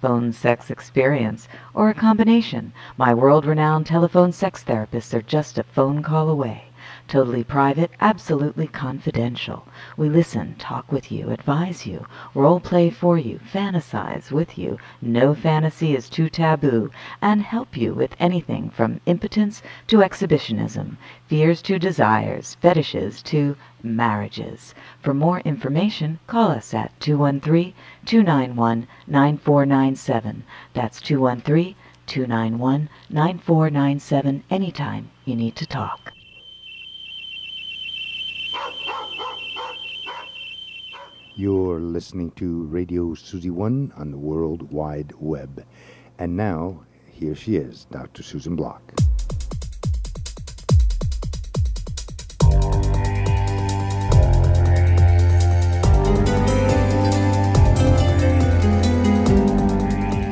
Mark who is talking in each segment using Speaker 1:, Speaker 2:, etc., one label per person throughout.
Speaker 1: phone sex experience or a combination, my world renowned telephone sex therapists are just a phone call away. Totally private, absolutely confidential. We listen, talk with you, advise you, role play for you, fantasize with you. No fantasy is too taboo, and help you with anything from impotence to exhibitionism, fears to desires, fetishes to marriages. For more information, call us at 213 291 9497. That's 213 291 9497 anytime you need to talk.
Speaker 2: You're listening to Radio Susie One on the World Wide Web. And now, here she is, Dr. Susan Block.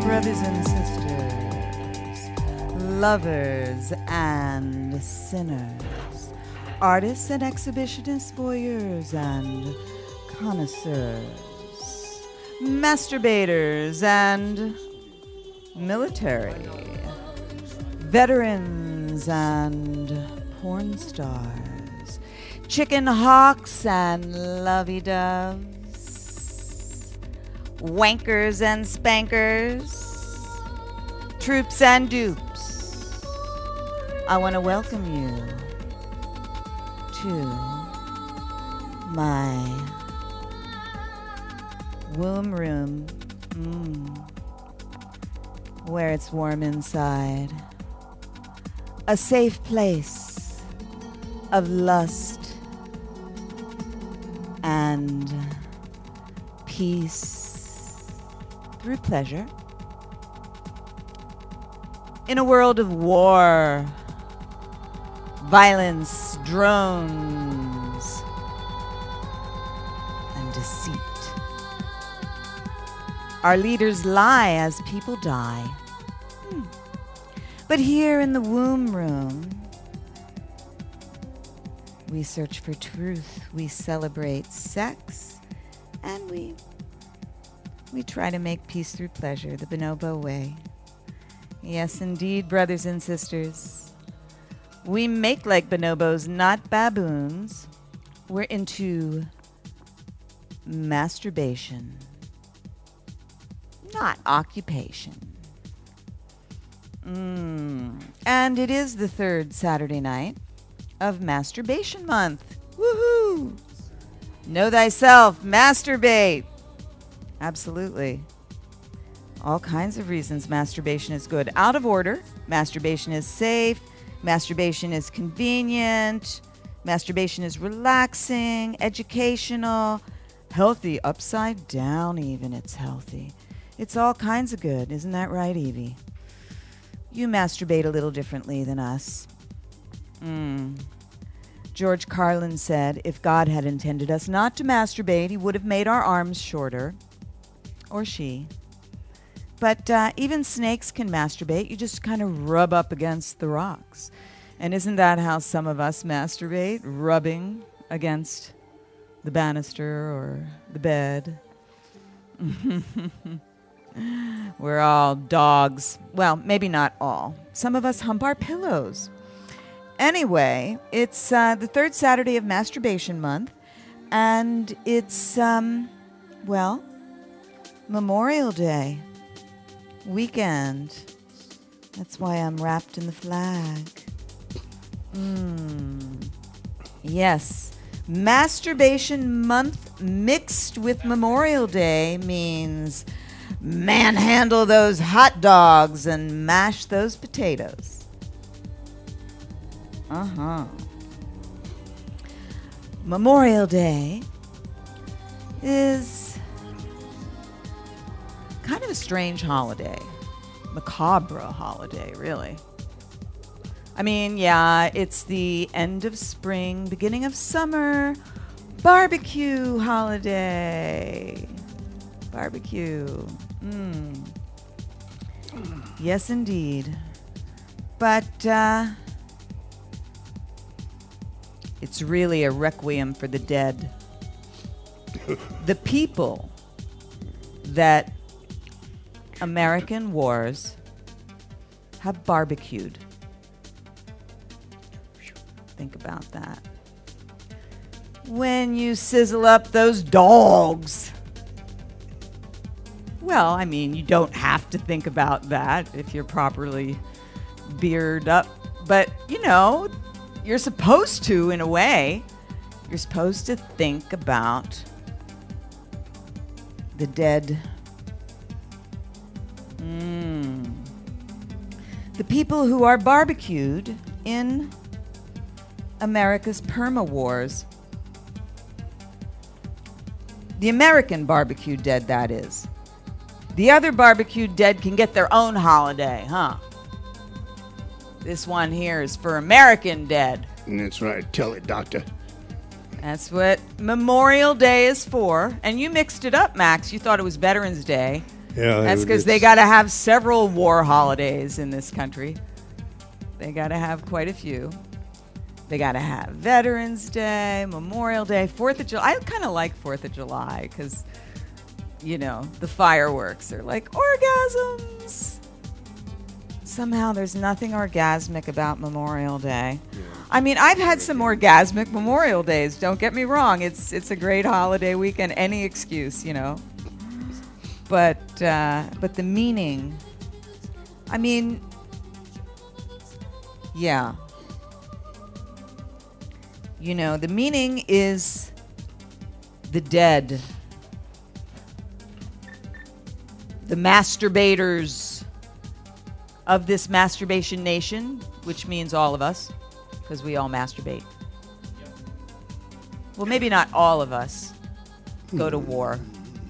Speaker 3: Brothers and sisters, lovers and sinners, artists and exhibitionists, voyeurs and connoisseurs, masturbators and military, veterans and porn stars, chicken hawks and lovey doves, wankers and spankers, troops and dupes. I want to welcome you to my womb room mm, where it's warm inside. A safe place of lust and peace through pleasure. In a world of war, violence, drones, and deceit. Our leaders lie as people die. Hmm. But here in the womb room, we search for truth, we celebrate sex, and we we try to make peace through pleasure, the bonobo way. Yes, indeed, brothers and sisters. We make like bonobos, not baboons. We're into masturbation not occupation. Mm. And it is the third Saturday night of Masturbation Month. Woohoo! Know thyself, masturbate! Absolutely. All kinds of reasons masturbation is good. Out of order, masturbation is safe, masturbation is convenient, masturbation is relaxing, educational, healthy, upside down, even. It's healthy. It's all kinds of good, isn't that right, Evie? You masturbate a little differently than us. Mm. George Carlin said if God had intended us not to masturbate, he would have made our arms shorter. Or she. But uh, even snakes can masturbate. You just kind of rub up against the rocks. And isn't that how some of us masturbate? Rubbing against the banister or the bed. We're all dogs. Well, maybe not all. Some of us hump our pillows. Anyway, it's uh, the third Saturday of Masturbation Month, and it's, um, well, Memorial Day weekend. That's why I'm wrapped in the flag. Mm. Yes, Masturbation Month mixed with Memorial Day means manhandle those hot dogs and mash those potatoes. Uh huh. Memorial Day is kind of a strange holiday, macabre holiday, really. I mean, yeah, it's the end of spring, beginning of summer, barbecue holiday. Barbecue. Mm. Yes, indeed. But uh, it's really a requiem for the dead. the people that American wars have barbecued. Think about that. When you sizzle up those dogs. Well, I mean, you don't have to think about that if you're properly beard up, but you know, you're supposed to in a way. You're supposed to think about the dead. Mm. The people who are barbecued in America's perma wars. The American barbecue dead, that is. The other barbecue dead can get their own holiday, huh? This one here is for American dead.
Speaker 4: That's right. Tell it, Doctor.
Speaker 3: That's what Memorial Day is for. And you mixed it up, Max. You thought it was Veterans Day.
Speaker 4: Yeah.
Speaker 3: That's
Speaker 4: it-
Speaker 3: because they
Speaker 4: it's-
Speaker 3: got to have several war holidays in this country. They got to have quite a few. They got to have Veterans Day, Memorial Day, Fourth of July. I kind of like Fourth of July because, you know, the fireworks are like orgasms. Somehow there's nothing orgasmic about Memorial Day. I mean, I've had some orgasmic Memorial Days. Don't get me wrong. It's it's a great holiday weekend. Any excuse, you know but uh, but the meaning. I mean, yeah. You know, the meaning is the dead, the masturbators of this masturbation nation, which means all of us, because we all masturbate. Well, maybe not all of us go to war.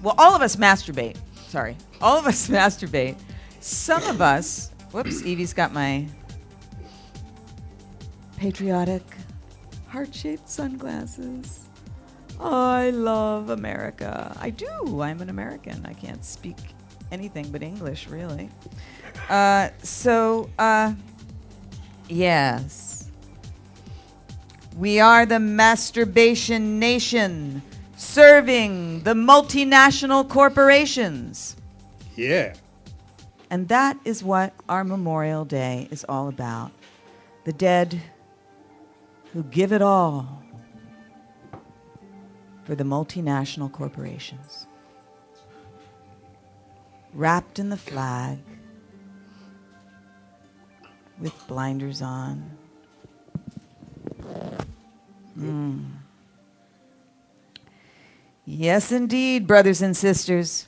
Speaker 3: Well, all of us masturbate. Sorry. All of us masturbate. Some of us, whoops, Evie's got my patriotic heart shaped sunglasses. I love America. I do. I'm an American. I can't speak anything but English, really. Uh, so, uh, yes. We are the masturbation nation serving the multinational corporations.
Speaker 4: Yeah.
Speaker 3: And that is what our Memorial Day is all about. The dead who give it all for the multinational corporations. Wrapped in the flag, with blinders on. Mm. Yes, indeed, brothers and sisters.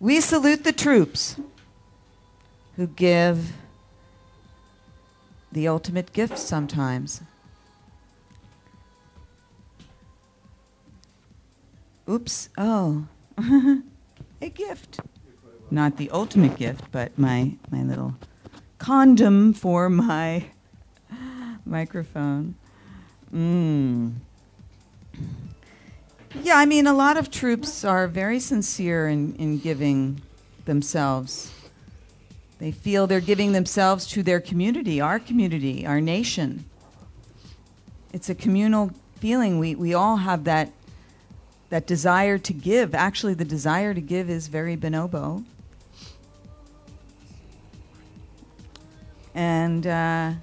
Speaker 3: We salute the troops who give the ultimate gift sometimes. Oops, oh. A gift. Not the ultimate gift, but my, my little condom for my microphone. Mm. Yeah, I mean, a lot of troops are very sincere in, in giving themselves. They feel they're giving themselves to their community, our community, our nation. It's a communal feeling. We, we all have that, that desire to give. Actually, the desire to give is very bonobo. And uh,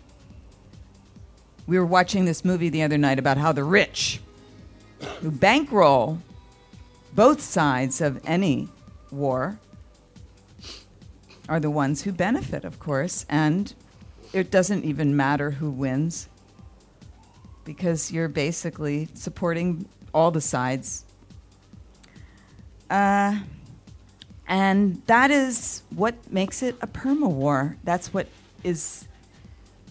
Speaker 3: we were watching this movie the other night about how the rich who bankroll both sides of any war are the ones who benefit, of course, and it doesn't even matter who wins because you're basically supporting all the sides. Uh, and that is what makes it a perma war. That's what is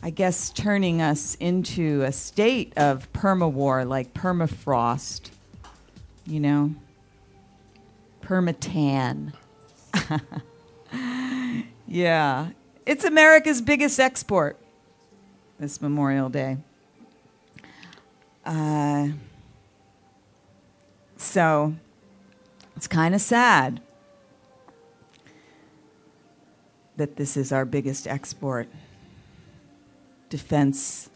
Speaker 3: I guess, turning us into a state of perma war, like permafrost, you know, permatan. yeah. It's America's biggest export this Memorial Day. Uh, so it's kind of sad that this is our biggest export defense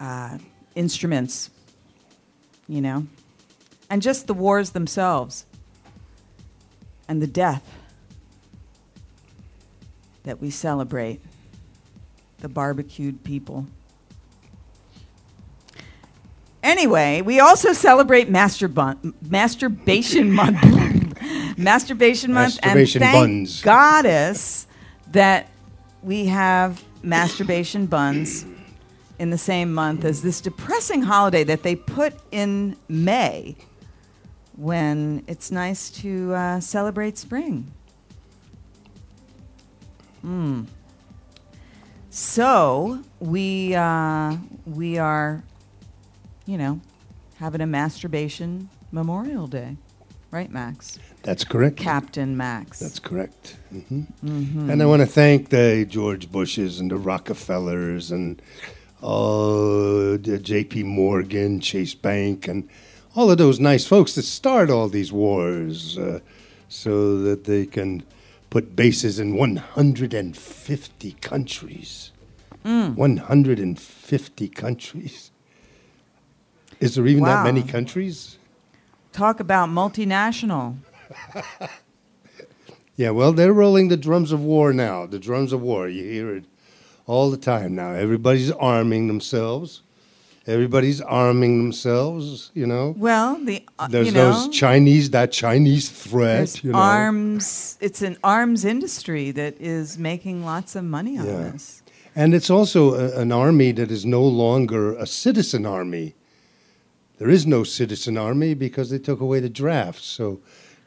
Speaker 3: uh, instruments, you know, and just the wars themselves and the death that we celebrate, the barbecued people. Anyway, we also celebrate masturbun- masturbation month. masturbation month
Speaker 4: Masturbation
Speaker 3: and thank
Speaker 4: buns.
Speaker 3: goddess that we have masturbation buns in the same month as this depressing holiday that they put in May when it's nice to uh, celebrate spring. Hmm. So we uh, we are, you know, having a masturbation Memorial Day, right, Max?
Speaker 4: That's correct.
Speaker 3: Captain Max.
Speaker 4: That's correct. hmm And I want to thank the George Bushes and the Rockefellers and uh, the J.P. Morgan, Chase Bank, and all of those nice folks that start all these wars uh, so that they can put bases in 150 countries.
Speaker 5: Mm.
Speaker 6: Hmm.
Speaker 4: 150 countries. Is there even that many
Speaker 3: Wow.
Speaker 4: countries?
Speaker 3: Talk about multinational.
Speaker 4: Yeah, well, they're rolling the drums of war now. The drums of war. You hear it all the time now. Everybody's arming themselves. Everybody's arming themselves, you know.
Speaker 3: Well, the uh,
Speaker 4: There's
Speaker 3: you know,
Speaker 4: those Chinese, that Chinese threat,
Speaker 3: there's
Speaker 4: you know.
Speaker 3: arms. It's an arms industry that is making lots of money on
Speaker 4: Yeah.
Speaker 3: this.
Speaker 4: And it's also a, an army that is no longer a citizen army. There is no citizen army because they took away the draft. So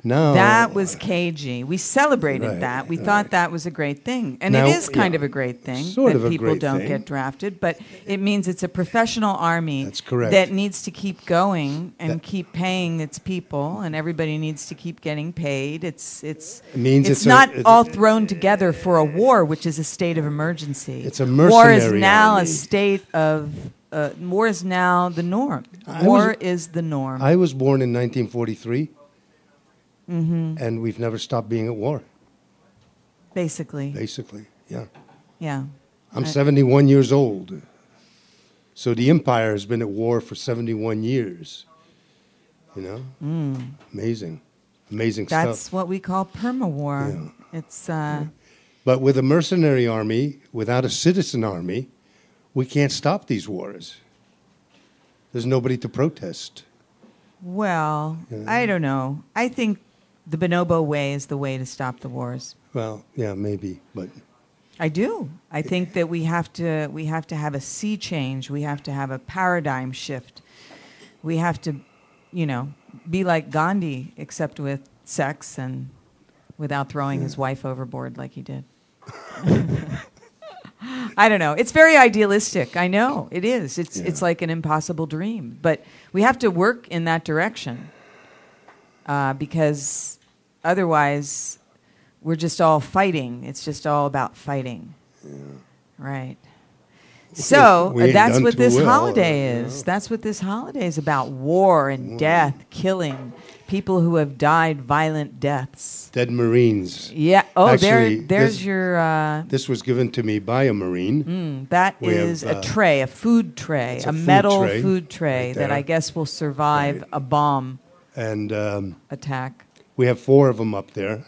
Speaker 4: now
Speaker 3: That was cagey. We celebrated
Speaker 4: Oh. Right,
Speaker 3: that. We
Speaker 4: right.
Speaker 3: thought that was a great thing. And
Speaker 4: Now-
Speaker 3: it is kind
Speaker 4: yeah.
Speaker 3: of a great thing
Speaker 4: Sort
Speaker 3: that
Speaker 4: of a
Speaker 3: people
Speaker 4: great
Speaker 3: don't
Speaker 4: thing.
Speaker 3: get drafted, but it means it's a professional army
Speaker 4: That's correct.
Speaker 3: that needs to keep going and keep paying its people and everybody needs to keep getting paid. It's it's
Speaker 4: It means it's a-
Speaker 3: not
Speaker 4: it's-
Speaker 3: all thrown together for a war, which is a state of emergency.
Speaker 4: It's a
Speaker 3: War is
Speaker 4: mercenary
Speaker 3: now a
Speaker 4: army.
Speaker 3: state of uh, war is now the norm.
Speaker 4: I
Speaker 3: War
Speaker 4: was-
Speaker 3: is the norm.
Speaker 4: I was born in 1943,
Speaker 3: Mm-hmm.
Speaker 4: and we've never stopped being at war,
Speaker 3: basically.
Speaker 4: basically. Yeah.
Speaker 3: yeah.
Speaker 4: I'm 71 years old. So the empire has been at war for 71 years. You know? Amazing. Amazing
Speaker 3: Mm. That's
Speaker 4: stuff.
Speaker 3: what we call perma war. It's uh,
Speaker 4: But with a mercenary army, without a citizen army, we can't stop these wars. There's nobody to protest.
Speaker 3: well, I don't know. I think the bonobo way is the way to stop the wars.
Speaker 4: Well, yeah, maybe, but
Speaker 3: I do. I think that we have to we have to have a sea change. We have to have a paradigm shift. We have to, you know, be like Gandhi, except with sex and without throwing his wife overboard like he did. I don't know. It's very idealistic. I know it is. It's it's like an impossible dream. But we have to work in that direction uh, because otherwise we're just all fighting. It's just all about fighting. Right. So
Speaker 4: we ain't
Speaker 3: that's
Speaker 4: done
Speaker 3: what
Speaker 4: too
Speaker 3: this
Speaker 4: well,
Speaker 3: holiday
Speaker 4: you
Speaker 3: is. That's what this holiday is about war
Speaker 4: Mm.
Speaker 3: and death, killing people who have died violent deaths.
Speaker 4: dead Marines.
Speaker 3: Yeah. Oh,
Speaker 4: Actually,
Speaker 3: there, there's
Speaker 4: this-
Speaker 3: your. Uh,
Speaker 4: This was given to me by a Marine.
Speaker 3: that
Speaker 4: We have,
Speaker 3: is
Speaker 4: uh,
Speaker 3: a tray, a food tray,
Speaker 4: it's
Speaker 3: a,
Speaker 4: a food
Speaker 3: metal
Speaker 4: tray
Speaker 3: food tray
Speaker 4: right
Speaker 3: that I
Speaker 4: there.
Speaker 3: guess will survive a bomb
Speaker 4: And um,
Speaker 3: attack.
Speaker 4: We have four of them up there.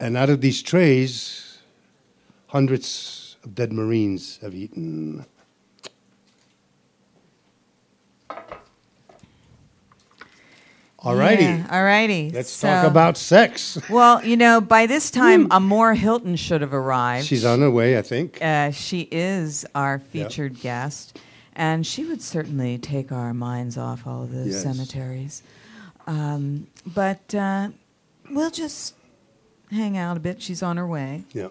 Speaker 4: And out of these trays, hundreds of dead Marines have eaten. All righty.
Speaker 3: Yeah, all righty.
Speaker 4: Let's
Speaker 3: So-
Speaker 4: talk about sex.
Speaker 3: Well, you know, by this time, Amor Hilton should have arrived.
Speaker 4: She's on her way, I think.
Speaker 3: Uh, she is our
Speaker 4: Yep.
Speaker 3: featured guest, and she would certainly take our minds off all of those
Speaker 4: Yes.
Speaker 3: cemeteries. Um, but uh, we'll just hang out a bit. She's on her way,
Speaker 4: Yeah,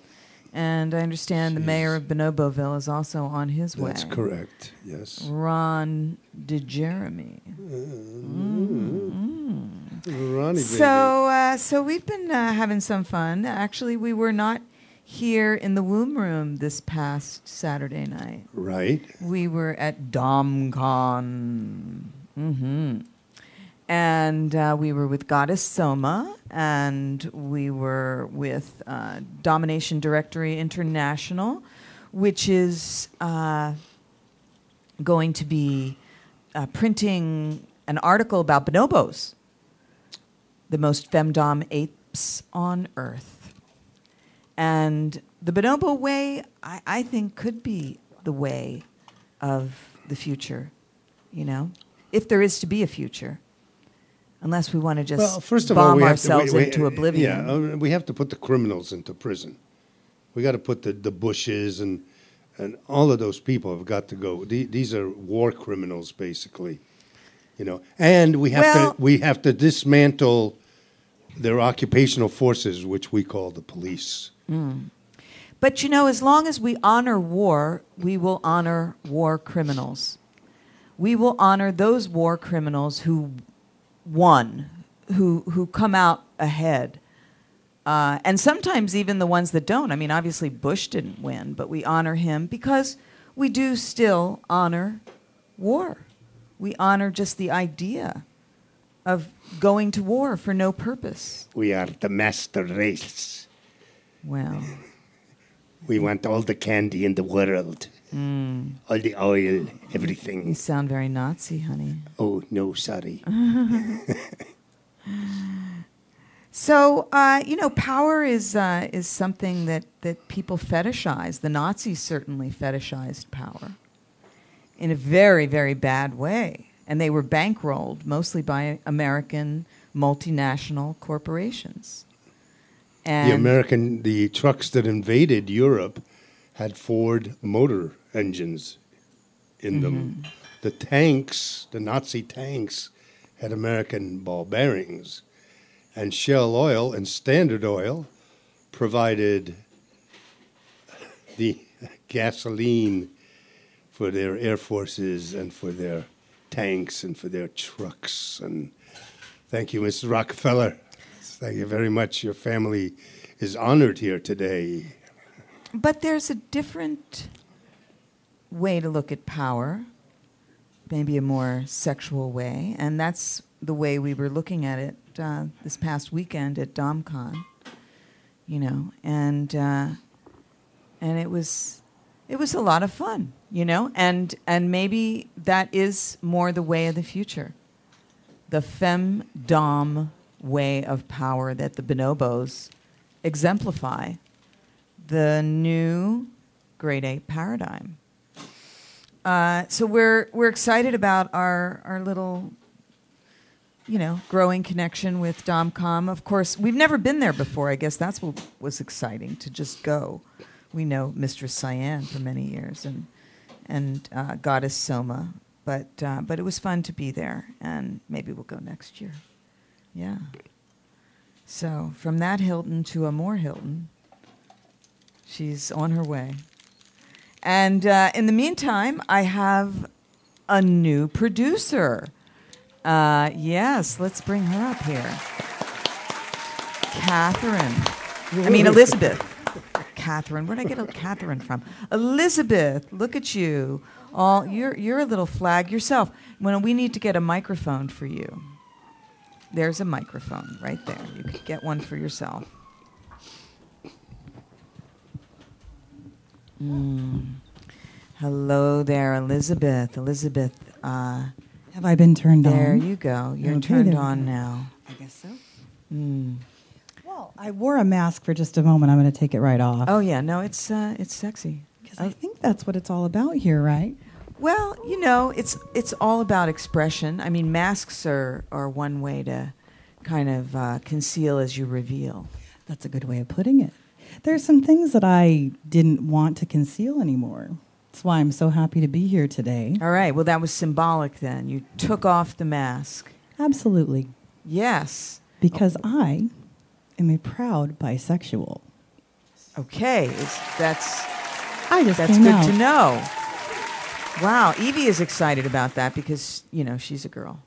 Speaker 3: and I understand the mayor of Bonoboville is also on his way.
Speaker 4: that's correct. Yes.
Speaker 3: Ron DeJeremy. Mm-hmm.
Speaker 4: Ronnie, baby.
Speaker 5: Mm.
Speaker 3: Mm. So, uh, so we've been uh, having some fun. Actually, we were not here in the womb room this past Saturday night.
Speaker 4: Right?
Speaker 3: We were at DomCon. hmm And uh, we were with Goddess Soma, and we were with uh, Domination Directory International, which is uh, going to be uh, printing an article about bonobos, the most femdom apes on Earth. And the bonobo way, I, I think, could be the way of the future, you know, if there is to be a future. Unless we want to just
Speaker 4: Well, first of
Speaker 3: bomb
Speaker 4: all, we have to-
Speaker 3: ourselves
Speaker 4: we- we-
Speaker 3: into oblivion.
Speaker 4: Yeah, uh, we have to put the criminals into prison. We got to put the, the Bushes and and all of those people have got to go. The- These are war criminals, basically. You know, and we have
Speaker 3: Well-
Speaker 4: to we have to dismantle their occupational forces, which we call the police.
Speaker 3: Mm. But you know, as long as we honor war, we will honor war criminals. We will honor those war criminals who won, who who come out ahead, uh, and sometimes even the ones that don't. I mean, obviously Bush didn't win, but we honor him because we do still honor war. We honor just the idea of going to war for no purpose.
Speaker 4: We are the master race.
Speaker 3: Well,
Speaker 4: We want all the candy in the world, all the oil, everything.
Speaker 3: you sound very Nazi, honey.
Speaker 4: Oh no, sorry.
Speaker 3: So uh, you know, power is uh, is something that that people fetishize. The Nazis certainly fetishized power in a very very bad way, and they were bankrolled mostly by American multinational corporations. And
Speaker 4: the American, the trucks that invaded Europe had Ford motor engines in them.
Speaker 3: Mm-hmm.
Speaker 4: The tanks, the Nazi tanks, had American ball bearings. And Shell Oil and Standard Oil provided the gasoline for their air forces and for their tanks and for their trucks. And thank you, Mr. Rockefeller. Thank you very much. Your family is honored here today.
Speaker 3: But there's a different way to look at power, maybe a more sexual way, and that's the way we were looking at it uh, this past weekend at DomCon. You know, and uh, and it was it was a lot of fun. You know, and and maybe that is more the way of the future, the femdom way of power that the bonobos exemplify the new grade eight paradigm. Uh, so we're we're excited about our our little, you know, growing connection with DomCom. Of course, we've never been there before. I guess that's what was exciting to just go. We know Mistress Cyan for many years and and uh, Goddess Soma, but uh, but it was fun to be there, and maybe we'll go next year. Yeah. So from that Hilton to a more Hilton. She's on her way. And uh, in the meantime, I have a new producer. Uh, yes, let's bring her up here. Catherine. I mean, Elizabeth. Catherine. Where'd I get a Catherine from? Elizabeth, look at you. All you're you're a little flag yourself. When we need to get a microphone for you. There's a microphone right there. You could get one for yourself. Mm. Hello there, Elizabeth. Elizabeth, uh,
Speaker 7: Have I been turned
Speaker 3: there
Speaker 7: on?
Speaker 3: you go. You're
Speaker 7: Okay,
Speaker 3: turned
Speaker 7: there we
Speaker 3: on
Speaker 7: go.
Speaker 3: now.
Speaker 7: I guess so. Mm. Well, I wore a mask for just a moment. I'm going to take it right off.
Speaker 3: Oh yeah, no, it's uh, it's sexy. Uh,
Speaker 7: 'Cause I think that's what it's all about here, right?
Speaker 3: Well, you know, it's it's all about expression. I mean, masks are are one way to kind of uh, conceal as you reveal.
Speaker 7: That's a good way of putting it. There's some things that I didn't want to conceal anymore. That's why I'm so happy to be here today.
Speaker 3: All right. Well, that was symbolic then. You took off the mask.
Speaker 7: Absolutely.
Speaker 3: Yes.
Speaker 7: Because I am a proud bisexual.
Speaker 3: Okay. It's, that's
Speaker 7: I just
Speaker 3: That's
Speaker 7: came
Speaker 3: good
Speaker 7: out.
Speaker 3: to know. Wow, Evie is excited about that because you know she's a girl.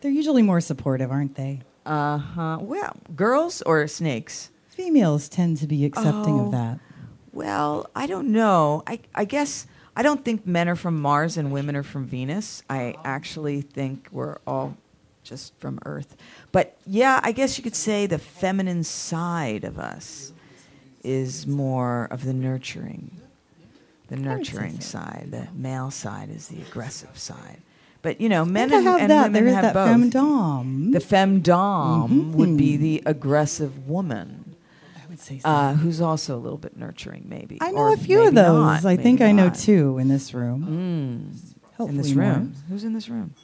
Speaker 7: They're usually more supportive, aren't they?
Speaker 3: Uh huh. Well, girls or snakes?
Speaker 7: Females tend to be accepting
Speaker 3: Oh.
Speaker 7: of that.
Speaker 3: Well, I don't know. I, I guess I don't think men are from Mars and women are from Venus. I actually think we're all just from Earth. But yeah, I guess you could say the feminine side of us is more of the nurturing, the nurturing side. The male side is the aggressive side. But you know, men
Speaker 7: Yeah,
Speaker 3: and,
Speaker 7: have
Speaker 3: and
Speaker 7: that.
Speaker 3: women
Speaker 7: There is that
Speaker 3: have both.
Speaker 7: femdom.
Speaker 3: The femdom would be
Speaker 7: Mm-hmm.
Speaker 3: the aggressive woman.
Speaker 7: I would say so.
Speaker 3: Uh, who's also a little bit nurturing, maybe.
Speaker 7: I know
Speaker 3: Or
Speaker 7: a few of
Speaker 3: maybe
Speaker 7: those.
Speaker 3: not,
Speaker 7: I
Speaker 3: maybe
Speaker 7: think I know
Speaker 3: not.
Speaker 7: two in this room.
Speaker 3: Mm. In
Speaker 7: Hopefully
Speaker 3: this
Speaker 7: more.
Speaker 3: room. Who's in this room?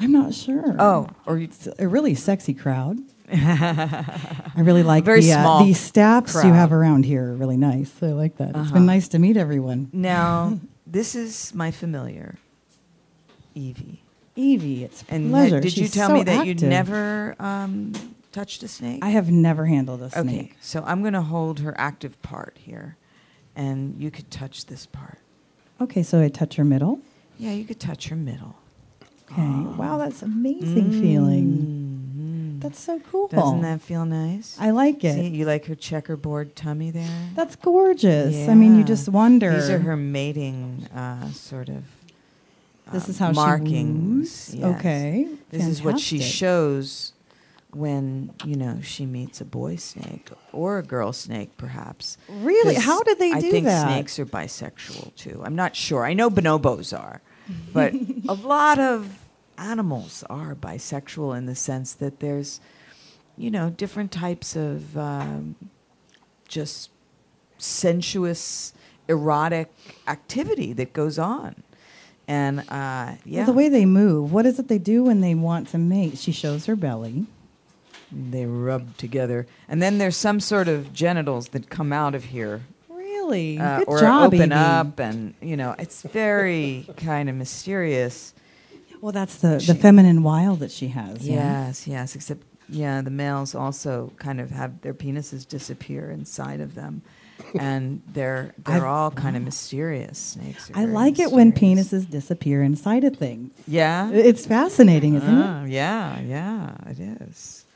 Speaker 7: I'm not sure.
Speaker 3: Oh, or you,
Speaker 7: It's a really sexy crowd. I really like
Speaker 3: Very
Speaker 7: the, uh,
Speaker 3: small
Speaker 7: the staffs you
Speaker 3: crowd.
Speaker 7: have around here are really nice. I like that. It's
Speaker 3: Uh-huh.
Speaker 7: been nice to meet everyone.
Speaker 3: now this is my familiar, Evie.
Speaker 7: Evie, it's a
Speaker 3: And
Speaker 7: pleasure.
Speaker 3: had- did you
Speaker 7: She's
Speaker 3: tell
Speaker 7: so
Speaker 3: me that
Speaker 7: active.
Speaker 3: you never um, touched a snake?
Speaker 7: I have never handled a
Speaker 3: okay,
Speaker 7: snake.
Speaker 3: so I'm going to hold her active part here, and you could touch this part.
Speaker 7: Okay, so I touch her middle.
Speaker 3: Yeah, you could touch her middle.
Speaker 7: Okay. Wow, that's amazing feeling.
Speaker 3: Mm, mm.
Speaker 7: That's so cool.
Speaker 3: Doesn't that feel nice?
Speaker 7: I like it.
Speaker 3: See, you like her checkerboard tummy there?
Speaker 7: That's gorgeous. I mean, you
Speaker 3: Yeah.
Speaker 7: just wonder.
Speaker 3: These are her mating uh, sort of.
Speaker 7: This
Speaker 3: um,
Speaker 7: is how
Speaker 3: markings.
Speaker 7: she woos.
Speaker 3: yes.
Speaker 7: Okay.
Speaker 3: This is what she
Speaker 7: Fantastic.
Speaker 3: shows when you know she meets a boy snake or a girl snake, perhaps.
Speaker 7: Really?
Speaker 3: 'Cause
Speaker 7: How did they
Speaker 3: I
Speaker 7: do
Speaker 3: think
Speaker 7: that?
Speaker 3: snakes are bisexual too. I'm not sure. I know bonobos are, but a lot of animals are bisexual in the sense that there's, you know, different types of um, just sensuous, erotic activity that goes on. And uh, yeah,
Speaker 7: Well, the way they move, what is it they do when they want to mate? She shows her belly.
Speaker 3: they rub together, and then there's some sort of genitals that come out of here,
Speaker 7: Really?
Speaker 3: uh,
Speaker 7: Good
Speaker 3: or
Speaker 7: job, Evie.
Speaker 3: open up, and you know, it's very kind of mysterious.
Speaker 7: Well, that's the,
Speaker 3: She-
Speaker 7: the feminine wile that she has.
Speaker 3: Yes, yes. Except, yeah, the males also kind of have their penises disappear inside of them, and they're they're
Speaker 7: I've-
Speaker 3: all kind of mysterious snakes. are
Speaker 7: I
Speaker 3: very
Speaker 7: like it when
Speaker 3: mysterious.
Speaker 7: penises disappear inside of things.
Speaker 3: Yeah.
Speaker 7: It's fascinating, isn't
Speaker 3: Ah, Yeah, yeah, it is.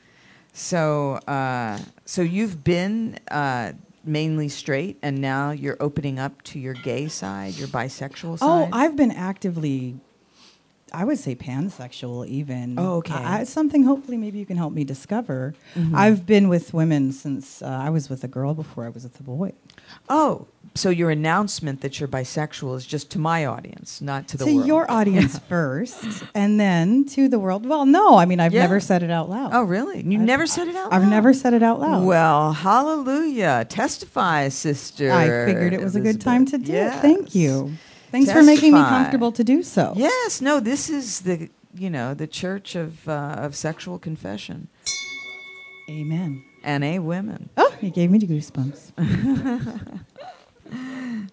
Speaker 3: So, uh, so you've been uh, mainly straight, and now you're opening up to your gay side, your bisexual
Speaker 7: it? Oh,
Speaker 3: side.
Speaker 7: I've been actively, I would say pansexual even.
Speaker 3: Oh, okay. Mm-hmm.
Speaker 7: I, I- something hopefully maybe you can help me discover. I've been with women since uh, I was with a girl before I was with a boy.
Speaker 3: oh, so your announcement that you're bisexual is just to my audience, not to the
Speaker 7: to
Speaker 3: world.
Speaker 7: your audience first and then to the world. Well, no, I mean, I've
Speaker 3: Yeah.
Speaker 7: never said it out loud.
Speaker 3: Oh, really? You
Speaker 7: I've-
Speaker 3: never said it out.
Speaker 7: I've
Speaker 3: loud?
Speaker 7: never said it out loud.
Speaker 3: Well, hallelujah! Testify, sister.
Speaker 7: I figured it was a good time to
Speaker 3: Elizabeth.
Speaker 7: do it. Thank
Speaker 3: Yes.
Speaker 7: you. Thanks for making me
Speaker 3: Testify.
Speaker 7: comfortable to do so.
Speaker 3: Yes, no, this is the you know the church of uh, of sexual confession
Speaker 7: Amen.
Speaker 3: and a women.
Speaker 7: Oh, you gave me the goosebumps.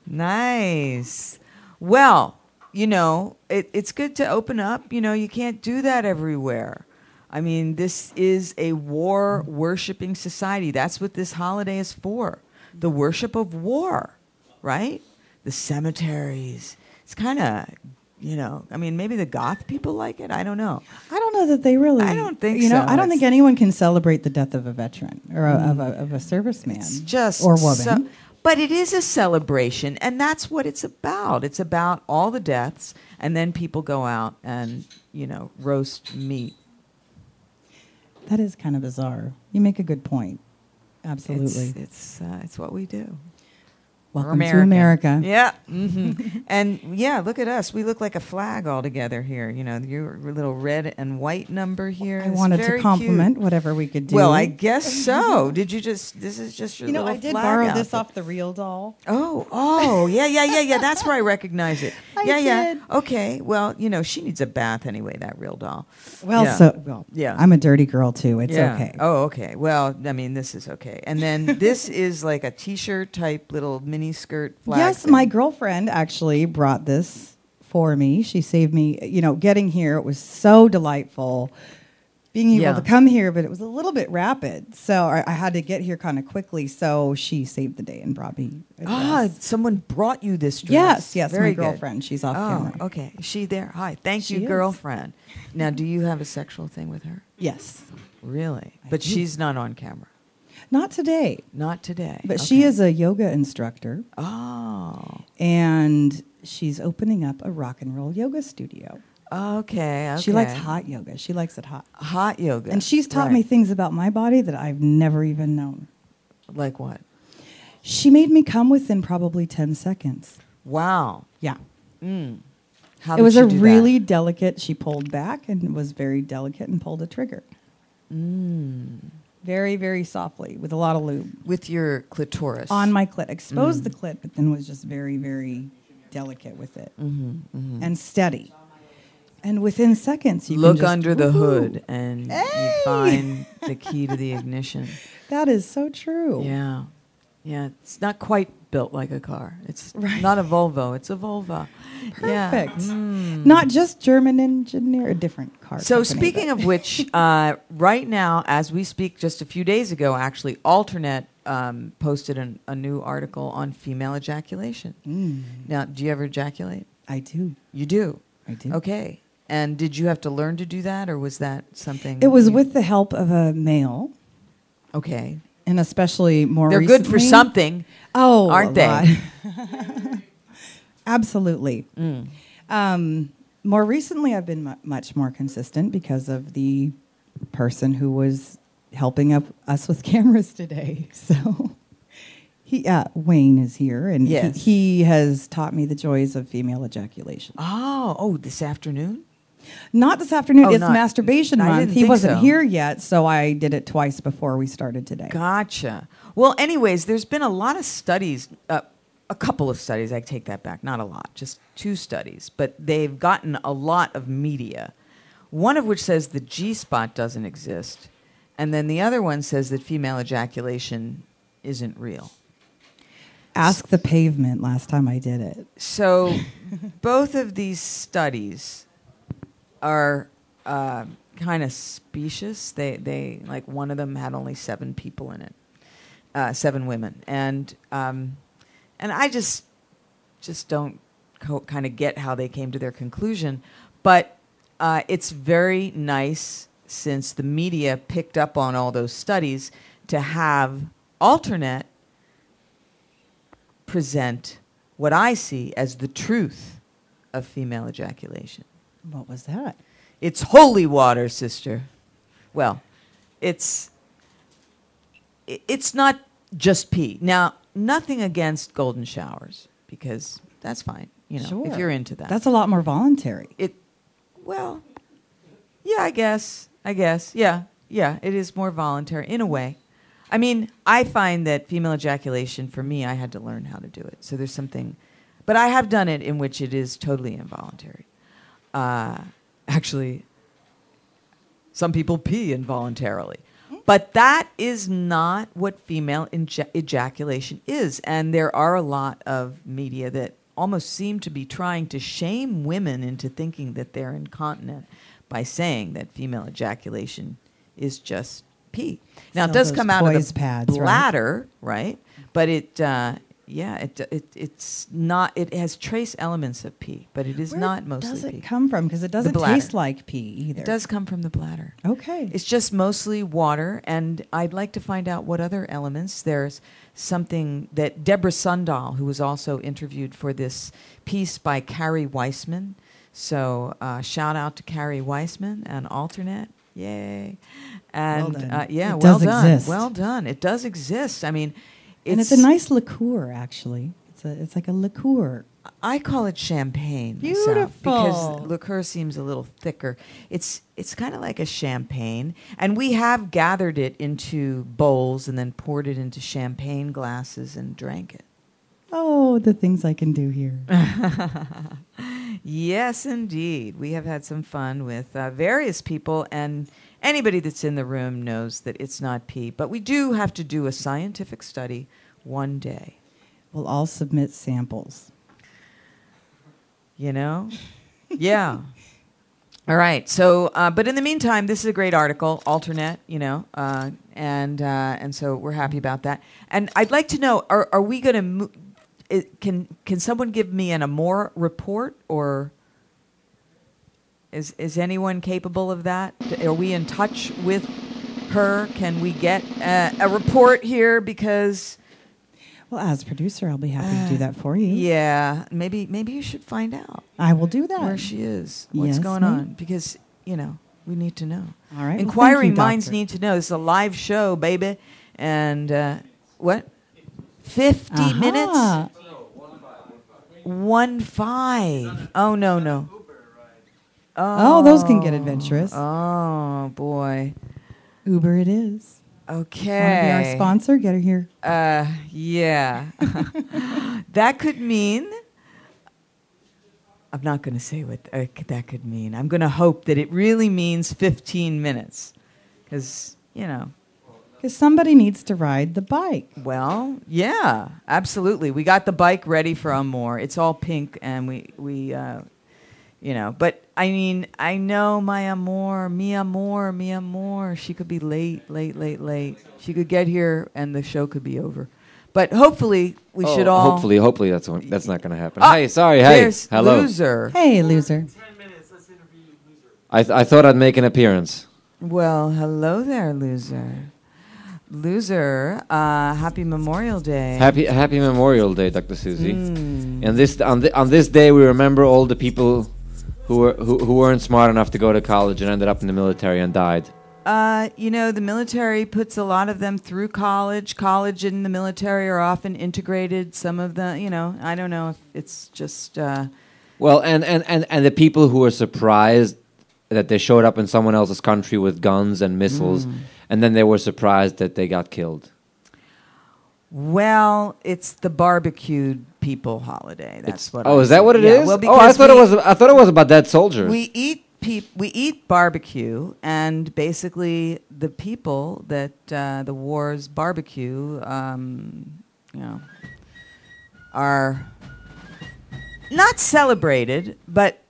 Speaker 3: Nice. Well, you know, it, it's good to open up. You know, you can't do that everywhere. I mean, this is a war worshiping society. That's what this holiday is for the worship of war, right? The cemeteries. It's kind of, you know, I mean, maybe the goth people like it. I don't know.
Speaker 7: I don't know that they really.
Speaker 3: I don't think
Speaker 7: you know.
Speaker 3: so.
Speaker 7: I don't
Speaker 3: It's- Mm.
Speaker 7: think anyone can celebrate the death of a veteran or a, of, a, of a serviceman
Speaker 3: It's just
Speaker 7: or woman.
Speaker 3: so- but it is a celebration, and that's what it's about. It's about all the deaths, and then people go out and you know roast meat.
Speaker 7: that is kind of bizarre. You make a good point. Absolutely.
Speaker 3: It's it's, uh, it's what we do. We're
Speaker 7: Welcome to America.
Speaker 3: American. Yeah, hmm and yeah, look at us. We look like a flag all together here. You know, your little red and white number here.
Speaker 7: I
Speaker 3: It's
Speaker 7: wanted
Speaker 3: very
Speaker 7: to
Speaker 3: cute.
Speaker 7: compliment whatever we could do.
Speaker 3: Well, I guess so. Did you just? This is just your
Speaker 7: you know
Speaker 3: little
Speaker 7: I did
Speaker 3: flag
Speaker 7: borrow this
Speaker 3: outfit.
Speaker 7: off the real doll.
Speaker 3: Oh, oh, yeah, yeah, yeah, yeah. That's where I recognize it.
Speaker 7: I
Speaker 3: yeah, yeah.
Speaker 7: did.
Speaker 3: Okay. Well, you know, she needs a bath anyway. That real doll.
Speaker 7: Well,
Speaker 3: Yeah.
Speaker 7: so well,
Speaker 3: Yeah.
Speaker 7: I'm a dirty girl too. It's
Speaker 3: Yeah.
Speaker 7: okay.
Speaker 3: Oh, okay. Well, I mean, this is okay. And then this is like a t-shirt type little mini skirt. Flag
Speaker 7: yes,
Speaker 3: thing.
Speaker 7: my girlfriend actually brought this for me. She saved me. You know, getting here it was so delightful. Being able
Speaker 3: Yeah.
Speaker 7: to come here, but it was a little bit rapid, so I, I had to get here kind of quickly. So she saved the day and brought me. A
Speaker 3: Ah,
Speaker 7: dress.
Speaker 3: someone brought you this dress.
Speaker 7: yes, yes,
Speaker 3: Very
Speaker 7: my
Speaker 3: good.
Speaker 7: girlfriend. She's off
Speaker 3: Oh,
Speaker 7: camera.
Speaker 3: okay. Is she there? Hi. Thank
Speaker 7: She
Speaker 3: you,
Speaker 7: is.
Speaker 3: girlfriend. Now, do you have a sexual thing with her?
Speaker 7: Yes,
Speaker 3: Really? but she's not on camera.
Speaker 7: Not today,
Speaker 3: Not today.
Speaker 7: but she
Speaker 3: Okay.
Speaker 7: is a yoga instructor
Speaker 3: Oh.
Speaker 7: and she's opening up a rock and roll yoga studio.
Speaker 3: Okay.
Speaker 7: She likes
Speaker 3: okay.
Speaker 7: hot yoga. She likes it hot.
Speaker 3: hot yoga.
Speaker 7: And she's taught
Speaker 3: Right.
Speaker 7: me things about my body that I've never even known.
Speaker 3: like what?
Speaker 7: She made me come within probably 10 seconds.
Speaker 3: Wow. Mm.
Speaker 7: Yeah.
Speaker 3: How
Speaker 7: it
Speaker 3: did
Speaker 7: was
Speaker 3: she
Speaker 7: a
Speaker 3: do that?
Speaker 7: really delicate, she pulled back and was very delicate and pulled a trigger. Very, very softly with a lot of lube
Speaker 3: Mm. with your clitoris Mm.
Speaker 7: on my clit. Exposed the clit, but then was just very, very delicate with it
Speaker 3: Mm-hmm,
Speaker 7: and steady. And within seconds, you can
Speaker 3: look
Speaker 7: just,
Speaker 3: under the
Speaker 7: woohoo.
Speaker 3: hood and you find the key to the ignition.
Speaker 7: That is so true.
Speaker 3: Yeah. Yeah, it's not quite built like a car. It's not a Volvo, it's a Volva. Yeah. Mm.
Speaker 7: Perfect. Not just German engineer, a different car.
Speaker 3: So,
Speaker 7: company,
Speaker 3: speaking
Speaker 7: but-
Speaker 3: of which, uh, right now, as we speak, just a few days ago, actually, Alternet um, posted an, a new article on female ejaculation. Now, do you ever ejaculate?
Speaker 7: Mm. I do.
Speaker 3: You do.
Speaker 7: I do.
Speaker 3: Okay. And did you have to learn to do that, or was that something?
Speaker 7: It was
Speaker 3: you-
Speaker 7: with the help of a male,
Speaker 3: Mm-hmm. Okay.
Speaker 7: and especially more.
Speaker 3: They're good for
Speaker 7: recently-
Speaker 3: something.
Speaker 7: Oh,
Speaker 3: aren't
Speaker 7: a
Speaker 3: they?
Speaker 7: lot. Absolutely.
Speaker 3: Mm.
Speaker 7: Um, more recently, I've been mu- much more consistent because of the person who was helping up us with cameras today. So he, uh, Wayne, is here, and he-
Speaker 3: Yes.
Speaker 7: he, has taught me the joys of female ejaculation.
Speaker 3: Oh, oh, this afternoon.
Speaker 7: Not this afternoon.
Speaker 3: Oh,
Speaker 7: it's
Speaker 3: not-
Speaker 7: masturbation
Speaker 3: I
Speaker 7: month.
Speaker 3: didn't
Speaker 7: He
Speaker 3: think
Speaker 7: wasn't
Speaker 3: so.
Speaker 7: here yet, so I did it twice before we started today.
Speaker 3: Gotcha. Well, anyways, there's been a lot of studies, uh, a couple of studies. I take that back, not a lot, just two studies, but they've gotten a lot of media. One of which says the G spot doesn't exist, and then the other one says that female ejaculation isn't real.
Speaker 7: Ask the pavement last time I did it.
Speaker 3: So, both of these studies are uh, kind of specious. They, they like one of them had only seven people in it, uh, seven women, and um, and I just just don't co- kind of get how they came to their conclusion. But uh, it's very nice since the media picked up on all those studies to have alternate present what I see as the truth of female ejaculation.
Speaker 7: What was that?
Speaker 3: It's holy water, sister. Well, it's i- it's not just pee. Now, nothing against golden showers because that's fine, you know, if you're into that.
Speaker 7: That's a lot more voluntary.
Speaker 3: it well, yeah, I guess. I guess. Yeah. Yeah, it is more voluntary in a way. I mean, I find that female ejaculation for me, I had to learn how to do it. So there's something but I have done it in which it is totally involuntary. Uh, actually, some people pee involuntarily. But that is not what female inja- ejaculation is. And there are a lot of media that almost seem to be trying to shame women into thinking that they're incontinent by saying that female ejaculation is just pee. Now, it
Speaker 7: Sell
Speaker 3: does
Speaker 7: those
Speaker 3: come out of
Speaker 7: poise
Speaker 3: the
Speaker 7: pads, right?
Speaker 3: bladder, right? But it, uh, yeah, it, it, it's not, it has trace elements of pee, but it is
Speaker 7: Where
Speaker 3: not mostly
Speaker 7: does it
Speaker 3: pee.
Speaker 7: come from? Because it doesn't taste
Speaker 3: bladder.
Speaker 7: like pee either.
Speaker 3: it does come from the bladder.
Speaker 7: Okay.
Speaker 3: It's just mostly water, and I'd like to find out what other elements. There's something that Deborah Sundahl, who was also interviewed for this piece by Carrie Weissman. So uh, shout out to Carrie Weissman and Alternate. Yay. And
Speaker 7: done.
Speaker 3: uh, yeah,
Speaker 7: It
Speaker 3: well
Speaker 7: does
Speaker 3: done.
Speaker 7: exist.
Speaker 3: Well done. It does exist. I mean, it's,
Speaker 7: and it's a nice liqueur, actually. It's a, it's like a liqueur.
Speaker 3: I call it champagne. myself,
Speaker 7: Beautiful.
Speaker 3: because liqueur seems a little thicker. It's it's kind of like a champagne, and we have gathered it into bowls and then poured it into champagne glasses and drank it.
Speaker 7: Oh, the things I can do here.
Speaker 3: Yes, indeed. We have had some fun with uh, various people, and anybody that's in the room knows that it's not pee. But we do have to do a scientific study one day.
Speaker 7: we'll all submit samples.
Speaker 3: you know? yeah. All right. So, uh, but in the meantime, this is a great article, alternate, you know, uh, and uh, and so we're happy about that. And I'd like to know: Are are we going to? Mo- i- can can someone give me an Amore report, or is is anyone capable of that? Are we in touch with her? Can we get a, a report here? Because
Speaker 7: Well, as producer, I'll be happy to do that for you.
Speaker 3: Uh, yeah, maybe maybe you should find out
Speaker 7: I will do that.
Speaker 3: where she is, what's
Speaker 7: Yes,
Speaker 3: going
Speaker 7: ma'am.
Speaker 3: on, because you know we need to know.
Speaker 7: All right, well, thank
Speaker 3: inquiring
Speaker 7: you,
Speaker 3: minds
Speaker 7: doctor.
Speaker 3: need to know. This is a live show, baby, and uh, what? 50 minutes.
Speaker 7: Aha.
Speaker 3: One five. Oh no no.
Speaker 7: Oh, those can get adventurous.
Speaker 3: Oh boy.
Speaker 7: Uber it is. Want to be our
Speaker 3: Okay.
Speaker 7: sponsor? Get her here.
Speaker 3: Uh, yeah. that could mean. I'm not going to say what uh, c- that could mean. I'm going to hope that it really means 15 minutes. Because, you know,
Speaker 7: Because somebody needs to ride the bike.
Speaker 3: well, yeah, absolutely. We got the bike ready for Amore. It's all pink, and we, we uh, you know, but I mean, I know my Amore, mi Amore, mi Amore. She could be late, late, late, late. She could get here, and the show could be over. But hopefully, we
Speaker 5: Oh,
Speaker 3: should all.
Speaker 5: Hopefully, hopefully that's what- that's not going to happen.
Speaker 3: Ah,
Speaker 5: hey, sorry. Hey,
Speaker 3: there's
Speaker 5: hello.
Speaker 3: Loser.
Speaker 7: Hey, loser.
Speaker 5: I th- I thought I'd make an appearance.
Speaker 3: Well, hello there, loser. Loser, uh, happy Memorial Day.
Speaker 5: Happy Happy Memorial Day, Dr. Susie.
Speaker 3: Hmm.
Speaker 5: And this on th- on this day we remember all the people who were who, who weren't smart enough to go to college and ended up in the military and died.
Speaker 3: Uh, you know, the military puts a lot of them through college. College and the military are often integrated. Some of the, you know, I don't know if it's just. Uh,
Speaker 5: Well, and and and, and the people who were surprised that they showed up in someone else's country with guns and missiles,
Speaker 3: Hmm.
Speaker 5: and then they were surprised that they got killed.
Speaker 3: well, it's the barbecued people holiday. That's
Speaker 5: It's-
Speaker 3: what.
Speaker 5: oh,
Speaker 3: I
Speaker 5: is that
Speaker 3: say.
Speaker 5: what it is?
Speaker 3: Yeah, Well,
Speaker 5: oh, I
Speaker 3: because
Speaker 5: thought
Speaker 3: we-
Speaker 5: it was I thought it was about dead soldiers.
Speaker 3: We eat peop- we eat barbecue, and basically the people that uh, the wars barbecue, um, you know, are not celebrated, but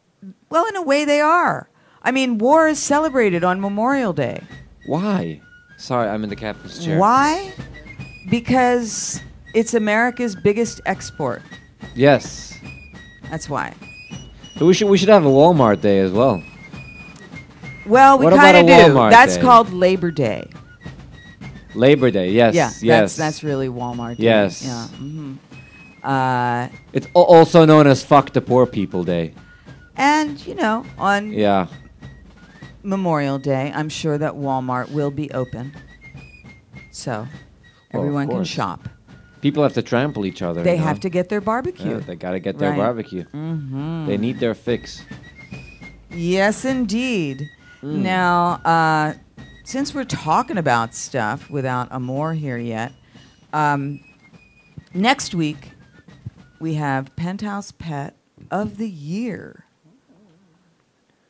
Speaker 3: well, in a way they are. I mean, war is celebrated on Memorial Day.
Speaker 5: Why? Sorry, I'm in the captain's chair.
Speaker 3: Why? Because it's America's biggest export.
Speaker 5: Yes.
Speaker 3: That's why.
Speaker 5: So we should we should have a Walmart day as well.
Speaker 3: Well, we
Speaker 5: What about
Speaker 3: kind of
Speaker 5: a
Speaker 3: do.
Speaker 5: Walmart
Speaker 3: That's
Speaker 5: Day?
Speaker 3: called Labor Day.
Speaker 5: Labor Day. Yes. yes.
Speaker 3: yeah, that's that's really Walmart. Day.
Speaker 5: Yes.
Speaker 3: Yeah.
Speaker 5: Mm-hmm.
Speaker 3: hmm Uh,
Speaker 5: It's al- also known as "Fuck the Poor People Day."
Speaker 3: and you know, on
Speaker 5: Yeah.
Speaker 3: Memorial Day, I'm sure that Walmart will be open, so
Speaker 5: Well, of
Speaker 3: everyone can
Speaker 5: course.
Speaker 3: shop.
Speaker 5: People have to trample each other.
Speaker 3: They
Speaker 5: you know?
Speaker 3: have to get their
Speaker 5: Yeah,
Speaker 3: barbecue.
Speaker 5: they gotta get their
Speaker 3: Right. Mm-hmm.
Speaker 5: barbecue. They need their fix.
Speaker 3: yes, indeed.
Speaker 5: Hmm.
Speaker 3: Now, uh, since we're talking about stuff without Amor here yet, um, next week we have Penthouse Pet of the Year,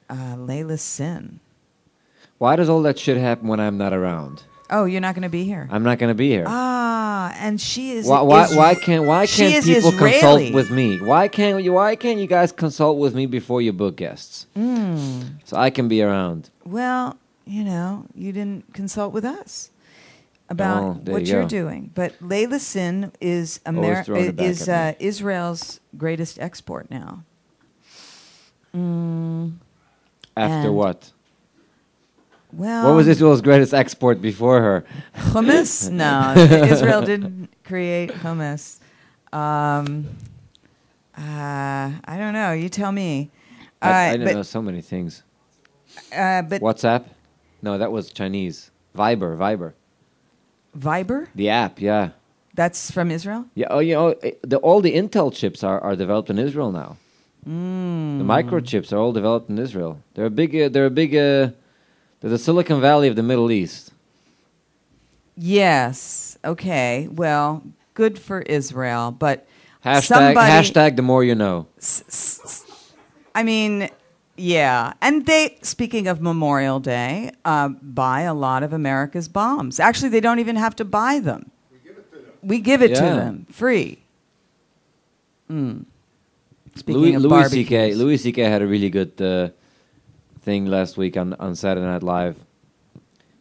Speaker 3: uh, Layla Sin.
Speaker 5: Why does all that shit happen when I'm not around?
Speaker 3: Oh, you're not going to be here.
Speaker 5: I'm not gonna be here.
Speaker 3: Ah, and she is.
Speaker 5: why, why,
Speaker 3: is-
Speaker 5: why can't why
Speaker 3: she
Speaker 5: can't
Speaker 3: is
Speaker 5: people
Speaker 3: Israeli.
Speaker 5: consult with me? Why can't you why can't you guys consult with me before you book guests?
Speaker 3: Hmm.
Speaker 5: So I can be around.
Speaker 3: Well, you know, you didn't consult with us
Speaker 5: Oh,
Speaker 3: about
Speaker 5: there
Speaker 3: what
Speaker 5: you
Speaker 3: you're
Speaker 5: go.
Speaker 3: doing. But Layla Sin is
Speaker 5: Always
Speaker 3: Ameri-
Speaker 5: throwing it back
Speaker 3: is uh,
Speaker 5: at
Speaker 3: Israel's greatest export now. Hmm.
Speaker 5: After
Speaker 3: And-
Speaker 5: what?
Speaker 3: Well,
Speaker 5: What was Israel's greatest export before her?
Speaker 3: Hummus? No, Israel didn't create hummus. Um, uh, I don't know. You tell me.
Speaker 5: I, I
Speaker 3: Uh,
Speaker 5: don't
Speaker 3: but,
Speaker 5: know so many things.
Speaker 3: Uh, but
Speaker 5: WhatsApp? No, that was Chinese. Viber, Viber.
Speaker 3: Viber?
Speaker 5: The app, yeah.
Speaker 3: That's from Israel.
Speaker 5: Yeah, oh, you know, eh, the, all the Intel chips are, are developed in Israel now.
Speaker 3: Mm.
Speaker 5: The microchips are all developed in Israel. They're a big, uh, they're a big, uh, they're the Silicon Valley of the Middle East.
Speaker 3: Yes. Okay. Well, good for Israel, but
Speaker 5: Hashtag,
Speaker 3: somebody,
Speaker 5: hashtag the more you know.
Speaker 3: s- s- s- I mean, yeah. And they, speaking of Memorial Day, uh, buy a lot of America's bombs. Actually, they don't even have to buy them. We give it to them.
Speaker 5: Yeah.
Speaker 3: free. Mm. Speaking
Speaker 5: Louis,
Speaker 3: of
Speaker 5: Louis C.K.
Speaker 3: barbecues.
Speaker 5: Louis C.K. had a really good uh, thing last week on, on Saturday Night Live.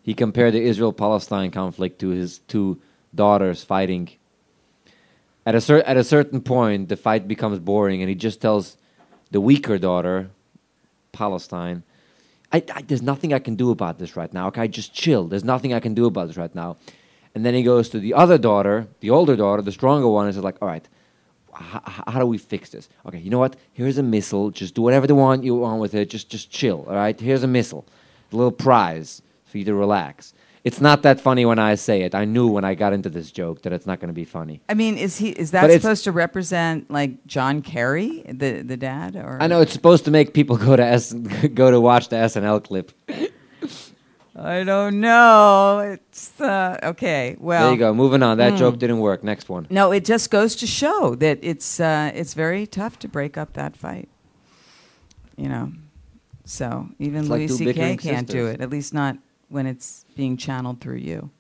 Speaker 5: He compared the Israel-Palestine conflict to his two daughters fighting. At a cer- at a certain point, the fight becomes boring, and he just tells the weaker daughter, Palestine, I, I, there's nothing I can do about this right now. Okay, just chill. There's nothing I can do about this right now. And then he goes to the other daughter, the older daughter, the stronger one, and says, like, all right, h- h- how do we fix this? Okay, you know what? Here's a missile. Just do whatever they want you want with it. Just, just chill. All right, here's a missile, a little prize for you to relax. It's not that funny when I say it. I knew when I got into this joke that it's not going to be funny.
Speaker 3: I mean, is he is
Speaker 5: But
Speaker 3: that
Speaker 5: it's-
Speaker 3: supposed to represent like John Kerry, the the dad? Or
Speaker 5: I know it's supposed to make people go to S- go to watch the SNL clip.
Speaker 3: I don't know. It's uh, okay. Well, Hmm.
Speaker 5: there you go. Moving on. That joke didn't work. Next one.
Speaker 3: No, it just goes to show that it's uh, it's very tough to break up that fight. You know, so even
Speaker 5: It's like
Speaker 3: Louis
Speaker 5: two
Speaker 3: C.K.
Speaker 5: bickering
Speaker 3: can't do
Speaker 5: sisters.
Speaker 3: it. At least not when it's being channeled through you.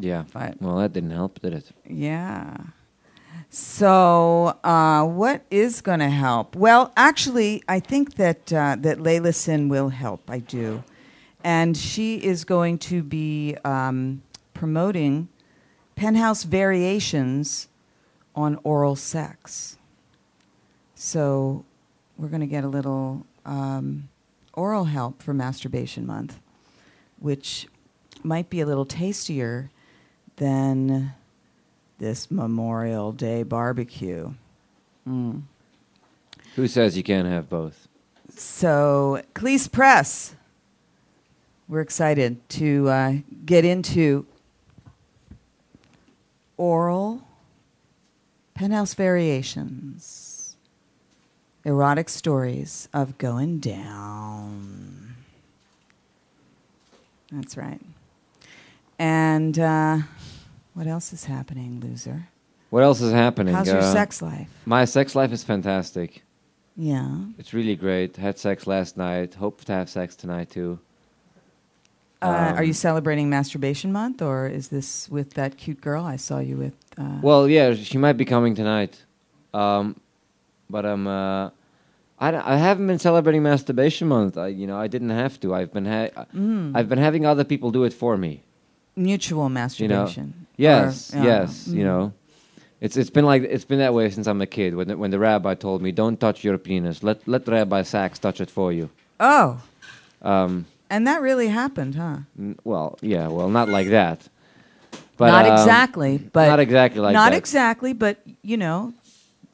Speaker 5: Yeah.
Speaker 3: But-
Speaker 5: Well, that didn't help, did it?
Speaker 3: Yeah. So, uh, what is going to help? Well, actually, I think that uh, that Layla Sin will help. I do, and she is going to be um, promoting penthouse variations on oral sex. So, we're going to get a little um, oral help for Masturbation Month, which might be a little tastier than this Memorial Day barbecue.
Speaker 5: Who says you can't have both?
Speaker 3: So, Cleese Press, we're excited to uh, get into oral penthouse variations, erotic stories of going down. That's right. And uh, what else is happening, loser?
Speaker 5: What else is happening?
Speaker 3: How's your
Speaker 5: Uh,
Speaker 3: sex life?
Speaker 5: My sex life is fantastic.
Speaker 3: Yeah.
Speaker 5: It's really great. Had sex last night. Hope to have sex tonight too.
Speaker 3: Uh, are you
Speaker 5: Um,
Speaker 3: celebrating masturbation month, or is this with that cute girl I saw you with? Uh,
Speaker 5: Well, yeah, she might be coming tonight. Um, but I'm. Uh, I, don't- I haven't been celebrating masturbation month. I, you know, I didn't have to. I've been ha-
Speaker 3: Mm.
Speaker 5: I've been having other people do it for me.
Speaker 3: mutual masturbation.
Speaker 5: You know? Yes,
Speaker 3: Or- yeah.
Speaker 5: yes.
Speaker 3: Mm.
Speaker 5: You know, it's it's been like it's been that way since I'm a kid. When the, when the rabbi told me, "Don't touch your penis. Let let Rabbi Sachs touch it for you."
Speaker 3: Oh,
Speaker 5: Um,
Speaker 3: and that really happened, huh?
Speaker 5: n- well, yeah, well, not like that. But
Speaker 3: not
Speaker 5: um,
Speaker 3: exactly, but
Speaker 5: not exactly like
Speaker 3: not
Speaker 5: that.
Speaker 3: exactly, but you know,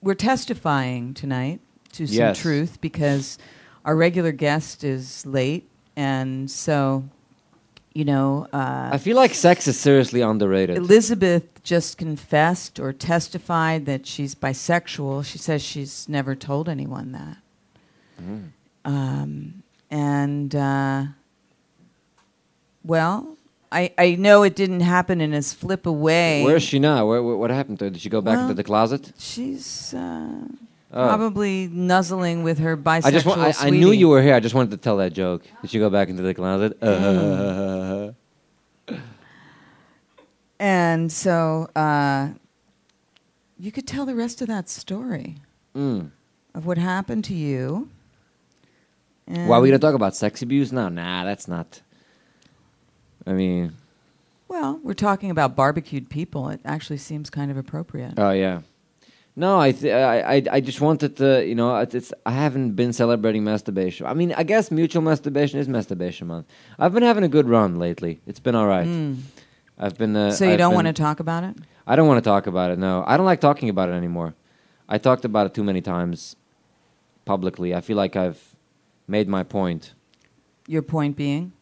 Speaker 3: we're testifying tonight to some
Speaker 5: Yes.
Speaker 3: truth because our regular guest is late, and so you know. Uh,
Speaker 5: I feel like sex is seriously underrated.
Speaker 3: Elizabeth just confessed or testified that she's bisexual. She says she's never told anyone that. Um, and, uh, well, I, I know it didn't happen in his flip away.
Speaker 5: Where is she now? Where, wh- what happened to her? Did she go back
Speaker 3: Well,
Speaker 5: into the closet?
Speaker 3: She's uh,
Speaker 5: Oh.
Speaker 3: probably nuzzling with her bisexual
Speaker 5: I just want, I, I
Speaker 3: sweetie.
Speaker 5: knew you were here. I just wanted to tell that joke. Did she go back into the closet? Uh,
Speaker 3: And so uh, you could tell the rest of that story.
Speaker 5: mm.
Speaker 3: of what happened to you. And
Speaker 5: Why are we gonna talk about sex abuse now? Nah, that's not. I mean,
Speaker 3: Well, we're talking about barbecued people. It actually seems kind of appropriate.
Speaker 5: oh yeah. No, I, th- I, I, I just wanted to, you know, it- it's, I haven't been celebrating masturbation. I mean, I guess mutual masturbation is masturbation month. I've been having a good run lately. It's been all right. I've been. Uh,
Speaker 3: Hmm. so you
Speaker 5: I've
Speaker 3: don't
Speaker 5: been-
Speaker 3: want to talk about it?
Speaker 5: I don't want to talk about it. No, I don't like talking about it anymore. I talked about it too many times publicly. I feel like I've made my point.
Speaker 3: Your point being?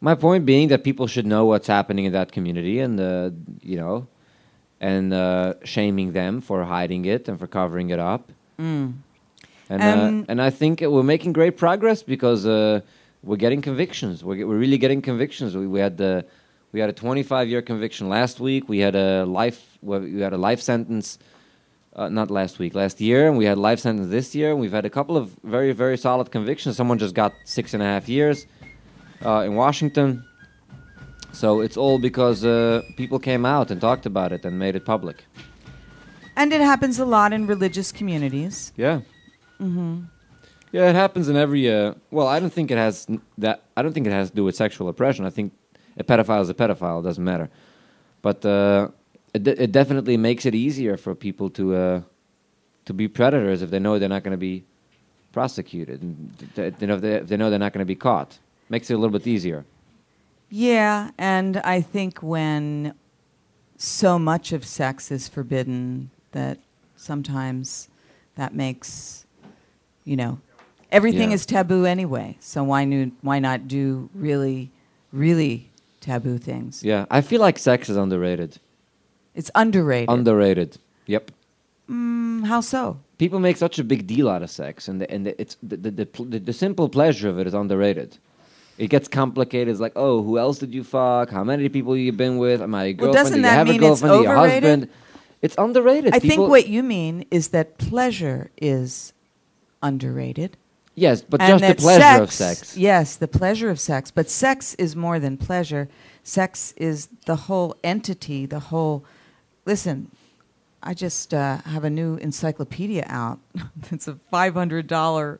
Speaker 5: My point being that people should know what's happening in that community, and uh, you know, and uh, shaming them for hiding it and for covering it up. Mm. And
Speaker 3: Um,
Speaker 5: uh, and I think we're making great progress because uh, we're getting convictions. We're, get- we're really getting convictions. We, we had the we had a 25 year conviction last week. We had a life we had a life sentence. Uh, not last week, last year, and we had life sentence this year. And we've had a couple of very, very solid convictions. Someone just got six and a half years uh, in Washington. So it's all because uh, people came out and talked about it and made it public.
Speaker 3: And it happens a lot in religious communities.
Speaker 5: Yeah. Mm-hmm. Yeah, it happens in every. Uh, well, I don't think it has n- that. I don't think it has to do with sexual oppression. I think a pedophile is a pedophile. It doesn't matter. But uh, it, de- it definitely makes it easier for people to uh, to be predators if they know they're not going to be prosecuted, and th- th- they know they, they know they're not going to be caught. Makes it a little bit easier.
Speaker 3: Yeah, and I think when so much of sex is forbidden that sometimes that makes you know everything
Speaker 5: Yeah.
Speaker 3: is taboo anyway. So why new, why not do really really taboo things?
Speaker 5: Yeah, I feel like sex is underrated.
Speaker 3: It's underrated.
Speaker 5: Underrated. Yep.
Speaker 3: Mm, how so?
Speaker 5: People make such a big deal out of sex, and the, and the, it's the, the, the, pl- the, the simple pleasure of it is underrated. It gets complicated. It's like, oh, who else did you fuck? How many people you been with? Am I a
Speaker 3: Well,
Speaker 5: girlfriend?
Speaker 3: doesn't
Speaker 5: Do you
Speaker 3: that
Speaker 5: have
Speaker 3: mean
Speaker 5: a
Speaker 3: it's
Speaker 5: girlfriend? Do you
Speaker 3: overrated?
Speaker 5: husband? It's underrated.
Speaker 3: I
Speaker 5: People-
Speaker 3: think what you mean is that pleasure is underrated.
Speaker 5: Yes, but
Speaker 3: and
Speaker 5: just the
Speaker 3: that
Speaker 5: pleasure of sex.
Speaker 3: Yes, the pleasure of sex. But sex is more than pleasure. Sex is the whole entity, the whole. Listen, I just uh, have a new encyclopedia out. it's a $500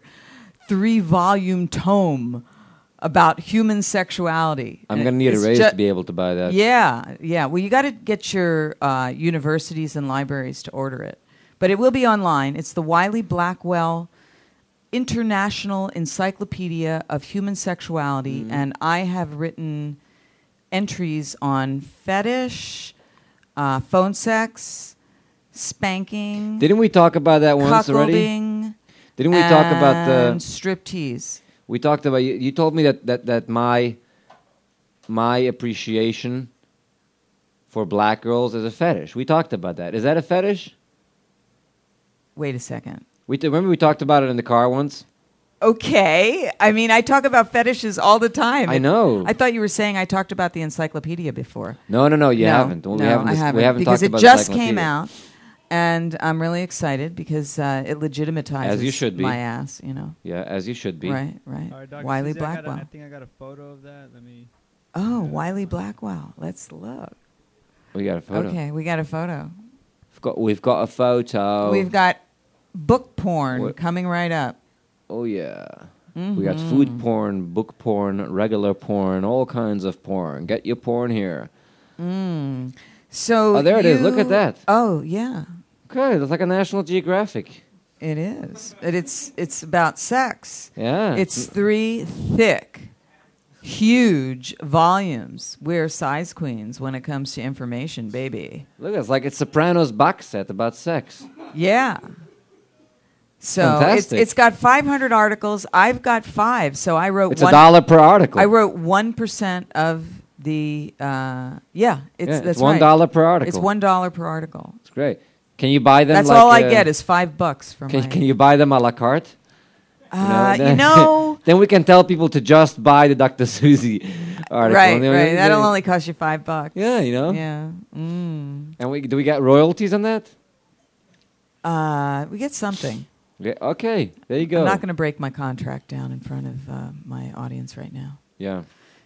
Speaker 3: three volume tome about human sexuality.
Speaker 5: I'm
Speaker 3: And
Speaker 5: gonna need a
Speaker 3: it's
Speaker 5: raise
Speaker 3: ju-
Speaker 5: to be able to buy that.
Speaker 3: yeah, yeah. Well, you got to get your uh, universities and libraries to order it, but it will be online. It's the Wiley Blackwell International Encyclopedia of Human Sexuality,
Speaker 5: Mm-hmm.
Speaker 3: and I have written entries on fetish, uh, phone sex, spanking,
Speaker 5: Didn't we talk about that once already?
Speaker 3: cuckolding.
Speaker 5: Didn't we talk about
Speaker 3: and
Speaker 5: the?
Speaker 3: striptease?
Speaker 5: We talked about you. You told me that that that my my appreciation for black girls is a fetish. We talked about that. Is that a fetish?
Speaker 3: Wait a second.
Speaker 5: We t- remember we talked about it in the car once.
Speaker 3: Okay. I mean, I talk about fetishes all the time.
Speaker 5: I know.
Speaker 3: I thought you were saying I talked about the encyclopedia before.
Speaker 5: no, no, no. You
Speaker 3: no,
Speaker 5: haven't. Well,
Speaker 3: no,
Speaker 5: we haven't.
Speaker 3: I
Speaker 5: dis-
Speaker 3: haven't.
Speaker 5: We haven't
Speaker 3: because
Speaker 5: talked about
Speaker 3: it
Speaker 5: the
Speaker 3: just came
Speaker 5: encyclopedia.
Speaker 3: out, and I'm really excited because uh, it legitimizes
Speaker 5: As you should be.
Speaker 3: my ass. You know,
Speaker 5: Yeah, as you should be.
Speaker 3: right, right.
Speaker 8: All right, Dr.
Speaker 3: Wiley
Speaker 8: Suzy, I got a- I
Speaker 3: Blackwell.
Speaker 8: think I got a photo of that. Let me.
Speaker 3: Oh, Wiley Blackwell. Let's look.
Speaker 5: We got a photo.
Speaker 3: Okay, we got a photo.
Speaker 5: We've got we've got a photo.
Speaker 3: We've got book porn
Speaker 5: Oh. What?
Speaker 3: coming right up.
Speaker 5: Oh yeah. We got
Speaker 3: Mm-hmm.
Speaker 5: food porn, book porn, regular porn, all kinds of porn. Get your porn here.
Speaker 3: So
Speaker 5: Oh, there it is. Look at
Speaker 3: Mm. you-
Speaker 5: that.
Speaker 3: Oh yeah,
Speaker 5: Okay, that's like a National Geographic.
Speaker 3: it is. It, it's it's about sex.
Speaker 5: Yeah. Mm.
Speaker 3: It's three thick, huge volumes. We're size queens when it comes to information, baby.
Speaker 5: look, it's like it's Sopranos box set about sex.
Speaker 3: Yeah. So it's,
Speaker 5: Fantastic.
Speaker 3: it's got 500 articles. I've got five. So I wrote
Speaker 5: It's
Speaker 3: one.
Speaker 5: a dollar per article.
Speaker 3: I wrote one percent of the. Uh, yeah, it's
Speaker 5: Yeah, it's
Speaker 3: that's
Speaker 5: one
Speaker 3: right.
Speaker 5: dollar per article.
Speaker 3: It's one dollar per article.
Speaker 5: It's great. Can you buy them?
Speaker 3: that's
Speaker 5: like,
Speaker 3: all I
Speaker 5: uh,
Speaker 3: get is five bucks from.
Speaker 5: Can, can you buy them a la carte?
Speaker 3: Uh,
Speaker 5: then-
Speaker 3: you know.
Speaker 5: then we can tell people to just buy the Dr. Susie article.
Speaker 3: Right,
Speaker 5: And then-
Speaker 3: right. That'll only cost you five bucks.
Speaker 5: Yeah, you know.
Speaker 3: Yeah. Mm.
Speaker 5: And we do we get royalties on that?
Speaker 3: Uh, we get something.
Speaker 5: Yeah, okay, there you go.
Speaker 3: I'm not going to break my contract down in front of uh, my audience right now.
Speaker 5: yeah.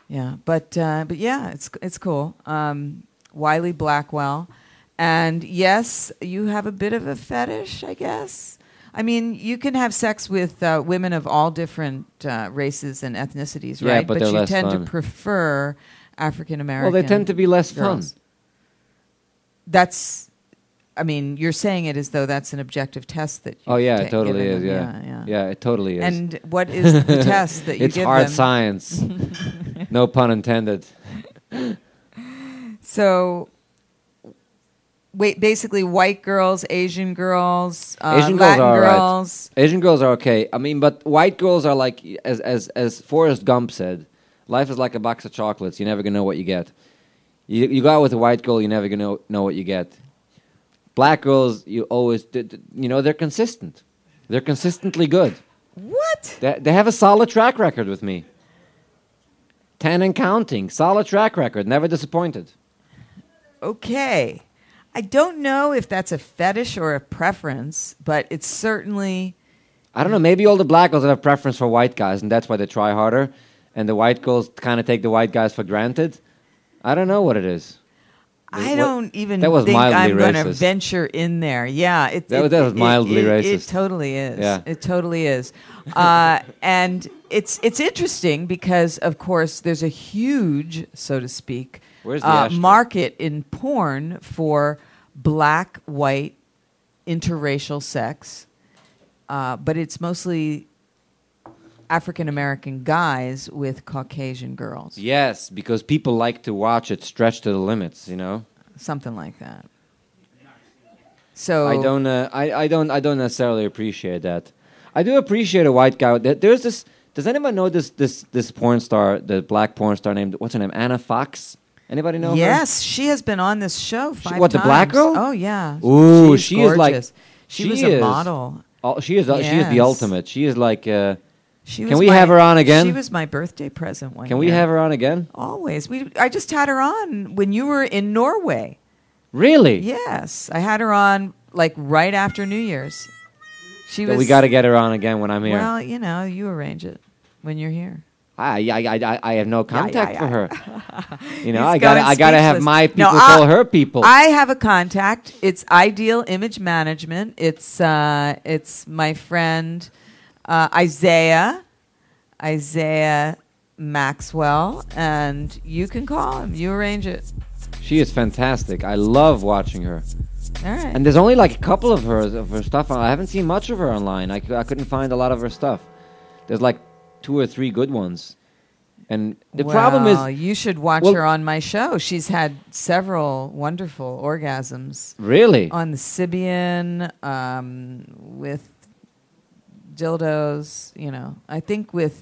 Speaker 3: Yeah, but uh, but yeah, it's it's cool. Um, Wiley Blackwell, and yes, you have a bit of a fetish, I guess. I mean, you can have sex with uh, women of all different uh, races and ethnicities,
Speaker 5: Yeah,
Speaker 3: right?
Speaker 5: but they're
Speaker 3: you
Speaker 5: less
Speaker 3: tend
Speaker 5: fun.
Speaker 3: to prefer African
Speaker 5: Well,
Speaker 3: American.
Speaker 5: they tend to be less
Speaker 3: girls.
Speaker 5: fun.
Speaker 3: That's, I mean, you're saying it as though that's an objective test that.
Speaker 5: Oh
Speaker 3: you've
Speaker 5: yeah,
Speaker 3: ta-
Speaker 5: it totally
Speaker 3: given
Speaker 5: is.
Speaker 3: them.
Speaker 5: Yeah.
Speaker 3: yeah,
Speaker 5: it totally is.
Speaker 3: And what is the test that you
Speaker 5: it's
Speaker 3: give
Speaker 5: hard
Speaker 3: them?
Speaker 5: science. no pun intended.
Speaker 3: So, wait, basically, white girls, Asian girls, uh,
Speaker 5: Asian girls
Speaker 3: Latin
Speaker 5: are alright.
Speaker 3: girls.
Speaker 5: Asian girls are okay. I mean, but white girls are like, as as as Forrest Gump said, life is like a box of chocolates. You're never gonna know what you get. You you go out with a white girl, you're never gonna know, know what you get. Black girls, you always, d- d- you know, they're consistent. They're consistently good.
Speaker 3: What?
Speaker 5: They, they have a solid track record with me. Ten and counting, solid track record, never disappointed.
Speaker 3: Okay. I don't know if that's a fetish or a preference, but it's certainly.
Speaker 5: I don't know. Maybe all the black girls have a preference for white guys, and that's why they try harder. And the white girls kind of take the white guys for granted. I don't know what it is.
Speaker 3: I
Speaker 5: What-
Speaker 3: don't even
Speaker 5: that was
Speaker 3: think
Speaker 5: mildly
Speaker 3: I'm going to
Speaker 5: racist.
Speaker 3: venture in there. Yeah, it,
Speaker 5: That
Speaker 3: it-
Speaker 5: was- that was
Speaker 3: it-
Speaker 5: mildly
Speaker 3: it- It
Speaker 5: racist.
Speaker 3: totally is.
Speaker 5: Yeah.
Speaker 3: it totally is. Uh, and it's it's interesting because, of course, there's a huge, so to speak,
Speaker 5: Where's the
Speaker 3: uh,
Speaker 5: ashtray?
Speaker 3: market in porn for black, white, interracial sex, uh, but it's mostly African American guys with Caucasian girls.
Speaker 5: Yes, because people like to watch it stretch to the limits. You know,
Speaker 3: Something like that. So
Speaker 5: I don't. Uh, I, I don't. I don't necessarily appreciate that. I do appreciate a white guy. That there's this. Does anyone know this? This this porn star, the black porn star named what's her name? Anna Fox. Anybody know? her?
Speaker 3: Yes, she has been on this show five
Speaker 5: what, the black
Speaker 3: times.
Speaker 5: girl?
Speaker 3: Oh yeah.
Speaker 5: Ooh,
Speaker 3: She's
Speaker 5: she is like-
Speaker 3: gorgeous. she,
Speaker 5: she
Speaker 3: was a
Speaker 5: is-
Speaker 3: model.
Speaker 5: Oh, she is. She is the
Speaker 3: Yes.
Speaker 5: ultimate. She is like. Uh,
Speaker 3: She
Speaker 5: Can
Speaker 3: was
Speaker 5: we
Speaker 3: my-
Speaker 5: have her on again?
Speaker 3: She was my birthday present one.
Speaker 5: can we
Speaker 3: year.
Speaker 5: have her on again?
Speaker 3: Always. We I just had her on when you were in Norway.
Speaker 5: Really?
Speaker 3: Yes, I had her on like right after New Year's. She
Speaker 5: Then
Speaker 3: was.
Speaker 5: we got to get her on again when I'm here.
Speaker 3: Well, you know, you arrange it when you're here.
Speaker 5: I, I, I, I- I have no contact
Speaker 3: yeah,
Speaker 5: for her. You know,
Speaker 3: He's
Speaker 5: I gotta,
Speaker 3: going
Speaker 5: I gotta have
Speaker 3: speechless.
Speaker 5: my
Speaker 3: No,
Speaker 5: people
Speaker 3: I-
Speaker 5: call her people.
Speaker 3: I have a contact. It's Ideal Image Management. It's uh, it's my friend uh, Isaiah Isaiah Maxwell, and you can call him. You arrange it.
Speaker 5: she is fantastic. I love watching her.
Speaker 3: All right.
Speaker 5: And there's only like a couple of her of her stuff. I haven't seen much of her online. I, cou- I couldn't find a lot of her stuff. There's like two or three good ones. And the problem
Speaker 3: Well,
Speaker 5: is
Speaker 3: you should watch
Speaker 5: Well-
Speaker 3: her on my show. She's had several wonderful orgasms
Speaker 5: really
Speaker 3: on the Sibian um, with dildos. You know, I think with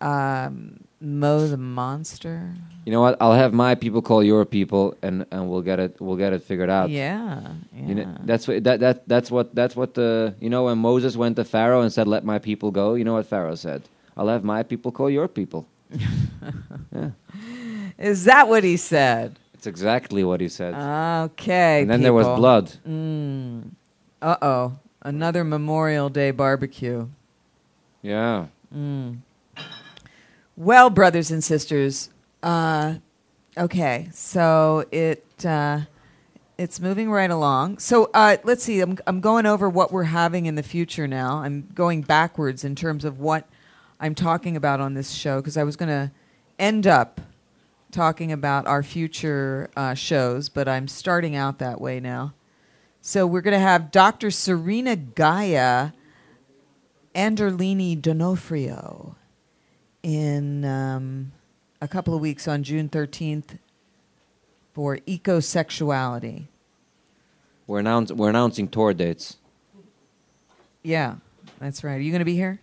Speaker 3: um, Mo the monster.
Speaker 5: You know what? I'll have my people call your people, and, and we'll get it. We'll get it figured out.
Speaker 3: Yeah, yeah.
Speaker 5: You know, that's what that, that that's what that's what the you know when Moses went to Pharaoh and said, "Let my people go." You know what Pharaoh said? "I'll have my people call your people." yeah,
Speaker 3: Is that what he said?
Speaker 5: it's exactly what he said.
Speaker 3: Okay.
Speaker 5: and then there was blood.
Speaker 3: Uh oh, another Memorial Day barbecue.
Speaker 5: Yeah,
Speaker 3: Mm. Well, brothers and sisters, uh, okay, so it uh, it's moving right along. So uh, let's see. I'm I'm going over what we're having in the future now. I'm going backwards in terms of what I'm talking about on this show because I was going to end up talking about our future uh, shows, but I'm starting out that way now. So we're going to have Dr. Serena Gaia Anderlini D'Onofrio in um, a couple of weeks on June 13th for ecosexuality.
Speaker 5: we're announce we're announcing tour dates.
Speaker 3: Yeah, that's right. Are you going to be here?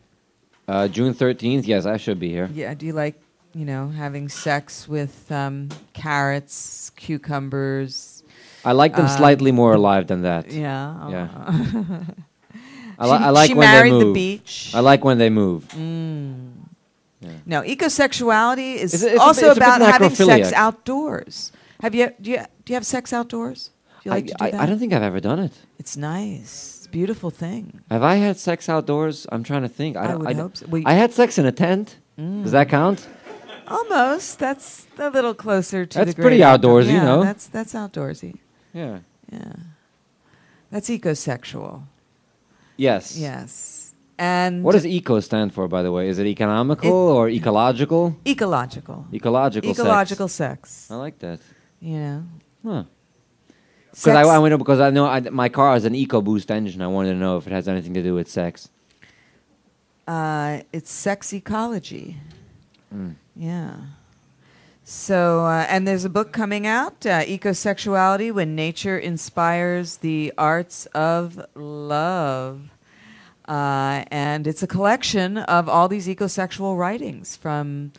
Speaker 5: Uh, June thirteenth. Yes, I should be here.
Speaker 3: Yeah. Do you like, you know, having sex with um, carrots, cucumbers?
Speaker 5: I like them
Speaker 3: Uh,
Speaker 5: slightly more alive than that.
Speaker 3: Yeah. uh-huh.
Speaker 5: Yeah. I,
Speaker 3: She-
Speaker 5: li- I like
Speaker 3: she
Speaker 5: when
Speaker 3: married
Speaker 5: they
Speaker 3: the
Speaker 5: move.
Speaker 3: beach. Mm,
Speaker 5: I like when they move.
Speaker 3: No, ecosexuality is
Speaker 5: It's a- it's a bit-
Speaker 3: also
Speaker 5: it's a bit
Speaker 3: about having sex
Speaker 5: necrophiliac.
Speaker 3: outdoors. Have you? Do you? Do you have sex outdoors? Do you like to do
Speaker 5: I,
Speaker 3: that?
Speaker 5: I, I don't think I've ever done it.
Speaker 3: It's nice. It's a beautiful thing.
Speaker 5: Have I had sex outdoors? I'm trying to think. I,
Speaker 3: I
Speaker 5: don't-
Speaker 3: would
Speaker 5: d-
Speaker 3: hope so. Well, you-
Speaker 5: I had sex in a tent.
Speaker 3: Mm.
Speaker 5: Does that count?
Speaker 3: Almost. That's a little closer to
Speaker 5: That's
Speaker 3: the
Speaker 5: pretty
Speaker 3: grave.
Speaker 5: outdoorsy,
Speaker 3: yeah,
Speaker 5: no?
Speaker 3: That's that's outdoorsy.
Speaker 5: Yeah.
Speaker 3: Yeah. That's ecosexual.
Speaker 5: Yes.
Speaker 3: Yes. And
Speaker 5: What e- does eco stand for, by the way? Is it economical or ecological?
Speaker 3: ecological.
Speaker 5: Ecological. sex.
Speaker 3: Ecological sex.
Speaker 5: I like that.
Speaker 3: You know.
Speaker 5: Huh. Because
Speaker 3: Sex,
Speaker 5: I, I went because I know I, my car has an EcoBoost engine. I wanted to know if it has anything to do with sex.
Speaker 3: uh, it's sex ecology. Yeah. So, uh, and there's a book coming out, uh, Ecosexuality When Nature Inspires the Arts of Love. Uh, and it's a collection of all these ecosexual writings from,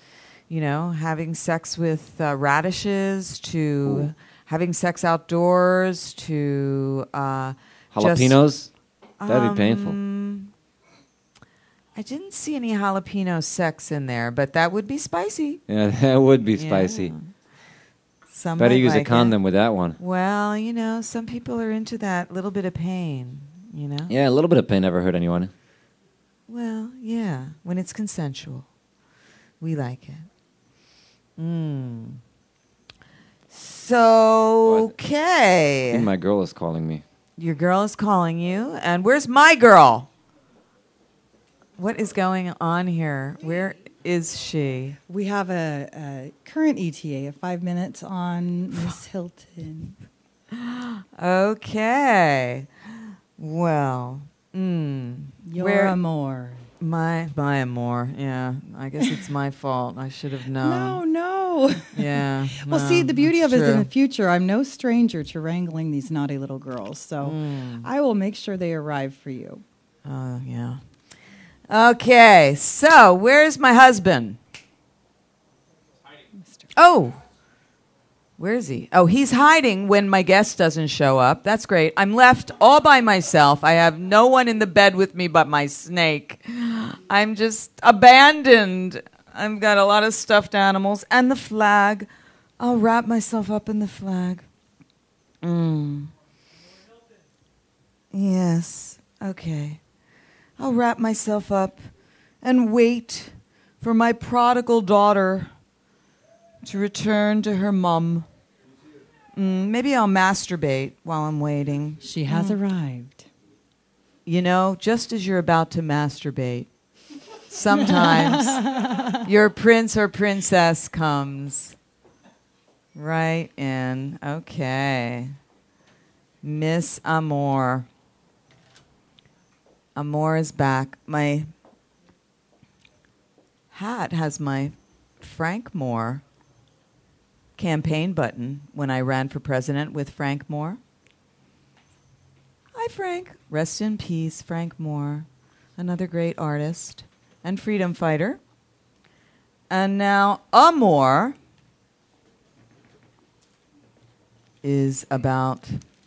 Speaker 3: you know, having sex with uh, radishes to having sex outdoors to uh, just-
Speaker 5: Jalapenos? That'd be painful.
Speaker 3: um, I didn't see any jalapeno sex in there, but that would be spicy.
Speaker 5: Yeah, that would be spicy.
Speaker 3: Yeah. Some
Speaker 5: Better
Speaker 3: might
Speaker 5: use
Speaker 3: like uh,
Speaker 5: a
Speaker 3: it.
Speaker 5: condom with that one.
Speaker 3: Well, you know, some people are into that little bit of pain, you know?
Speaker 5: Yeah, a little bit of pain never hurt anyone.
Speaker 3: Well, yeah, when it's consensual. We like it. Mm. So,
Speaker 5: I
Speaker 3: okay.
Speaker 5: think my girl is calling me.
Speaker 3: Your girl is calling you, and where's my girl? What is going on here? Where is she?
Speaker 7: We have a, a current ETA of five minutes on Miss Hilton.
Speaker 3: Okay. Well, mm,
Speaker 7: Your
Speaker 3: Where-
Speaker 7: Where? amor.
Speaker 3: mm, My, my more. Yeah, I guess it's my fault. I should have
Speaker 7: No,
Speaker 3: known.
Speaker 7: no.
Speaker 3: Yeah.
Speaker 7: Well, see,
Speaker 3: no,
Speaker 7: the beauty
Speaker 3: that's
Speaker 7: of it is in the
Speaker 3: true.
Speaker 7: future, I'm no stranger to wrangling these naughty little girls. So I will make sure they arrive for you.
Speaker 3: Hmm. Oh, yeah. Okay, so where's my husband? Oh, where is he? Oh, he's hiding when my guest doesn't show up. That's great. I'm left all by myself. I have no one in the bed with me but my snake. I'm just abandoned. I've got a lot of stuffed animals and the flag. I'll wrap myself up in the flag. Mm. Yes. Okay. I'll wrap myself up and wait for my prodigal daughter to return to her mum. Mm, maybe I'll masturbate while I'm waiting. Mm.
Speaker 7: She has arrived.
Speaker 3: You know, just as you're about to masturbate, sometimes your prince or princess comes right in. Okay. Miss Amor. Amor is back. My hat has my Frank Moore campaign button when I ran for president with Frank Moore. Hi, Frank. Rest in peace, Frank Moore, another great artist and freedom fighter. And now, Amor is about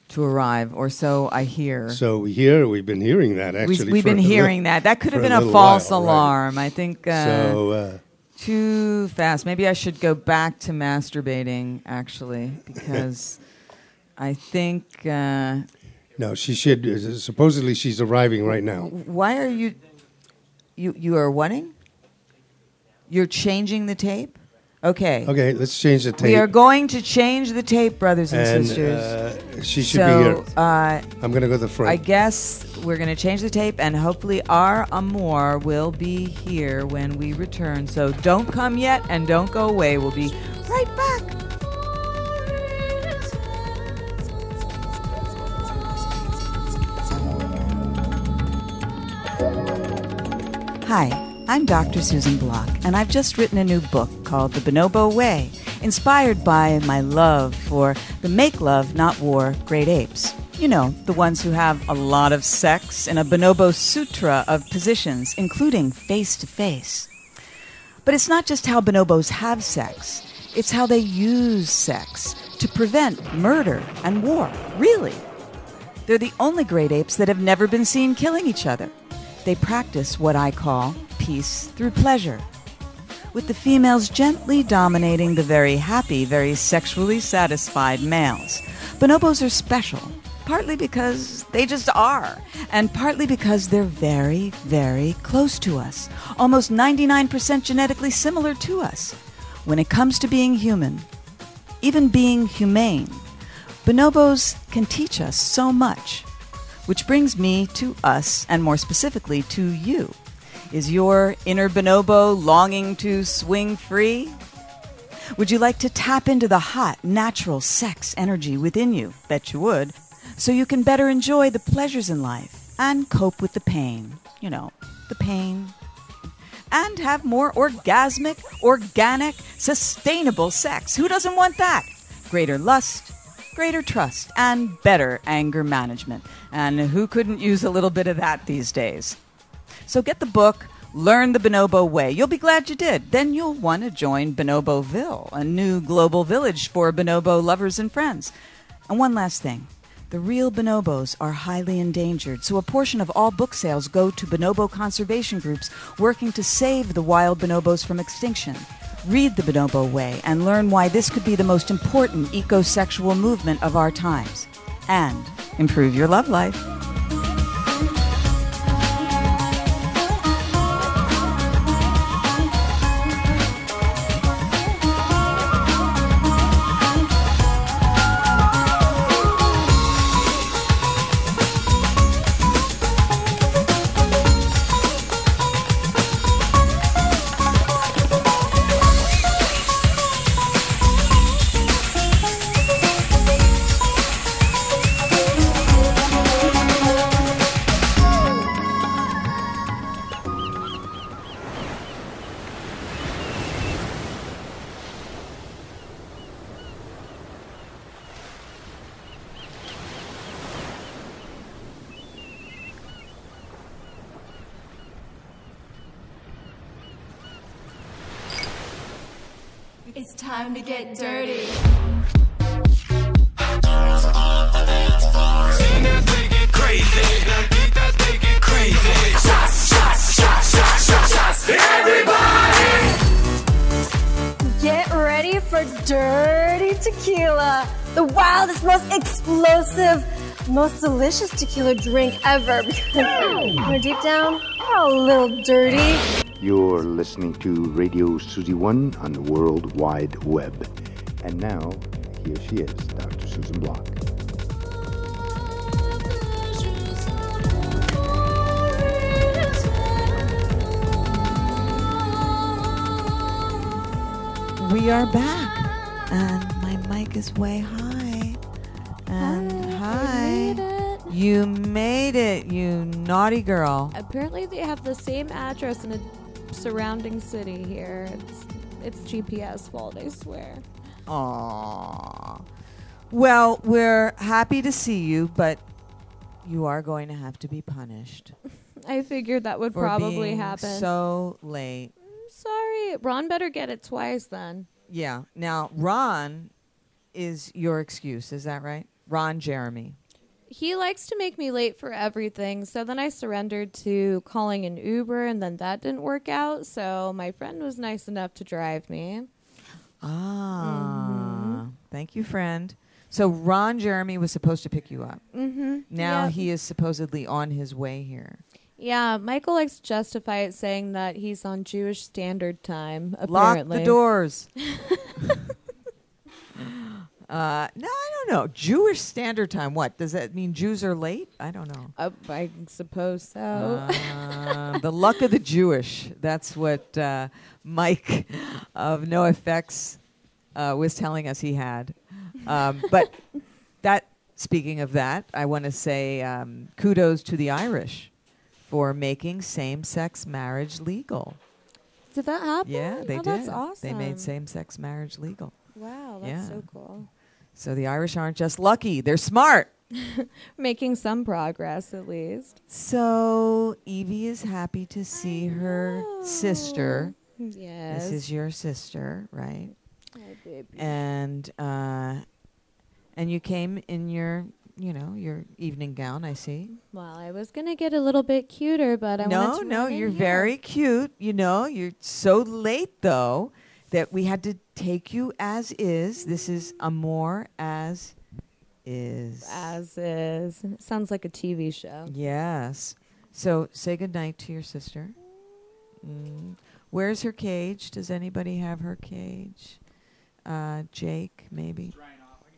Speaker 3: to arrive, or so I hear.
Speaker 4: So we hear we've been hearing that
Speaker 3: We-
Speaker 4: actually.
Speaker 3: we've
Speaker 4: for
Speaker 3: been
Speaker 4: a little-
Speaker 3: hearing that. That could
Speaker 4: for
Speaker 3: have
Speaker 4: a
Speaker 3: been a,
Speaker 4: little
Speaker 3: false
Speaker 4: while, right.
Speaker 3: alarm. I think uh,
Speaker 4: so uh,
Speaker 3: too fast. Maybe I should go back to masturbating, actually, because I think. Uh,
Speaker 4: no, she should. uh, Supposedly she's arriving right now.
Speaker 3: why are you. You, you are wanting? You're changing the tape? Okay.
Speaker 4: Okay, let's change the tape.
Speaker 3: We are going to change the tape, brothers and,
Speaker 4: and
Speaker 3: sisters.
Speaker 4: uh, she should
Speaker 3: so,
Speaker 4: be here.
Speaker 3: Uh,
Speaker 4: I'm gonna go to the front.
Speaker 3: I guess we're going to change the tape, and hopefully, our Amor will be here when we return. So don't come yet and don't go away. We'll be right back.
Speaker 9: Hi, I'm Dr. Susan Block, and I've just written a new book called The Bonobo Way, inspired by my love for the Make Love, Not War great apes. You know, the ones who have a lot of sex in a bonobo sutra of positions, including face to face. But it's not just how bonobos have sex, it's how they use sex to prevent murder and war, really. They're the only great apes that have never been seen killing each other. They practice what I call peace through pleasure, with the females gently dominating the very happy, very sexually satisfied males. Bonobos are special, partly because they just are, and partly because they're very, very close to us, almost 99% genetically similar to us. When it comes to being human, even being humane, bonobos can teach us so much. Which brings me to us, and more specifically to you. Is your inner bonobo longing to swing free? Would you like to tap into the hot, natural sex energy within you? Bet you would. So you can better enjoy the pleasures in life and cope with the pain. You know, the pain and have more orgasmic, organic, sustainable sex. Who doesn't want that? Greater lust, greater trust, and better anger management. And who couldn't use a little bit of that these days? So get the book, learn the Bonobo way. You'll be glad you did. Then you'll want to join Bonoboville, a new global village for bonobo lovers and friends. And one last thing. The real bonobos are highly endangered, so a portion of all book sales go to bonobo conservation groups working to save the wild bonobos from extinction. Read The Bonobo Way and learn why this could be the most important ecosexual movement of our times. And improve your love life.
Speaker 6: It's time to get dirty. Get ready for dirty tequila, the wildest, most explosive, most delicious tequila drink ever. Because we're deep down, we're all a little dirty.
Speaker 2: You're listening to Radio Susie One on the World Wide Web. And now, here she is, Dr. Susan Block.
Speaker 9: We are back, and my mic is way high. And hi. You made it, you naughty girl.
Speaker 10: Apparently, they have the same address in a surrounding city here. It's it's GPS fault, I swear.
Speaker 9: Aww. Well, we're happy to see you, but you are going to have to be punished
Speaker 10: I figured that would
Speaker 3: for
Speaker 10: probably
Speaker 3: being
Speaker 10: happen.
Speaker 3: So late.
Speaker 10: I'm sorry, Ron. Better get it twice then.
Speaker 3: Yeah. Now Ron is your excuse. Is that right? Ron Jeremy.
Speaker 10: He likes to make me late for everything, so then I surrendered to calling an Uber, and then that didn't work out. So my friend was nice enough to drive me.
Speaker 3: Ah. Thank you, friend. So Ron Jeremy was supposed to pick you up.
Speaker 10: Mm-hmm.
Speaker 3: Now he is supposedly on his way here.
Speaker 10: Yeah, Michael likes to justify it saying that he's on Jewish Standard Time.
Speaker 3: Lock
Speaker 10: Apparently,
Speaker 3: the doors. uh, no, I don't know. Jewish Standard Time. What does that mean? Jews are late. I don't know.
Speaker 10: Uh, I suppose so.
Speaker 3: Uh, the luck of the Jewish. That's what uh, Mike of No Effects uh, was telling us he had. Um, but that, speaking of that, I want to say um, kudos to the Irish for making same-sex marriage legal.
Speaker 10: Did that happen?
Speaker 3: Yeah, they
Speaker 10: oh,
Speaker 3: did.
Speaker 10: That's awesome.
Speaker 3: They made same-sex marriage legal.
Speaker 10: Wow, that's
Speaker 3: Yeah.
Speaker 10: so cool.
Speaker 3: So the Irish aren't just lucky; they're smart.
Speaker 10: Making some progress at least.
Speaker 3: So Evie is happy to see her sister.
Speaker 10: Yes.
Speaker 3: This is your sister, right?
Speaker 10: my baby.
Speaker 3: and uh, and you came in your you know your evening gown. I see.
Speaker 10: well, I was gonna get a little bit cuter, but I
Speaker 3: no,
Speaker 10: wanted to
Speaker 3: no,
Speaker 10: run in
Speaker 3: you're
Speaker 10: here.
Speaker 3: very cute. You know, you're so late though that we had to take you as is. This is Amor as is.
Speaker 10: as is. Sounds like a TV show.
Speaker 3: Yes. So say goodnight to your sister. Mm. Where's her cage? Does anybody have her cage? Uh, Jake, maybe.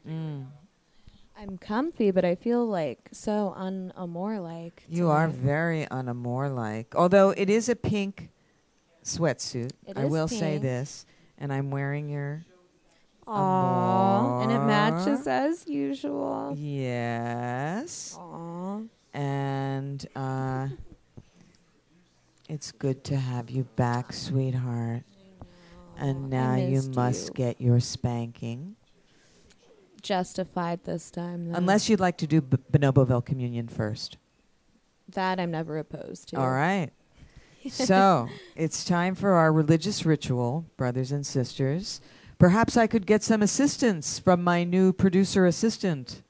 Speaker 3: Mm.
Speaker 10: I'm comfy, but I feel like so on a more like.
Speaker 3: You are
Speaker 10: tonight.
Speaker 3: very on a more like, although it is a pink sweatsuit.
Speaker 10: It
Speaker 3: I
Speaker 10: is
Speaker 3: will say
Speaker 10: pink.
Speaker 3: this, and I'm wearing your
Speaker 10: Aw, and it matches
Speaker 3: Aw.
Speaker 10: as usual.
Speaker 3: yes,
Speaker 10: Aw,
Speaker 3: and uh, it's good to have you back, sweetheart. And now you
Speaker 10: missed
Speaker 3: must
Speaker 10: you.
Speaker 3: get your spanking,
Speaker 10: justified this time. Then.
Speaker 3: unless you'd like to do B- Bonoboville communion first.
Speaker 10: that, I'm never opposed to.
Speaker 3: All right. so it's time for our religious ritual, brothers and sisters. Perhaps I could get some assistance from my new producer assistant.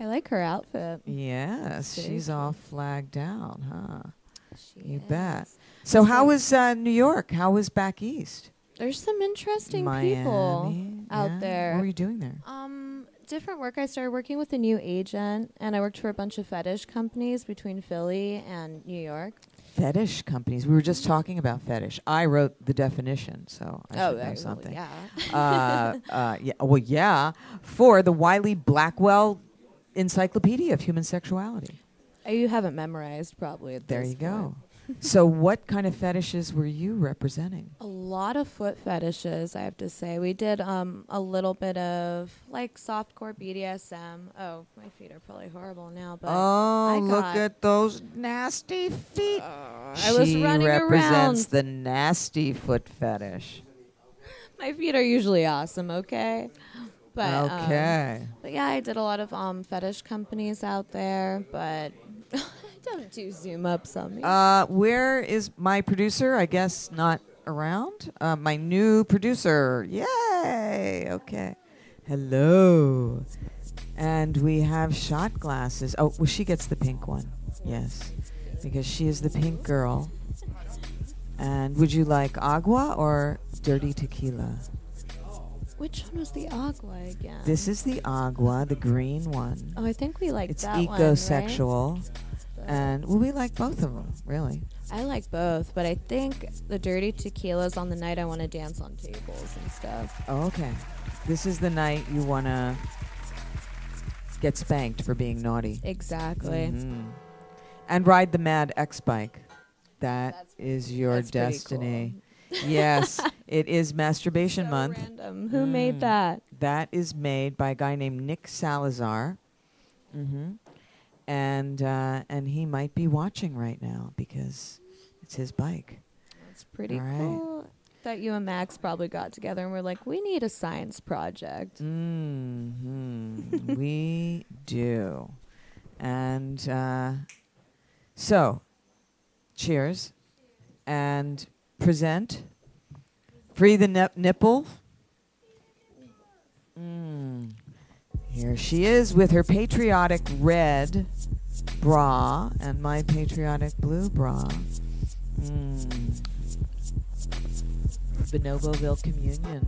Speaker 10: I like her outfit.
Speaker 3: Yes,
Speaker 10: Very
Speaker 3: she's all flagged out, huh?
Speaker 10: She
Speaker 3: You bet.
Speaker 10: is.
Speaker 3: So how was uh, New York? How was back east?
Speaker 10: There's some interesting people
Speaker 3: Miami?
Speaker 10: out
Speaker 3: Yeah.
Speaker 10: there.
Speaker 3: What were you doing there?
Speaker 10: Um, different work. I started working with a new agent, and I worked for a bunch of fetish companies between Philly and New York.
Speaker 3: Fetish companies. We were
Speaker 10: Mm-hmm.
Speaker 3: just talking about fetish. I wrote the definition,
Speaker 10: Oh,
Speaker 3: so I should know
Speaker 10: well,
Speaker 3: something.
Speaker 10: yeah.
Speaker 3: uh, uh, yeah, well, yeah, for the Wiley Blackwell Encyclopedia of Human Sexuality.
Speaker 10: Uh, You haven't memorized probably. At
Speaker 3: There
Speaker 10: this
Speaker 3: you go.
Speaker 10: point.
Speaker 3: so, what kind of fetishes were you representing?
Speaker 10: A lot of foot fetishes, I have to say. We did um, a little bit of like softcore BDSM. Oh, my feet are probably horrible now, but
Speaker 3: Oh,
Speaker 10: I got, Oh,
Speaker 3: those nasty feet.
Speaker 10: I was
Speaker 3: she
Speaker 10: running around.
Speaker 3: represents the nasty foot fetish.
Speaker 10: my feet are usually awesome. Okay, but um,
Speaker 3: okay.
Speaker 10: But yeah, I did a lot of um, fetish companies out there, but don't do zoom ups on me.
Speaker 3: Uh, where is my producer? I guess not around. Uh, my new producer. Yay. Okay. Hello. And we have shot glasses. Oh, well, she gets the pink one. Yes. Because she is the pink girl. And would you like agua or dirty tequila?
Speaker 10: Which one was the agua again?
Speaker 3: This is the agua, the green one.
Speaker 10: Oh, I think we like
Speaker 3: it's
Speaker 10: that one, right?
Speaker 3: ecosexual. And well, we like both of them, really.
Speaker 10: I like both, but I think the dirty tequila's on the night I want to dance on tables and stuff.
Speaker 3: Oh, okay. This is the night you want to get spanked for being naughty.
Speaker 10: Exactly.
Speaker 3: Mhm. And ride the mad X bike. That's, your
Speaker 10: that's pretty
Speaker 3: destiny. yes, it is masturbation
Speaker 10: So
Speaker 3: month. Mm.
Speaker 10: random. Who made that?
Speaker 3: That is made by a guy named Nick Salazar. hmm And uh, and he might be watching right now because it's his bike.
Speaker 10: That's pretty
Speaker 3: All right.
Speaker 10: cool. That you and Max probably got together and were like, we need a science project.
Speaker 3: Mm. hmm we do. And uh, so, cheers. And present. Free the nip- nipple. Mm. Here she is with her patriotic red bra and my patriotic blue bra. Mm. Bonoboville Communion.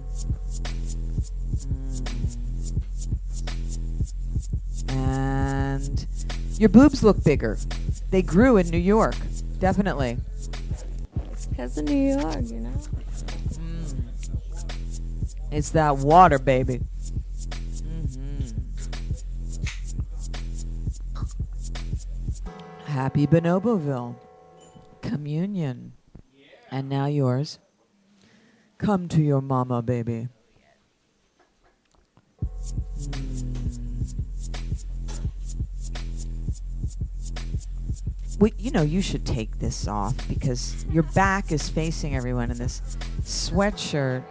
Speaker 3: Mm. And your boobs look bigger. They grew in New York, definitely.
Speaker 10: Because of New York, you know?
Speaker 3: Mm. It's that water, baby. Mhm. Happy Bonoboville communion, and now yours. Come to your mama, baby. Well, you know, you should take this off because your back is facing everyone, and this sweatshirt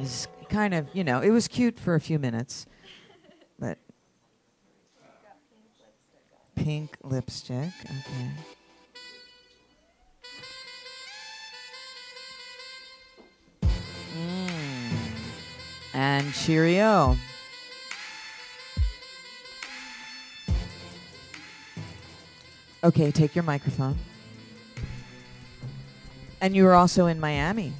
Speaker 3: is kind of, you know, it was cute for a few minutes, but pink lipstick. Okay. Mm. And cheerio. Okay, take your microphone. And you were also in Miami.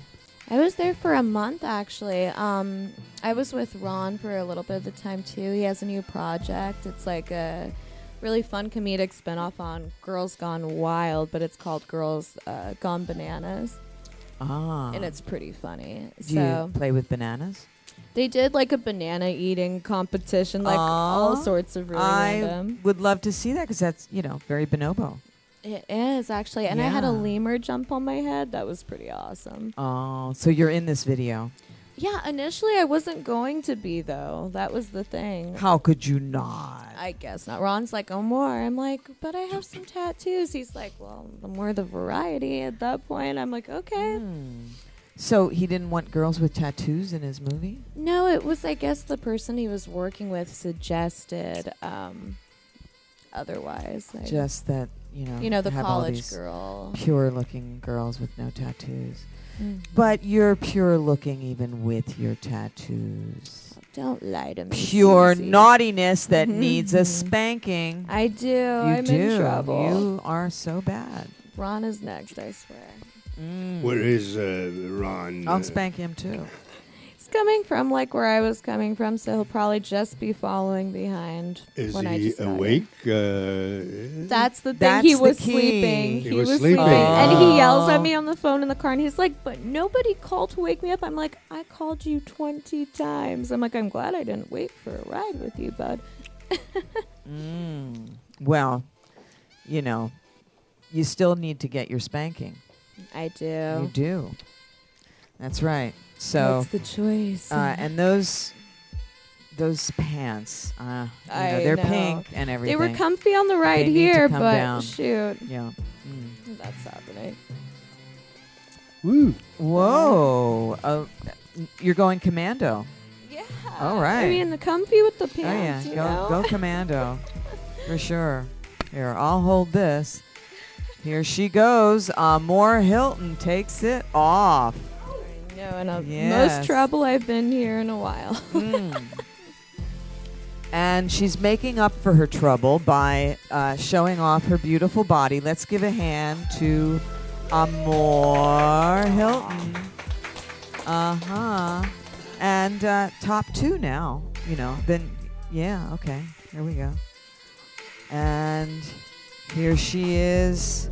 Speaker 10: I was there for a month actually. Um, I was with Ron for a little bit of the time too. He has a new project. It's like a really fun comedic spinoff on Girls Gone Wild, but it's called Girls uh, Gone Bananas,
Speaker 3: Ah.
Speaker 10: and it's pretty funny.
Speaker 3: Do
Speaker 10: so
Speaker 3: you play with bananas?
Speaker 10: they did like a banana eating competition, like all
Speaker 3: Aw,
Speaker 10: sorts of really
Speaker 3: I
Speaker 10: random.
Speaker 3: would love to see that because that's you know very bonobo.
Speaker 10: It is actually, and I had a
Speaker 3: Yeah.
Speaker 10: lemur jump on my head. That was pretty awesome.
Speaker 3: Oh, so you're in this video?
Speaker 10: Yeah, initially I wasn't going to be though. That was the thing.
Speaker 3: How could you not?
Speaker 10: I guess not. Ron's like, oh, more. I'm like, but I have some tattoos. He's like, well, the more the variety at that point. I'm like, okay.
Speaker 3: Hmm. So he didn't want girls with tattoos in his movie.
Speaker 10: No, it was, I guess, the person he was working with suggested um, otherwise. Like,
Speaker 3: Just that you know.
Speaker 10: you know, the
Speaker 3: have all
Speaker 10: college
Speaker 3: these
Speaker 10: girl.
Speaker 3: Pure-looking girls with no tattoos,
Speaker 10: Mm.
Speaker 3: but you're pure-looking even with your tattoos.
Speaker 10: Don't lie to me.
Speaker 3: Pure
Speaker 10: Susie.
Speaker 3: naughtiness that needs a spanking.
Speaker 10: Mm-hmm. I do.
Speaker 3: you
Speaker 10: I'm
Speaker 3: do.
Speaker 10: in trouble.
Speaker 3: You are so bad.
Speaker 10: Ron is next, I swear.
Speaker 4: Where is uh, Ron?
Speaker 3: I'll
Speaker 4: Uh,
Speaker 3: spank him too.
Speaker 10: He's coming from like where I was coming from, so he'll probably just be following behind.
Speaker 4: Uh, Is
Speaker 10: when I
Speaker 4: he
Speaker 10: just got here.
Speaker 4: awake? Uh,
Speaker 10: That's the thing.
Speaker 3: That's
Speaker 10: he
Speaker 3: the
Speaker 10: was
Speaker 3: key.
Speaker 10: sleeping.
Speaker 4: He was sleeping.
Speaker 10: And
Speaker 3: Oh.
Speaker 10: he yells at me on the phone in the car and he's like, But nobody called to wake me up. I'm like, I called you 20 times. I'm like, I'm glad I didn't wait for a ride with you, bud.
Speaker 3: Mm. Well, you know, you still need to get your spanking.
Speaker 10: I do.
Speaker 3: You do. That's right. So,
Speaker 10: That's Oh. the choice.
Speaker 3: uh, and those those pants, uh, you know,
Speaker 10: I
Speaker 3: they're
Speaker 10: know.
Speaker 3: pink and
Speaker 10: they
Speaker 3: everything.
Speaker 10: were comfy on the ride
Speaker 3: They need to
Speaker 10: here,
Speaker 3: come
Speaker 10: but
Speaker 3: down.
Speaker 10: shoot,
Speaker 3: Yeah. Mm.
Speaker 10: that's happening.
Speaker 4: woo.
Speaker 3: Whoa. Oh, you're going commando.
Speaker 10: Yeah.
Speaker 3: All right.
Speaker 10: I mean, the comfy with the
Speaker 3: Oh yeah.
Speaker 10: pants. you
Speaker 3: Go
Speaker 10: know?
Speaker 3: go commando, for sure. Here, I'll hold this. Here she goes. Amor Hilton takes it off.
Speaker 10: No, and I'm
Speaker 3: Yes.
Speaker 10: most trouble I've been here in a while.
Speaker 3: And she's making up for her trouble by uh, showing off her beautiful body. Let's give a hand to Amor Hilton. Uh huh. And uh, top two now, you know. Then, yeah, okay. There we go. And here she is,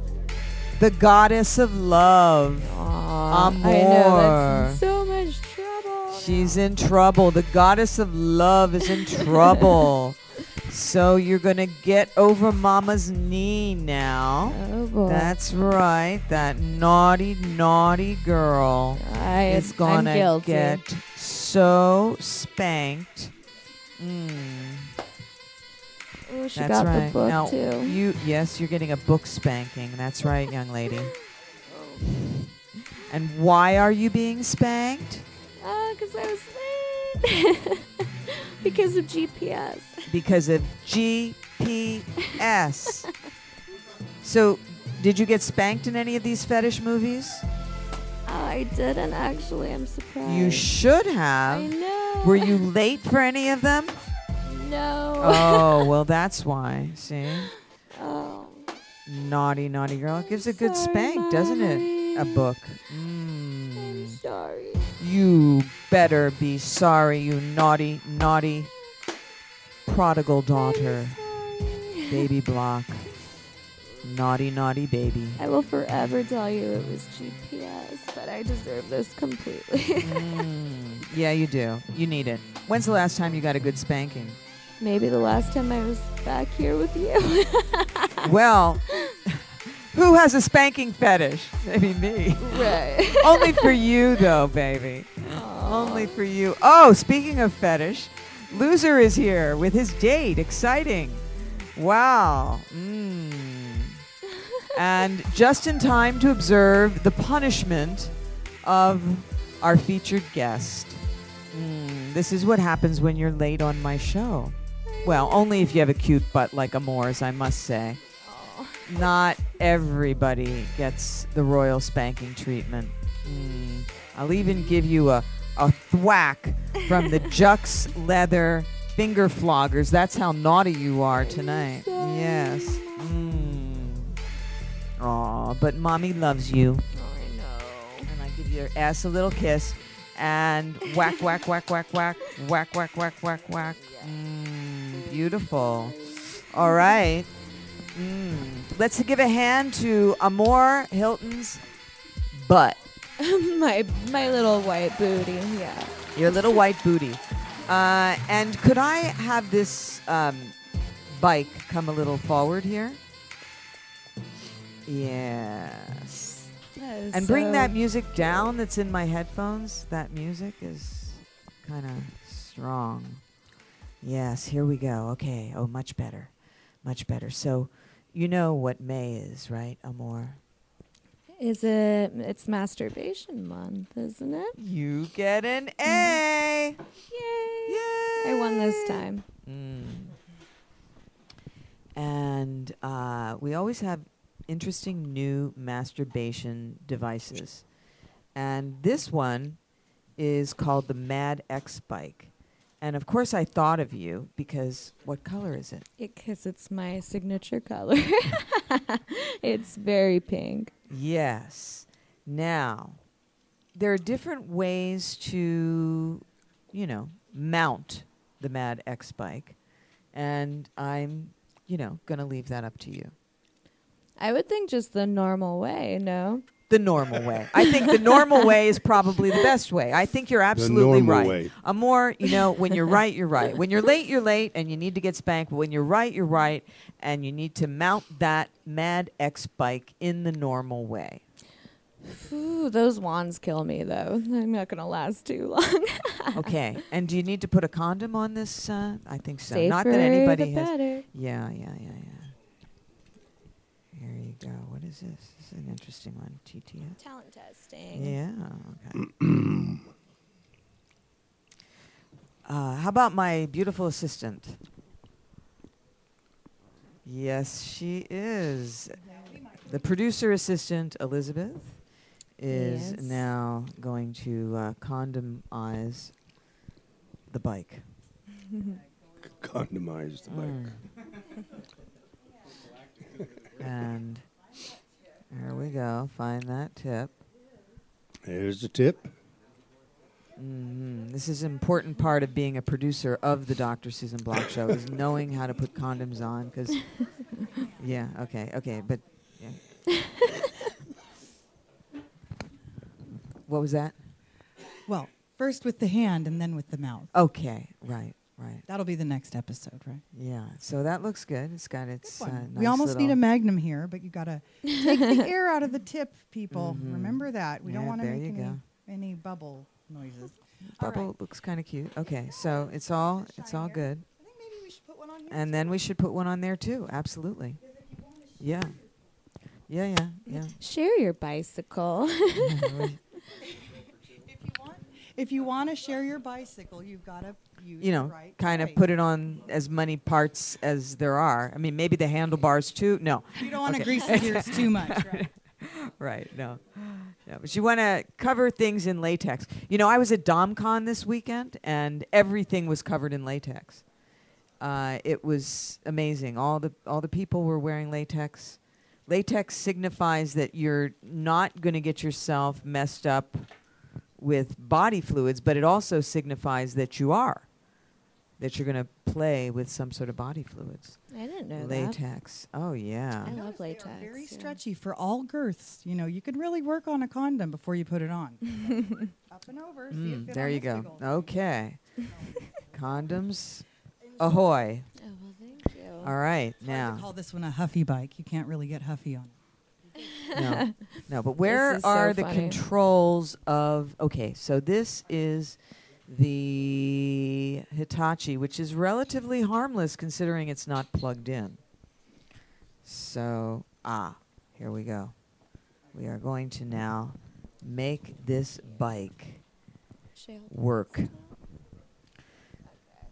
Speaker 3: the goddess of love.
Speaker 10: Aw, I know that's in so
Speaker 3: Amor.
Speaker 10: much trouble. now.
Speaker 3: She's in trouble. The goddess of love is in trouble. so you're going to get over mama's knee now.
Speaker 10: Oh boy.
Speaker 3: That's right. That naughty, naughty girl
Speaker 10: I,
Speaker 3: is
Speaker 10: I'm
Speaker 3: going to
Speaker 10: guilty.
Speaker 3: get so spanked. Mm,
Speaker 10: Oh, she
Speaker 3: that's
Speaker 10: got
Speaker 3: right.
Speaker 10: the book
Speaker 3: now,
Speaker 10: too.
Speaker 3: You, yes, you're getting a book spanking. That's right, young lady.
Speaker 10: Oh.
Speaker 3: And why are you being spanked?
Speaker 10: because I was late. because of GPS.
Speaker 3: because of GPS. so, did you get spanked in any of these fetish movies?
Speaker 10: Oh, I didn't actually. I'm surprised.
Speaker 3: You should
Speaker 10: I
Speaker 3: have.
Speaker 10: know.
Speaker 3: Were you late for any of them?
Speaker 10: No.
Speaker 3: Oh, well, that's why. See?
Speaker 10: Oh.
Speaker 3: Naughty, naughty girl. It gives a good
Speaker 10: Sorry,
Speaker 3: spank, doesn't it? A
Speaker 10: Mommy.
Speaker 3: book.
Speaker 10: I'm
Speaker 3: Mm.
Speaker 10: sorry.
Speaker 3: You better be sorry, you naughty, naughty prodigal daughter.
Speaker 10: Sorry.
Speaker 3: Baby block. Naughty, naughty baby.
Speaker 10: I will forever tell you it was GPS, but I deserve this completely.
Speaker 3: Mm, yeah, you do. You need it. When's the last time you got a good spanking?
Speaker 10: Maybe the last time I was back here with you.
Speaker 3: well, who has a spanking fetish? Maybe me.
Speaker 10: right.
Speaker 3: Only for you, though, baby. Only for you. Oh, speaking of fetish, Loser is here with his date. Exciting. Wow. Mm. and just in time to observe the punishment of our featured guest. Mm. This is what happens when you're late on my show. Well, only if you have a cute butt like Amore's, I must say. Not everybody gets the royal spanking treatment. Mm. I'll even give you a, a thwack from the Jux leather finger floggers. That's how naughty you are tonight. Yes. Mm. Aw, but mommy loves you.
Speaker 10: Oh, I know.
Speaker 3: And I give your ass a little kiss. And whack, whack, whack, whack, whack, whack, whack, whack, whack, whack. Mm, beautiful. All right. Mm. Let's give a hand to Amor Hilton's butt.
Speaker 10: my my little white booty. Yeah.
Speaker 3: your little white booty. Uh, and could I have this um, bike come a little forward here? Yes.
Speaker 10: That is
Speaker 3: And bring that
Speaker 10: so-
Speaker 3: music down that's in my headphones. That music is kind of strong. Yes, here we go. Okay. Oh, much better. Much better. So, you know what May is, right, Amor?
Speaker 10: Is it? It's masturbation month, isn't it? Mm-hmm.
Speaker 3: You get an A.
Speaker 10: Yay!
Speaker 3: Yay!
Speaker 10: I won this time.
Speaker 3: Mm. And uh, we always have interesting new masturbation devices. And this one is called the Mad X Bike. And of course, I thought of you because what color is it?
Speaker 10: Because it's my signature color. it's very pink.
Speaker 3: Yes. Now, there are different ways to, you know, mount the Mad X Bike. And I'm, you know, going to leave that up to you.
Speaker 10: I would think just the normal way, no?
Speaker 3: The normal way. I think the normal way is probably the best way. I think you're absolutely
Speaker 4: normal
Speaker 3: right.
Speaker 4: way.
Speaker 3: A more, you know, when you're right, you're right. When you're late, you're late, and you need to get spanked. But when you're right, you're right, and you need to mount that Mad X bike in the normal way.
Speaker 10: Ooh, those wands kill me though. I'm not gonna last too long.
Speaker 3: Okay. and do you need to put a condom on this? Uh, I think so.
Speaker 10: Safer
Speaker 3: Not that anybody
Speaker 10: the
Speaker 3: has.
Speaker 10: better.
Speaker 3: Yeah, yeah, yeah, yeah. Here you go. What is this? This is an interesting one. TTS.
Speaker 10: Talent testing.
Speaker 3: Yeah. Okay. uh, how about my beautiful assistant? Yes, she is. The producer assistant, Elizabeth, is
Speaker 10: Yes.
Speaker 3: now going to uh, condomize the bike.
Speaker 4: Condomized the bike.
Speaker 3: Mm. and there we go. Find that tip.
Speaker 4: There's the tip.
Speaker 3: hmm This is an important part of being a producer of the Dr. Susan Block Show is knowing how to put condoms on. Because, yeah, okay, okay, but yeah. what was that?
Speaker 7: Well, first with the hand and then with the mouth.
Speaker 3: Okay, right, right.
Speaker 7: That'll be the next episode, right?
Speaker 3: Yeah, so that looks good. It's got its. Uh,
Speaker 7: Fun.
Speaker 3: nice
Speaker 7: we almost need
Speaker 3: little-
Speaker 7: a magnum here, but you gotta take the air out of the tip, people. Remember that. We don't want
Speaker 3: Mm-hmm. Yeah,
Speaker 7: to
Speaker 3: there
Speaker 7: make
Speaker 3: you
Speaker 7: any,
Speaker 3: go.
Speaker 7: any bubble noises. All right.
Speaker 3: Bubble looks kind of cute. Okay, so it's all it's all good.
Speaker 7: I think maybe we should put one on here.
Speaker 3: And then we should put one on there too. Absolutely. Yeah. Yeah, yeah, yeah.
Speaker 10: Share your bicycle.
Speaker 7: If you want, if you want to share your bicycle, you've got to use
Speaker 3: You know,
Speaker 7: right
Speaker 3: kind of
Speaker 7: place.
Speaker 3: put it on as many parts as there are. I mean, maybe the handlebars too. No.
Speaker 7: You don't want to grease the gears too much. Right?
Speaker 3: Right, no. Yeah, but you want to cover things in latex. You know, I was at DomCon this weekend and everything was covered in latex. Uh, it was amazing. All the all the people were wearing latex. Latex signifies that you're not going to get yourself messed up with body fluids, but it also signifies that you are that you're going to play with some sort of body fluids.
Speaker 10: I didn't know that.
Speaker 3: Latex. Oh yeah.
Speaker 10: I
Speaker 7: Notice
Speaker 10: love
Speaker 7: they are
Speaker 10: latex.
Speaker 7: Very
Speaker 10: yeah.
Speaker 7: stretchy for all girths. You know, you could really work on a condom before you put it on.
Speaker 10: Mm,
Speaker 7: Up and over. see it
Speaker 3: Mm,
Speaker 7: fit
Speaker 3: there
Speaker 7: on
Speaker 3: you
Speaker 7: this
Speaker 3: go.
Speaker 7: big old-
Speaker 3: Okay. Condoms. Ahoy.
Speaker 10: Oh, well, thank you.
Speaker 3: All right.
Speaker 7: It's hard to
Speaker 3: Now.
Speaker 7: call this one a huffy bike. You can't really get huffy on it.
Speaker 3: No. No, but where
Speaker 10: is so
Speaker 3: are the
Speaker 10: funny.
Speaker 3: controls of Okay, so this is the Hitachi, which is relatively harmless considering it's not plugged in. So, ah, here we go. We are going to now make this bike
Speaker 10: Shall-
Speaker 3: work.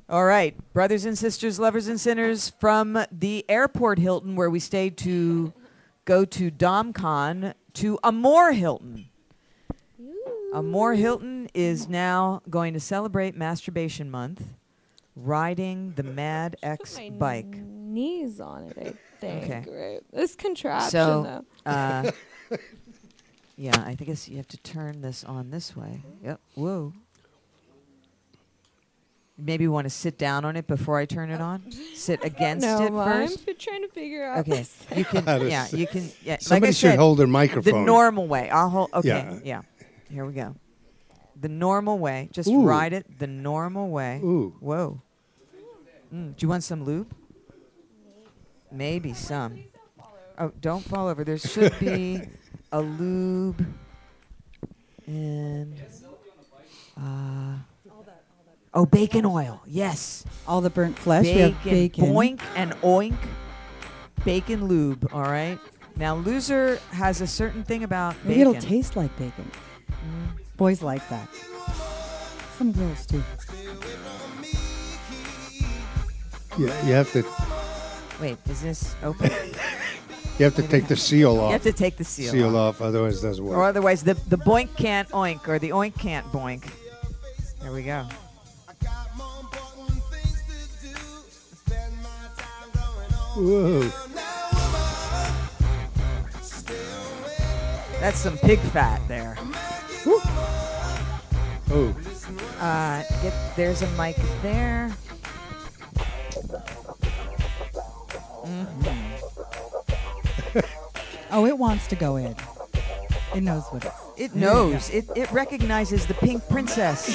Speaker 3: All right, brothers and sisters, lovers and sinners, from the airport Hilton where we stayed to go to DomCon to Amore Hilton. Amore Hilton is now going to celebrate Masturbation Month riding the Mad X
Speaker 10: my
Speaker 3: bike.
Speaker 10: Knees on it, I think.
Speaker 3: Okay.
Speaker 10: Right. This contraption,
Speaker 3: So,
Speaker 10: though.
Speaker 3: uh, yeah, I think it's, you have to turn this on this way. Yep. Whoa. Maybe you want to sit down on it before I turn it on. Sit against
Speaker 10: no,
Speaker 3: it first.
Speaker 10: I'm trying to figure out.
Speaker 3: Okay. You can.
Speaker 4: How to
Speaker 3: Yeah.
Speaker 4: sit.
Speaker 3: You can. Yeah.
Speaker 4: Somebody
Speaker 3: like I
Speaker 4: should
Speaker 3: said,
Speaker 4: hold their
Speaker 3: the
Speaker 4: microphone.
Speaker 3: normal way. I'll hold. Okay. Yeah.
Speaker 4: Yeah.
Speaker 3: Here we go. The normal way. Just
Speaker 4: Ooh.
Speaker 3: ride it the normal way.
Speaker 4: Ooh.
Speaker 3: Whoa. Mm, do you want some lube? Maybe some. Oh, don't fall over. There should be a lube and uh, oh, bacon oil. Yes,
Speaker 7: All the burnt flesh. we have bacon.
Speaker 3: boink and oink, bacon lube. All right. Now, loser has a certain thing about
Speaker 7: Maybe
Speaker 3: bacon.
Speaker 7: it'll taste like bacon. Boys like that. Some girls too.
Speaker 4: Yeah, you have to
Speaker 3: Wait, is this open? you
Speaker 4: you have to take the seal off.
Speaker 3: have to take the seal,
Speaker 4: seal, off. otherwise it doesn't work.
Speaker 3: or otherwise the the boink can't oink or the oink can't boink. There we go.
Speaker 4: Whoa.
Speaker 3: That's some pig fat there.
Speaker 4: Oh,
Speaker 3: Uh, get, there's a mic there. Mm-hmm.
Speaker 7: Oh, it wants to go in. It knows what it's.
Speaker 3: It knows. It, it recognizes the pink princess.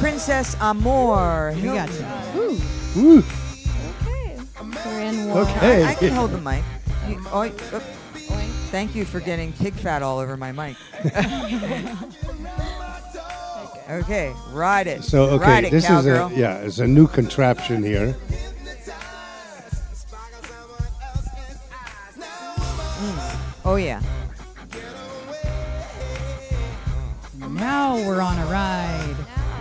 Speaker 3: princess Amor.
Speaker 7: We got you. Ooh.
Speaker 4: Woo.
Speaker 10: Okay. We're in one.
Speaker 4: okay.
Speaker 3: I can hold the mic. You, oh, I- oop. Thank you for getting pig fat all over my mic. okay, ride it.
Speaker 4: So okay,
Speaker 3: ride it,
Speaker 4: this
Speaker 3: cowgirl.
Speaker 4: is a yeah, it's a new contraption here.
Speaker 3: Oh yeah.
Speaker 7: Now we're on a ride.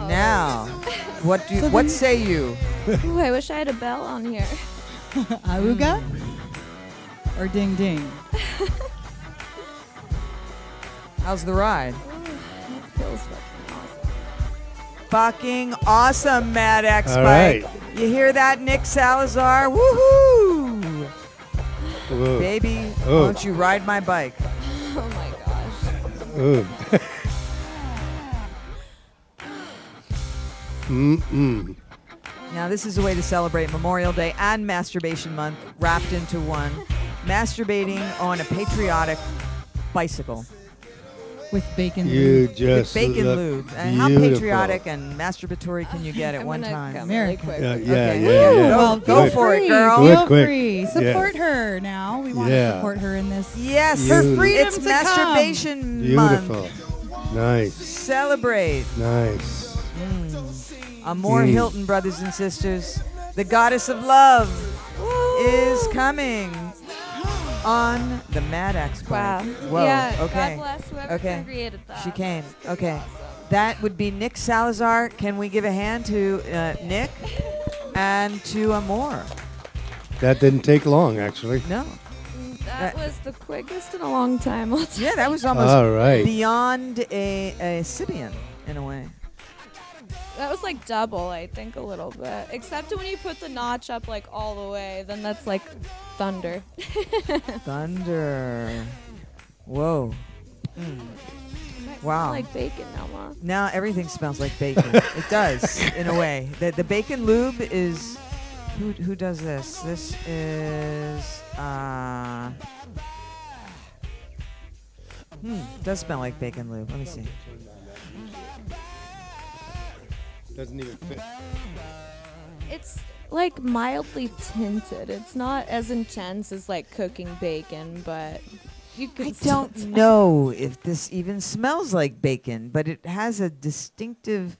Speaker 3: Now, what do what say you?
Speaker 10: Ooh, I wish I had a bell on here.
Speaker 7: Auga? or ding ding.
Speaker 3: How's the ride?
Speaker 10: It feels fucking awesome.
Speaker 3: Fucking awesome, Mad X
Speaker 4: All
Speaker 3: Bike.
Speaker 4: right.
Speaker 3: You hear that, Nick Salazar? Woohoo!
Speaker 4: Whoa.
Speaker 3: Baby,
Speaker 4: Oh.
Speaker 3: won't you ride my bike?
Speaker 10: Oh my gosh.
Speaker 4: Ugh. Mm-mm.
Speaker 3: Now, this is a way to celebrate Memorial Day and Masturbation Month wrapped into one. Masturbating on a patriotic bicycle.
Speaker 7: With bacon.
Speaker 4: You just
Speaker 3: Bacon
Speaker 4: look
Speaker 3: lube. And how
Speaker 4: beautiful.
Speaker 3: patriotic and masturbatory can you get at
Speaker 10: I'm
Speaker 3: one
Speaker 10: gonna
Speaker 3: time?
Speaker 10: come
Speaker 7: America.
Speaker 4: Yeah,
Speaker 10: Really quick.
Speaker 4: yeah,
Speaker 3: Okay.
Speaker 4: yeah, yeah.
Speaker 7: Well,
Speaker 3: Go- go
Speaker 7: feel
Speaker 3: for it,
Speaker 7: free.
Speaker 3: girl.
Speaker 4: Do it
Speaker 7: Feel
Speaker 4: quick.
Speaker 7: free.
Speaker 4: Yeah.
Speaker 7: Support her now. We want
Speaker 4: Yeah.
Speaker 7: to support her in this.
Speaker 3: Yes,
Speaker 4: Her Beautiful.
Speaker 7: freedom
Speaker 3: it's
Speaker 7: to
Speaker 3: masturbation month.
Speaker 4: Beautiful. Nice,
Speaker 3: Celebrate.
Speaker 4: nice.
Speaker 3: Amor
Speaker 4: Mm.
Speaker 3: Hilton, brothers and sisters. The goddess of love is coming on the Mad Axe
Speaker 10: Wow.
Speaker 3: bike. Whoa.
Speaker 10: Yeah.
Speaker 3: okay.
Speaker 10: God bless whoever
Speaker 3: Okay.
Speaker 10: created that.
Speaker 3: She came.
Speaker 10: That's pretty
Speaker 3: Okay.
Speaker 10: awesome.
Speaker 3: That would be Nick Salazar. Can we give a hand to uh, Nick and to Amor?
Speaker 4: That didn't take long, actually.
Speaker 3: No.
Speaker 10: That
Speaker 3: That-
Speaker 10: was the quickest in a long time. I'll tell
Speaker 3: Yeah, that was almost
Speaker 4: All right.
Speaker 3: beyond a, a Sibian in a way.
Speaker 10: That was like double, I think, a little bit. Except when you put the notch up like all the way, then that's like thunder.
Speaker 3: Thunder. Whoa.
Speaker 10: Might smell
Speaker 3: Wow.
Speaker 10: Mm. Like bacon now, ma.
Speaker 3: Now everything smells like bacon. it does, in a way. The, the bacon lube is. Who, who does this? This is. Uh, hmm, does smell like bacon lube. Let me see.
Speaker 4: Doesn't even fit.
Speaker 10: It's like mildly tinted. It's not as intense as like cooking bacon, but you could.
Speaker 3: I
Speaker 10: still
Speaker 3: don't
Speaker 10: tell.
Speaker 3: know if this even smells like bacon, but it has a distinctive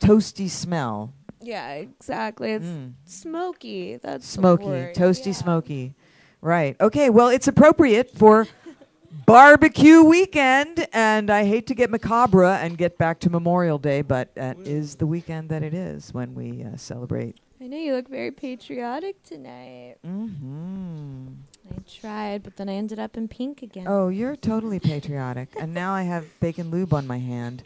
Speaker 3: toasty smell.
Speaker 10: Yeah, exactly. It's
Speaker 3: Mm.
Speaker 10: smoky. That's the
Speaker 3: Smoky,
Speaker 10: word.
Speaker 3: toasty,
Speaker 10: Yeah.
Speaker 3: smoky. Right. Okay. Well, it's appropriate for barbecue weekend, and I hate to get macabre and get back to Memorial Day, but that is the weekend that it is when we uh, celebrate.
Speaker 10: I know you look very patriotic tonight.
Speaker 3: Mm-hmm.
Speaker 10: I tried, but then I ended up in pink again.
Speaker 3: Oh, you're totally patriotic, and now I have bacon lube on my hand.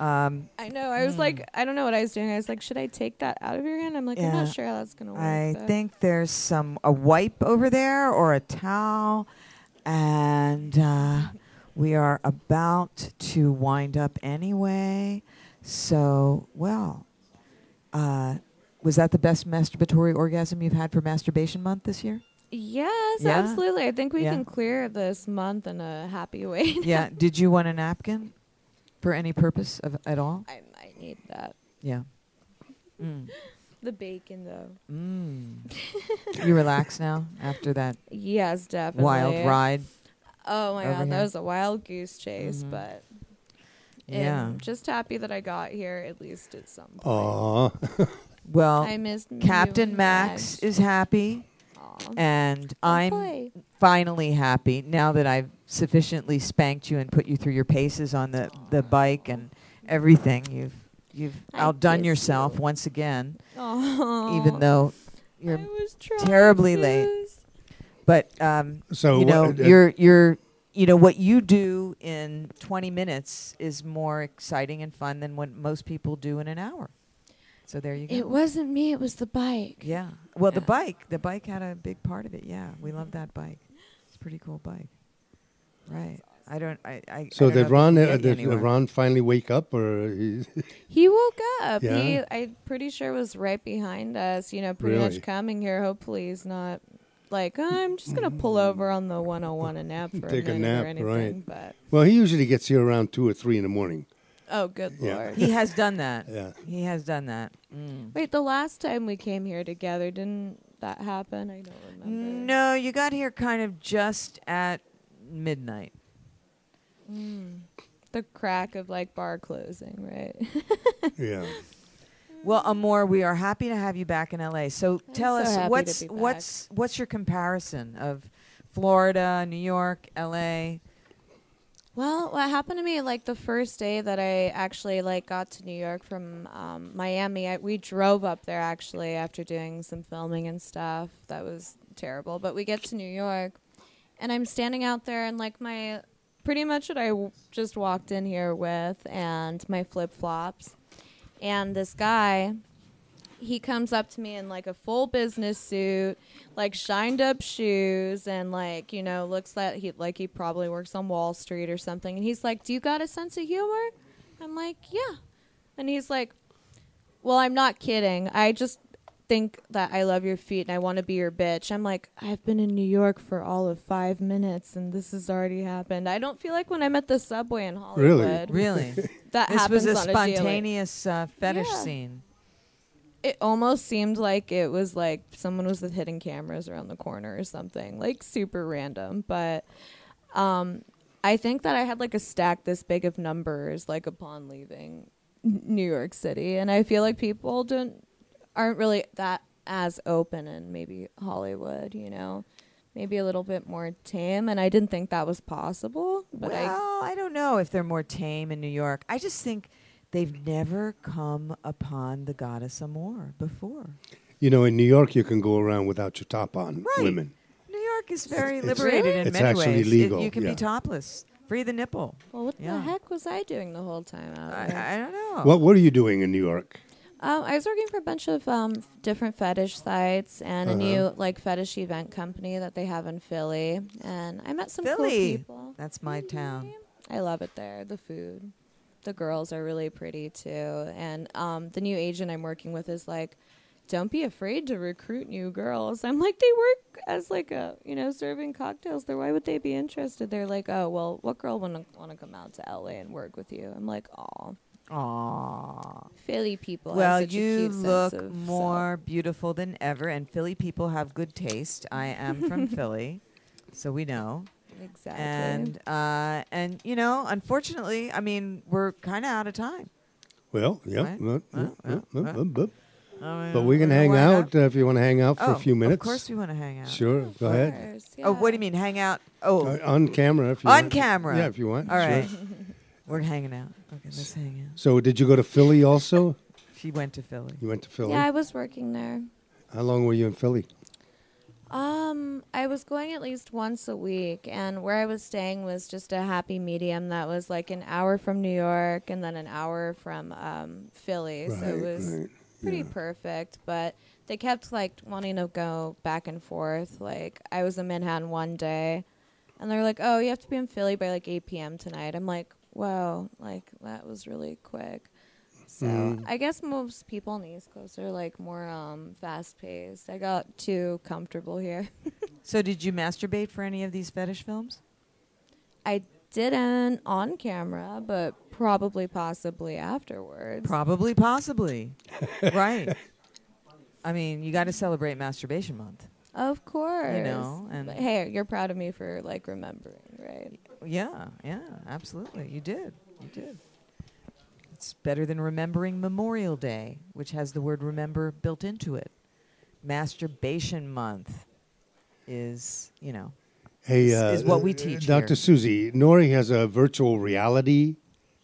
Speaker 3: Um,
Speaker 10: I know. I was like, I don't know what I was doing. I was like, should I take that out of your hand? I'm like, I'm
Speaker 3: Yeah.
Speaker 10: not sure how that's gonna work.
Speaker 3: I
Speaker 10: but-
Speaker 3: think there's some a wipe over there or a towel, and uh, we are about to wind up anyway. So, well, uh, was that the best masturbatory orgasm you've had for Masturbation Month this year?
Speaker 10: Yes,
Speaker 3: Yeah.
Speaker 10: absolutely. I think we
Speaker 3: Yeah.
Speaker 10: can clear this month in a happy way.
Speaker 3: yeah. Did you want a napkin for any purpose of at all?
Speaker 10: I might need that.
Speaker 3: Yeah. Mm.
Speaker 10: The bacon, though.
Speaker 3: Mm. you relax now after that
Speaker 10: Yes, definitely.
Speaker 3: wild ride.
Speaker 10: Oh my
Speaker 3: over
Speaker 10: god,
Speaker 3: here.
Speaker 10: that was a wild goose chase,
Speaker 3: Mhm.
Speaker 10: but
Speaker 3: Yeah.
Speaker 10: I'm just happy that I got here at least at some point.
Speaker 4: Aw.
Speaker 3: Well,
Speaker 10: I missed you
Speaker 3: Captain
Speaker 10: and
Speaker 3: Max
Speaker 10: Max.
Speaker 3: is happy,
Speaker 10: Aw.
Speaker 3: and
Speaker 10: Oh,
Speaker 3: I'm
Speaker 10: boy.
Speaker 3: finally happy now that I've sufficiently spanked you and put you through your paces on the, the bike and everything. You've you've
Speaker 10: I
Speaker 3: outdone
Speaker 10: kiss
Speaker 3: yourself
Speaker 10: you.
Speaker 3: once again,
Speaker 10: Aw.
Speaker 3: even though
Speaker 10: I
Speaker 3: you're.
Speaker 10: was trying
Speaker 3: terribly late.
Speaker 10: goose.
Speaker 3: But um,
Speaker 4: So
Speaker 3: you know,
Speaker 4: what- uh,
Speaker 3: you're you're you know what you do in 20 minutes is more exciting and fun than what most people do in an hour. So there you go.
Speaker 10: It wasn't me, it was the bike.
Speaker 3: Yeah. Well, the
Speaker 10: Yeah.
Speaker 3: bike, the bike had a big part of it. Yeah, we love that bike. It's a pretty cool bike. Right. I don't. I. I
Speaker 4: So
Speaker 3: I don't know if
Speaker 4: did
Speaker 3: we
Speaker 4: Ron?
Speaker 3: can
Speaker 4: Uh,
Speaker 3: get you
Speaker 4: did
Speaker 3: anywhere.
Speaker 4: Ron finally wake up, or he,
Speaker 10: He woke up.
Speaker 4: Yeah?
Speaker 10: He, I'm pretty sure, was right behind us. You know, pretty
Speaker 4: Really?
Speaker 10: much coming here. Hopefully, he's not like "Oh, I'm just gonna pull over on the 101 and nap for
Speaker 4: Mm-hmm. Take a
Speaker 10: a minute
Speaker 4: nap,
Speaker 10: or anything.
Speaker 4: right.
Speaker 10: But
Speaker 4: well, he usually gets here around two or three in the morning.
Speaker 10: oh, good
Speaker 4: Yeah.
Speaker 10: lord!
Speaker 3: He has done that.
Speaker 4: Yeah.
Speaker 3: He has done that. Mm.
Speaker 10: Wait, the last time we came here together, didn't that happen? I don't remember.
Speaker 3: No, you got here kind of just at midnight.
Speaker 10: Mm. The crack of like bar closing, right?
Speaker 4: Yeah.
Speaker 3: Well, Amor, we are happy to have you back in LA. So tell
Speaker 10: so
Speaker 3: us
Speaker 10: happy to
Speaker 3: what's
Speaker 10: be back.
Speaker 3: what's what's your comparison of Florida, New York, LA?
Speaker 10: Well, what happened to me like the first day that I actually like got to New York from um, Miami, I, we drove up there actually after doing some filming and stuff. That was terrible, but we get to New York and I'm standing out there and like my pretty much what I w- just walked in here with and my flip flops. And this guy, he comes up to me in like a full business suit, like shined up shoes, and like you know looks like he like he probably works on Wall Street or something. And he's like, "Do you got a sense of humor?" I'm like, "Yeah," and he's like, "Well, I'm not kidding. I just." think that I love your feet and I want to be your bitch. I'm like, I've been in New York for all of five minutes and this has already happened. I don't feel like when I'm at the subway in
Speaker 4: Really?
Speaker 10: Hollywood.
Speaker 3: Really?
Speaker 10: That
Speaker 3: this
Speaker 10: happens
Speaker 3: was a
Speaker 10: on daily-
Speaker 3: spontaneous uh, fetish
Speaker 10: Yeah.
Speaker 3: scene.
Speaker 10: It almost seemed like it was like someone was with hidden cameras around the corner or something, like super random. But um, I think that I had like a stack this big of numbers, like upon leaving N- New York City, and I feel like people don't aren't really that as open in maybe Hollywood, you know, maybe a little bit more tame. And I didn't think that was possible, but I
Speaker 3: well, I, don't know if they're more tame in New York. I just think they've never come upon the goddess Amor before.
Speaker 4: You know, in New York, you can go around without your top on,
Speaker 3: Right.
Speaker 4: women.
Speaker 3: New York is very
Speaker 4: It's-
Speaker 3: liberated in
Speaker 4: it's
Speaker 3: many
Speaker 4: actually
Speaker 3: ways. It-
Speaker 4: legal,
Speaker 3: you can
Speaker 4: yeah.
Speaker 3: be topless, free the nipple.
Speaker 10: well, what the
Speaker 3: Yeah.
Speaker 10: heck was I doing the whole time out
Speaker 3: I,
Speaker 10: there?
Speaker 3: I don't know.
Speaker 4: What were you doing in New York?
Speaker 10: Um, I was working for a bunch of um, f- different fetish sites and a new like fetish event company that they have in Philly, and I met some cool
Speaker 3: Philly.
Speaker 10: people.
Speaker 3: That's my town.
Speaker 10: I love it there. The food, the girls are really pretty too, and um, the new agent I'm working with is like, don't be afraid to recruit new girls. I'm like, they work as like a you know serving cocktails there. Why would they be interested? They're like, oh well, what girl wouldn't want to come out to LA and work with you? I'm like, aw.
Speaker 3: Aww.
Speaker 10: Philly people. have
Speaker 3: Well,
Speaker 10: such a
Speaker 3: you
Speaker 10: cute sense
Speaker 3: look
Speaker 10: of self.
Speaker 3: more beautiful than ever, and Philly people have good taste. I am from Philly, so we know.
Speaker 10: Exactly.
Speaker 3: And uh, and you know, unfortunately, I mean, we're kind of out of time.
Speaker 4: Well, yeah.
Speaker 3: Right.
Speaker 4: uh, uh,
Speaker 3: Uh,
Speaker 4: uh,
Speaker 3: uh,
Speaker 4: uh,
Speaker 3: uh.
Speaker 4: uh, uh.
Speaker 3: Uh,
Speaker 4: But we can
Speaker 3: wanna
Speaker 4: hang
Speaker 3: wind
Speaker 4: out
Speaker 3: up?
Speaker 4: uh, if you want to hang out for a
Speaker 3: Oh,
Speaker 4: few minutes.
Speaker 3: Of course, we want to hang out.
Speaker 4: Sure, go
Speaker 10: Of
Speaker 4: ahead.
Speaker 10: course,
Speaker 3: Oh, what do you
Speaker 10: yeah.
Speaker 3: mean, hang out? Oh,
Speaker 4: Uh, on camera if you
Speaker 3: On
Speaker 4: want.
Speaker 3: camera.
Speaker 4: Yeah, if you want.
Speaker 3: all
Speaker 4: sure.
Speaker 3: right. we're hanging out. Okay, let's hang out.
Speaker 4: So, did you go to Philly also?
Speaker 3: She went to Philly.
Speaker 4: You went to Philly.
Speaker 10: Yeah, I was working there.
Speaker 4: How long were you in Philly?
Speaker 10: Um, I was going at least once a week, and where I was staying was just a happy medium that was like an hour from New York and then an hour from um, Philly. so it
Speaker 4: Right,
Speaker 10: was
Speaker 4: right,
Speaker 10: pretty
Speaker 4: yeah.
Speaker 10: perfect, but they kept like wanting to go back and forth. Like, I was in Manhattan one day, and they're like, oh, you have to be in Philly by like 8 p.m. tonight. I'm like, whoa, like that was really quick. So
Speaker 4: Mm.
Speaker 10: I guess most people on the East Coast are like more um, fast paced. I got too comfortable here.
Speaker 3: So, did you masturbate for any of these fetish films?
Speaker 10: I didn't on camera, but probably possibly afterwards.
Speaker 3: Probably, possibly. right. I mean, you got to celebrate Masturbation Month.
Speaker 10: of course.
Speaker 3: and-
Speaker 10: But hey, you're proud of me for like remembering, right?
Speaker 3: Yeah, yeah, absolutely. You did. You did. It's better than remembering Memorial Day, which has the word remember built into it. Masturbation Month is, you know,
Speaker 4: Hey,
Speaker 3: This
Speaker 4: uh,
Speaker 3: is what we
Speaker 4: uh,
Speaker 3: teach
Speaker 4: Dr.
Speaker 3: here.
Speaker 4: Susie, Nori has a virtual reality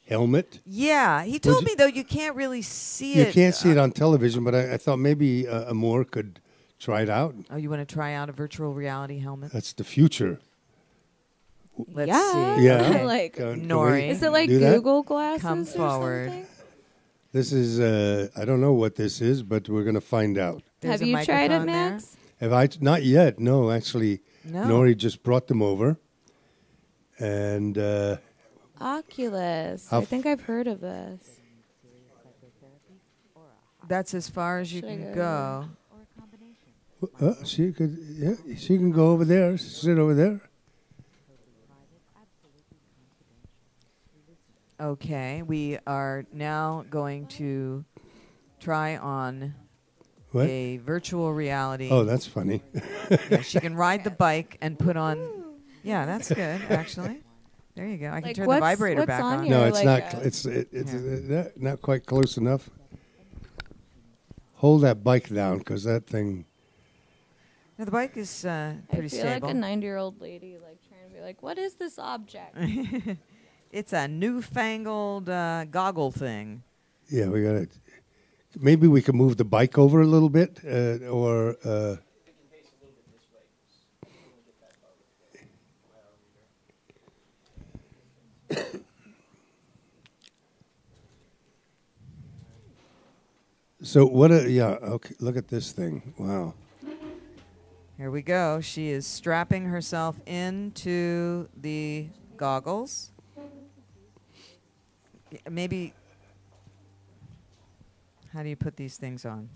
Speaker 4: helmet.
Speaker 3: Yeah, he told
Speaker 4: you-
Speaker 3: me though you can't really see
Speaker 4: You
Speaker 3: it.
Speaker 4: can't see it
Speaker 3: Uh,
Speaker 4: on television, but I, I thought maybe uh, Amor could try it out.
Speaker 3: Oh, you want to try out a virtual reality helmet?
Speaker 4: That's the future.
Speaker 3: Let's
Speaker 10: yeah.
Speaker 3: see.
Speaker 4: Yeah.
Speaker 3: Okay.
Speaker 10: like,
Speaker 4: Can- can
Speaker 3: Nori.
Speaker 4: we
Speaker 10: is it like
Speaker 4: do that?
Speaker 10: Google Glasses?
Speaker 3: Come
Speaker 10: or
Speaker 3: forward.
Speaker 10: something?
Speaker 4: This is, uh, I don't know what this is, but we're going to find out.
Speaker 3: There's
Speaker 10: Have
Speaker 3: a
Speaker 10: you tried it,
Speaker 3: microphone there.
Speaker 10: Max?
Speaker 4: Have I? Not yet. No, actually,
Speaker 3: No.
Speaker 4: Nori just brought them over. And uh,
Speaker 10: Oculus.
Speaker 3: Oh.
Speaker 4: I'll
Speaker 10: I
Speaker 4: f-
Speaker 10: think I've heard of this.
Speaker 3: That's as far as you
Speaker 10: Should I
Speaker 3: can
Speaker 10: go?
Speaker 3: go.
Speaker 4: uh, she could, yeah, she can go over there, sit over there.
Speaker 3: Okay, we are now going to try on
Speaker 4: What?
Speaker 3: a virtual reality.
Speaker 4: Oh, that's funny.
Speaker 3: Yeah, she can ride the bike and put on. Yeah, that's good actually. There you go. I can
Speaker 10: Like,
Speaker 3: turn the
Speaker 10: what's-
Speaker 3: vibrator
Speaker 10: what's
Speaker 3: back
Speaker 10: on
Speaker 3: on.
Speaker 10: here?
Speaker 4: No,
Speaker 10: or
Speaker 4: it's not.
Speaker 10: like a-
Speaker 4: cl- it's it, it's
Speaker 3: uh, Yeah.
Speaker 4: uh, not, not quite close enough. Hold that bike down, because that thing.
Speaker 3: No, the bike is uh,
Speaker 10: I
Speaker 3: pretty
Speaker 10: feel
Speaker 3: stable.
Speaker 10: like a 90 year old lady, like trying to be like, what is this object?
Speaker 3: it's a newfangled uh, goggle thing.
Speaker 4: Yeah, we gotta. Maybe we could move the bike over a little bit, uh, or. Uh, So what? A, yeah. Okay. Look at this thing. Wow.
Speaker 3: Here we go. She is strapping herself into the goggles. Y- Maybe. How do you put these things on?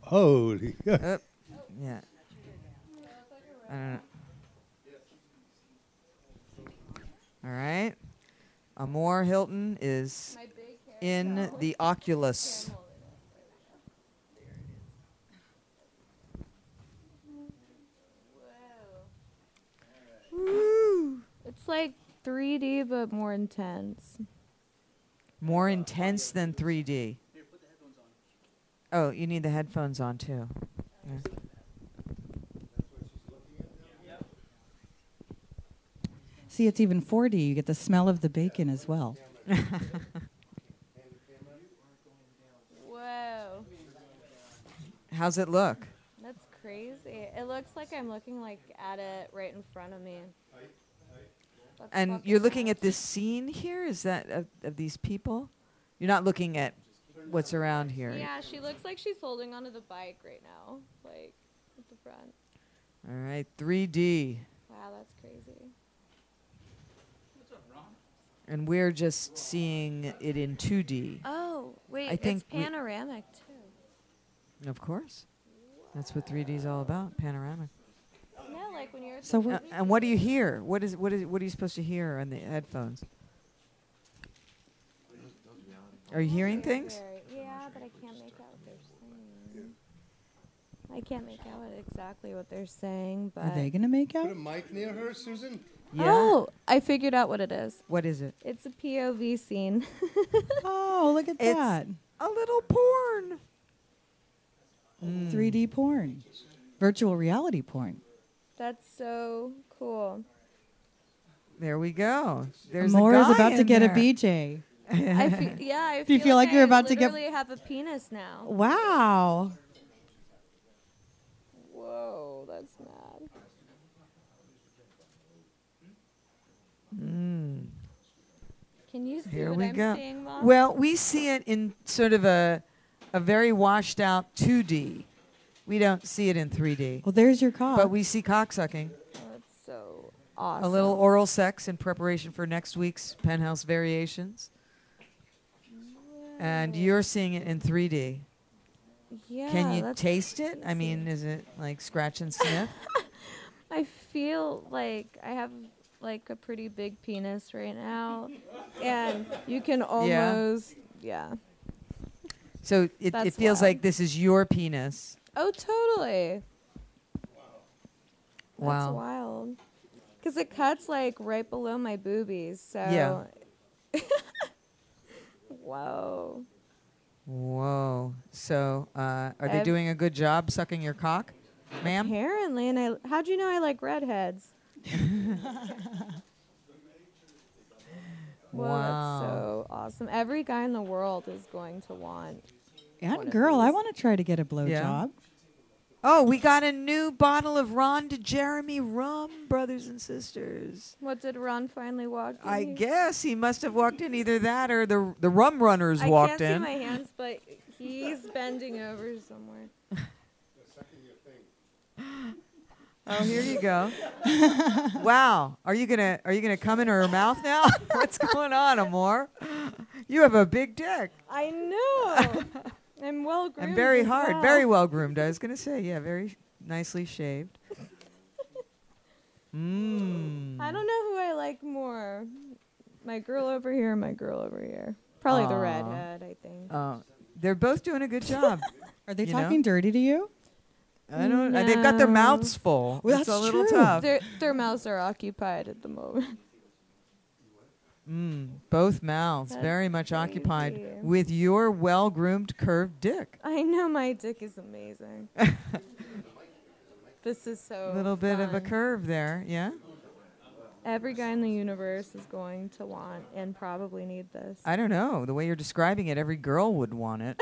Speaker 4: Holy.
Speaker 3: Up. Yeah. I don't know. All right. Amor Hilton is in the Oculus.
Speaker 10: It's like 3D but more intense.
Speaker 3: More intense than 3D. Oh, you need the headphones on too. Yeah.
Speaker 7: See, it's even 4D. You get the smell of the bacon as well.
Speaker 10: Whoa.
Speaker 3: How's it look?
Speaker 10: That's crazy. It looks like I'm looking like at it right in front of me. That's
Speaker 3: And
Speaker 10: fucking
Speaker 3: you're looking
Speaker 10: nuts.
Speaker 3: at this scene here? Is that of, of these people? You're not looking at what's around here.
Speaker 10: Yeah, she looks like she's holding onto the bike right now, like at the front.
Speaker 3: All right, 3D.
Speaker 10: Wow, that's crazy.
Speaker 3: And we're just seeing it in 2D.
Speaker 10: Oh wait, it's
Speaker 3: think we-
Speaker 10: panoramic too.
Speaker 3: Of course. That's what 3D is all about, panoramic.
Speaker 10: No, like when you're. at the
Speaker 7: So we're-
Speaker 3: Uh,
Speaker 10: beach.
Speaker 3: and what do you hear? What is what is what are you supposed to hear on the headphones? Are you hearing things?
Speaker 10: Very- Yeah, but I can't make out what they're saying. I can't make out what- exactly what they're saying, but.
Speaker 7: Are they going to make
Speaker 4: Put a
Speaker 7: out?
Speaker 4: mic near her, Susan.
Speaker 10: Oh, I figured out what it is.
Speaker 3: What is it?
Speaker 10: It's a POV scene.
Speaker 7: Oh, look at
Speaker 3: It's-
Speaker 7: that.
Speaker 3: A little porn.
Speaker 7: 3D Mm. porn, virtual reality porn.
Speaker 10: That's so cool.
Speaker 3: There we go. There's a
Speaker 7: Amor is
Speaker 3: guy
Speaker 7: about to
Speaker 3: in
Speaker 7: get
Speaker 3: there.
Speaker 7: a BJ.
Speaker 10: I fe- yeah, I
Speaker 7: Do you feel like
Speaker 10: I
Speaker 7: you're about to get-
Speaker 10: literally have a penis now.
Speaker 7: Wow.
Speaker 10: Whoa, that's mad.
Speaker 3: Hmm.
Speaker 10: Can you see
Speaker 3: Here
Speaker 10: what
Speaker 3: we
Speaker 10: I'm
Speaker 3: go.
Speaker 10: seeing, Mom?
Speaker 3: Well, we see it in sort of a a very washed out 2D. We don't see it in 3D.
Speaker 7: Well, there's your cock.
Speaker 3: But we see cocksucking,
Speaker 10: that's so awesome.
Speaker 3: a little oral sex in preparation for next week's penthouse variations. And you're seeing it in 3D.
Speaker 10: Yeah,
Speaker 3: Can you
Speaker 10: that's
Speaker 3: taste it?
Speaker 10: crazy.
Speaker 3: I mean, is it like scratch and sniff?
Speaker 10: I feel like I have like a pretty big penis right now, and you can almost yeah.
Speaker 3: so it, it
Speaker 10: That's
Speaker 3: feels
Speaker 10: wild.
Speaker 3: like this is your penis.
Speaker 10: Oh, totally.
Speaker 3: Wow.
Speaker 10: That's wild. Because it cuts like right below my boobies. So.
Speaker 3: Yeah.
Speaker 10: Whoa.
Speaker 3: Whoa. So, uh, are they
Speaker 10: Ev-
Speaker 3: doing a good job sucking your cock, ma'am?
Speaker 10: Apparently, and I. How'd you know I like redheads?
Speaker 3: Oh,
Speaker 10: Whoa,
Speaker 3: Wow.
Speaker 10: that's so awesome. Every guy in the world is going to want.
Speaker 7: and girl, I want to try to get a blowjob.
Speaker 3: Yeah. Oh, we got a new bottle of Ron to Jeremy rum, brothers and sisters.
Speaker 10: What did Ron finally walk in?
Speaker 3: I
Speaker 10: He-
Speaker 3: guess he must have walked in either that or the the rum runners
Speaker 10: I
Speaker 3: walked
Speaker 10: can't see
Speaker 3: in.
Speaker 10: my hands, but he's bending over somewhere.
Speaker 3: oh, here you go. wow, are you gonna are you gonna come in her mouth now? What's going on, Amor? You have a big dick.
Speaker 10: I know. I'm well groomed.
Speaker 3: and very
Speaker 10: as
Speaker 3: hard,
Speaker 10: well.
Speaker 3: very well groomed. I was gonna say, yeah, very sh- nicely shaved. Mmm.
Speaker 10: I don't know who I like more. My girl over here, and my girl over here. Probably the
Speaker 3: Aw.
Speaker 10: redhead, I think.
Speaker 3: Oh, they're both doing a good job.
Speaker 7: Are they
Speaker 3: You know?
Speaker 7: talking dirty to you?
Speaker 3: I don't. uh, They've got their mouths full.
Speaker 7: Well,
Speaker 3: it's a
Speaker 7: that's
Speaker 3: little
Speaker 7: true.
Speaker 3: tough.
Speaker 10: um, Their their mouths are occupied at the moment.
Speaker 3: Mm, both mouths
Speaker 10: That's
Speaker 3: very much
Speaker 10: crazy.
Speaker 3: occupied with your well-groomed curved dick.
Speaker 10: I know my dick is amazing. this is so.
Speaker 3: A little bit of a
Speaker 10: fun.
Speaker 3: curve there, yeah.
Speaker 10: Every guy in the universe is going to want and probably need this.
Speaker 3: I don't know. The way you're describing it, every girl would want it,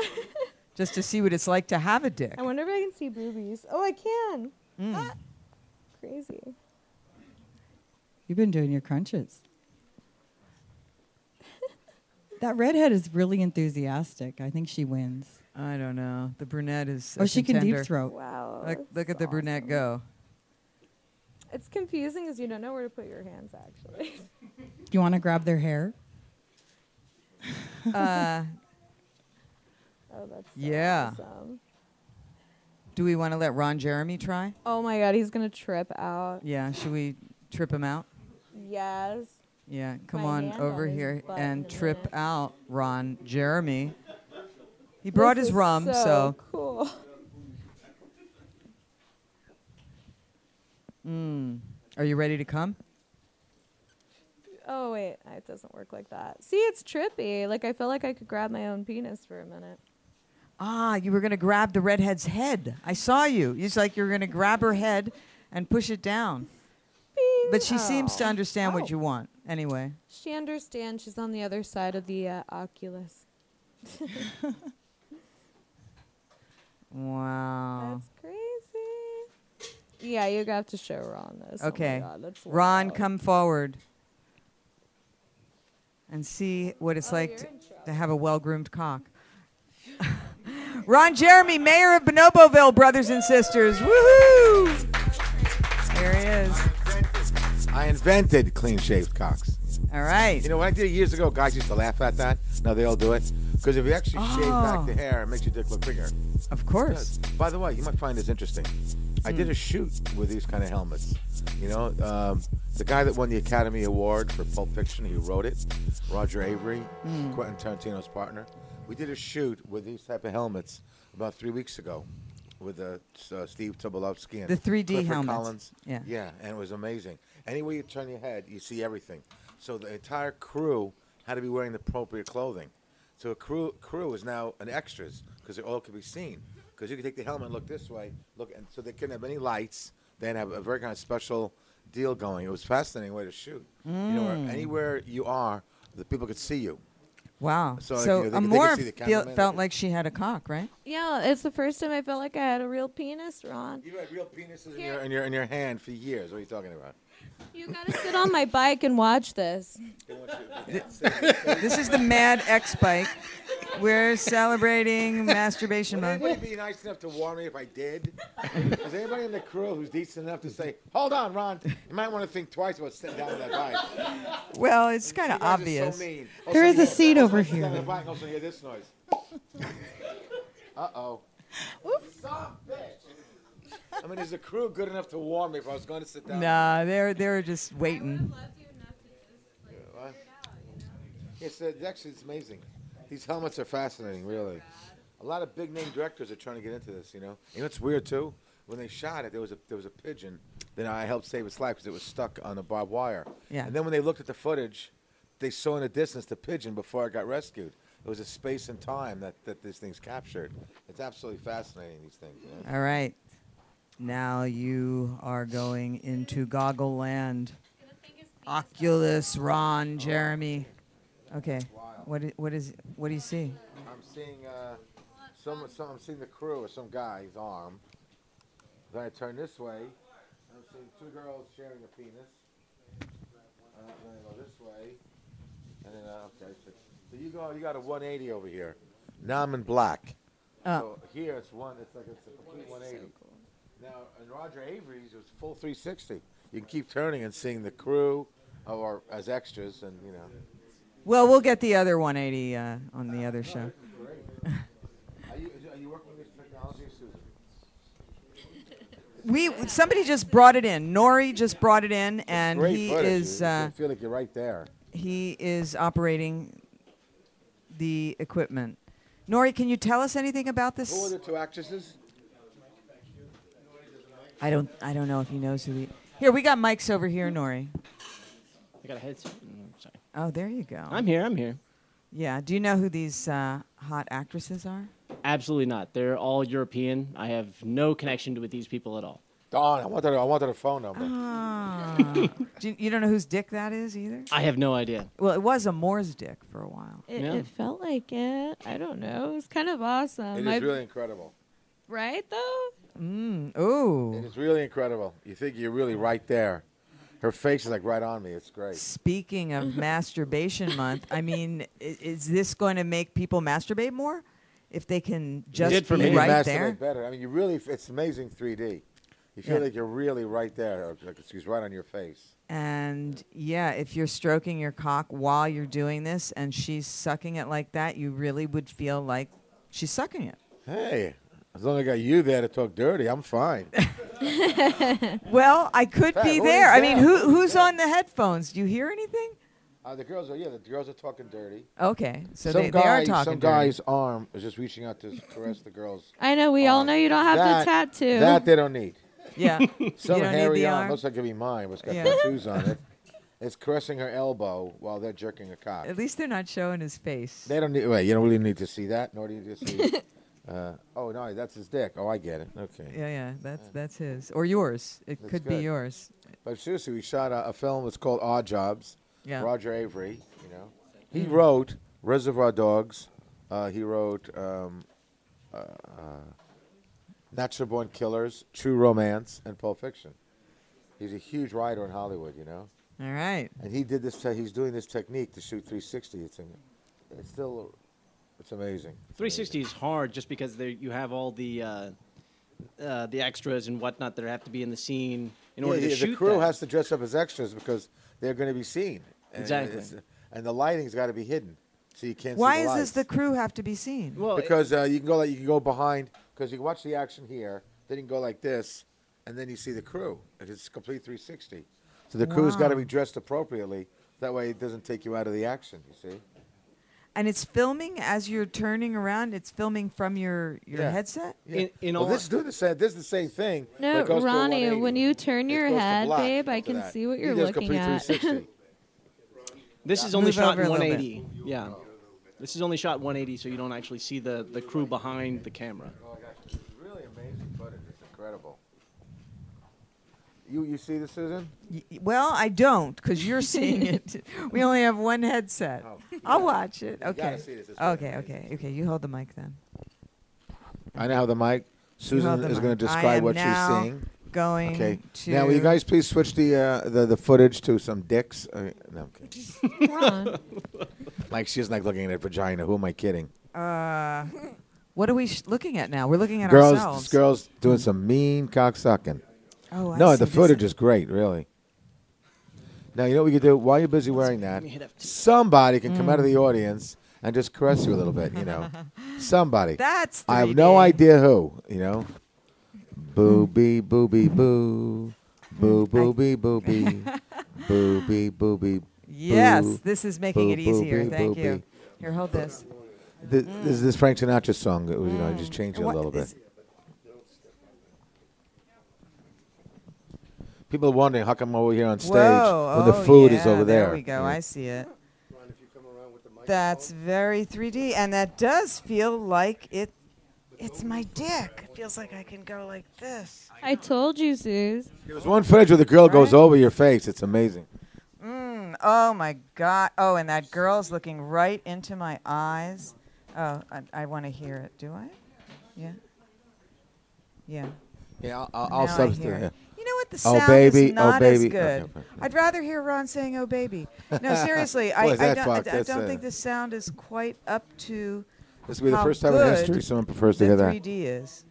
Speaker 3: just to see what it's like to have a dick.
Speaker 10: I wonder if I can see boobies. Oh, I can.
Speaker 3: Mm.
Speaker 10: Crazy.
Speaker 7: You've been doing your crunches. That redhead is really enthusiastic. I think she wins.
Speaker 3: I don't know. The brunette is. a
Speaker 7: Or Oh, she can
Speaker 3: contender.
Speaker 7: deep throat.
Speaker 10: Wow.
Speaker 3: Look, look at
Speaker 10: that's
Speaker 3: the brunette
Speaker 10: awesome.
Speaker 3: go.
Speaker 10: It's confusing because you don't know where to put your hands, actually.
Speaker 7: Do you want to grab their hair?
Speaker 3: Uh,
Speaker 10: oh, that's so
Speaker 3: Yeah.
Speaker 10: awesome.
Speaker 3: do we want to let Ron Jeremy try?
Speaker 10: Oh my God, he's gonna trip out.
Speaker 3: Yeah. Should we trip him out?
Speaker 10: Yes.
Speaker 3: Yeah. Come
Speaker 10: My
Speaker 3: on
Speaker 10: hand
Speaker 3: over
Speaker 10: on his
Speaker 3: here
Speaker 10: butt in
Speaker 3: and
Speaker 10: a
Speaker 3: trip
Speaker 10: minute.
Speaker 3: out Ron Jeremy. He brought
Speaker 10: This
Speaker 3: his
Speaker 10: is
Speaker 3: rum, so.
Speaker 10: cool.
Speaker 3: Mm. Are you ready to come?
Speaker 10: Oh wait, it doesn't work like that. See, it's trippy. Like I feel like I could grab my own penis for a minute.
Speaker 3: Ah, you were going to grab the redhead's head. I saw you. It's like you were going to grab her head and push it down.
Speaker 10: Bing.
Speaker 3: But she seems to
Speaker 10: Oh.
Speaker 3: understand what you want anyway.
Speaker 10: She understands. She's on the other side of the uh, Oculus.
Speaker 3: Wow.
Speaker 10: That's crazy. Yeah, you have to show Ron this.
Speaker 3: Okay.
Speaker 10: Oh my God, that's
Speaker 3: Ron,
Speaker 10: wild.
Speaker 3: come forward and see what it's
Speaker 10: Oh,
Speaker 3: like
Speaker 10: you're
Speaker 3: to,
Speaker 10: in trouble.
Speaker 3: to have a well groomed cock. Ron Jeremy, mayor of Bonoboville, brothers and sisters. Woohoo! There he is.
Speaker 11: I invented clean shaved cocks.
Speaker 3: All right.
Speaker 11: You know, when I did it years ago, guys used to laugh at that. Now they all do it. Because if you actually shave
Speaker 3: Oh.
Speaker 11: back the hair, it makes your dick look bigger.
Speaker 3: Of
Speaker 11: It
Speaker 3: course. Hmm.
Speaker 11: does. By the way, you might find this interesting. I did a shoot with these kind of helmets. You know, um, the guy that won the Academy Award for Pulp Fiction, he wrote it. Roger Avery,
Speaker 3: Hmm.
Speaker 11: Quentin Tarantino's partner. We did a shoot with these type of helmets about three weeks ago with uh, s- uh, Steve Tobolowsky and
Speaker 3: The 3D
Speaker 11: Clifford
Speaker 3: helmets.
Speaker 11: Collins.
Speaker 3: Yeah.
Speaker 11: Yeah, and it was amazing. Any way you turn your head, you see everything. So the entire crew had to be wearing the appropriate clothing. So a crew crew is now an extras because it all could be seen. Because you could take the helmet, and look this way, look, and so they couldn't have any lights. They had to have a very kind of special deal going. It was a fascinating way to shoot. You know, where anywhere you are, the people could see you.
Speaker 3: Wow. So,
Speaker 11: So, you know, they could- they could
Speaker 3: Amora
Speaker 11: see the
Speaker 3: feel-
Speaker 11: cameraman, they
Speaker 3: felt
Speaker 11: could-
Speaker 3: like she had a cock, right?
Speaker 10: Yeah, it's the first time I felt like I had a real penis, Ron.
Speaker 11: You had real penises in your, in your in your hand for years. What are you talking about?
Speaker 10: You gotta sit on my bike and watch this.
Speaker 11: They want
Speaker 3: This is the Mad X Bike. We're celebrating masturbation
Speaker 11: Would
Speaker 3: month.
Speaker 11: anybody be nice enough to warn me if I did? Is anybody in the crew who's decent enough to say, "Hold on, Ron, you might want to think twice about sitting down on that bike"?
Speaker 3: Well, it's kind
Speaker 11: You
Speaker 3: of
Speaker 11: guys are so
Speaker 3: obvious.
Speaker 11: mean.
Speaker 7: There
Speaker 11: Also,
Speaker 7: is a
Speaker 11: you-
Speaker 7: seat
Speaker 11: also,
Speaker 7: over
Speaker 11: you sit down
Speaker 7: here.
Speaker 11: on that bike, also hear this noise. Uh oh. Son of a bitch. I mean, is the crew good enough to warn me if I was going to sit down?
Speaker 3: Nah, they're they're just waiting.
Speaker 11: It's uh, actually it's amazing. These helmets are fascinating, really. A lot of big name directors are trying to get into this, you know. You know what's weird too? When they shot it, there was a there was a pigeon that I helped save its life because it was stuck on a barbed wire.
Speaker 3: Yeah.
Speaker 11: And then when they looked at the footage, they saw in the distance the pigeon before it got rescued. It was a space and time that, that these things captured. It's absolutely fascinating. These things. You know?
Speaker 3: All right. Now you are going into goggle land. Oculus, Ron, Jeremy. Okay. What i- what is what do you see?
Speaker 11: I'm seeing uh, some, some. I'm seeing the crew or some guy's arm. Then I turn this way. I'm seeing two girls sharing a penis. Uh, then I go this way. And then uh, okay. So, so you go. You got a 180 over here. Now I'm in black.
Speaker 3: Uh.
Speaker 11: So here it's one. It's like it's a complete 180. Now in Roger Avery's it was full 360. You can keep turning and seeing the crew, or as extras, and you know.
Speaker 3: Well, we'll get the other 180 uh, on the other show.
Speaker 11: Are you, are you working with this technology, Susan?
Speaker 3: We somebody just brought it in. Nori just brought it in, and
Speaker 11: Great
Speaker 3: he
Speaker 11: footage.
Speaker 3: is.
Speaker 11: You- you
Speaker 3: Uh,
Speaker 11: feel like you're right there.
Speaker 3: He is operating the equipment. Nori, can you tell us anything about
Speaker 11: Who were
Speaker 3: this?
Speaker 11: the two actresses?
Speaker 3: I don't. I don't know if he knows who he. Here we got mics over here, Nori.
Speaker 8: I got a headset. Mm, Sorry.
Speaker 3: Oh, there you go.
Speaker 8: I'm here. I'm here.
Speaker 3: yeah. Do you know who these uh, hot actresses are?
Speaker 8: Absolutely not. They're all European. I have no connection to- with these people at all.
Speaker 11: Dawn, I wanted, her, I wanted her phone number.
Speaker 3: Ah. do you, you don't know whose dick that is either.
Speaker 8: I have no idea.
Speaker 3: Well, it was a Moore's dick for a while.
Speaker 10: It,
Speaker 8: Yeah.
Speaker 10: it felt like it. I don't know. It was kind of awesome.
Speaker 11: It is
Speaker 10: I-
Speaker 11: really incredible.
Speaker 10: right though.
Speaker 3: Mm.
Speaker 11: It
Speaker 3: Ooh.
Speaker 11: is really incredible. You think you're really right there. Her face is like right on me. It's great.
Speaker 3: Speaking
Speaker 10: Mm-hmm.
Speaker 3: of masturbation month, I mean, i- is this going to make people masturbate more if they can just
Speaker 11: did for
Speaker 3: be
Speaker 11: me.
Speaker 3: right
Speaker 11: Masturbate
Speaker 3: there?
Speaker 11: Better. I mean, you really. It's amazing 3D. You feel
Speaker 3: Yeah.
Speaker 11: like you're really right there. or, like, Excuse, right on your face.
Speaker 3: And yeah, if you're stroking your cock while you're doing this and she's sucking it like that, you really would feel like she's sucking it.
Speaker 11: Hey, as long as I got you there to talk dirty, I'm fine.
Speaker 3: well, I could
Speaker 11: Pat,
Speaker 3: be
Speaker 11: who
Speaker 3: there.
Speaker 11: is
Speaker 3: I mean,
Speaker 11: that?
Speaker 3: who, who's on the headphones? Do you hear anything?
Speaker 11: Uh, the girls are yeah. The girls are talking dirty.
Speaker 3: Okay, so
Speaker 11: some
Speaker 3: they- they
Speaker 11: guy,
Speaker 3: are talking
Speaker 11: Some
Speaker 3: dirty.
Speaker 11: guy's arm was just reaching out to caress the girls.
Speaker 10: I know. We all know you don't have
Speaker 11: Uh, that,
Speaker 10: the tattoo.
Speaker 11: That they don't need.
Speaker 10: Yeah. You
Speaker 11: Some
Speaker 10: don't need
Speaker 11: hairy
Speaker 10: the
Speaker 11: arm.
Speaker 10: arm?
Speaker 11: Looks like it'd be mine, but it's got
Speaker 3: Yeah.
Speaker 11: tattoos on it. It's caressing her elbow while they're jerking a cock.
Speaker 3: At least they're not showing his face.
Speaker 11: They don't need. Wait, you don't really need to see that, nor do you need to see. uh, oh no, that's his dick. Oh, I get it. Okay.
Speaker 3: Yeah, yeah, that's that's his or yours. It
Speaker 11: That's
Speaker 3: could
Speaker 11: good.
Speaker 3: be yours.
Speaker 11: But seriously, we shot a, a film. It's called Odd Jobs.
Speaker 3: Yeah.
Speaker 11: Roger Avery. You know, he
Speaker 3: Mm.
Speaker 11: wrote Reservoir Dogs. Uh, he wrote um, uh, uh, Natural Born Killers, True Romance, and Pulp Fiction. He's a huge writer in Hollywood. You know.
Speaker 3: All right.
Speaker 11: And he did this. Te- he's doing this technique to shoot 360. It's in, it's still, it's amazing.
Speaker 8: 360 is hard just because there you have all the uh, uh, the extras and whatnot that have to be in the scene in
Speaker 11: Yeah,
Speaker 8: order to
Speaker 11: yeah,
Speaker 8: shoot
Speaker 11: The crew
Speaker 8: that.
Speaker 11: has to dress up as extras because they're going to be seen. And
Speaker 8: Exactly.
Speaker 11: it's- And the lighting's got to be hidden, so you can't. see
Speaker 3: Why
Speaker 11: the
Speaker 3: is
Speaker 11: lights.
Speaker 3: this the crew have to be seen?
Speaker 11: because uh, you can go like you can go behind because you can watch the action here, then you can go like this, and then you see the crew. It is complete 360. So the crew's got to
Speaker 3: Wow.
Speaker 11: be dressed appropriately. That way, it doesn't take you out of the action. You see.
Speaker 3: and it's filming as you're turning around. It's filming from your your
Speaker 11: Yeah.
Speaker 3: headset.
Speaker 11: Yeah. well, this do the same. This is the same thing. but
Speaker 10: No,
Speaker 11: it goes to a
Speaker 10: Ronnie,
Speaker 11: 180.
Speaker 10: when you turn
Speaker 11: It
Speaker 10: your
Speaker 11: goes to
Speaker 10: head,
Speaker 11: black
Speaker 10: babe, I
Speaker 11: after
Speaker 10: can
Speaker 11: that.
Speaker 10: see what
Speaker 11: He
Speaker 10: you're
Speaker 11: does
Speaker 10: looking
Speaker 11: complete
Speaker 10: at.
Speaker 11: 360.
Speaker 8: This
Speaker 11: Yeah.
Speaker 8: is only
Speaker 11: Move
Speaker 8: shot
Speaker 11: over
Speaker 8: in
Speaker 11: a little bit.
Speaker 8: 180. Yeah. This is only shot 180, so you don't actually see the, the crew behind the camera.
Speaker 11: Oh, really amazing footage. It's incredible. You you see this, Susan?
Speaker 3: Y- Well, I don't because you're seeing it. We only have one headset. I'll watch it.
Speaker 11: Oh. You gotta
Speaker 3: Okay.
Speaker 11: see this. It's really
Speaker 3: Okay. Okay. Okay. You hold the mic then.
Speaker 11: I now have the mic.
Speaker 3: You hold
Speaker 11: Susan
Speaker 3: the
Speaker 11: is going
Speaker 3: mic.
Speaker 11: to
Speaker 3: I
Speaker 11: describe
Speaker 3: am
Speaker 11: what
Speaker 3: now
Speaker 11: she's seeing.
Speaker 3: Going
Speaker 11: Okay.
Speaker 3: to
Speaker 11: Now, will you guys please switch the uh, the, the footage to some dicks? Uh, no, I'm kidding.
Speaker 10: Ron.
Speaker 11: like she doesn't like looking at her vagina. Who am I kidding?
Speaker 3: Uh, what are we sh- looking at now? We're looking at
Speaker 11: girls,
Speaker 3: ourselves.
Speaker 11: this girl's doing some mean cock sucking.
Speaker 3: Oh, I
Speaker 11: no,
Speaker 3: see.
Speaker 11: the
Speaker 3: This
Speaker 11: footage is great, really. Now you know what we could do while you're busy wearing that. Somebody can come out of
Speaker 3: Mm.
Speaker 11: the audience and just caress you a little bit, you know. somebody.
Speaker 3: That's
Speaker 11: I have no idea who, you know. Booby, booby, boo, boo, booby, booby, booby, booby.
Speaker 3: Yes,
Speaker 11: boo,
Speaker 3: this is making it
Speaker 11: boo,
Speaker 3: easier.
Speaker 11: booby,
Speaker 3: Thank you.
Speaker 11: booby.
Speaker 3: Here, hold this.
Speaker 11: Th- This is this Frank Sinatra song. It was, you know, I just changed it a
Speaker 3: Mm. What
Speaker 11: little bit.
Speaker 3: is-
Speaker 11: People are wondering how come I'm over here on stage
Speaker 3: Whoa,
Speaker 11: when the
Speaker 3: oh,
Speaker 11: food is
Speaker 3: yeah,
Speaker 11: over there.
Speaker 3: There we go.
Speaker 11: Yeah.
Speaker 3: I see it. That's very 3D, and that does feel like it. It's my dick. It feels like I can go like this.
Speaker 10: I told you, Suze.
Speaker 11: There's one footage where the girl goes over your face. It's amazing.
Speaker 3: Mm, oh my God. Oh, and that girl's looking right into my eyes. Oh, I, I want to hear it. Do I? Yeah. Yeah.
Speaker 11: Yeah, I'll, I'll, I'll
Speaker 3: Now I
Speaker 11: substitute.
Speaker 3: hear
Speaker 11: yeah.
Speaker 3: it. You know what? The
Speaker 11: oh,
Speaker 3: sound
Speaker 11: baby,
Speaker 3: is not
Speaker 11: oh,
Speaker 3: as
Speaker 11: baby.
Speaker 3: good.
Speaker 11: Okay, okay.
Speaker 3: I'd rather hear Ron saying, "Oh, baby." No, seriously, I,
Speaker 11: Boy,
Speaker 3: I
Speaker 11: that
Speaker 3: don't,
Speaker 11: fucked.
Speaker 3: I, I
Speaker 11: That's,
Speaker 3: don't
Speaker 11: uh,
Speaker 3: think the sound is quite up to.
Speaker 11: This will be the
Speaker 3: how
Speaker 11: first time in
Speaker 3: good
Speaker 11: history someone prefers to
Speaker 3: the
Speaker 11: hear that.
Speaker 3: 3D is.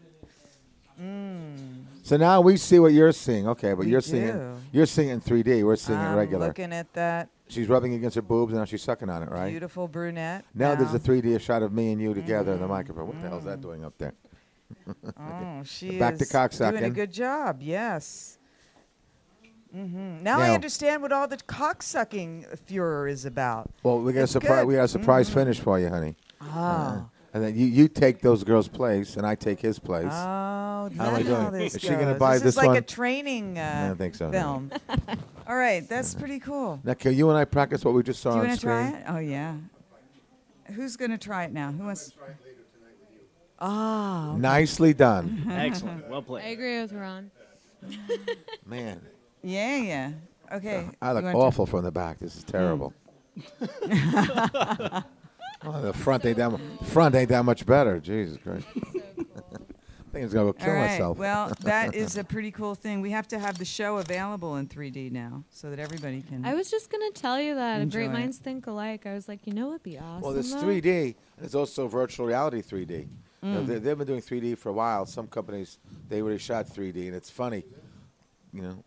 Speaker 3: Mm,
Speaker 11: So now we see what you're seeing. Okay, but
Speaker 3: We
Speaker 11: you're seeing it-
Speaker 3: do.
Speaker 11: you're seeing it in 3D. We're seeing
Speaker 3: Mm, I'm
Speaker 11: it regular.
Speaker 3: looking at that
Speaker 11: She's rubbing against her boobs and now she's sucking on it, right?
Speaker 3: beautiful brunette.
Speaker 11: Now there's a 3D shot of me and you together in the microphone. What the hell's that doing up there?
Speaker 3: Mm. Oh, she
Speaker 11: Back to
Speaker 3: is doing a
Speaker 11: cocksucking.
Speaker 3: good job. Yes. hmm Now, I
Speaker 11: Now-
Speaker 3: understand what all the cocksucking furor is about.
Speaker 11: Well, we got a
Speaker 3: It's
Speaker 11: surprise.
Speaker 3: good.
Speaker 11: We got a surprise
Speaker 3: Mhm.
Speaker 11: finish for you, honey. Uh,
Speaker 3: Oh.
Speaker 11: And then you, you take those girls' place, and I take his place.
Speaker 3: Oh,
Speaker 11: How am I
Speaker 3: that's
Speaker 11: doing?
Speaker 3: how this
Speaker 11: Is she gonna
Speaker 3: goes.
Speaker 11: buy
Speaker 3: this,
Speaker 11: this
Speaker 3: is like
Speaker 11: one?
Speaker 3: a training uh,
Speaker 11: I don't think so, no. Uh-huh.
Speaker 3: film. All right, that's pretty cool.
Speaker 11: Now, can you and I practice what we just saw
Speaker 3: Do you
Speaker 11: on
Speaker 3: want to
Speaker 11: screen?
Speaker 3: try it? Oh yeah. Who's gonna try it now? Who wants? Ah.
Speaker 11: Nicely done.
Speaker 8: Excellent. Well
Speaker 10: I
Speaker 8: played.
Speaker 10: agree with Ron.
Speaker 11: Man,
Speaker 3: Yeah, yeah. Okay.
Speaker 11: I
Speaker 3: you
Speaker 11: look
Speaker 3: wanna try-
Speaker 11: awful from the back. This is terrible.
Speaker 3: Mm.
Speaker 11: Oh, the front ain't that mu- front ain't that much better. Jesus Christ. think it's gonna go kill
Speaker 3: All right.
Speaker 11: myself.
Speaker 3: Well, that is a pretty cool thing. We have to have the show available in 3D now so that everybody can.
Speaker 10: I was just gonna tell you that
Speaker 3: Enjoy
Speaker 10: great
Speaker 3: it.
Speaker 10: minds think alike. I was like, you know what'd be awesome?
Speaker 11: Well, there's
Speaker 10: though?
Speaker 11: 3D, and it's also virtual reality 3D. You know,
Speaker 10: Mm.
Speaker 11: they, they've been doing 3D for a while. Some companies they already shot 3D, and it's funny. You know,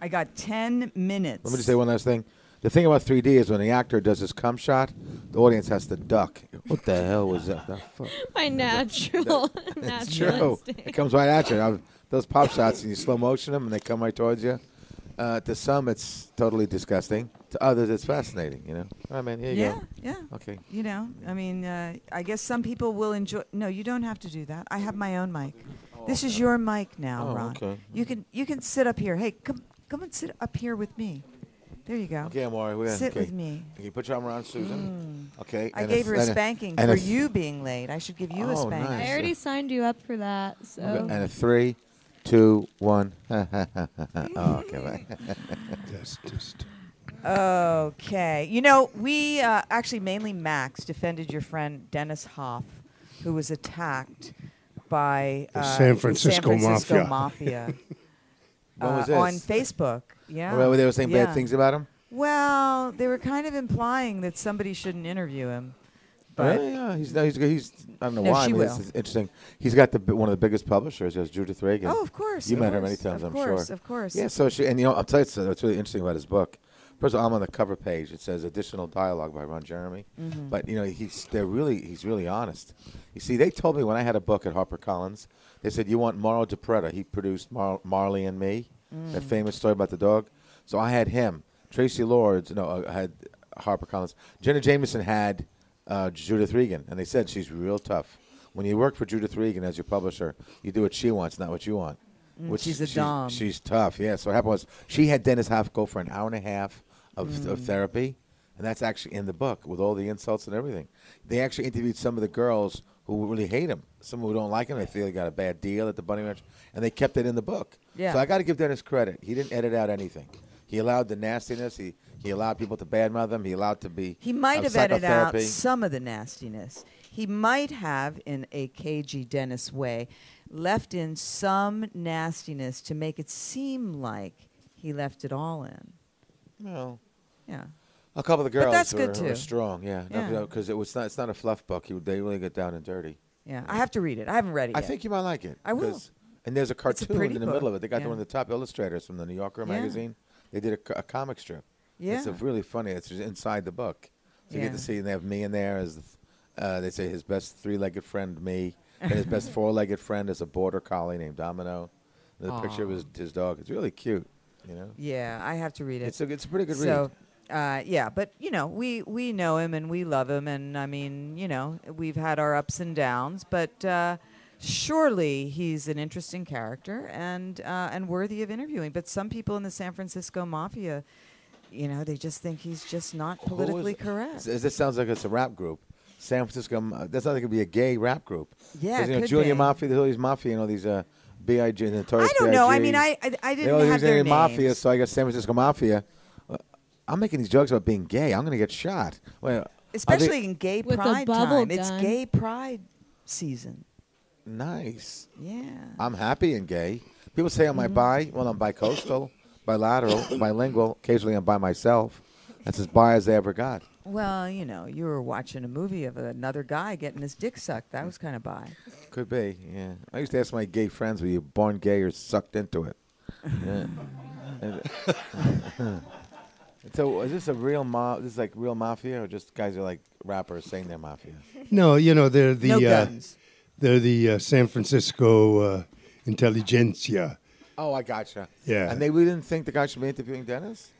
Speaker 3: I got 10 minutes.
Speaker 11: let me just say one last thing. The thing about 3D is when the actor does his cum shot, the audience has to duck. What the hell was that? The fuck?
Speaker 10: My natural, natural
Speaker 11: It's true.
Speaker 10: instinct.
Speaker 11: It comes right at you. I've- those pop shots, and you slow motion them, and they come right towards you. Uh, to some, it's totally disgusting. To others, it's fascinating. You know. All right, man. Here you
Speaker 3: yeah,
Speaker 11: go.
Speaker 3: yeah.
Speaker 11: Okay.
Speaker 3: You know, I mean, uh, I guess some people will enjoy. No, you don't have to do that. I have my own mic. This is your mic now,
Speaker 11: Oh,
Speaker 3: Ron.
Speaker 11: okay.
Speaker 3: You can you can sit up here. Hey, come come and sit up here with me. There you go.
Speaker 11: Okay, Amari. We're gonna,
Speaker 3: sit
Speaker 11: okay.
Speaker 3: with me. Mm.
Speaker 11: Can you put your arm around Susan? Okay.
Speaker 3: I
Speaker 11: and
Speaker 3: gave her a
Speaker 11: and
Speaker 3: spanking
Speaker 11: and
Speaker 3: for
Speaker 11: a-
Speaker 3: you being late. I should give you a
Speaker 11: Oh,
Speaker 3: spanking.
Speaker 11: nice.
Speaker 10: I already signed you up for that, so
Speaker 3: Oh.
Speaker 11: And a three, two, one. oh, okay. Bye.
Speaker 4: That's just.
Speaker 3: Okay. You know, we uh, actually mainly Max defended your friend Dennis Hoff, who was attacked by
Speaker 4: The
Speaker 3: uh,
Speaker 4: San Francisco
Speaker 3: Francisco
Speaker 4: Mafia.
Speaker 3: Mafia,
Speaker 11: When was
Speaker 3: uh, on
Speaker 11: this?
Speaker 3: Facebook. Yeah.
Speaker 11: Well, they were saying bad
Speaker 3: Yeah.
Speaker 11: things about him.
Speaker 3: Well, they were kind of implying that somebody shouldn't interview him. But
Speaker 11: Really? Oh, yeah, he's, no, he's, he's I don't know
Speaker 3: No,
Speaker 11: why.
Speaker 3: she
Speaker 11: I mean, this
Speaker 3: will.
Speaker 11: is interesting. He's got the bi- one of the biggest publishers, is Judith Reagan.
Speaker 3: Oh, of course,
Speaker 11: You
Speaker 3: of
Speaker 11: met her many
Speaker 3: course,
Speaker 11: times,
Speaker 3: of
Speaker 11: I'm
Speaker 3: course,
Speaker 11: sure.
Speaker 3: of course.
Speaker 11: Yeah. So she and you know I'll tell you something that's really interesting about his book. First of all, I'm on the cover page. It says additional dialogue by Ron Jeremy.
Speaker 3: Mm-hmm.
Speaker 12: Mhm.
Speaker 11: But you know he's they're really he's really honest. You see, they told me when I had a book at HarperCollins, they said you want Mauro DiPretta. He produced Mar- Marley and Me, that
Speaker 12: Mm.
Speaker 11: famous story about the dog. So I had him. Tracy Lords, no, uh, had HarperCollins. Jenna Jameson had uh, Judith Regan, and they said she's real tough. When you work for Judith Regan as your publisher, you do what she wants, not what you want.
Speaker 3: Mm, she's a dom.
Speaker 11: She's tough, yeah. So what happened was she had Dennis Hoff go for an hour and a half of, of
Speaker 3: Mm.
Speaker 11: therapy, and that's actually in the book with all the insults and everything. They actually interviewed some of the girls who really hate him, some who don't like him. They feel they got a bad deal at the Bunny Ranch, and they kept it in the book.
Speaker 12: Yeah.
Speaker 11: So I got to give Dennis credit. He didn't edit out anything. He allowed the nastiness. He he allowed people to badmouth him. He allowed to be.
Speaker 3: He might
Speaker 11: of
Speaker 3: have edited out
Speaker 11: psychotherapy.
Speaker 3: some of the nastiness. He might have, in a cagey Dennis way, left in some nastiness to make it seem like he left it all in.
Speaker 11: Well,
Speaker 3: yeah.
Speaker 11: A couple of the
Speaker 3: But
Speaker 11: girls
Speaker 3: that's
Speaker 11: were,
Speaker 3: good too.
Speaker 11: were strong, yeah.
Speaker 3: Yeah.
Speaker 11: Because it was not, it's not a fluff book. You, they really get down and dirty.
Speaker 3: Yeah, I have to read it. I haven't read it
Speaker 11: I
Speaker 3: yet.
Speaker 11: think you might like it.
Speaker 3: I will.
Speaker 11: 'cause- And there's a
Speaker 3: It's a
Speaker 11: cartoon
Speaker 3: pretty
Speaker 11: in the
Speaker 3: book,
Speaker 11: middle of it. They got
Speaker 3: yeah.
Speaker 11: one of the top illustrators from the New Yorker
Speaker 3: Yeah.
Speaker 11: magazine. They did a, co- a comic strip. It's a
Speaker 3: Yeah.
Speaker 11: really funny. It's just inside the book. So you get
Speaker 3: Yeah.
Speaker 11: to see, and they have me in there as, the, uh, they say his best three-legged friend, me. And his best four-legged friend is a border collie named Domino. And the picture of
Speaker 3: Aw.
Speaker 11: his, his dog. It's really cute, you know?
Speaker 3: Yeah, I have to read it.
Speaker 11: It's a- it's a pretty good
Speaker 3: so, Uh, yeah, but you know, we we know him and we love him, and I mean, you know, we've had our ups and downs, but uh, surely he's an interesting character and uh, and worthy of interviewing. But some people in the San Francisco mafia, you know, they just think he's just not
Speaker 11: Who is
Speaker 3: politically
Speaker 11: it?
Speaker 3: correct.
Speaker 11: This- This sounds like it's a rap group. San Francisco. uh, That's not like it'd be a gay rap group.
Speaker 3: Yeah,
Speaker 11: 'Cause,
Speaker 3: it
Speaker 11: you know,
Speaker 3: could
Speaker 11: Junior
Speaker 3: be.
Speaker 11: Mafia. There's all these mafia and all these uh, Big and notorious.
Speaker 3: I don't know. I mean,
Speaker 11: B.I.G..
Speaker 3: I- I- I
Speaker 11: They
Speaker 3: didn't
Speaker 11: all use
Speaker 3: have
Speaker 11: the
Speaker 3: their
Speaker 11: name mafia,
Speaker 3: names.
Speaker 11: so I got San Francisco mafia. Uh, I'm making these jokes about being gay. I'm going to get shot. Wait, are they-
Speaker 3: Especially in gay
Speaker 10: With a
Speaker 3: pride
Speaker 10: bubble
Speaker 3: time, it's
Speaker 10: gun.
Speaker 3: gay pride season.
Speaker 11: nice.
Speaker 3: Yeah. Mm-hmm.
Speaker 11: I'm happy and gay. People say I'm bi. Well, I'm bicoastal, bilateral, bilingual. Occasionally, I'm by myself. That's as bi as I ever got.
Speaker 3: Well, you know, you were watching a movie of another guy getting his dick sucked. That was kind of bi.
Speaker 11: Could be, yeah. I used to ask my gay friends, were you born gay or sucked into it? Yeah. And- so is this a real ma? This is like real mafia, or just guys are like rappers saying they're mafia?
Speaker 4: No, you know they're the
Speaker 11: No
Speaker 4: uh,
Speaker 11: guns.
Speaker 4: they're the uh, San Francisco uh, intelligentsia.
Speaker 11: Oh, I gotcha.
Speaker 4: Yeah.
Speaker 11: And they we didn't think the guy should be interviewing Dennis.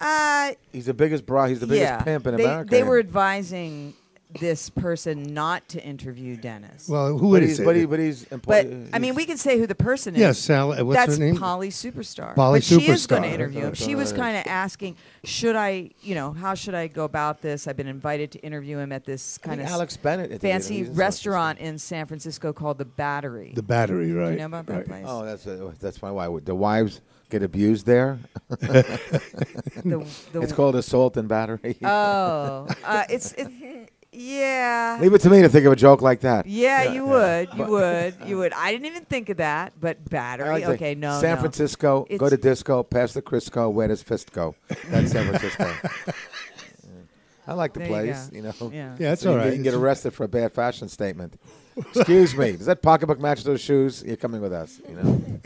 Speaker 3: Uh,
Speaker 11: He's the biggest bra. He's the biggest
Speaker 3: yeah.
Speaker 11: pimp in
Speaker 3: they,
Speaker 11: America.
Speaker 3: They were advising this person not to interview Dennis.
Speaker 4: Well, who
Speaker 11: but
Speaker 4: is
Speaker 11: he's,
Speaker 4: it?
Speaker 11: But, he, but he's
Speaker 3: But
Speaker 11: employed.
Speaker 3: I mean, we can say who the person is.
Speaker 4: Yeah, Sal- what's her
Speaker 3: That's
Speaker 4: name?
Speaker 3: Polly Superstar.
Speaker 4: Polly
Speaker 3: but she is going
Speaker 4: Superstar.
Speaker 3: to interview him. She was kind of asking, should I, you know, how should I go about this? I've been invited to interview him at this
Speaker 11: I think
Speaker 3: kind of
Speaker 11: Alex Bennett interviewed him.
Speaker 3: fancy
Speaker 11: He's in San
Speaker 3: restaurant in San Francisco called the Battery.
Speaker 4: The Battery,
Speaker 3: Do
Speaker 4: right,
Speaker 3: You know about that
Speaker 4: right.
Speaker 3: place?
Speaker 11: Oh, that's a, that's my why the wives get abused there.
Speaker 3: the-
Speaker 11: it's called assault and battery.
Speaker 3: Oh, uh, it's it's Yeah.
Speaker 11: Leave it to me to think of a joke like that.
Speaker 3: Yeah, you would. You
Speaker 11: But-
Speaker 3: would. You would. I didn't even think of that, but battery.
Speaker 11: I like to-
Speaker 3: okay, no.
Speaker 11: San
Speaker 3: no.
Speaker 11: Francisco, go
Speaker 3: It's-
Speaker 11: to disco, pass the Crisco, where does fist go? That's San Francisco. I like the
Speaker 3: There you
Speaker 11: place,
Speaker 3: go.
Speaker 11: you know.
Speaker 3: Yeah.
Speaker 4: Yeah, that's
Speaker 11: So you can-
Speaker 4: all right.
Speaker 11: You can get arrested for a bad fashion statement. Excuse me, does that pocketbook match those shoes? You're coming with us, you know.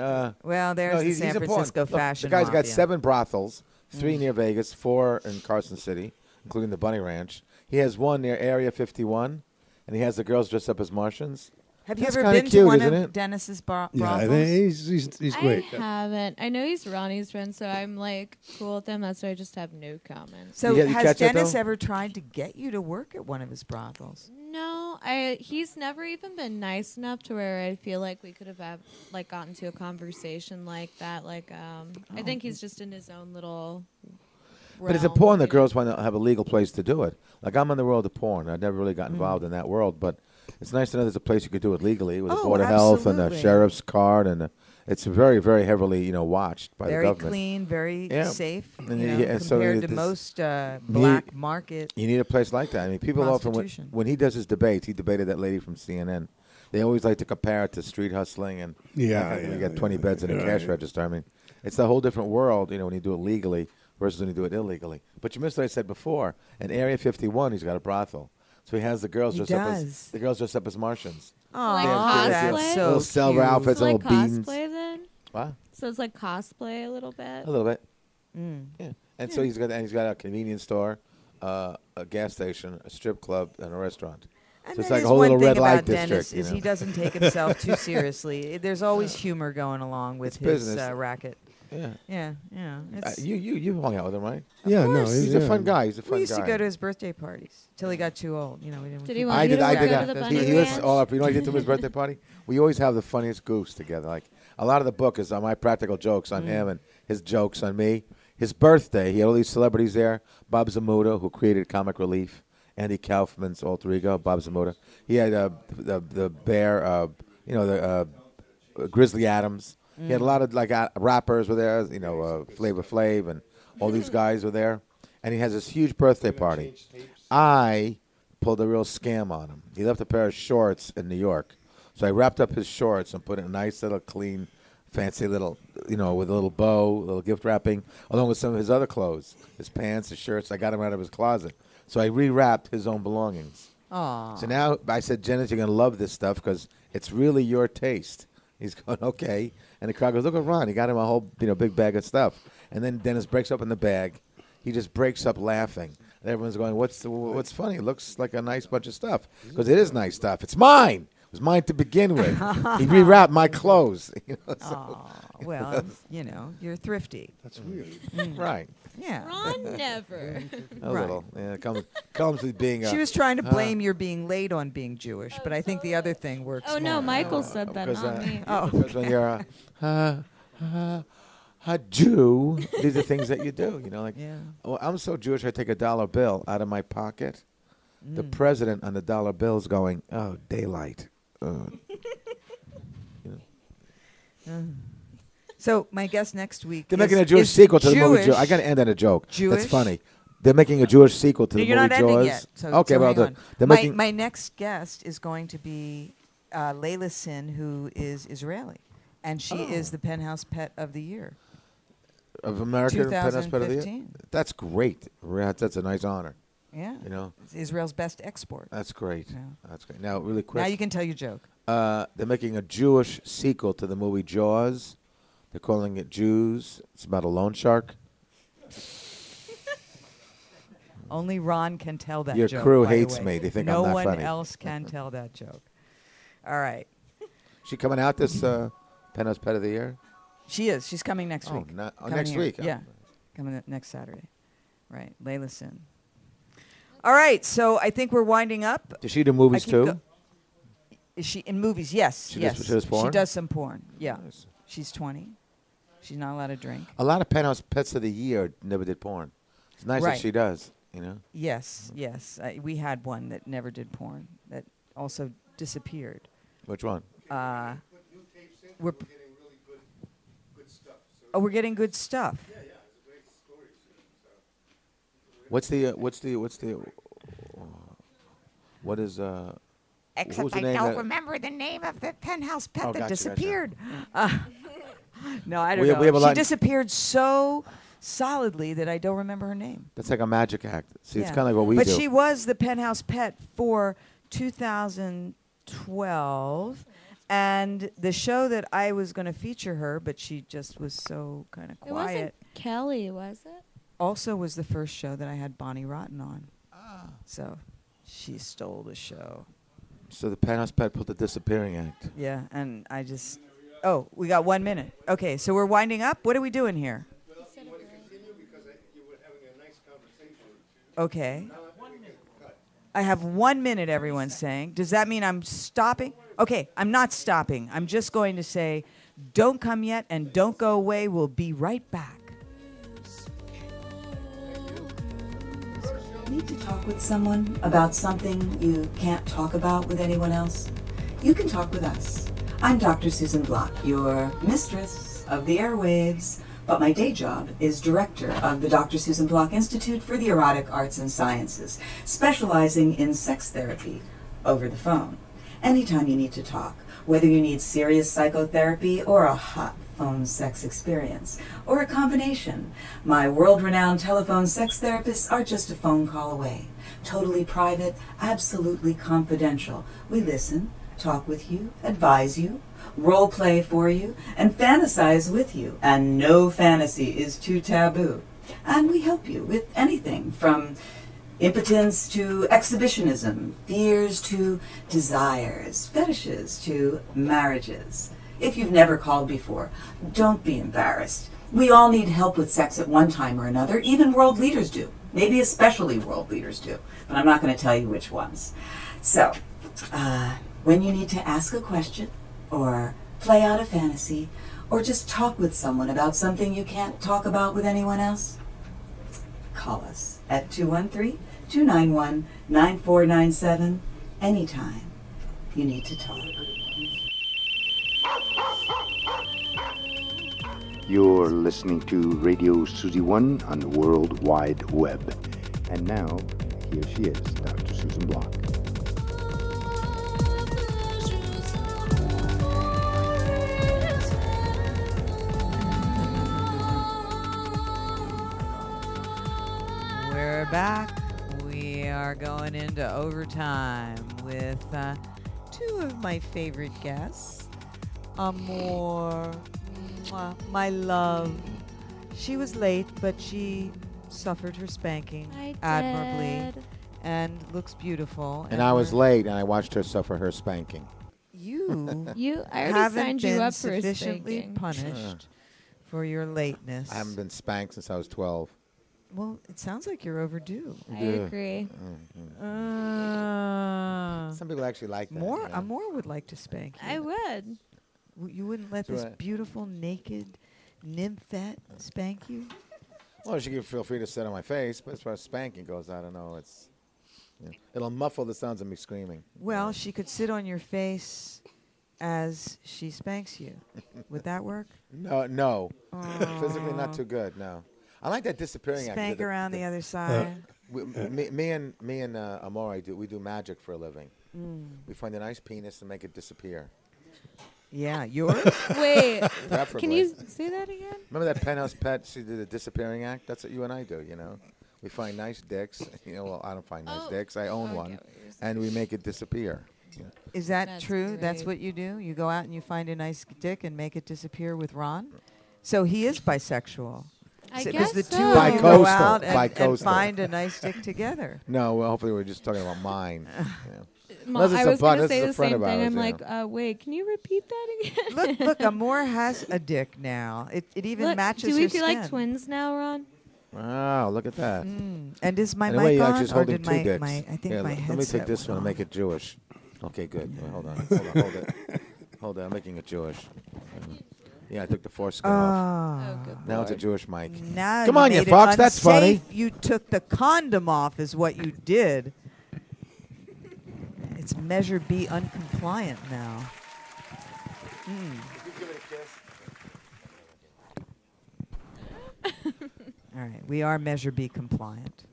Speaker 11: Uh,
Speaker 3: Well, there's
Speaker 11: no,
Speaker 3: the
Speaker 11: he's-
Speaker 3: San
Speaker 11: he's important.
Speaker 3: Francisco
Speaker 11: Look,
Speaker 3: fashion.
Speaker 11: The guy's got
Speaker 3: mafia. Mm.
Speaker 11: seven brothels, three near Vegas, four in Carson City, including the Bunny Ranch. He has one near Area 51, and he has the girls dressed up as Martians.
Speaker 3: Have
Speaker 11: That's
Speaker 3: you ever
Speaker 11: kinda
Speaker 3: been
Speaker 11: cute,
Speaker 3: to one
Speaker 11: isn't
Speaker 3: of
Speaker 11: it?
Speaker 3: Dennis's bar-
Speaker 4: Yeah, I
Speaker 3: brothels?
Speaker 4: think he's, he's, he's great.
Speaker 10: I haven't. I know he's Ronnie's friend, so I'm like cool with him. That's why I just have no comments.
Speaker 3: so
Speaker 11: You get- you
Speaker 3: has
Speaker 11: catch that,
Speaker 3: Dennis
Speaker 11: though?
Speaker 3: ever tried to get you to work at one of his brothels?
Speaker 10: No, I he's never even been nice enough to where I feel like we could have have like gotten to a conversation like that. Like um I think he's just in his own little
Speaker 11: Oh. But it's
Speaker 10: realm,
Speaker 11: important that
Speaker 10: you know?
Speaker 11: girls want to have a legal place to do it. Like I'm in the world of porn. I never really got
Speaker 3: Mm.
Speaker 11: involved in that world, but it's nice to know there's a place you could do it legally with a
Speaker 3: Oh,
Speaker 11: board of health and a
Speaker 3: absolutely.
Speaker 11: sheriff's card, and a, it's very, very heavily, you know, watched by
Speaker 3: very
Speaker 11: the government.
Speaker 3: clean, very
Speaker 11: Yeah.
Speaker 3: safe.
Speaker 11: And
Speaker 3: you
Speaker 11: then
Speaker 3: know,
Speaker 11: you get- so
Speaker 3: compared
Speaker 11: it-
Speaker 3: to
Speaker 11: this-
Speaker 3: most uh, black market.
Speaker 11: You need a place like that. I mean, people often when,
Speaker 3: Prostitution.
Speaker 11: when he does his debates, he debated that lady from CNN. They always like to compare it to street hustling and
Speaker 4: Yeah,
Speaker 11: like, you
Speaker 4: yeah,
Speaker 11: got 20
Speaker 4: yeah,
Speaker 11: beds in a
Speaker 4: yeah,
Speaker 11: cash
Speaker 4: right.
Speaker 11: register. I mean, it's a whole different world, you know, when you do it legally versus when you do it illegally. But you missed what I said before. In Area 51, he's got a brothel, so he has the girls
Speaker 3: He
Speaker 11: dressed up as
Speaker 3: does.
Speaker 11: the girls dressed up as Martians.
Speaker 3: Oh,
Speaker 10: Like
Speaker 11: Damn cute.
Speaker 10: cosplay?
Speaker 11: Little-
Speaker 10: So
Speaker 11: little silver
Speaker 3: cute.
Speaker 11: outfits,
Speaker 10: It's like
Speaker 11: little beans.
Speaker 10: cosplay then.
Speaker 11: What?
Speaker 10: So it's like cosplay a little bit.
Speaker 3: Uh,
Speaker 11: A little bit.
Speaker 3: mm.
Speaker 11: Yeah. And so he's got and he's got a convenience store, uh, a gas station, a strip club, and a restaurant.
Speaker 3: And
Speaker 11: so it's
Speaker 3: that
Speaker 11: like a
Speaker 3: is
Speaker 11: whole
Speaker 3: one
Speaker 11: little
Speaker 3: thing
Speaker 11: red
Speaker 3: about
Speaker 11: light
Speaker 3: Dennis
Speaker 11: district. you
Speaker 3: is
Speaker 11: know?
Speaker 3: he doesn't take himself too seriously. There's always humor going along with
Speaker 11: It's
Speaker 3: his
Speaker 11: business.
Speaker 3: uh, racket.
Speaker 11: Yeah.
Speaker 3: Yeah, yeah.
Speaker 11: Uh,
Speaker 3: It's,
Speaker 11: you you you hung out with him, right?
Speaker 4: yeah, no,
Speaker 11: He's a
Speaker 4: yeah.
Speaker 11: fun guy. He's a fun
Speaker 3: we used
Speaker 11: guy.
Speaker 3: to go to his birthday parties till he got too old. You know, we didn't.
Speaker 10: Did
Speaker 3: keep
Speaker 10: he
Speaker 3: up.
Speaker 10: want
Speaker 11: I
Speaker 10: you
Speaker 11: did.
Speaker 10: to
Speaker 11: I
Speaker 10: go
Speaker 11: did
Speaker 10: to
Speaker 11: that.
Speaker 10: the
Speaker 11: he
Speaker 10: bunny
Speaker 11: he lists
Speaker 10: ranch?
Speaker 11: all up. You know, what I did to his birthday party. We always have the funniest goofs together. Like a lot of the book is on my practical jokes on
Speaker 10: Mm.
Speaker 11: him and his jokes on me. His birthday, he had all these celebrities there. Bob Zamuda, who created Comic Relief, Andy Kaufman's alter ego, Bob Zamuda. He had uh, the the bear, uh, you know, the uh, Grizzly Adams. He had a lot of like uh, rappers were there. You know, uh, Flavor Flav and all these guys were there. And he has this huge birthday party. I pulled a real scam on him. He left a pair of shorts in New York, so I wrapped up his shorts and put in a nice little clean, fancy little, you know, with a little bow, a little gift wrapping, along with some of his other clothes, his pants, his shirts. I got him out of his closet, so I rewrapped his own belongings.
Speaker 3: Aw.
Speaker 11: So now I said, Janice, you're gonna love this stuff because it's really your taste. He's going okay, and the crowd goes, look at Ron. He got him a whole you know big bag of stuff, and then Dennis breaks up in the bag. He just breaks up laughing. And everyone's going, what's the, what's funny? It looks like a nice bunch of stuff because it is nice stuff. It's mine. It was mine to begin with. he rewrapped my clothes. You know, so,
Speaker 3: Aw, well, you know, you're thrifty. Mm.
Speaker 4: That's weird.
Speaker 11: right.
Speaker 3: Yeah.
Speaker 10: Ron never.
Speaker 11: A
Speaker 3: Right.
Speaker 11: little. Yeah, it comes comes with being. A,
Speaker 3: She was trying to blame your being late on being Jewish, but I think the other thing works.
Speaker 10: oh no,
Speaker 3: more.
Speaker 10: Michael said that,
Speaker 11: because,
Speaker 10: not
Speaker 11: uh,
Speaker 10: me.
Speaker 3: Oh,
Speaker 11: Because when you're uh, a, a, a, a Jew, these are things that you do. You know, like,
Speaker 3: Yeah.
Speaker 11: oh, I'm so Jewish, I take a dollar bill out of my pocket. The
Speaker 3: Mm.
Speaker 11: president on the dollar bill's going, oh, daylight. Uh,
Speaker 3: Oh. So my guest next week.
Speaker 11: they're
Speaker 3: is-
Speaker 11: making a Jewish
Speaker 3: is
Speaker 11: sequel to the movie. Jew-
Speaker 3: Jewish.
Speaker 11: I got to end on a joke.
Speaker 3: Jewish?
Speaker 11: That's funny. They're making a Jewish sequel to
Speaker 3: No,
Speaker 11: the
Speaker 3: you're
Speaker 11: movie
Speaker 3: not ending
Speaker 11: Jaws.
Speaker 3: yet. So,
Speaker 11: okay,
Speaker 3: so
Speaker 11: well,
Speaker 3: hang
Speaker 11: the,
Speaker 3: on.
Speaker 11: they're
Speaker 3: my,
Speaker 11: making.
Speaker 3: my next guest is going to be uh, Layla Sin, who is Israeli, and she is the Penthouse Pet of the Year.
Speaker 11: Oh. of American Penthouse Pet of the Year.
Speaker 3: 2015.
Speaker 11: That's great. That's that's a nice honor.
Speaker 3: Yeah,
Speaker 11: You know,
Speaker 3: It's Israel's best export.
Speaker 11: that's great.
Speaker 3: Yeah.
Speaker 11: That's great. Now, really quick.
Speaker 3: now you can tell your joke.
Speaker 11: Uh, they're making a Jewish sequel to the movie Jaws. They're calling it Jews. It's about a loan shark.
Speaker 3: Only Ron can tell that
Speaker 11: Your
Speaker 3: joke.
Speaker 11: crew
Speaker 3: by the
Speaker 11: hates
Speaker 3: way.
Speaker 11: me. They think I'm
Speaker 3: no
Speaker 11: not
Speaker 3: one
Speaker 11: funny.
Speaker 3: else can tell that joke. All right.
Speaker 11: She coming out this uh, Penthouse Pet of the Year.
Speaker 3: She is. She's coming next
Speaker 11: Oh,
Speaker 3: week.
Speaker 11: no- oh,
Speaker 3: Coming
Speaker 11: next
Speaker 3: here.
Speaker 11: week. Oh.
Speaker 3: Yeah. Coming up next Saturday. Right. Layla Sin. All right. So I think we're winding up.
Speaker 11: Does she do movies
Speaker 3: I keep
Speaker 11: too?
Speaker 3: go- Is she in movies? Yes.
Speaker 11: She does-
Speaker 3: yes.
Speaker 11: she does porn?
Speaker 3: does some porn. Yeah.
Speaker 11: Nice.
Speaker 3: She's 20. She's not allowed to drink.
Speaker 11: A lot of Penthouse Pets of the Year never did porn. It's nice
Speaker 3: Right.
Speaker 11: that she does. You know.
Speaker 3: Yes. Yes. I, we had one that never did porn that also disappeared.
Speaker 11: Which one?
Speaker 3: Uh, we're p- Oh, we're getting good stuff.
Speaker 11: What's the uh, What's the What's the What is uh? what was
Speaker 3: Except
Speaker 11: the
Speaker 3: I
Speaker 11: name
Speaker 3: don't
Speaker 11: that-
Speaker 3: remember the name of the penthouse pet
Speaker 11: Oh,
Speaker 3: that
Speaker 11: gotcha, gotcha.
Speaker 3: disappeared. Uh, no, I don't
Speaker 11: We-
Speaker 3: know.
Speaker 11: we have a
Speaker 3: she
Speaker 11: lot-
Speaker 3: disappeared so solidly that I don't remember her name.
Speaker 11: That's like a magic act. See, it's
Speaker 3: Yeah.
Speaker 11: kind of like what we
Speaker 3: but
Speaker 11: do.
Speaker 3: But she was the penthouse pet for 2012. And the show that I was going to feature her, but she just was so kind of
Speaker 10: It wasn't
Speaker 3: quiet,
Speaker 10: Kelly, was it?
Speaker 3: also was the first show that I had Bonnie Rotten on.
Speaker 10: Ah.
Speaker 3: So she stole the show.
Speaker 11: so the penthouse pet pulled the disappearing act.
Speaker 3: Yeah, and I just. Oh, we got one minute. Okay, so we're winding up. What are we doing here? Okay. I have one minute, everyone's saying. Does that mean I'm stopping? Okay, I'm not stopping. I'm just going to say, don't come yet and don't go away. We'll be right back. Need to talk with someone about something you can't talk about with anyone else? You can talk with us. I'm Dr. Susan Block, your mistress of the airwaves, but my day job is director of the Dr. Susan Block Institute for the Erotic Arts and Sciences, specializing in sex therapy over the phone. Anytime you need to talk, whether you need serious psychotherapy or a hot phone sex experience, or a combination, my world renowned telephone sex therapists are just a phone call away. Totally private, absolutely confidential. We listen, talk with you, advise you, role play for you, and fantasize with you. And no fantasy is too taboo. And we help you with anything from impotence to exhibitionism, fears to desires, fetishes to marriages. If you've never called before, don't be embarrassed. We all need help with sex at one time or another, even world leaders do. Maybe especially world leaders do, but I'm not going to tell you which ones. So, uh, when you need to ask a question, or play out a fantasy, or just talk with someone about something you can't talk about with anyone else, call us at 213 291 9497 anytime you need to talk.
Speaker 2: You're listening to Radio Susie One on the World Wide Web. And now, here she is, Dr. Susan Block.
Speaker 3: We're back. We are going into overtime with uh, two of my favorite guests. Amor, mwah, my love. She was late, but she suffered her spanking
Speaker 10: I
Speaker 3: admirably
Speaker 10: did.
Speaker 3: and looks beautiful.
Speaker 11: And I was
Speaker 3: we're-
Speaker 11: late, and I watched her suffer her spanking.
Speaker 3: You,
Speaker 10: You- I already
Speaker 3: haven't
Speaker 10: signed you
Speaker 3: been
Speaker 10: up for a
Speaker 3: sufficiently
Speaker 10: spanking.
Speaker 3: punished for your lateness.
Speaker 11: I haven't been spanked since I was 12.
Speaker 3: well, it sounds like you're overdue.
Speaker 10: I
Speaker 11: Yeah.
Speaker 10: agree.
Speaker 3: Mm-hmm. Uh,
Speaker 11: Some people actually like that.
Speaker 3: More,
Speaker 11: you know?
Speaker 3: uh, more would like to spank you.
Speaker 10: I would.
Speaker 3: W- you wouldn't let
Speaker 11: That's
Speaker 3: this
Speaker 11: right.
Speaker 3: beautiful naked nymphette spank you.
Speaker 11: Well, she can feel free to sit on my face, but as far as spanking goes, I don't know. It's you know, it'll muffle the sounds of me screaming.
Speaker 3: Well, she could sit on your face as she spanks you. Would that work?
Speaker 11: No, no, physically not too good. No, I like that disappearing. act.
Speaker 3: Spank
Speaker 11: The-
Speaker 3: around the other side.
Speaker 11: We, m- me, me and me and uh, Amore do we do magic for a living.
Speaker 3: Mm.
Speaker 11: We find a nice penis and make it disappear.
Speaker 3: Yeah, yours.
Speaker 10: Wait. Can
Speaker 11: Preferably.
Speaker 10: you s- say that again?
Speaker 11: Remember that penthouse pet? She did a disappearing act. That's what you and I do. You know, we find nice dicks. You know, well, I don't find nice
Speaker 10: Oh.
Speaker 11: dicks. I own
Speaker 10: I get
Speaker 11: one,
Speaker 10: what you're saying.
Speaker 11: and we make it disappear.
Speaker 3: Is that
Speaker 10: That's
Speaker 3: true? That's
Speaker 10: great.
Speaker 3: what you do? You go out and you find a nice dick and make it disappear with Ron? So he is bisexual.
Speaker 10: I
Speaker 3: Because
Speaker 10: guess
Speaker 3: the two
Speaker 10: so.
Speaker 3: of you go
Speaker 11: Bicoastal,
Speaker 3: out and, and
Speaker 11: bicoastal.
Speaker 3: find a nice dick together.
Speaker 11: No, well, hopefully we're just talking about mine. you know.
Speaker 10: Ma-
Speaker 11: Unless
Speaker 10: I
Speaker 11: it's a
Speaker 10: was
Speaker 11: bud,
Speaker 10: gonna
Speaker 11: this is
Speaker 10: say
Speaker 11: a
Speaker 10: the
Speaker 11: friend
Speaker 10: same
Speaker 11: of
Speaker 10: thing.
Speaker 11: ours,
Speaker 10: I'm
Speaker 11: yeah.
Speaker 10: like, uh, wait, can you repeat that again?
Speaker 3: look, look, Amor has a dick now. It, it even
Speaker 10: Look,
Speaker 3: matches
Speaker 10: Do we
Speaker 3: her
Speaker 10: feel
Speaker 3: skin.
Speaker 10: like twins now, Ron?
Speaker 11: Wow, Oh, look at that.
Speaker 3: And Mm. is my
Speaker 11: In a way,
Speaker 3: mic
Speaker 11: you're
Speaker 3: on,
Speaker 11: actually just
Speaker 3: or
Speaker 11: holding
Speaker 3: did
Speaker 11: two
Speaker 3: my,
Speaker 11: dicks.
Speaker 3: my I think
Speaker 11: Here,
Speaker 3: my
Speaker 11: let-
Speaker 3: headset
Speaker 11: let me take this one
Speaker 3: went
Speaker 11: and make
Speaker 3: off.
Speaker 11: it Jewish. Okay, good. Wait, hold on, hold on, hold it. Hold on, I'm making it Jewish. Yeah, I took the foreskin off.
Speaker 10: Oh, good
Speaker 11: Now it's a
Speaker 10: lord.
Speaker 11: Jewish mic.
Speaker 3: Now
Speaker 11: Come
Speaker 3: you
Speaker 11: on, you
Speaker 3: made it
Speaker 11: fox, that's funny.
Speaker 3: unsafe. You took the condom off, is what you did. It's Measure B uncompliant now. All right, we are Measure B compliant.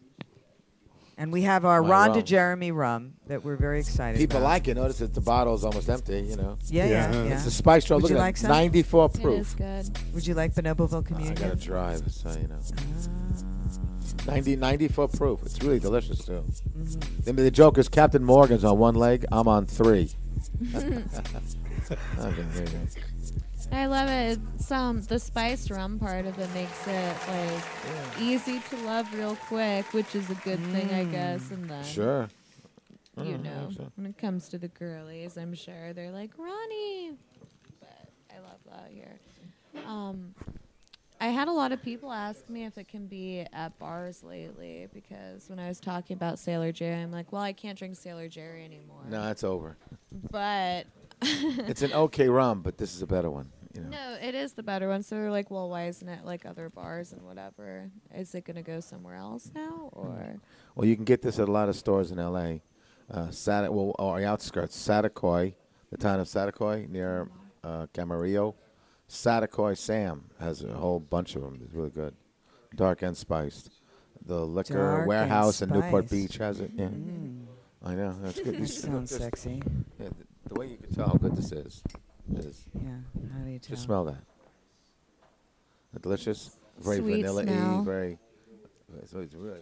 Speaker 3: And we have our
Speaker 11: My
Speaker 3: Ron
Speaker 11: rum.
Speaker 3: Jeremy rum that we're very excited
Speaker 11: People
Speaker 3: about.
Speaker 11: like it. Notice that the bottle's almost empty, you know.
Speaker 3: Yeah, yeah, yeah.
Speaker 11: It's a spice roll.
Speaker 3: Would
Speaker 11: Look
Speaker 3: you
Speaker 11: at
Speaker 3: like
Speaker 11: that.
Speaker 3: some?
Speaker 11: 94
Speaker 3: It
Speaker 11: proof.
Speaker 3: is good. Would you like Bonoboville
Speaker 11: I
Speaker 3: Communion?
Speaker 11: gotta drive, so you know. 90, 94 proof. It's really delicious too.
Speaker 3: Mm-hmm.
Speaker 11: I mean, the joke is Captain Morgan's on one leg. I'm on three. okay, there you go.
Speaker 10: I love it. It's, um, the spiced rum part of it makes it like easy to love real quick, which is a good thing, I guess. And then
Speaker 11: Mm. Sure. I
Speaker 10: you
Speaker 11: don't know, I
Speaker 10: know,
Speaker 11: think so.
Speaker 10: when it comes to the girlies, I'm sure they're like Ronnie, but I love that here. Um, I had a lot of people ask me if it can be at bars lately because when I was talking about Sailor Jerry, I'm like, well, I can't drink Sailor Jerry anymore.
Speaker 11: No, that's over.
Speaker 10: But
Speaker 11: It's an okay rum, but this is a better one. You know.
Speaker 10: No, it is the better one. So we're like, well, why isn't it like other bars and whatever? Is it gonna go somewhere else now,
Speaker 11: Hmm.
Speaker 10: or
Speaker 11: Well, you can get this at a lot of stores in L.A. Uh, Sat- well, or the outskirts, Satakoy, the town of Satakoy near uh, Camarillo. Satakoy Sam has a whole bunch of them. It's really good, dark and spiced. The liquor
Speaker 3: Dark and
Speaker 11: warehouse in Newport
Speaker 3: spiced.
Speaker 11: Beach has it. Yeah, I know. That's good.
Speaker 3: That
Speaker 11: These-
Speaker 3: sounds
Speaker 11: this-
Speaker 3: sexy.
Speaker 11: Yeah, th- the way you can tell how good this is, is
Speaker 3: Yeah, how do you tell?
Speaker 11: just smell that. A delicious, very
Speaker 3: Sweet
Speaker 11: vanilla y,
Speaker 3: smell. Mm.
Speaker 11: very. So it's really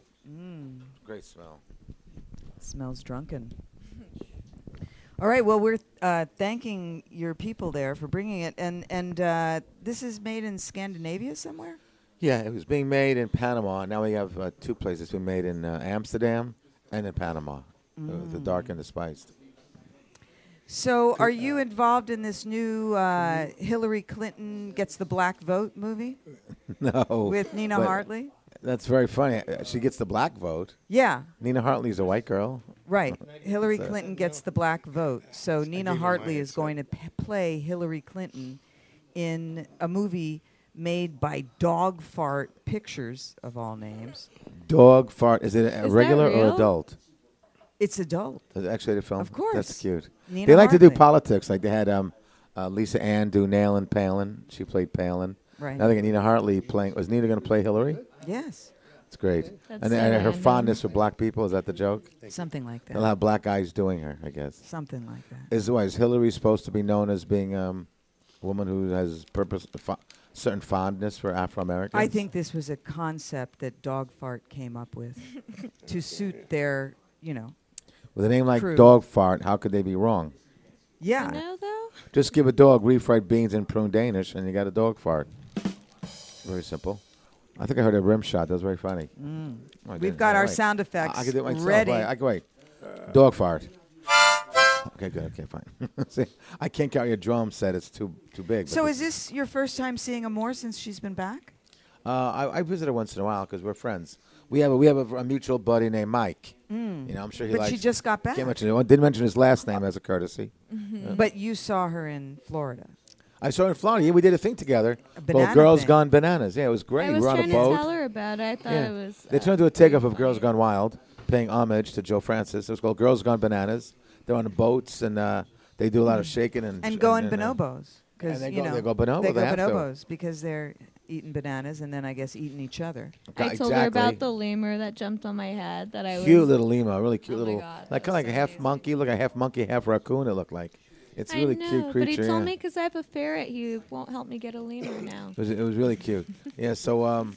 Speaker 11: great smell.
Speaker 3: Hmm. Smells drunken. All right. Well, we're uh, thanking your people there for bringing it, and and uh, this is made in Scandinavia somewhere.
Speaker 11: Yeah, it was being made in Panama. Now we have uh, two places. It's been made in uh, Amsterdam and in Panama. Uh, the
Speaker 3: Mm.
Speaker 11: dark and the spiced.
Speaker 3: So, are you involved in this new uh,
Speaker 11: Mm-hmm.
Speaker 3: Hillary Clinton gets the black vote movie?
Speaker 11: no.
Speaker 3: With Nina
Speaker 11: but
Speaker 3: Hartley?
Speaker 11: That's very funny. Uh, She gets the black vote.
Speaker 3: Yeah.
Speaker 11: Nina Hartley's a white girl.
Speaker 3: Right. Hillary
Speaker 11: So-
Speaker 3: Clinton gets the black vote. So Nina Hartley is going to p- play Hillary Clinton in a movie made by Dog Fart Pictures of all names.
Speaker 11: Dog fart. Is it a
Speaker 3: that
Speaker 11: regular or
Speaker 3: real?
Speaker 11: adult?
Speaker 3: It's adult.
Speaker 11: Is it Actually, the film. Of
Speaker 3: course.
Speaker 11: That's cute.
Speaker 3: Nina
Speaker 11: they like to do
Speaker 3: Hartley.
Speaker 11: politics. Like they had um, uh, Lisa Ann do Nail and Palin. She played Palin.
Speaker 3: Right.
Speaker 11: Now they got Nina Hartley playing. Was Nina going to play Hillary?
Speaker 3: Yes.
Speaker 11: It's great.
Speaker 3: That's
Speaker 11: and
Speaker 3: so
Speaker 11: and her
Speaker 3: random.
Speaker 11: fondness for black people is that the joke?
Speaker 3: Something like that.
Speaker 11: They'll have black guys doing her, I guess.
Speaker 3: Something like that.
Speaker 11: Is why is Hillary supposed to be known as being um, a woman who has purpose, fo- certain fondness for Afro Americans?
Speaker 3: I think this was a concept that Dog Fart came up with to suit their, you know.
Speaker 11: with a name like
Speaker 3: True.
Speaker 11: Dog Fart, how could they be wrong?
Speaker 3: Yeah.
Speaker 11: Just give a dog refried beans and prune Danish, and you got a dog fart. Very simple. I think I heard a rim shot. That was very funny.
Speaker 3: Mm.
Speaker 11: I
Speaker 3: We've
Speaker 11: didn't.
Speaker 3: got
Speaker 11: All
Speaker 3: our
Speaker 11: right. I-
Speaker 3: sound
Speaker 11: I
Speaker 3: effects
Speaker 11: can do it myself.
Speaker 3: ready.
Speaker 11: Wait, I can wait. Dog fart. Okay, good. Okay, fine. See, I can't carry a drum set. It's too too big. but
Speaker 3: So is this your first time seeing a Moore since she's been back?
Speaker 11: Uh, I, I visit her once in a while because we're friends. We have a, we have a, a mutual buddy named Mike.
Speaker 3: Mm.
Speaker 11: You know, I'm sure he
Speaker 3: But
Speaker 11: likes.
Speaker 3: she just got back.
Speaker 11: Can't mention, I didn't mention his last name as a courtesy. Yeah.
Speaker 3: But you saw her in Florida.
Speaker 11: I saw her in Florida. Yeah, we did a thing together.
Speaker 3: banana
Speaker 11: Called Girls
Speaker 3: thing.
Speaker 11: Gone Bananas. Yeah, it was great.
Speaker 10: I was
Speaker 11: we were on a
Speaker 10: trying
Speaker 11: boat.
Speaker 10: to tell her about it. I thought it was.
Speaker 11: They tried to do a takeoff of Girls Gone Wild, paying homage to Joe Francis. It was called Girls Gone Bananas. They're on the boats and uh, they do a lot of shaking and
Speaker 3: And going
Speaker 11: uh,
Speaker 3: bonobos. Because
Speaker 11: and they
Speaker 3: you
Speaker 11: go-
Speaker 3: know
Speaker 11: they go bonobo,
Speaker 3: They go
Speaker 11: they have to.
Speaker 3: bonobos because they're eating bananas and then I guess eating each other.
Speaker 10: I told her about the lemur that jumped on my head that I
Speaker 11: cute
Speaker 10: was.
Speaker 11: little lima, really cute
Speaker 10: Oh my
Speaker 11: little,
Speaker 10: God,
Speaker 11: like kind of like a half monkey, look a half monkey, half raccoon. It looked like it's a
Speaker 10: I
Speaker 11: really
Speaker 10: know,
Speaker 11: cute
Speaker 10: but
Speaker 11: creature.
Speaker 10: he told
Speaker 11: yeah.
Speaker 10: me because I have a ferret, he won't help me get a lemur now.
Speaker 11: It was, it was really cute. yeah. So um,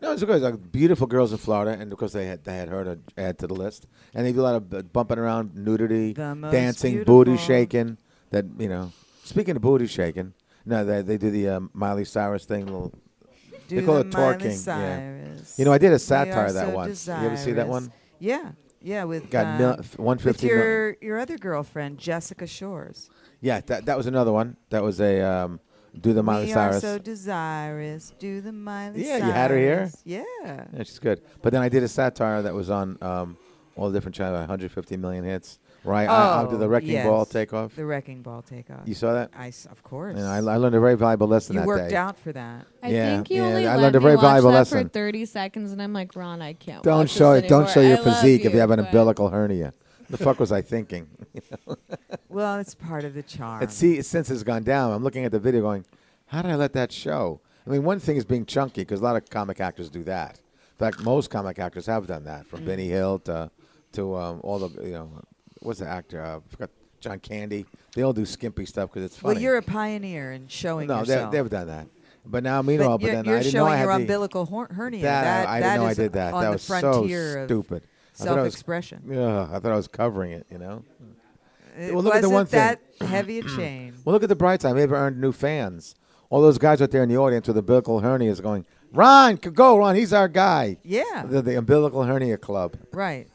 Speaker 11: no, it's good. Like beautiful girls in Florida, and of course they had they had her to add to the list, and they do a lot of bu- bumping around, nudity,
Speaker 3: The most
Speaker 11: dancing, booty
Speaker 3: beautiful.
Speaker 11: shaking. That you know. Speaking of booty shaking, no, they they do the um, Miley Cyrus thing. Little,
Speaker 3: Do
Speaker 11: they call
Speaker 3: the
Speaker 11: it
Speaker 3: Miley
Speaker 11: twerking. Yeah.
Speaker 3: Cyrus.
Speaker 11: You know, I did
Speaker 3: We
Speaker 11: a
Speaker 3: are
Speaker 11: satire of that
Speaker 3: so
Speaker 11: once. You ever see that one?
Speaker 3: desirous. Yeah. Yeah, with
Speaker 11: Got
Speaker 3: uh,
Speaker 11: mil- f- 150
Speaker 3: with
Speaker 11: mil-
Speaker 3: your your other girlfriend, Jessica Shores.
Speaker 11: Yeah, that that was another one. That was a um, do the Miley
Speaker 3: we are
Speaker 11: Cyrus.
Speaker 3: so desirous. Do the Miley
Speaker 11: Yeah,
Speaker 3: Cyrus.
Speaker 11: you had her here.
Speaker 3: Yeah.
Speaker 11: yeah, she's good. But then I did a satire that was on um, all the different channels, 150 million hits. Right I- after
Speaker 3: Oh,
Speaker 11: the wrecking ball
Speaker 3: yes.
Speaker 11: takeoff.
Speaker 3: The wrecking ball takeoff.
Speaker 11: You saw that?
Speaker 3: I s- of course.
Speaker 11: And I, I learned a very valuable lesson
Speaker 3: You
Speaker 11: that
Speaker 3: worked
Speaker 11: day.
Speaker 3: out for that.
Speaker 10: I
Speaker 11: yeah,
Speaker 10: think you
Speaker 11: yeah,
Speaker 10: only
Speaker 11: I
Speaker 10: let
Speaker 11: learned a
Speaker 10: me
Speaker 11: very
Speaker 10: watch
Speaker 11: valuable
Speaker 10: that
Speaker 11: lesson.
Speaker 10: for 30 seconds, and I'm like, Ron, I can't.
Speaker 11: don't
Speaker 10: watch
Speaker 11: show
Speaker 10: this
Speaker 11: it. Don't show
Speaker 10: anymore.
Speaker 11: your
Speaker 10: I love
Speaker 11: physique if you have an
Speaker 10: but-
Speaker 11: umbilical hernia. The fuck was I thinking?
Speaker 3: Well, it's part of the charm.
Speaker 11: It's see, since it's gone down, I'm looking at the video going, how did I let that show? I mean, one thing is being chunky because a lot of comic actors do that. fact, most comic actors have done that,
Speaker 3: Mm.
Speaker 11: from Benny Hill to to um, all the you know, what's the actor? Uh, I forgot John Candy. They all do skimpy stuff because it's funny.
Speaker 3: Well, you're a pioneer in showing
Speaker 11: no, they,
Speaker 3: yourself.
Speaker 11: they've done that. But now,
Speaker 3: But
Speaker 11: meanwhile, but,
Speaker 3: you're,
Speaker 11: then
Speaker 3: you're
Speaker 11: I didn't know
Speaker 3: showing
Speaker 11: I had
Speaker 3: your
Speaker 11: the,
Speaker 3: umbilical hor- hernia.
Speaker 11: That, I
Speaker 3: that
Speaker 11: didn't know I
Speaker 3: is
Speaker 11: did that.
Speaker 3: On
Speaker 11: that
Speaker 3: the
Speaker 11: was
Speaker 3: frontier
Speaker 11: so
Speaker 3: of
Speaker 11: stupid. I thought I was-
Speaker 3: self-expression.
Speaker 11: Yeah, I thought I was covering it. You know.
Speaker 3: It
Speaker 11: well, look at the
Speaker 3: wasn't
Speaker 11: one thing.
Speaker 3: that heavy a chain.
Speaker 11: Well, look at the bright side. Maybe I earned new fans. All those guys out there in the audience with umbilical hernias going, Ron, c- go, Ron. He's our guy.
Speaker 3: Yeah.
Speaker 11: The, the umbilical hernia club.
Speaker 3: Right.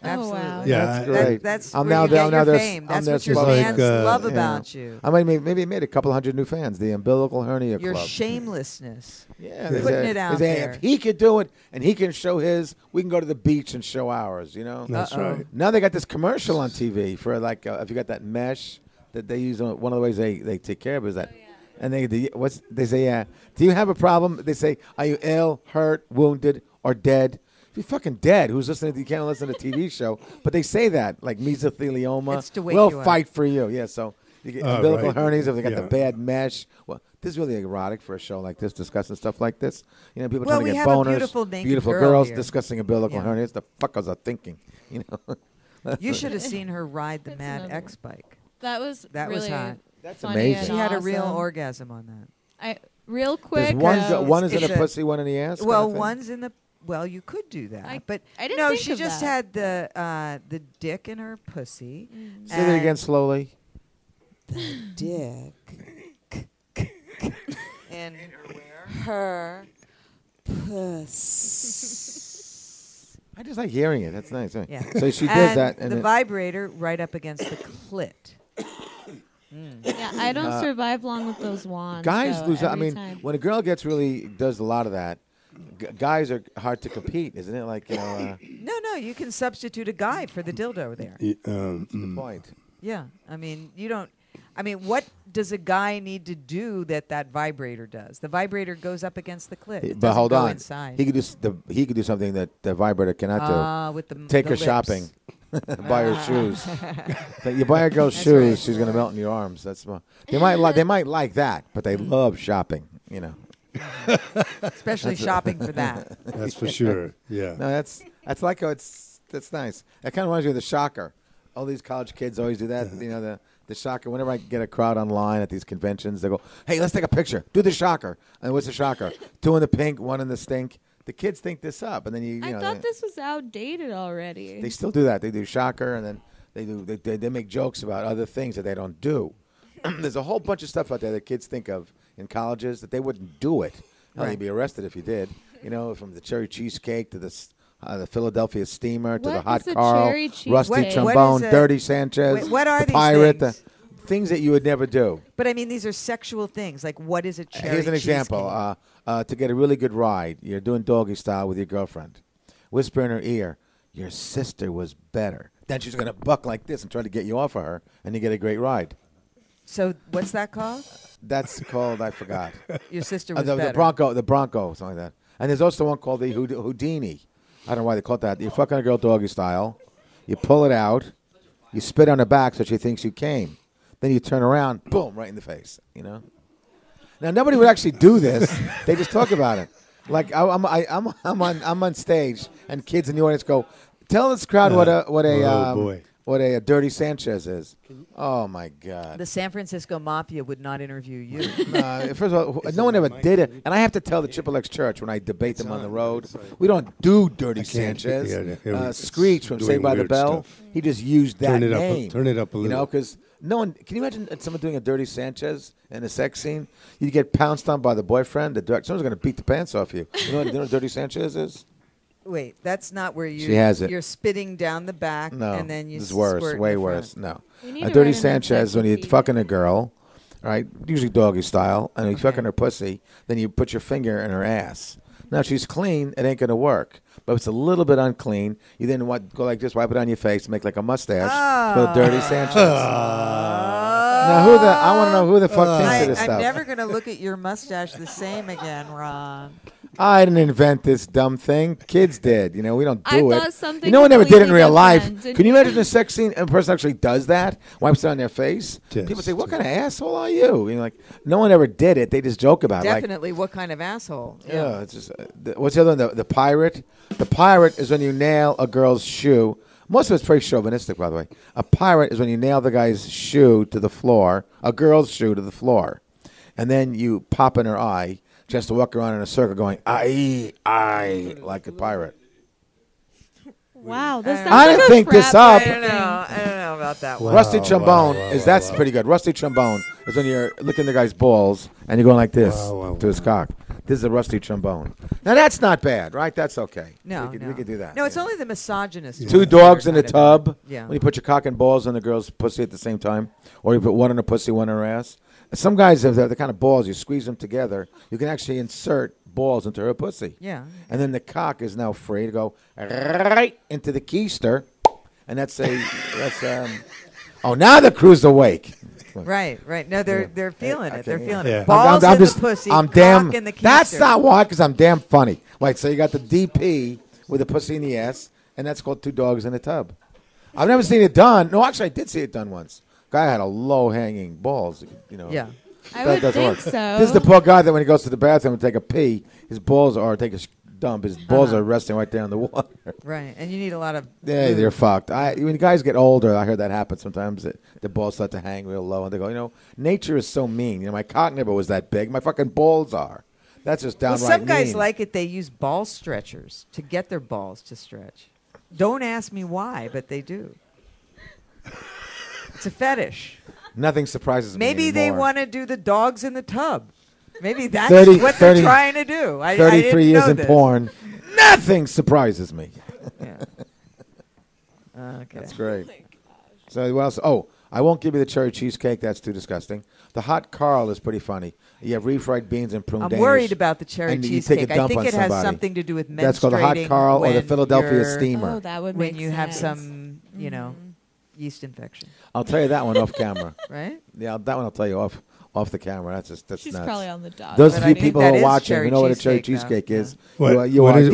Speaker 3: Absolutely.
Speaker 11: Yeah, that's
Speaker 3: That-
Speaker 11: great.
Speaker 3: Oh, that's
Speaker 11: Oh, I'm
Speaker 3: where
Speaker 11: now
Speaker 3: you
Speaker 11: there.
Speaker 3: get
Speaker 11: I'm now
Speaker 3: your
Speaker 11: their-
Speaker 3: fame.
Speaker 11: I'm
Speaker 3: That's
Speaker 11: their
Speaker 3: what your
Speaker 11: spot.
Speaker 3: fans love
Speaker 11: you know.
Speaker 3: about you.
Speaker 11: I mean, may- maybe it made a couple hundred new fans. The umbilical hernia
Speaker 3: Your
Speaker 11: club.
Speaker 3: shamelessness.
Speaker 11: Yeah, they
Speaker 3: Putting
Speaker 11: say-
Speaker 3: it
Speaker 11: they
Speaker 3: out
Speaker 11: say,
Speaker 3: there.
Speaker 11: If he could do it and he can show his, we can go to the beach and show ours. You know.
Speaker 4: That's Uh-oh. right.
Speaker 11: Now they got this commercial on TV for like uh, if you got that mesh that they use. On, one of the ways they, they take care of it is that, and they the, what's they say yeah. Do you have a problem? They say, are you ill, hurt, wounded, or dead? If you're fucking dead, who's listening? To, you can't listen to a TV show, but they say that like mesothelioma.
Speaker 3: It's to wake
Speaker 11: we'll
Speaker 3: you up.
Speaker 11: fight for you. Yeah. So. You get
Speaker 4: Oh,
Speaker 11: umbilical
Speaker 4: right.
Speaker 11: hernias if they got the
Speaker 4: Yeah.
Speaker 11: bad mesh. Well, this is really erotic for a show like this, discussing stuff like this. You know, people
Speaker 3: Well,
Speaker 11: trying
Speaker 3: we
Speaker 11: to get
Speaker 3: have a
Speaker 11: boners.
Speaker 3: beautiful naked
Speaker 11: beautiful
Speaker 3: girl
Speaker 11: girls
Speaker 3: here.
Speaker 11: discussing umbilical
Speaker 3: Yeah.
Speaker 11: hernias. The fuckers are thinking, you know.
Speaker 3: You should have seen her ride the Mad X bike.
Speaker 10: That was
Speaker 3: That
Speaker 10: really
Speaker 3: was hot.
Speaker 10: That's
Speaker 11: amazing.
Speaker 3: She had a real orgasm on that.
Speaker 10: I real quick.
Speaker 11: There's one,
Speaker 10: uh,
Speaker 11: go- one is in
Speaker 3: it's
Speaker 11: a
Speaker 3: a-
Speaker 11: pussy, one in the ass. kind
Speaker 3: Well,
Speaker 11: of thing.
Speaker 3: one's in the. Well, you could do that,
Speaker 10: I-
Speaker 3: but
Speaker 10: I didn't
Speaker 3: no,
Speaker 10: think
Speaker 3: she
Speaker 10: of
Speaker 3: just
Speaker 10: that.
Speaker 3: had the uh, the dick in her pussy.
Speaker 10: Mm-hmm.
Speaker 11: Say that again
Speaker 3: and
Speaker 11: slowly.
Speaker 3: The dick in her puss.
Speaker 11: I just like hearing it. That's nice. right?
Speaker 3: Yeah.
Speaker 11: So she did
Speaker 3: And
Speaker 11: that, and
Speaker 3: the
Speaker 11: it-
Speaker 3: vibrator right up against the clit. Mm.
Speaker 10: Yeah, I don't
Speaker 11: Uh,
Speaker 10: survive long with those wands.
Speaker 11: guys
Speaker 10: so
Speaker 11: lose. I
Speaker 10: every
Speaker 11: mean,
Speaker 10: time-
Speaker 11: when a girl gets really does a lot of that, g- guys are hard to compete, isn't it? Like you know, uh,
Speaker 3: No, no, you can substitute a guy for the dildo there.
Speaker 4: Y- um, mm.
Speaker 11: point.
Speaker 3: Yeah, I mean, you don't. I mean, what does a guy need to do that that vibrator does? The vibrator goes up against the clit.
Speaker 11: He-
Speaker 3: It
Speaker 11: but
Speaker 3: doesn't
Speaker 11: hold
Speaker 3: go
Speaker 11: on,
Speaker 3: Inside.
Speaker 11: he could do s- the he could do something that the vibrator cannot
Speaker 3: Ah,
Speaker 11: do.
Speaker 3: with the-
Speaker 11: take
Speaker 3: the
Speaker 11: her
Speaker 3: lips.
Speaker 11: shopping, buy her
Speaker 3: Ah.
Speaker 11: shoes. But you buy a girl
Speaker 3: That's
Speaker 11: shoes,
Speaker 3: right.
Speaker 11: she's gonna melt in your arms. That's my, they might like they might like that, but they love shopping. You know,
Speaker 3: Especially
Speaker 11: That's a-
Speaker 3: shopping for that.
Speaker 4: That's for sure, yeah.
Speaker 11: no, that's that's like a, it's that's nice. That kind of reminds me of the shocker. All these college kids always do that. You know the. The shocker. Whenever I get a crowd online at these conventions, they go, "Hey, let's take a picture. Do the shocker." And what's the shocker? Two in the pink, one in the stink. The kids think this up, and then you. you
Speaker 10: I
Speaker 11: know,
Speaker 10: thought
Speaker 11: they-
Speaker 10: this was outdated already.
Speaker 11: uh, They still do that. They do shocker, and then they do they, they, they make jokes about other things that they don't do. There's a whole bunch of stuff out there that kids think of in colleges that they wouldn't do it. Hell,
Speaker 3: Right.
Speaker 11: They'd be arrested if you did. You know, from the cherry cheesecake to the s- uh, the Philadelphia steamer to the
Speaker 10: What
Speaker 11: hot
Speaker 10: is a
Speaker 11: Carl,
Speaker 10: cherry
Speaker 11: rusty
Speaker 10: cheesecake? What- what
Speaker 11: trombone,
Speaker 3: is a-
Speaker 11: dirty Sanchez,
Speaker 3: Wait, what are
Speaker 11: the
Speaker 3: these
Speaker 11: pirate,
Speaker 3: things?
Speaker 11: the things that you would never do.
Speaker 3: But I mean, these are sexual things. Like, what is a cherry?
Speaker 11: Here's an example.
Speaker 3: cheesecake?
Speaker 11: Uh, uh, to get a really good ride, you're doing doggy style with your girlfriend. Whisper in her ear, your sister was better. Then she's going to buck like this and try to get you off of her, and you get a great ride.
Speaker 3: so, what's that called?
Speaker 11: That's called, I forgot.
Speaker 3: Your sister
Speaker 11: Uh,
Speaker 3: was
Speaker 11: the, the
Speaker 3: better.
Speaker 11: Bronco, the Bronco, something like that. And there's also one called the Houd- Houdini. I don't know why they call it that. You fuck on a girl doggy style. You pull it out. You spit on her back so she thinks you came. Then you turn around, boom, right in the face. You know. Now nobody would actually do this. they just talk about it. Like I, I'm, I, I'm, I'm on, I'm on stage, and kids in the audience go, "Tell this crowd what a, what a,
Speaker 4: Oh,
Speaker 11: um,
Speaker 4: boy.
Speaker 11: what a, dirty Sanchez is." Oh my God.
Speaker 3: the San Francisco Mafia would not interview you.
Speaker 11: Uh, first of all, who- no one ever did it, and I have to tell the Triple X Church when I debate them on the road, we don't do Dirty
Speaker 4: can't hear-
Speaker 11: Sanchez.
Speaker 4: yeah, yeah,
Speaker 11: uh,
Speaker 4: it's
Speaker 11: Screech from
Speaker 4: doing
Speaker 11: Saved by the
Speaker 4: weird
Speaker 11: Bell,
Speaker 4: stuff.
Speaker 11: he just used that
Speaker 4: Turn it up a-
Speaker 11: name.
Speaker 4: turn it up a
Speaker 11: You know,
Speaker 4: little.
Speaker 11: because no one. Can you imagine someone doing a Dirty Sanchez in a sex scene? You get pounced on by the boyfriend. The director, someone's going to beat the pants off you. You know what, you know what Dirty Sanchez is?
Speaker 3: Wait, that's not where you.
Speaker 11: She has it.
Speaker 3: You're spitting down the back,
Speaker 11: No,
Speaker 3: and then you.
Speaker 11: this is worse,
Speaker 3: squirt in
Speaker 11: way
Speaker 3: the front.
Speaker 11: worse. No,
Speaker 10: We need
Speaker 11: a
Speaker 10: to
Speaker 11: dirty
Speaker 10: write an
Speaker 11: Sanchez when you're
Speaker 10: encyclopedia.
Speaker 11: fucking a girl, all right? Usually doggy style, and you're fucking her pussy. Then you put your finger in her ass. Now if she's clean. It ain't gonna work. But if it's a little bit unclean. You then want go like this, wipe it on your face, make like a mustache for
Speaker 3: Ah.
Speaker 11: dirty Sanchez. now who the I want to know who the fuck thinks
Speaker 3: I,
Speaker 11: of this
Speaker 3: I'm
Speaker 11: stuff.
Speaker 3: never going to look at your mustache the same again, Ron.
Speaker 11: I didn't invent this dumb thing. Kids did. You know, we don't
Speaker 10: I
Speaker 11: do
Speaker 10: thought
Speaker 11: it.
Speaker 10: something
Speaker 11: you know, we never did it in
Speaker 10: completely
Speaker 11: real life.
Speaker 10: different, didn't
Speaker 11: Can you
Speaker 10: you?
Speaker 11: imagine a sex scene and a person actually does that? Wipes it on their face? People say, what kind of asshole are you? You're like, no one ever did it. They just joke about it. Like,
Speaker 3: Definitely, what kind of asshole?
Speaker 11: yeah, it's just uh, the, what's the other one? The, the pirate. The pirate is when you nail a girl's shoe. Most of it's pretty chauvinistic, by the way. A pirate is when you nail the guy's shoe to the floor, a girl's shoe to the floor, and then you pop in her eye. She has to walk around in a circle going "Ah, "aye, aye" like a pirate.
Speaker 10: Wow, this
Speaker 11: I didn't think this up.
Speaker 3: I don't know. I don't know about that one.
Speaker 11: Rusty
Speaker 4: Wow, wow,
Speaker 11: trombone
Speaker 4: wow,
Speaker 11: is
Speaker 4: wow,
Speaker 11: that's
Speaker 4: wow.
Speaker 11: pretty good. Rusty trombone is when you're licking the guy's balls and you're going like this
Speaker 4: Wow, wow,
Speaker 11: to his cock. This is a rusty trombone. Now that's not bad, right? That's okay.
Speaker 3: No,
Speaker 11: we could,
Speaker 3: no.
Speaker 11: we could do that.
Speaker 3: No, it's
Speaker 11: yeah.
Speaker 3: only the misogynist.
Speaker 11: Two
Speaker 3: ones that
Speaker 11: dogs
Speaker 3: are
Speaker 11: in a
Speaker 3: kind of-
Speaker 11: tub.
Speaker 3: Yeah.
Speaker 11: When you put your cock and balls on the girl's pussy at the same time, or you put one on her pussy, one on her ass. Some guys have the, the kind of balls you squeeze them together. You can actually insert balls into her pussy.
Speaker 3: Yeah.
Speaker 11: And then the cock is now free to go right into the keister, and that's a that's um. Oh, now the crew's awake.
Speaker 3: Right, right. No, they're they're feeling
Speaker 11: I
Speaker 3: it. They're
Speaker 11: can't-
Speaker 3: feeling
Speaker 4: Yeah.
Speaker 3: it. Balls in
Speaker 11: just-
Speaker 3: the pussy.
Speaker 11: I'm
Speaker 3: cock
Speaker 11: damn.
Speaker 3: in the
Speaker 11: that's
Speaker 3: keister.
Speaker 11: not why, because I'm damn funny. Like, so you got the DP with a pussy in the ass, and that's called two dogs in a tub. I've never seen it done. No, actually, I did see it done once. Guy had a low hanging balls. You know.
Speaker 3: Yeah.
Speaker 10: I
Speaker 11: That
Speaker 10: would
Speaker 11: doesn't work.
Speaker 10: think so.
Speaker 11: This is the poor guy that when he goes to the bathroom and take a pee, his balls are take a sh- dump. His
Speaker 10: Uh-huh.
Speaker 11: balls are resting right there in the water.
Speaker 3: Right, and you need a lot of.
Speaker 11: Yeah,
Speaker 3: lube.
Speaker 11: they're fucked. I when guys get older, I heard that happen sometimes. That the balls start to hang real low, and they go, you know, nature is so mean. You know, my cock never was that big. My fucking balls are. That's just
Speaker 3: Well,
Speaker 11: downright
Speaker 3: some guys
Speaker 11: mean.
Speaker 3: like it. They use ball stretchers to get their balls to stretch. Don't ask me why, but they do. it's a fetish.
Speaker 11: nothing surprises me.
Speaker 3: Maybe they
Speaker 11: anymore.
Speaker 3: want to do the dogs in the tub. Maybe that's
Speaker 11: 30
Speaker 3: what
Speaker 11: 30
Speaker 3: they're trying to do. I, I didn't
Speaker 11: Thirty-three years
Speaker 3: know
Speaker 11: in
Speaker 3: this.
Speaker 11: porn, nothing surprises me.
Speaker 3: Yeah. Okay.
Speaker 11: That's great. So what else? Oh, I won't give you the cherry cheesecake. That's too disgusting. The hot Carl is pretty funny. You have refried beans and prune.
Speaker 3: I'm
Speaker 11: Danish,
Speaker 3: worried about the cherry
Speaker 11: and you take a
Speaker 3: cheesecake. I
Speaker 11: dump
Speaker 3: think
Speaker 11: on
Speaker 3: it has
Speaker 11: somebody.
Speaker 3: something to do with menstruating.
Speaker 11: That's called the hot Carl or the
Speaker 3: when
Speaker 11: Philadelphia
Speaker 3: you're-
Speaker 11: steamer.
Speaker 10: Oh, that would
Speaker 3: When
Speaker 10: make
Speaker 3: you have
Speaker 10: sense. Mm-hmm.
Speaker 3: some, you know, yeast infection,
Speaker 11: I'll tell you that one off camera.
Speaker 3: right?
Speaker 11: Yeah, that one I'll tell you off off the camera. That's just that's
Speaker 10: She's
Speaker 11: nuts.
Speaker 10: probably on the dog.
Speaker 11: Those
Speaker 3: But I
Speaker 11: few
Speaker 3: think
Speaker 11: people
Speaker 3: that
Speaker 11: who are
Speaker 3: is
Speaker 11: watching who
Speaker 3: cherry
Speaker 11: know what a cherry cheesecake
Speaker 3: cheesecake, though.
Speaker 11: is,
Speaker 4: What-
Speaker 11: you are, you
Speaker 4: what
Speaker 11: are
Speaker 4: is-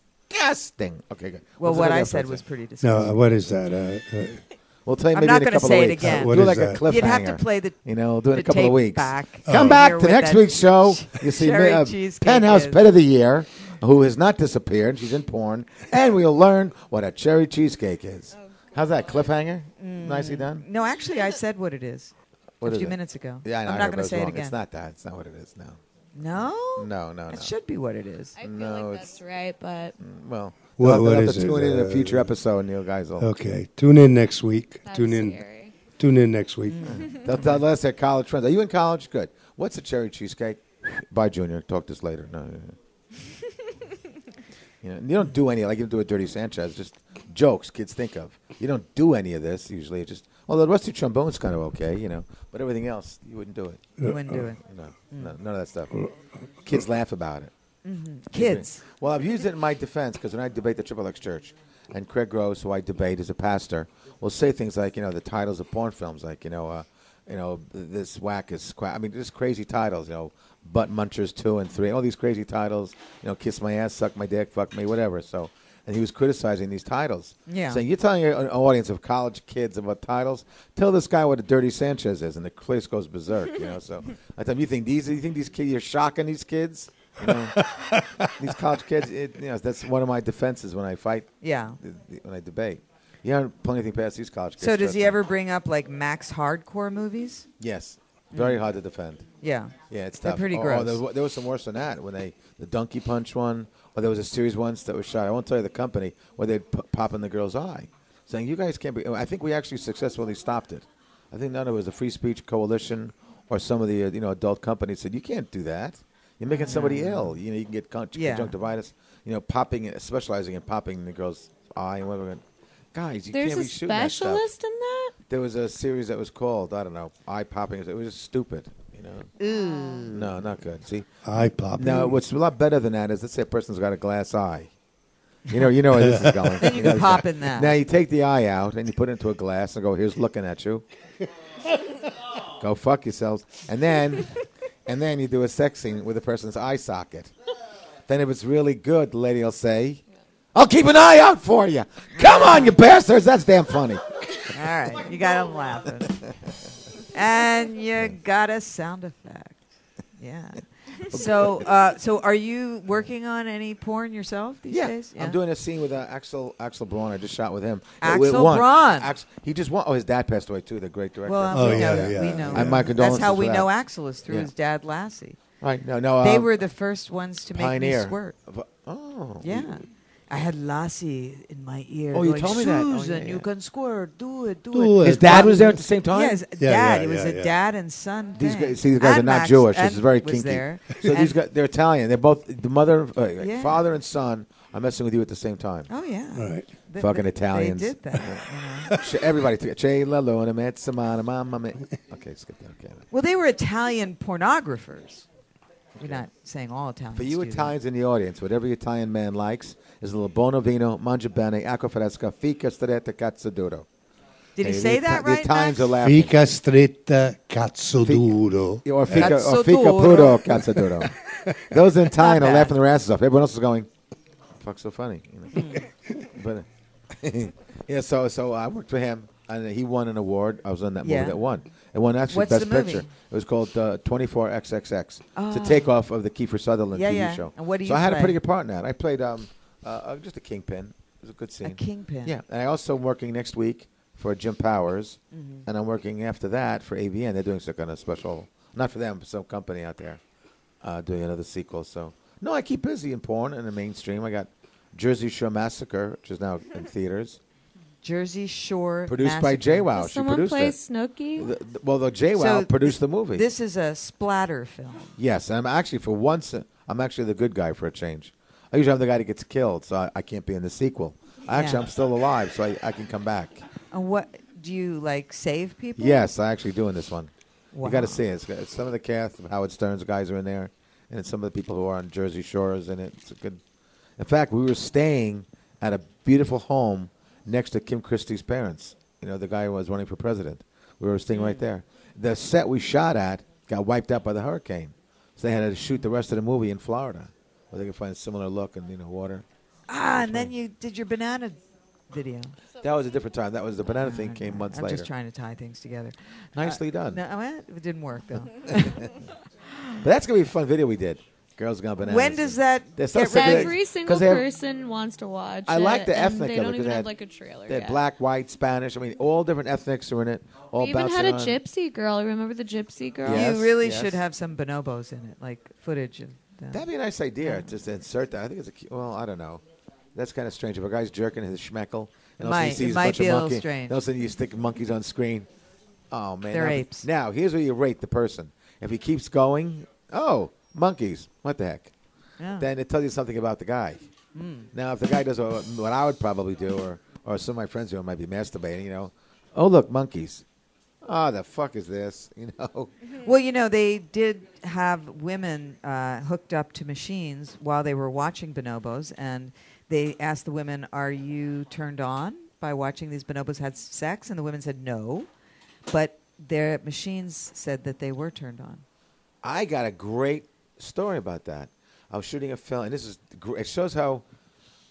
Speaker 4: what
Speaker 11: disgusting. Okay, good.
Speaker 3: Well,
Speaker 11: What's
Speaker 3: what
Speaker 11: another
Speaker 3: I said
Speaker 11: reference?
Speaker 3: was pretty disgusting.
Speaker 4: No, uh, what is that? Uh, uh,
Speaker 11: We'll tell you
Speaker 3: I'm
Speaker 11: maybe
Speaker 3: not
Speaker 11: in a
Speaker 3: gonna
Speaker 11: couple
Speaker 3: say
Speaker 11: of
Speaker 3: it
Speaker 11: weeks.
Speaker 3: again.
Speaker 11: Do
Speaker 4: What is
Speaker 11: like a
Speaker 4: that?
Speaker 11: cliffhanger.
Speaker 3: You'd have to play the
Speaker 11: You know, do it in a
Speaker 3: the
Speaker 11: couple of
Speaker 3: tape
Speaker 11: weeks.
Speaker 3: back.
Speaker 11: Come
Speaker 3: Oh.
Speaker 11: back
Speaker 3: Hear
Speaker 11: to
Speaker 3: what
Speaker 11: next
Speaker 3: that
Speaker 11: week's show. You see
Speaker 3: cherry
Speaker 11: uh,
Speaker 3: cheesecake
Speaker 11: Penthouse
Speaker 3: is.
Speaker 11: Pet of the Year, who has not disappeared. She's in porn, and we'll learn what a cherry cheesecake is.
Speaker 3: Oh,
Speaker 11: How's that cliffhanger? Nicely done.
Speaker 3: No, actually, I said what it is
Speaker 11: What
Speaker 3: a
Speaker 11: is
Speaker 3: few
Speaker 11: it?
Speaker 3: minutes ago.
Speaker 11: Yeah, I know,
Speaker 3: I'm
Speaker 11: I
Speaker 3: not
Speaker 11: heard, but
Speaker 3: going to
Speaker 11: was
Speaker 3: say
Speaker 11: wrong.
Speaker 3: it again.
Speaker 11: It's not that. It's not what it is. No.
Speaker 3: No,
Speaker 11: No, no, no.
Speaker 3: that should be what it is.
Speaker 10: I feel
Speaker 11: No,
Speaker 10: like
Speaker 11: it's-
Speaker 10: that's right, but
Speaker 11: Mm, Well,
Speaker 4: What-
Speaker 11: what,
Speaker 4: what
Speaker 11: have
Speaker 4: is
Speaker 11: to
Speaker 4: it?
Speaker 11: tune in to a future
Speaker 4: Uh,
Speaker 11: episode, and you guys will.
Speaker 4: okay, tune in next week.
Speaker 10: that's
Speaker 4: tune in.
Speaker 10: scary.
Speaker 4: Tune in next week.
Speaker 11: They'll tell us their college friends. Are you in college? Good. What's a cherry cheesecake? Bye, Junior. Talk this later. No. no, no. you, know, you don't do any like you don't do a dirty Sanchez. Just jokes kids think of. You don't do any of this usually. It's just although the rusty trombone's kind of okay, you know, but everything else you wouldn't do it.
Speaker 3: You wouldn't do it.
Speaker 11: Uh,
Speaker 3: Mm. Uh,
Speaker 11: No, no none of that stuff. Kids laugh about it.
Speaker 3: Mm-hmm. Kids.
Speaker 11: Well, I've used it in my defense because when I debate the Triple X Church, and Craig Gross, who I debate as a pastor, will say things like, you know, the titles of porn films, like, you know, uh, you know, this whack is, qua- I mean, just crazy titles, you know, Butt Munchers two and three, all these crazy titles, you know, kiss my ass, suck my dick, fuck me, whatever. So, and he was criticizing these titles,
Speaker 3: Yeah.
Speaker 11: saying you're telling an audience of college kids about titles. Tell this guy what a dirty Sanchez is, and the place goes berserk, you know. So I tell him, you think these, you think these kids, you're shocking these kids. You know? these college kids, it, you know, that's one of my defenses when I fight,
Speaker 3: Yeah.
Speaker 11: th- th- when I debate. You haven't put anything past these college kids.
Speaker 3: So does
Speaker 11: trust
Speaker 3: he
Speaker 11: me.
Speaker 3: ever bring up like Max Hardcore movies?
Speaker 11: Yes, very hard to defend.
Speaker 3: Yeah.
Speaker 11: Yeah, it's
Speaker 3: They're
Speaker 11: tough.
Speaker 3: pretty
Speaker 11: Oh,
Speaker 3: gross.
Speaker 11: Oh, there, wa- there was some worse than that when they the donkey punch one, or there was a series once that was shot. I won't tell you the company where they'd p- pop in the girl's eye, saying you guys can't be. I think we actually successfully stopped it. I think none of it was the Free Speech Coalition or some of the uh, you know adult companies said you can't do that. You're making somebody ill. You know you can get con-
Speaker 3: Yeah.
Speaker 11: conjunctivitis. You know popping, in- specializing in popping the girl's eye and whatever. Guys, you
Speaker 10: there's
Speaker 11: can't
Speaker 10: a
Speaker 11: be shooting that stuff.
Speaker 10: specialist in that.
Speaker 11: There was a series that was called I don't know eye popping. It was just stupid, you know.
Speaker 3: Mm.
Speaker 11: No, not good. See,
Speaker 4: Eye pop.
Speaker 11: now what's a lot better than that is let's say a person's got a glass eye. You know, you know where this is going.
Speaker 3: Then you
Speaker 11: know
Speaker 3: can
Speaker 11: this-
Speaker 3: pop in that.
Speaker 11: Now you take the eye out and you put it into a glass and go, "Here's looking at you." go fuck yourselves, and then, and then you do a sex scene with a person's eye socket. Then if it's really good, the lady will say, I'll keep an eye out for you. Come on, you bastards. That's damn funny.
Speaker 3: All right, you got him laughing, and you got a sound effect. Yeah. So, uh, so are you working on any porn yourself these
Speaker 11: yeah.
Speaker 3: days?
Speaker 11: I'm doing a scene with uh, Axel Axel Braun. I just shot with him.
Speaker 3: Axel
Speaker 11: We won.
Speaker 3: Braun.
Speaker 11: Ax- he just won. Oh, his dad passed away too. The great director.
Speaker 3: Well, um, we know that. We know.
Speaker 11: And my
Speaker 3: that.
Speaker 11: condolences.
Speaker 3: That's how
Speaker 11: for
Speaker 3: we
Speaker 11: that.
Speaker 3: know Axel is through
Speaker 11: Yeah.
Speaker 3: his dad Lassie.
Speaker 11: Right, no, no,
Speaker 3: They
Speaker 11: um,
Speaker 3: were the first ones to make
Speaker 11: Pioneer.
Speaker 3: me squirt.
Speaker 11: Oh.
Speaker 3: Yeah. I had Lassie in my ear.
Speaker 11: Oh, you
Speaker 3: going,
Speaker 11: told me that. Oh, yeah,
Speaker 3: Susan,
Speaker 11: yeah.
Speaker 3: you can squirt. Do it. Do,
Speaker 11: Do
Speaker 3: it.
Speaker 11: it. His dad was there at the same time?
Speaker 3: Yes,
Speaker 11: Yeah,
Speaker 3: dad.
Speaker 11: yeah,
Speaker 3: it was
Speaker 11: yeah,
Speaker 3: a
Speaker 11: yeah.
Speaker 3: dad and son.
Speaker 11: These
Speaker 3: thing.
Speaker 11: guys, see, these guys are
Speaker 3: And
Speaker 11: not
Speaker 3: Max-
Speaker 11: Jewish. This
Speaker 3: and
Speaker 11: is very
Speaker 3: was
Speaker 11: kinky.
Speaker 3: there.
Speaker 11: So these
Speaker 3: And-
Speaker 11: guys, they're Italian. They're both the mother, uh,
Speaker 3: Yeah.
Speaker 11: father and son are messing with you at the same time.
Speaker 3: Oh yeah.
Speaker 4: Right.
Speaker 3: Th-
Speaker 11: Fucking
Speaker 3: th-
Speaker 11: Italians.
Speaker 3: They did that. you know.
Speaker 11: Sh- Everybody, together. Che la luna, met samana, mamma mia. Okay, skip that. Okay.
Speaker 3: Well, they were Italian pornographers. We're not saying all Italians.
Speaker 11: For you
Speaker 3: do that.
Speaker 11: Italians in the audience, whatever your Italian man likes is a little bono vino, mangia bene, acqua fresca, fica stretta cazzaduro.
Speaker 3: Did
Speaker 11: Hey,
Speaker 3: he say
Speaker 11: the
Speaker 3: that
Speaker 11: Ita-
Speaker 3: right,
Speaker 11: The Italians are laughing.
Speaker 4: Fica stretta cazzo duro.
Speaker 11: Or fica, or
Speaker 3: Cazzaduro.
Speaker 11: fica puro cazzaduro. Those in Italian
Speaker 3: Not
Speaker 11: are
Speaker 3: bad.
Speaker 11: laughing their asses off. Everyone else is going, fuck so funny. You know? but, uh, yeah, so, so I worked for him. And he won an award. I was on that
Speaker 3: Yeah.
Speaker 11: movie that won. It won actually
Speaker 3: What's
Speaker 11: Best
Speaker 3: the movie?
Speaker 11: Picture. It was called uh, 24XXX. It's
Speaker 3: Oh.
Speaker 11: a takeoff of the Kiefer Sutherland
Speaker 3: Yeah,
Speaker 11: TV
Speaker 3: yeah.
Speaker 11: show.
Speaker 3: And what do
Speaker 11: so
Speaker 3: you
Speaker 11: I had a
Speaker 3: play?
Speaker 11: pretty good part in that. I played um, uh, uh, just a kingpin. It was a good scene.
Speaker 3: kingpin.
Speaker 11: Yeah. And I also am working next week for Jim Powers.
Speaker 3: Mm-hmm.
Speaker 11: And I'm working after that for ABN. They're doing some kind of special, not for them, but some company out there uh, doing another sequel. So, no, I keep busy in porn and the mainstream. I got Jersey Shore Massacre, which is now in theaters,
Speaker 3: Jersey Shore.
Speaker 11: produced by Jay
Speaker 3: Massacre.
Speaker 11: Wow. She
Speaker 10: Someone
Speaker 11: produced
Speaker 10: play
Speaker 11: it.
Speaker 10: Snooki.
Speaker 11: The- the- well, the Jay Wow
Speaker 3: So
Speaker 11: produced the movie.
Speaker 3: This is a splatter film.
Speaker 11: Yes, and I'm actually for once uh, I'm actually the good guy for a change. I usually I'm the guy that gets killed, so I, I can't be in the sequel. Actually,
Speaker 3: Yeah.
Speaker 11: I'm still alive, so I, I can come back.
Speaker 3: And what do you like? Save people?
Speaker 11: Yes, I actually do in this one.
Speaker 3: Wow.
Speaker 11: You got to see it. It's got- some of the cast of Howard Stern's guys are in there, and then some of the people who are on Jersey Shore is in it. It's a good. In fact, we were staying at a beautiful home next to Kim Christie's parents. You know, the guy who was running for president. We were staying
Speaker 3: Hmm.
Speaker 11: right there. The set we shot at got wiped out by the hurricane, so they had to shoot the rest of the movie in Florida, where they could find a similar look and you know water.
Speaker 3: Ah, and then you did your banana video. Ah,
Speaker 11: That was a different time. That was the banana thing came months
Speaker 3: I'm
Speaker 11: later.
Speaker 3: just trying to tie things together.
Speaker 11: Nicely done.
Speaker 3: No, eh, it didn't work though.
Speaker 11: But that's gonna be a fun video we did. Girls gone bananas.
Speaker 3: when does that?
Speaker 11: They're so
Speaker 3: get
Speaker 11: sick of
Speaker 3: ready?
Speaker 11: it.
Speaker 10: Every
Speaker 11: 'Cause
Speaker 10: single
Speaker 11: they have-
Speaker 10: person wants to watch.
Speaker 11: I like
Speaker 10: it,
Speaker 11: the
Speaker 10: and
Speaker 11: ethnic
Speaker 10: They
Speaker 11: of it,
Speaker 10: don't
Speaker 11: 'cause
Speaker 10: even
Speaker 11: they
Speaker 10: have
Speaker 11: had-
Speaker 10: like a trailer.
Speaker 11: They had
Speaker 10: yet.
Speaker 11: black, white, Spanish. I mean, all different ethnics are in it. All
Speaker 10: We even
Speaker 11: bouncing
Speaker 10: had a
Speaker 11: around.
Speaker 10: gypsy girl. Remember the gypsy girl?
Speaker 11: Yes,
Speaker 3: you really
Speaker 11: yes.
Speaker 3: should have some bonobos in it, like footage and.
Speaker 11: That'd be a nice idea. Just to insert that. I think it's a cute. Well, I don't know. That's kind of strange. If a guy's jerking his schmeckle, and all of a sudden
Speaker 3: Might-
Speaker 11: you see
Speaker 3: it
Speaker 11: these
Speaker 3: might
Speaker 11: bunch
Speaker 3: be a
Speaker 11: of
Speaker 3: little
Speaker 11: monkeys,
Speaker 3: strange.
Speaker 11: all of a sudden you stick monkeys on screen. Oh man,
Speaker 3: They're
Speaker 11: now,
Speaker 3: apes.
Speaker 11: Now here's where you rate the person. If he keeps going, oh monkeys, what the heck?
Speaker 3: Yeah.
Speaker 11: Then it tells you something about the guy.
Speaker 3: Mm.
Speaker 11: Now if the guy does what, what I would probably do, or or some of my friends who might be masturbating, you know, oh look monkeys. Oh, the fuck is this? You know.
Speaker 3: Well, you know, they did have women uh, hooked up to machines while they were watching bonobos, and they asked the women, "Are you turned on by watching these bonobos had sex?" And the women said no, but their machines said that they were turned on.
Speaker 11: I got a great story about that. I was shooting a film, and this is gr- it shows how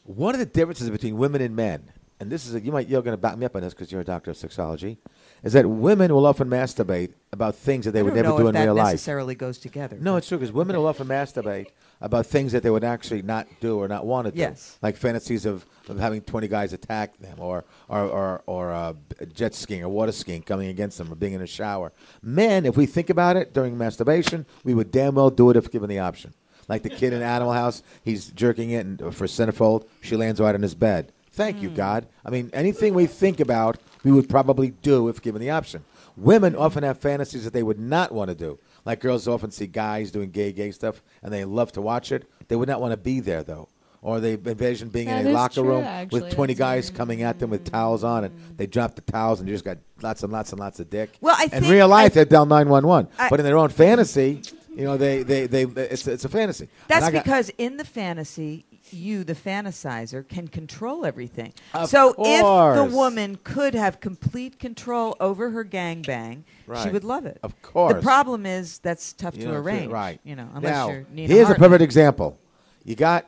Speaker 11: one of the differences between women and men, and this is you might you're going to back me up on this because you're a doctor of sexology, is that women will often masturbate about things that they
Speaker 3: I
Speaker 11: would
Speaker 3: don't
Speaker 11: never
Speaker 3: know
Speaker 11: do
Speaker 3: if
Speaker 11: in
Speaker 3: that
Speaker 11: real life.
Speaker 3: necessarily goes together.
Speaker 11: No, it's true because women will often masturbate about things that they would actually not do or not want to do.
Speaker 3: Yes.
Speaker 11: Like fantasies of, of having 20 guys attack them or, or, or, or uh, b- jet skiing or water skiing coming against them or being in a shower. Men, if we think about it during masturbation, we would damn well do it if given the option. Like the kid in Animal House, he's jerking it and, for centerfold. She lands right on his bed. Thank you, God. I mean, anything we think about, we would probably do if given the option. Women often have fantasies that they would not want to do. Like girls often see guys doing gay, gay stuff, and they love to watch it. They would not want to be there though, or they envision being
Speaker 10: That
Speaker 11: in a
Speaker 10: is
Speaker 11: locker
Speaker 10: true,
Speaker 11: room
Speaker 10: actually.
Speaker 11: with twenty
Speaker 10: That's
Speaker 11: guys
Speaker 10: right.
Speaker 11: coming at them with towels on, and they drop the towels, and you just got lots and lots and lots of dick.
Speaker 3: Well, I
Speaker 11: in
Speaker 3: think-
Speaker 11: real life
Speaker 3: I-
Speaker 11: they're down nine one one,
Speaker 3: I-
Speaker 11: but in their own fantasy, you know, they they, they, it's it's a fantasy. And
Speaker 3: That's
Speaker 11: I got-
Speaker 3: because in the fantasy, you, the fantasizer, can control everything.
Speaker 11: Of
Speaker 3: so if
Speaker 11: course.
Speaker 3: the woman could have complete control over her gangbang, she
Speaker 11: Right.
Speaker 3: would love it.
Speaker 11: Of course.
Speaker 3: The problem is that's tough
Speaker 11: You
Speaker 3: to
Speaker 11: don't feel-
Speaker 3: arrange.
Speaker 11: Right.
Speaker 3: You know, unless
Speaker 11: Now,
Speaker 3: you're Nina
Speaker 11: here's a
Speaker 3: Hartley.
Speaker 11: perfect example. You got.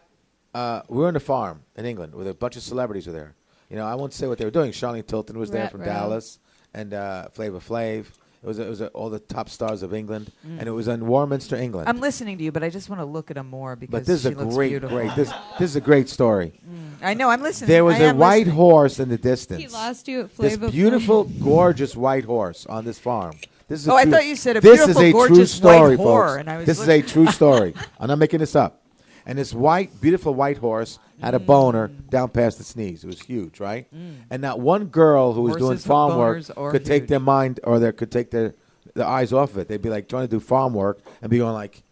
Speaker 11: Uh, we were on a farm in England with a bunch of celebrities were there. You know, I won't say what they were doing. Charlene Tilton was there
Speaker 12: Rat
Speaker 11: from
Speaker 12: row.
Speaker 11: Dallas, and uh, Flavor Flav. It was it was uh, all the top stars of England,
Speaker 3: Mm.
Speaker 11: and it was in Warminster, England.
Speaker 3: I'm listening to you, but I just want to look at him more because
Speaker 11: but this is
Speaker 3: she
Speaker 11: a
Speaker 3: looks
Speaker 11: great,
Speaker 3: beautiful.
Speaker 11: great. This this is a great story.
Speaker 3: I know. I'm listening.
Speaker 11: There was
Speaker 3: I
Speaker 11: a
Speaker 3: am
Speaker 11: white
Speaker 3: listening.
Speaker 11: horse in the distance.
Speaker 3: He lost you at Flava
Speaker 11: This beautiful, gorgeous white horse on this farm. This is a
Speaker 3: Oh, I
Speaker 11: true-
Speaker 3: thought you said a
Speaker 11: this
Speaker 3: beautiful,
Speaker 11: is a true
Speaker 3: gorgeous white
Speaker 11: story,
Speaker 3: whore,
Speaker 11: folks.
Speaker 3: and I was
Speaker 11: this
Speaker 3: looking-
Speaker 11: is a true story. I'm not making this up. And this white, beautiful white horse had a boner
Speaker 3: Mm.
Speaker 11: down past the sneeze. It was huge, right? And not one girl who was doing
Speaker 3: Horses with
Speaker 11: farm work
Speaker 3: boners are
Speaker 11: could take their mind or their could take their, their eyes off it. They'd be like trying to do farm work and be going like,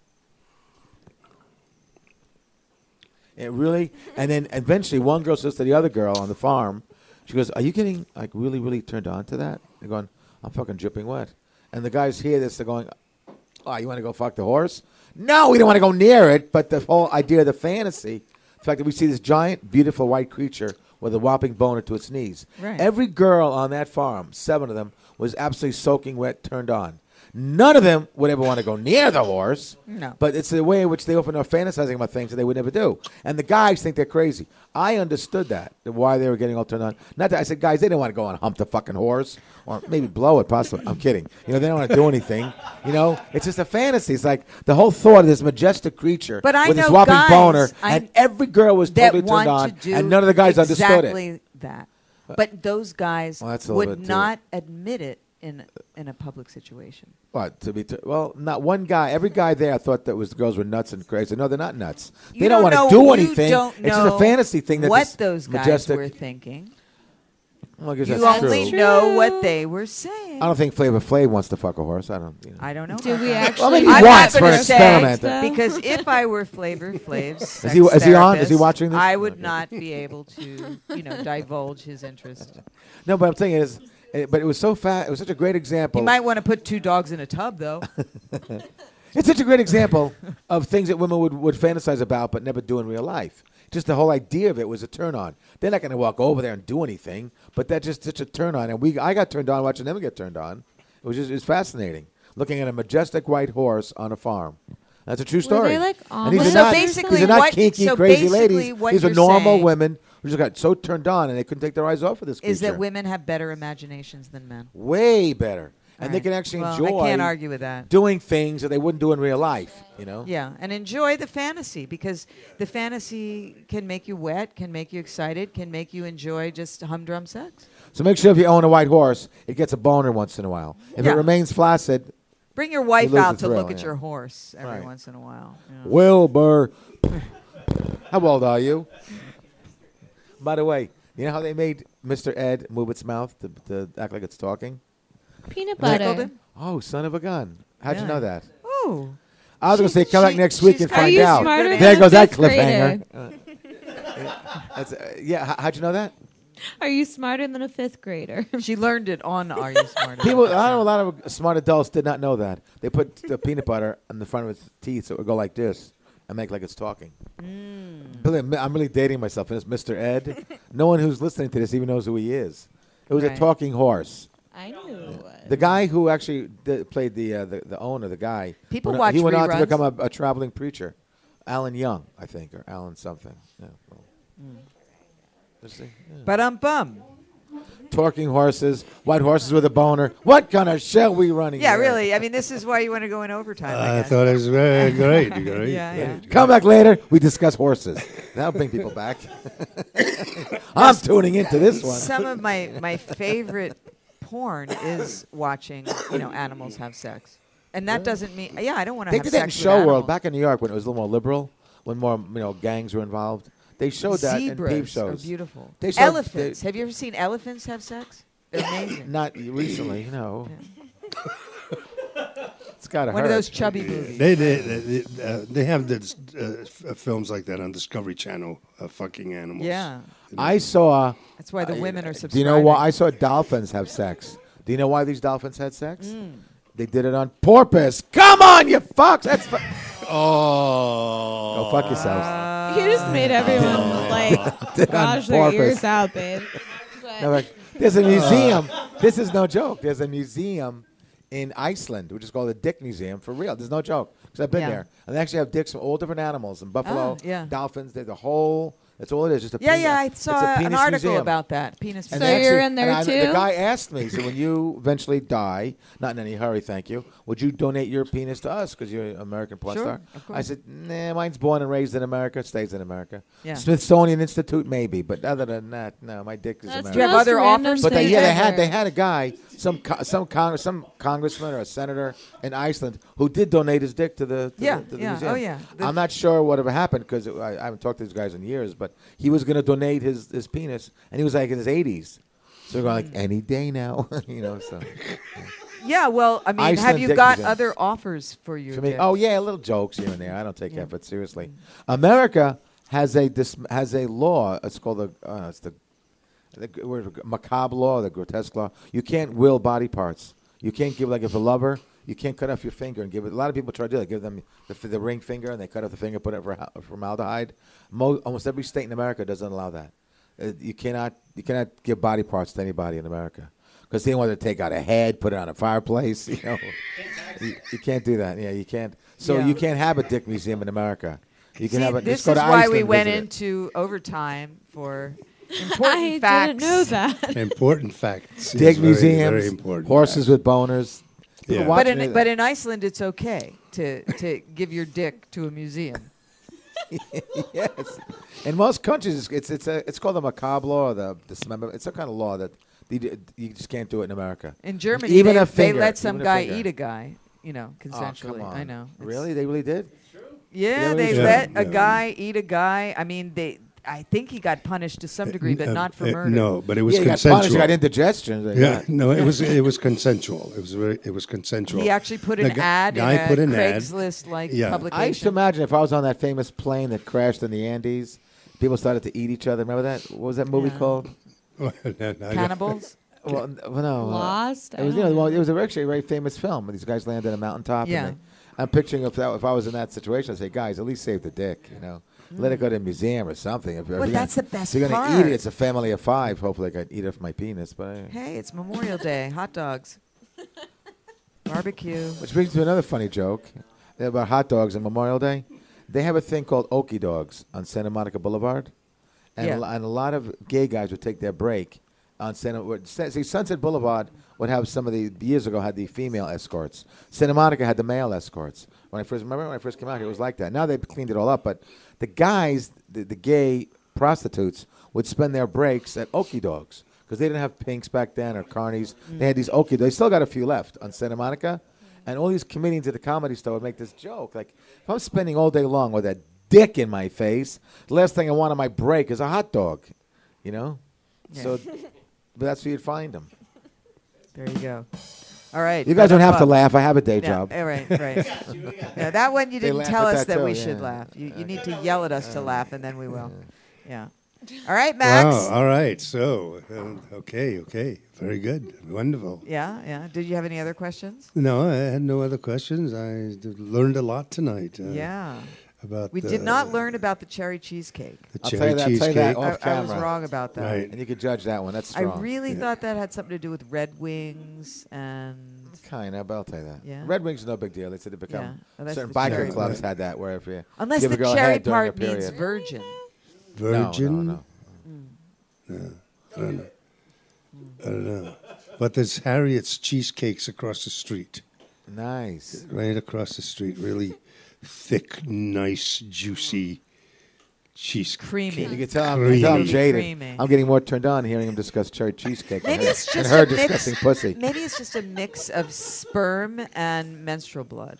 Speaker 11: It Eh, really, and then eventually one girl says to the other girl on the farm, she goes, "Are you getting like really, really turned on to that?" They're going, "I'm fucking dripping wet," and the guys hear this, they're going, "Oh, you want to go fuck the horse?" No, we don't want to go near it. But the whole idea of the fantasy, the fact that we see this giant, beautiful white creature with a whopping boner to its knees.
Speaker 12: Right.
Speaker 11: Every girl on that farm, seven of them, was absolutely soaking wet, turned on. None of them would ever want to go near the horse.
Speaker 3: No.
Speaker 11: But it's the way in which they often are fantasizing about things that they would never do. And the guys think they're crazy. I understood that, that why they were getting all turned on. Not that I said, guys, they didn't want to go and hump the fucking horse or maybe blow it, possibly. I'm kidding. You know, they don't want to do anything. You know, it's just a fantasy. It's like the whole thought of this majestic creature
Speaker 3: But I
Speaker 11: with his
Speaker 3: know
Speaker 11: whopping
Speaker 3: guys,
Speaker 11: boner.
Speaker 3: I-
Speaker 11: and every girl was
Speaker 3: that
Speaker 11: totally
Speaker 3: want
Speaker 11: turned on.
Speaker 3: to do
Speaker 11: And none of the guys
Speaker 3: exactly
Speaker 11: understood it.
Speaker 3: that. But those guys
Speaker 11: Well, that's a little
Speaker 3: would
Speaker 11: bit too-
Speaker 3: not admit it in in a public situation.
Speaker 11: What to be? T- well, not one guy. Every guy there thought that was the girls were nuts and crazy. No, they're not nuts.
Speaker 3: You
Speaker 11: they don't, want to
Speaker 3: know-
Speaker 11: do
Speaker 3: you
Speaker 11: anything.
Speaker 3: don't
Speaker 11: it's just
Speaker 3: know
Speaker 11: a fantasy thing. That
Speaker 3: what
Speaker 11: this
Speaker 3: those guys
Speaker 11: majestic,
Speaker 3: were thinking.
Speaker 11: Well, I guess
Speaker 3: you
Speaker 11: that's
Speaker 3: only
Speaker 11: true.
Speaker 3: know what they were saying.
Speaker 11: I don't think Flavor Flav wants to fuck a horse. I don't. You know.
Speaker 3: I don't know.
Speaker 12: Do
Speaker 3: about
Speaker 12: we
Speaker 3: that.
Speaker 12: actually- Well, maybe
Speaker 11: once
Speaker 3: I'm not
Speaker 11: for an
Speaker 3: gonna say,
Speaker 11: experiment, though.
Speaker 3: Because if I were Flavor Flav's
Speaker 11: Is he-
Speaker 3: sex
Speaker 11: is he on? Is he
Speaker 3: therapist,
Speaker 11: watching this?
Speaker 3: I would
Speaker 11: Okay.
Speaker 3: not be able to, you know, divulge his interest.
Speaker 11: No, but I'm saying is, it, but it was so fat. It was such a great example.
Speaker 3: You might want to put two dogs in a tub, though.
Speaker 11: it's such a great example of things that women would, would fantasize about but never do in real life. Just the whole idea of it was a turn on. They're not going to walk over there and do anything, but that's just such a turn on. And we, I got turned on watching them get turned on. It was just it's fascinating looking at a majestic white horse on a farm. That's a true
Speaker 10: Were
Speaker 11: story.
Speaker 10: they, like,
Speaker 11: and these
Speaker 10: omelets
Speaker 11: are
Speaker 10: or
Speaker 11: not,
Speaker 10: something?
Speaker 11: these are not
Speaker 10: what-
Speaker 11: kinky,
Speaker 10: so
Speaker 11: crazy
Speaker 10: basically
Speaker 11: ladies.
Speaker 10: what
Speaker 11: These are
Speaker 10: you're
Speaker 11: normal
Speaker 10: saying-
Speaker 11: women who just got so turned on and they couldn't take their eyes off of this creature.
Speaker 3: Is that women have better imaginations than men?
Speaker 11: way better, and
Speaker 3: All
Speaker 11: they
Speaker 3: right.
Speaker 11: can actually
Speaker 3: Well, I
Speaker 11: enjoy.
Speaker 3: can't argue with that.
Speaker 11: Doing things that they wouldn't do in real life, you know.
Speaker 3: Yeah, and enjoy the fantasy because the fantasy can make you wet, can make you excited, can make you enjoy just humdrum sex.
Speaker 11: So make sure if you own a white horse, it gets a boner once in a while. If
Speaker 3: Yeah.
Speaker 11: it remains flaccid,
Speaker 3: Bring your wife
Speaker 11: lose the
Speaker 3: out to
Speaker 11: thrill,
Speaker 3: look at
Speaker 11: yeah.
Speaker 3: your horse every
Speaker 11: Right.
Speaker 3: once in a while. Yeah.
Speaker 11: Wilbur, how old are you? By the way, you know how they made Mr. Ed move its mouth to, to act like it's talking?
Speaker 10: Peanut
Speaker 11: And they-
Speaker 10: butter.
Speaker 11: Oh, son of a gun! How'd you
Speaker 3: Yeah.
Speaker 11: know that?
Speaker 3: Oh,
Speaker 11: I was gonna say, come back next week and
Speaker 10: kinda- Are
Speaker 11: find
Speaker 10: you
Speaker 11: out.
Speaker 10: smarter than
Speaker 11: There
Speaker 10: a
Speaker 11: goes that
Speaker 10: fifth grader?
Speaker 11: cliffhanger. Uh, yeah, that's, uh, yeah, how- how'd you know that?
Speaker 10: Are you smarter than a fifth grader?
Speaker 3: she learned it on Are You Smart? Enough?
Speaker 11: People, I know a lot of smart adults did not know that. They put the peanut butter on the front of its teeth so it would go like this and make like it's talking.
Speaker 10: Mm.
Speaker 11: Billy, I'm- I'm really dating myself, and it's Mr. Ed. no one who's listening to this even knows who he is. It was a
Speaker 10: Right.
Speaker 11: talking horse.
Speaker 10: I knew. it.
Speaker 11: The guy who actually d- played the, uh, the the owner, the guy.
Speaker 3: People
Speaker 11: went,
Speaker 3: watch
Speaker 11: He went on
Speaker 3: reruns.
Speaker 11: to become a, a traveling preacher, Alan Young, I think, or Alan something. Yeah, well. Let's see. Yeah.
Speaker 3: But um, I'm bum.
Speaker 11: Talking horses, white horses with a boner. What kind of show we running?
Speaker 3: Yeah,
Speaker 11: here?
Speaker 3: really. I mean, this is why you want to go in overtime. I
Speaker 4: I
Speaker 3: guess.
Speaker 4: thought it was very great. great
Speaker 3: Yeah, yeah.
Speaker 4: great.
Speaker 11: Come back later. We discuss horses. That'll bring people back. I'm tuning into this one.
Speaker 3: Some of my, my favorite porn is watching, you know, animals have sex. And that doesn't mean, yeah, I don't want to
Speaker 11: They
Speaker 3: have
Speaker 11: did
Speaker 3: sex
Speaker 11: that in
Speaker 3: with
Speaker 11: Show World
Speaker 3: animals.
Speaker 11: back in New York when it was a little more liberal, when more you know gangs were involved. They showed that
Speaker 3: Zebras
Speaker 11: in peep shows.
Speaker 3: are beautiful.
Speaker 11: They showed-
Speaker 3: elephants. have you ever seen elephants have sex? They're
Speaker 11: they-
Speaker 3: amazing.
Speaker 11: not recently, no. it's gotta
Speaker 3: One
Speaker 11: hurt.
Speaker 3: of those chubby movies.
Speaker 4: They they they, they, uh, they have this, uh, f- uh, films like that on Discovery Channel. Uh, fucking animals.
Speaker 3: Yeah.
Speaker 11: Uh, I saw.
Speaker 3: That's why the
Speaker 11: I-
Speaker 3: women are
Speaker 11: Do you
Speaker 3: subscribing.
Speaker 11: know why I saw dolphins have sex? Do you know why these dolphins had sex?
Speaker 3: Mm.
Speaker 11: They did it on porpoise. Come on, you fucks! That's fu-
Speaker 4: Oh.
Speaker 11: go fuck yourselves.
Speaker 12: You just made
Speaker 11: Uh,
Speaker 12: everyone like gouge their
Speaker 11: purpose.
Speaker 12: ears out, babe.
Speaker 11: No, like, there's a museum. This is no joke. There's a museum in Iceland, which is called the Dick Museum for real. There's no joke because I've been
Speaker 3: Yeah.
Speaker 11: there, and they actually have dicks from all different animals and buffalo,
Speaker 3: Oh, yeah.
Speaker 11: dolphins. There's a whole. That's all it is. Just a
Speaker 3: Yeah,
Speaker 11: penis-
Speaker 3: yeah, I
Speaker 11: it's a
Speaker 3: saw an
Speaker 11: penis
Speaker 3: article
Speaker 11: museum.
Speaker 3: about that, penis
Speaker 11: And
Speaker 3: So
Speaker 11: they
Speaker 3: you're in there
Speaker 11: and I-
Speaker 3: too?
Speaker 11: The guy asked me, so when you eventually die, not in any hurry, thank you. Would you donate your penis to us because you're an American porn
Speaker 3: Sure,
Speaker 11: star?
Speaker 3: of
Speaker 11: I
Speaker 3: course.
Speaker 11: said, Nah, mine's born and raised in America, stays in America.
Speaker 3: Yeah.
Speaker 11: Smithsonian Institute, maybe, but other than that, no, my dick is
Speaker 3: That's
Speaker 11: American.
Speaker 3: the Do you have most other random offers?
Speaker 11: But they,
Speaker 3: thing
Speaker 11: yeah, they had
Speaker 3: ever.
Speaker 11: they had a guy, some co- some con- some congressman or a senator in Iceland who did donate his dick to the to
Speaker 3: Yeah,
Speaker 11: the, to the
Speaker 3: yeah,
Speaker 11: museum.
Speaker 3: oh, yeah. The-
Speaker 11: I'm not sure what ever happened because I, I haven't talked to these guys in years, but he was going to donate his his penis, and he was like in his 80s. So we're
Speaker 3: Hmm.
Speaker 11: going like any day now, you know. So
Speaker 3: Yeah, well, I mean, have
Speaker 11: Iceland
Speaker 3: you
Speaker 11: dick
Speaker 3: got
Speaker 11: museum.
Speaker 3: other offers for your
Speaker 11: for me,
Speaker 3: dick?
Speaker 11: oh yeah, little jokes here and there. I don't take effort seriously. America has a dis- has a law. It's called the uh, it's the the g- what is it, macabre law, the grotesque law. You can't will body parts. You can't give like if a lover, you can't cut off your finger and give it. A lot of people try to do that. Give them the, f- the ring finger and they cut off the finger, put it for hal- formaldehyde. Mo- almost every state in America doesn't allow that. Uh, you cannot you cannot give body parts to anybody in America because they want to take out a head, put it on a fireplace. You know, you, you can't do that. Yeah, you can't. So
Speaker 3: Yeah.
Speaker 11: you can't have a dick museum in America. You can
Speaker 3: See,
Speaker 11: have a,
Speaker 3: this
Speaker 11: just go
Speaker 3: is
Speaker 11: to
Speaker 3: why
Speaker 11: Iceland
Speaker 3: we
Speaker 11: and
Speaker 3: went
Speaker 11: visit it.
Speaker 3: into overtime for
Speaker 10: I
Speaker 3: important
Speaker 10: didn't
Speaker 3: facts.
Speaker 10: know that.
Speaker 4: Important facts.
Speaker 11: Dig
Speaker 4: It's very,
Speaker 11: museums,
Speaker 4: very important
Speaker 11: horses with boners. People
Speaker 4: Yeah.
Speaker 11: watch
Speaker 3: But
Speaker 11: me
Speaker 3: in,
Speaker 11: that.
Speaker 3: but in Iceland, it's okay to, to give your dick to a museum.
Speaker 11: yes. In most countries, it's it's it's, a, it's called the macabre law or the dismember. It's some kind of law that you, d- you just can't do it in America.
Speaker 3: In Germany,
Speaker 11: even
Speaker 3: they,
Speaker 11: a
Speaker 3: they
Speaker 11: finger,
Speaker 3: let some
Speaker 11: even
Speaker 3: guy
Speaker 11: finger.
Speaker 3: eat a guy, you know,
Speaker 11: Oh,
Speaker 3: consensually.
Speaker 11: come
Speaker 3: I
Speaker 11: on.
Speaker 3: know. It's-
Speaker 11: Really, they really did.
Speaker 3: Yeah,
Speaker 11: Yeah,
Speaker 3: they
Speaker 11: yeah,
Speaker 3: let
Speaker 11: yeah.
Speaker 3: a guy eat a guy. I mean, they. I think he got punished to some degree, but
Speaker 4: Uh,
Speaker 3: not for
Speaker 4: uh,
Speaker 3: murder.
Speaker 4: No, but it was
Speaker 11: Yeah, you got punished, you
Speaker 4: consensual.
Speaker 11: got indigestion, like
Speaker 4: yeah,
Speaker 11: that.
Speaker 4: no, it was it was consensual. It was very, it was consensual.
Speaker 3: He actually put
Speaker 4: The
Speaker 3: an
Speaker 4: gu-
Speaker 3: ad in
Speaker 4: Guy
Speaker 3: a
Speaker 4: put an
Speaker 3: Craigslist-like
Speaker 4: ad. Yeah.
Speaker 11: I used to imagine if I was on that famous plane that crashed in the Andes, people started to eat each other. Remember that? What was that movie
Speaker 3: Yeah.
Speaker 11: called?
Speaker 3: Cannibals?
Speaker 11: Well, n- well, no. uh,
Speaker 12: Lost?
Speaker 11: It was,
Speaker 12: I
Speaker 11: you know,
Speaker 12: don't
Speaker 11: well, it was actually a very famous film. These guys land on a mountaintop.
Speaker 3: Yeah.
Speaker 11: And they, I'm picturing if that, if I was in that situation, I'd say, guys, at least save the dick, you know. Let it go to a museum or something. If, if
Speaker 3: Mm-hmm. Well,
Speaker 11: you're
Speaker 3: that's
Speaker 11: gonna,
Speaker 3: the best
Speaker 11: if you're gonna eat
Speaker 3: part.
Speaker 11: it. It's a family of five. Hopefully, I could eat off my penis. But I,
Speaker 3: Hey, it's Memorial Day. Hot dogs, barbecue.
Speaker 11: Which brings me to another funny joke about hot dogs on Memorial Day. They have a thing called Okie Dogs on Santa Monica Boulevard, and,
Speaker 3: Yeah.
Speaker 11: a, lo- and a lot of gay guys would take their break on Santa. where- Sa- See, Sunset Boulevard would have some of the years ago had the female escorts. Santa Monica had the male escorts. When I first remember when I first came out here, it was like that. Now they've cleaned it all up, but the guys, the, the gay prostitutes, would spend their breaks at Okie Dogs. Because they didn't have pinks back then or carnies. They had these okie. They still got a few left on Santa Monica. And all these comedians at the comedy store would make this joke. Like, if I'm spending all day long with that dick in my face, the last thing I want on my break is a hot dog, you know? So but that's where you'd find them.
Speaker 3: There you go. All right.
Speaker 11: You guys don't
Speaker 3: enough
Speaker 11: have to
Speaker 3: up.
Speaker 11: laugh. I have a day
Speaker 3: No,
Speaker 11: job.
Speaker 3: All right, right. yeah, that one you
Speaker 11: They
Speaker 3: didn't
Speaker 11: laugh
Speaker 3: tell
Speaker 11: at
Speaker 3: us
Speaker 11: that
Speaker 3: that we
Speaker 11: too,
Speaker 3: should
Speaker 11: yeah. Uh,
Speaker 3: laugh. You, you need to yell at us to laugh, and then we will. Yeah. All right, Max.
Speaker 4: Wow. uh, All right. So, um, okay, okay, very good, wonderful.
Speaker 3: Yeah, yeah. Did you have any other questions?
Speaker 4: No, I had no other questions. I d- learned a lot tonight. Uh,
Speaker 3: yeah.
Speaker 4: About
Speaker 3: We
Speaker 4: the,
Speaker 3: did not learn about the cherry cheesecake.
Speaker 4: uh, the
Speaker 11: I'll
Speaker 4: cherry
Speaker 11: tell you that, I'll tell you that
Speaker 4: cheesecake.
Speaker 11: off
Speaker 3: I- I was
Speaker 11: camera.
Speaker 3: wrong about that.
Speaker 4: Right.
Speaker 11: And you could judge that one. That's
Speaker 3: I
Speaker 11: strong.
Speaker 3: really thought that had something to do with Red Wings and
Speaker 11: Kind of, but I'll tell you that.
Speaker 3: Yeah.
Speaker 11: Red Wings is no big deal. They said it become
Speaker 3: Yeah. Oh, that's
Speaker 11: certain
Speaker 3: the cherry
Speaker 11: biker
Speaker 3: one.
Speaker 11: clubs had that where if you
Speaker 3: unless
Speaker 11: give
Speaker 3: the
Speaker 11: a girl a
Speaker 3: cherry
Speaker 11: head during a
Speaker 3: part means
Speaker 11: period.
Speaker 3: virgin.
Speaker 4: Virgin. Uh,
Speaker 11: No, no,
Speaker 4: I don't know. I don't know. But there's Harriet's cheesecakes across the street,
Speaker 11: no. Nice.
Speaker 4: right across the street. Really thick, nice, juicy cheesecake.
Speaker 3: Creamy.
Speaker 11: You can tell I'm, you can tell I'm
Speaker 4: Creamy.
Speaker 11: jaded.
Speaker 3: Creamy.
Speaker 11: I'm getting more turned on hearing him discuss cherry cheesecake and
Speaker 3: Maybe
Speaker 11: her,
Speaker 3: it's just
Speaker 11: and her
Speaker 3: a mix-
Speaker 11: discussing pussy.
Speaker 3: Maybe it's just a mix of sperm and menstrual blood.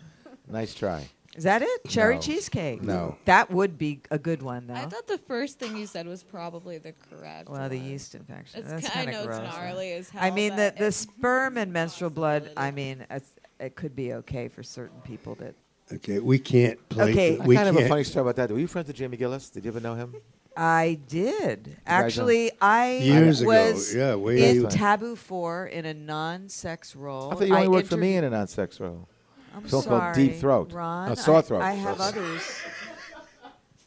Speaker 11: Nice try.
Speaker 3: Is that it? Cherry
Speaker 11: No.
Speaker 3: cheesecake.
Speaker 11: No.
Speaker 3: That would be a good one though.
Speaker 10: I thought the first thing you said was probably the correct.
Speaker 3: well, the
Speaker 10: one.
Speaker 3: yeast infection.
Speaker 10: It's
Speaker 3: That's
Speaker 10: ki- I
Speaker 3: kind
Speaker 10: know
Speaker 3: of
Speaker 10: it's
Speaker 3: gross. huh?
Speaker 10: gnarly as
Speaker 3: I
Speaker 10: hell,
Speaker 3: mean, the
Speaker 10: but
Speaker 3: the
Speaker 10: it's
Speaker 3: sperm and menstrual blood. I mean, it's, it could be okay for certain people that.
Speaker 4: Okay, we can't play.
Speaker 3: Okay.
Speaker 11: I
Speaker 4: we
Speaker 11: kind of have a
Speaker 4: can't-
Speaker 11: funny story about that. Were you friends with Jamie Gillis? Did you ever know him?
Speaker 3: I did
Speaker 11: are-
Speaker 3: actually. I
Speaker 4: Years ago,
Speaker 3: was
Speaker 4: yeah, way
Speaker 3: in
Speaker 4: back.
Speaker 3: Taboo Four in a non-sex role.
Speaker 11: I thought you only worked for me
Speaker 3: interviewed-
Speaker 11: in a non-sex role.
Speaker 3: Oh, I'm
Speaker 11: film
Speaker 3: sorry,
Speaker 11: called Deep Throat.
Speaker 3: Ron,
Speaker 11: No, Sore
Speaker 3: I-
Speaker 11: Throat.
Speaker 3: I, have
Speaker 11: Sorry.
Speaker 3: others.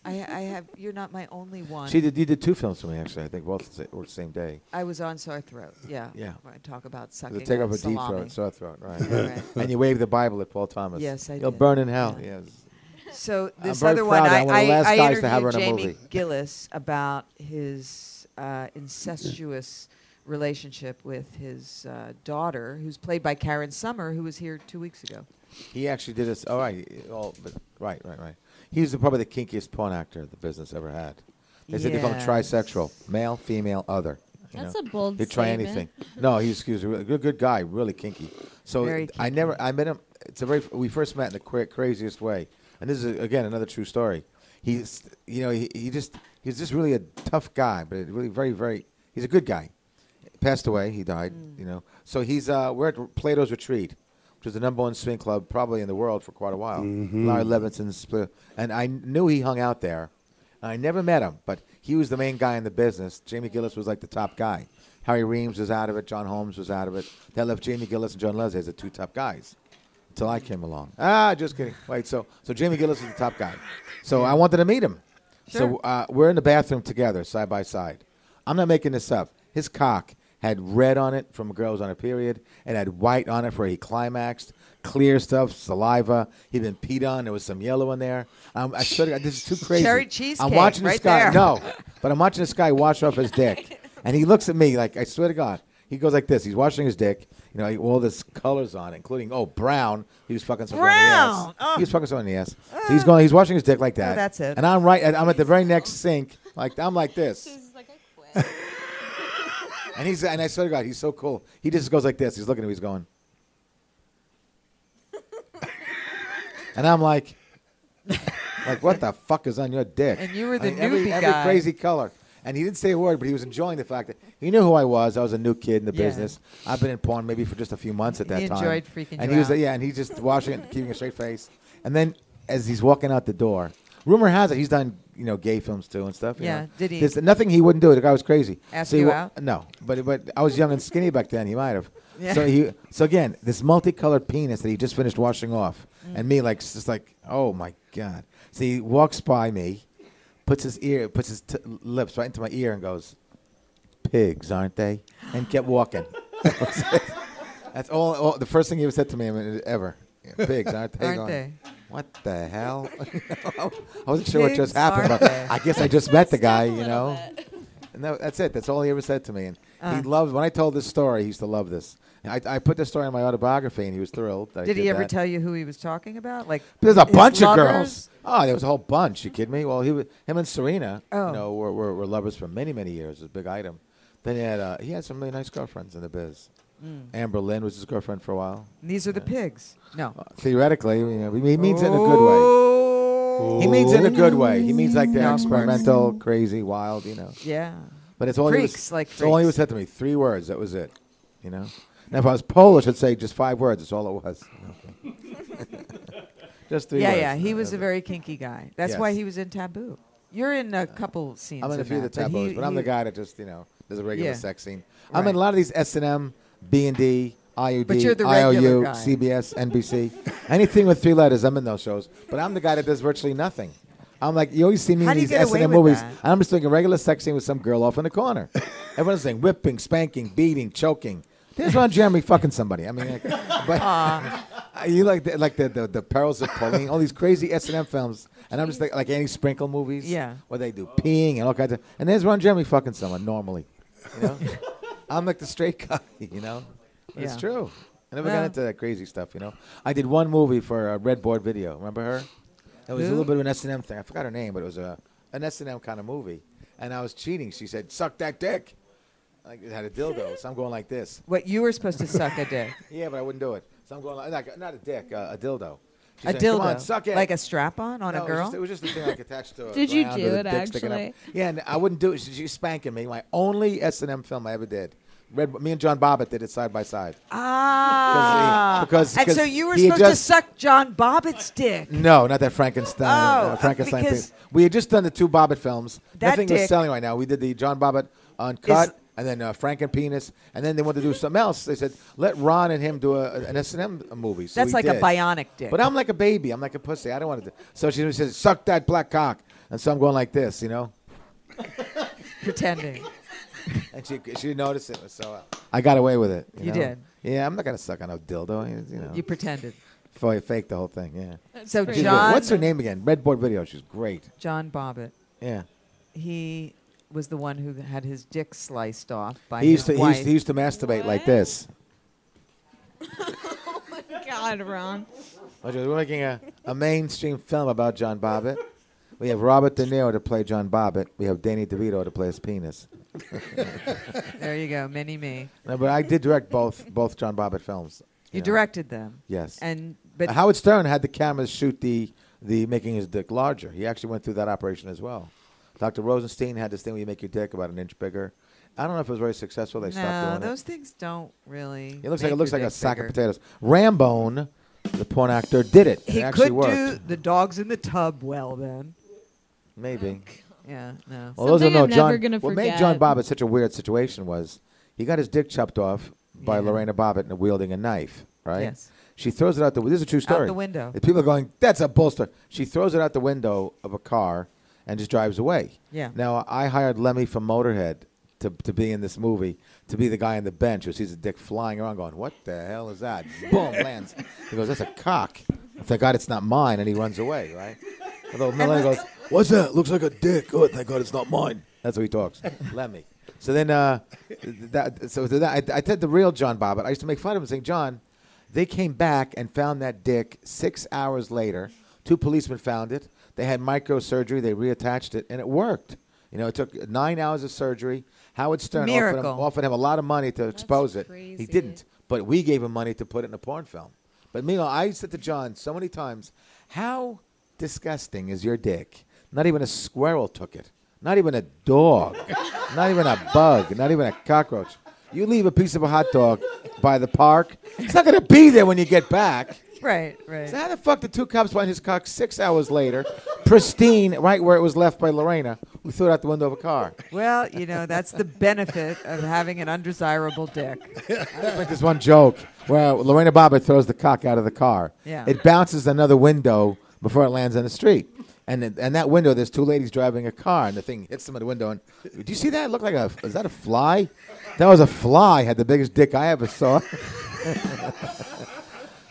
Speaker 3: I, I have. You're not my only one.
Speaker 11: She did. You did two films for me, actually. I think both sa- were the same day.
Speaker 3: I was on sore throat. Yeah.
Speaker 11: Yeah.
Speaker 3: Where I talk about
Speaker 11: The
Speaker 3: sucking.
Speaker 11: take
Speaker 3: on
Speaker 11: off a deep
Speaker 3: salami.
Speaker 11: throat, sore throat, right?
Speaker 3: Yeah,
Speaker 11: and you waved the Bible at Paul Thomas.
Speaker 3: Yes, I
Speaker 11: You'll
Speaker 3: did.
Speaker 11: burn in hell.
Speaker 3: Yeah.
Speaker 11: Yes.
Speaker 3: So
Speaker 11: I'm
Speaker 3: this
Speaker 11: very
Speaker 3: other one,
Speaker 11: proud.
Speaker 3: I,
Speaker 11: I'm one of the last
Speaker 3: I, I
Speaker 11: guys to have her
Speaker 3: interviewed
Speaker 11: in a
Speaker 3: Jamie
Speaker 11: movie.
Speaker 3: Gillis about his uh, incestuous relationship with his uh, daughter, who's played by Karen Summer, who was here two weeks ago.
Speaker 11: He actually did this. All right, all but right, right, right. He was the, probably the kinkiest porn actor the business ever had. They said they call him
Speaker 10: Yes.
Speaker 11: trisexual, male, female, other. you
Speaker 10: That's
Speaker 11: know?
Speaker 10: a bold
Speaker 11: He'd try
Speaker 10: statement.
Speaker 11: anything. No, he was, he was a really good, good guy, really kinky. So
Speaker 10: Very
Speaker 11: I never, I met him. It's a very, we first met in the cra- craziest way, and this is again another true story. He's, you know, he, he just, he's just really a tough guy, but really very, very, he's a good guy passed away. He died. You know, so he's uh, we're at Plato's Retreat, which is the number one swing club probably in the world for quite a while.
Speaker 2: Mhm.
Speaker 11: Larry Levinson's split, and I knew he hung out there. I never met him, but he was the main guy in the business. Jamie Gillis was like the top guy. Harry Reams was out of it. John Holmes was out of it. That left Jamie Gillis and John Leslie as the two top guys until I came along. Ah, just kidding. Wait, so so Jamie Gillis is the top guy. So I wanted to meet him. So
Speaker 2: Sure.
Speaker 11: uh, we're in the bathroom together, side by side. I'm not making this up. His cock had red on it from girls on a period, and had white on it for he climaxed. Clear stuff, saliva. He'd been peed on. There was some yellow in there. Um, I swear to God, this is too crazy.
Speaker 3: Cherry
Speaker 11: I'm
Speaker 3: cheesecake
Speaker 11: watching this
Speaker 3: right
Speaker 11: guy.
Speaker 3: there.
Speaker 11: No, but I'm watching this guy wash off his dick, and he looks at me like I swear to God. He goes like this. He's washing his dick. You know, all this colors on, it, including oh brown. He was fucking someone on the ass.
Speaker 3: Brown! Ugh.
Speaker 11: He was fucking someone on the ass. So he's going. He's washing his dick like that.
Speaker 3: that's it.
Speaker 11: And I'm right. and I'm at the very next sink. Like I'm like this. and he's and I swear to God, he's so cool. He just goes like this. He's looking at me. He's going. and I'm like, like what the fuck is on your dick?
Speaker 3: And you were the
Speaker 11: I mean, every,
Speaker 3: newbie
Speaker 11: every
Speaker 3: guy.
Speaker 11: crazy color. And he didn't say a word, but he was enjoying the fact that he knew who I was. I was a new kid in the
Speaker 3: Yeah.
Speaker 11: business. I've been in porn maybe for just a few months at that
Speaker 3: He
Speaker 11: time.
Speaker 3: enjoyed freaking
Speaker 11: and
Speaker 3: you
Speaker 11: he was
Speaker 3: out.
Speaker 11: yeah, and he's just washing it, keeping a straight face. And then as he's walking out the door, rumor has it he's done you know gay films too and stuff. you
Speaker 3: Yeah,
Speaker 11: know.
Speaker 3: did he-
Speaker 11: There's nothing he wouldn't do. The guy was crazy.
Speaker 3: Ask
Speaker 11: he
Speaker 3: you
Speaker 11: wa-
Speaker 3: out?
Speaker 11: no, but but I was young and skinny back then. He might have.
Speaker 3: Yeah.
Speaker 11: So he so again this multicolored penis that he just finished washing off,
Speaker 3: Mm.
Speaker 11: and me like s- just like oh my god. So he walks by me, puts his ear, puts his t- lips right into my ear, and goes, "Pigs, aren't they?" And kept walking. That's all, all. The first thing he ever said to me I mean, ever. Pigs, aren't they?
Speaker 3: Aren't
Speaker 11: Going,
Speaker 3: they?
Speaker 11: What the hell? I wasn't sure what just
Speaker 3: Pigs, aren't
Speaker 11: happened, but
Speaker 3: they?
Speaker 11: I guess I just met the guy, you know. And that, that's it. That's all he ever said to me. And
Speaker 3: Uh.
Speaker 11: he loved when I told this story. He used to love this. And I, I put the story in my autobiography, and he was thrilled. That I
Speaker 3: Did
Speaker 11: did
Speaker 3: he ever
Speaker 11: that.
Speaker 3: tell you who he was talking about? Like
Speaker 11: There's a
Speaker 3: his
Speaker 11: bunch of
Speaker 3: lovers?
Speaker 11: girls. Oh, there was a whole bunch. You kidding me? Well, he was, him and Serena,
Speaker 3: Oh.
Speaker 11: you know, were, were, were lovers for many, many years. It was a big item. Then he had uh, he had some really nice girlfriends in the biz.
Speaker 3: Mm.
Speaker 11: Amber Lynn was his girlfriend for a while.
Speaker 3: And These are the pigs. No.
Speaker 11: Uh, Theoretically, you know, he means it in a good way. He means it in a good way. He means like
Speaker 3: No,
Speaker 11: they're
Speaker 3: of course.
Speaker 11: experimental, crazy, wild, you know.
Speaker 3: Yeah.
Speaker 11: But it's all he
Speaker 3: Freaks,
Speaker 11: was,
Speaker 3: like
Speaker 11: it's all he
Speaker 3: freaks.
Speaker 11: was said to me. Three words. That was it. You know. Now, if I was Polish, I'd say just five words. That's all it was. just three.
Speaker 3: yeah,
Speaker 11: words.
Speaker 3: yeah. He was a
Speaker 11: That's it.
Speaker 3: very kinky guy. That's why
Speaker 11: Yes.
Speaker 3: he was in Taboo. You're in a couple scenes.
Speaker 11: I'm in a few of the
Speaker 3: that, but
Speaker 11: taboos,
Speaker 3: he-
Speaker 11: but I'm the
Speaker 3: he-
Speaker 11: guy that just you know does a regular
Speaker 3: Yeah.
Speaker 11: sex scene. I'm in a lot of these S and M, B and D, IUD,
Speaker 3: But you're the regular
Speaker 11: IOU,
Speaker 3: guy.
Speaker 11: CBS, NBC, anything with three letters. I'm in those shows, but I'm the guy that does virtually nothing. I'm like you always see me
Speaker 3: How
Speaker 11: in
Speaker 3: do you
Speaker 11: these
Speaker 3: get
Speaker 11: S
Speaker 3: away
Speaker 11: and M
Speaker 3: with
Speaker 11: movies,
Speaker 3: that?
Speaker 11: and I'm just doing a regular sex scene with some girl off in the corner. Everyone's saying whipping, spanking, beating, choking. There's Ron Jeremy fucking somebody. I mean, like, but Uh, you like the, like the, the the perils of Pauline, all these crazy S and M films, and I'm just like like Annie Sprinkle movies.
Speaker 3: Yeah.
Speaker 11: where they do peeing and all kinds of. And there's Ron Jeremy fucking someone normally. You know, I'm like the straight guy. You know, But it's
Speaker 2: Yeah.
Speaker 11: true. I never
Speaker 2: Well-
Speaker 11: got into that crazy stuff. You know, I did one movie for uh, Red Board Video. Remember her? It was a
Speaker 2: Who?
Speaker 11: little bit of an S and M thing. I forgot her name, but it was uh, a an S and M kind of movie. And I was cheating. She said, "Suck that dick." Like it had a dildo, so I'm going like this.
Speaker 3: What you were supposed to suck a dick.
Speaker 11: Yeah, but I wouldn't do it. So I'm going like, like not a dick, uh, a dildo. She
Speaker 3: A
Speaker 11: said, "Come
Speaker 3: dildo?
Speaker 11: on, suck it.
Speaker 3: Like a strap-on on
Speaker 11: No,
Speaker 3: a
Speaker 11: it was just-
Speaker 3: girl?
Speaker 11: It was just a thing like attached to. A
Speaker 3: Did you
Speaker 11: ground
Speaker 3: do
Speaker 11: with a
Speaker 3: it,
Speaker 11: dick sticking up.
Speaker 3: actually?
Speaker 11: Yeah, and I wouldn't do it. She, she was spanking me. My only S and M film I ever did. Red, me and John Bobbitt did it side by side.
Speaker 3: Ah.
Speaker 11: because-
Speaker 3: and so
Speaker 11: because
Speaker 3: you were
Speaker 11: he
Speaker 3: supposed to
Speaker 11: just-
Speaker 3: suck John Bobbitt's dick.
Speaker 11: No, not that Frankenstein.
Speaker 3: Oh,
Speaker 11: uh, Frankenstein.
Speaker 3: because-
Speaker 11: thing. We had just done the two Bobbitt films.
Speaker 3: That
Speaker 11: Nothing
Speaker 3: dick-
Speaker 11: was selling right now. We did the John Bobbitt Uncut and then uh, Frank and Penis, and then they wanted to do something else. They said, let Ron and him do a, an S&M movie. So
Speaker 3: That's
Speaker 11: we
Speaker 3: like a
Speaker 11: did.
Speaker 3: bionic dick.
Speaker 11: But I'm like a baby. I'm like a pussy. I don't want to do So she says, suck that black cock. and so I'm going like this, you know.
Speaker 3: pretending.
Speaker 11: And she, she noticed it, so uh, I got away with it. You,
Speaker 3: You
Speaker 11: know?
Speaker 3: did.
Speaker 11: Yeah, I'm not gonna suck on no dildo. You know.
Speaker 3: You pretended.
Speaker 11: Before I faked the whole thing. Yeah.
Speaker 3: That's So great.
Speaker 11: She's great.
Speaker 3: John-
Speaker 11: what's her name again? Redboard Video. She's great.
Speaker 3: John Bobbitt.
Speaker 11: Yeah.
Speaker 3: He was the one who had his dick sliced off by
Speaker 11: He used, to,
Speaker 3: his
Speaker 11: he,
Speaker 3: wife.
Speaker 11: used, he used to masturbate like this.
Speaker 12: Oh God, Ron.
Speaker 11: Oh, We're making a, a mainstream film about John Bobbitt. We have Robert De Niro to play John Bobbitt. We have Danny DeVito to play his penis.
Speaker 3: there you go, mini me.
Speaker 11: No, but I did direct both both John Bobbitt films.
Speaker 3: You
Speaker 11: know.
Speaker 3: directed them.
Speaker 11: Yes.
Speaker 3: And but
Speaker 11: Uh, Howard Stern had the cameras shoot the the making his dick larger. He actually went through that operation as well. Dr. Rosenstein had this thing where you make your dick about an inch bigger. I don't know if it was very successful. They stopped
Speaker 3: no,
Speaker 11: doing
Speaker 3: those
Speaker 11: it.
Speaker 3: things don't really.
Speaker 11: It looks like
Speaker 3: make
Speaker 11: it looks
Speaker 3: your
Speaker 11: like a
Speaker 3: dick
Speaker 11: sack
Speaker 3: bigger.
Speaker 11: of potatoes. Rambone, the porn actor, did it.
Speaker 3: He
Speaker 11: it actually
Speaker 3: could
Speaker 11: worked.
Speaker 3: do the dogs in the tub well then.
Speaker 11: Maybe.
Speaker 3: Yeah, no.
Speaker 11: Well, those are
Speaker 3: Something
Speaker 11: no
Speaker 3: I'm
Speaker 11: John.
Speaker 3: never gonna
Speaker 11: what made
Speaker 3: forget.
Speaker 11: John Bobbitt such a weird situation was he got his dick chopped off by Lorena Bobbitt and wielding a knife. Right.
Speaker 3: Yes.
Speaker 11: She throws it out the. This is a true
Speaker 3: Out the
Speaker 11: story.
Speaker 3: window.
Speaker 11: And people are going, "That's a bull story." She throws it out the window of a car and just drives away.
Speaker 3: Yeah.
Speaker 11: Now I hired Lemmy from Motorhead to, to be in this movie to be the guy on the bench who sees the dick flying around, going, "What the hell is that?" Boom lands. He goes, "That's a cock." Thank God it's not mine, and he runs away. Right. Although Melanie goes, "What's that? Looks like a dick." Oh, thank God it's not mine. That's what he talks. Lemmy. So then, uh, th- that, so th- that, I, I did the real John Bobbitt. I used to make fun of him, saying, "John, they came back and found that dick six hours later. Two policemen found it. They had microsurgery. They reattached it, and it worked. You know, it took nine hours of surgery. Howard Stern offered him,
Speaker 3: Miracle.
Speaker 11: offered him a lot of money to expose it. He didn't, but we gave him money to put it in a porn film. But meanwhile, I said to John so many times, "How disgusting is your dick? Not even a squirrel took it. Not even a dog. not even a bug. Not even a cockroach. You leave a piece of a hot dog by the park. It's not going to be there when you get back."
Speaker 3: Right, right.
Speaker 11: So how the fuck did two cops find his cock six hours later, pristine, right where it was left by Lorena, who threw it out the window of a car?
Speaker 3: Well, you know, that's the benefit of having an undesirable dick.
Speaker 11: Like this one joke where Lorena Bobbitt throws the cock out of the car.
Speaker 3: Yeah.
Speaker 11: It bounces another window before it lands on the street. And it- and that window, there's two ladies driving a car, and the thing hits them in the window. And do you see that? It looked like a is that a fly? That was a fly. Had the biggest dick I ever saw.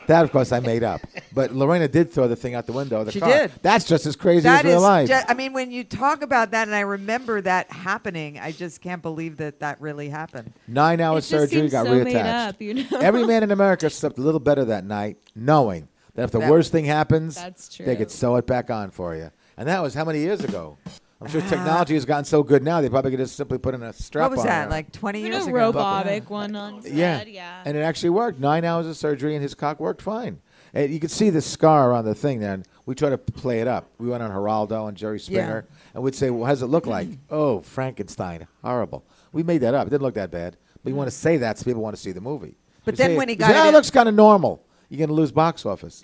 Speaker 11: that of course I made up, but Lorena did throw the thing out the window. Of the
Speaker 3: She
Speaker 11: car.
Speaker 3: did.
Speaker 11: That's just as crazy
Speaker 3: That
Speaker 11: as real
Speaker 3: is
Speaker 11: life.
Speaker 3: ju- I mean, when you talk about that, and I remember that happening, I just can't believe that that really happened.
Speaker 11: Nine hour
Speaker 3: It just
Speaker 11: surgery
Speaker 3: seems
Speaker 11: got
Speaker 3: so
Speaker 11: reattached.
Speaker 3: made up, you know?
Speaker 11: Every man in America slept a little better that night, knowing that if the
Speaker 3: That-
Speaker 11: worst thing happens,
Speaker 3: That's
Speaker 11: they could
Speaker 3: true.
Speaker 11: sew it back on for you. And that was how many years ago? I'm
Speaker 3: Uh,
Speaker 11: sure technology has gotten so good now they probably could just simply put in a strap
Speaker 3: What
Speaker 11: on.
Speaker 3: was that?
Speaker 11: or-
Speaker 3: Like 20
Speaker 12: Even
Speaker 3: years
Speaker 12: a
Speaker 3: ago.
Speaker 12: robotic one on
Speaker 11: yeah.
Speaker 12: set, yeah.
Speaker 11: And it actually worked. Nine hours of surgery, and his cock worked fine. And you could see the scar on the thing. Then we tried to play it up. We went on Geraldo and Jerry Springer, and we'd say, "Well, how's it look like?" oh, Frankenstein, horrible. We made that up. It didn't look that bad. But you want to say that so people want to see the movie.
Speaker 3: Mm-hmm. But
Speaker 11: You
Speaker 3: then
Speaker 11: say
Speaker 3: when he
Speaker 11: you
Speaker 3: got
Speaker 11: say, "Ah,
Speaker 3: it
Speaker 11: it,
Speaker 3: in-
Speaker 11: looks kind of normal. You're going to lose box office.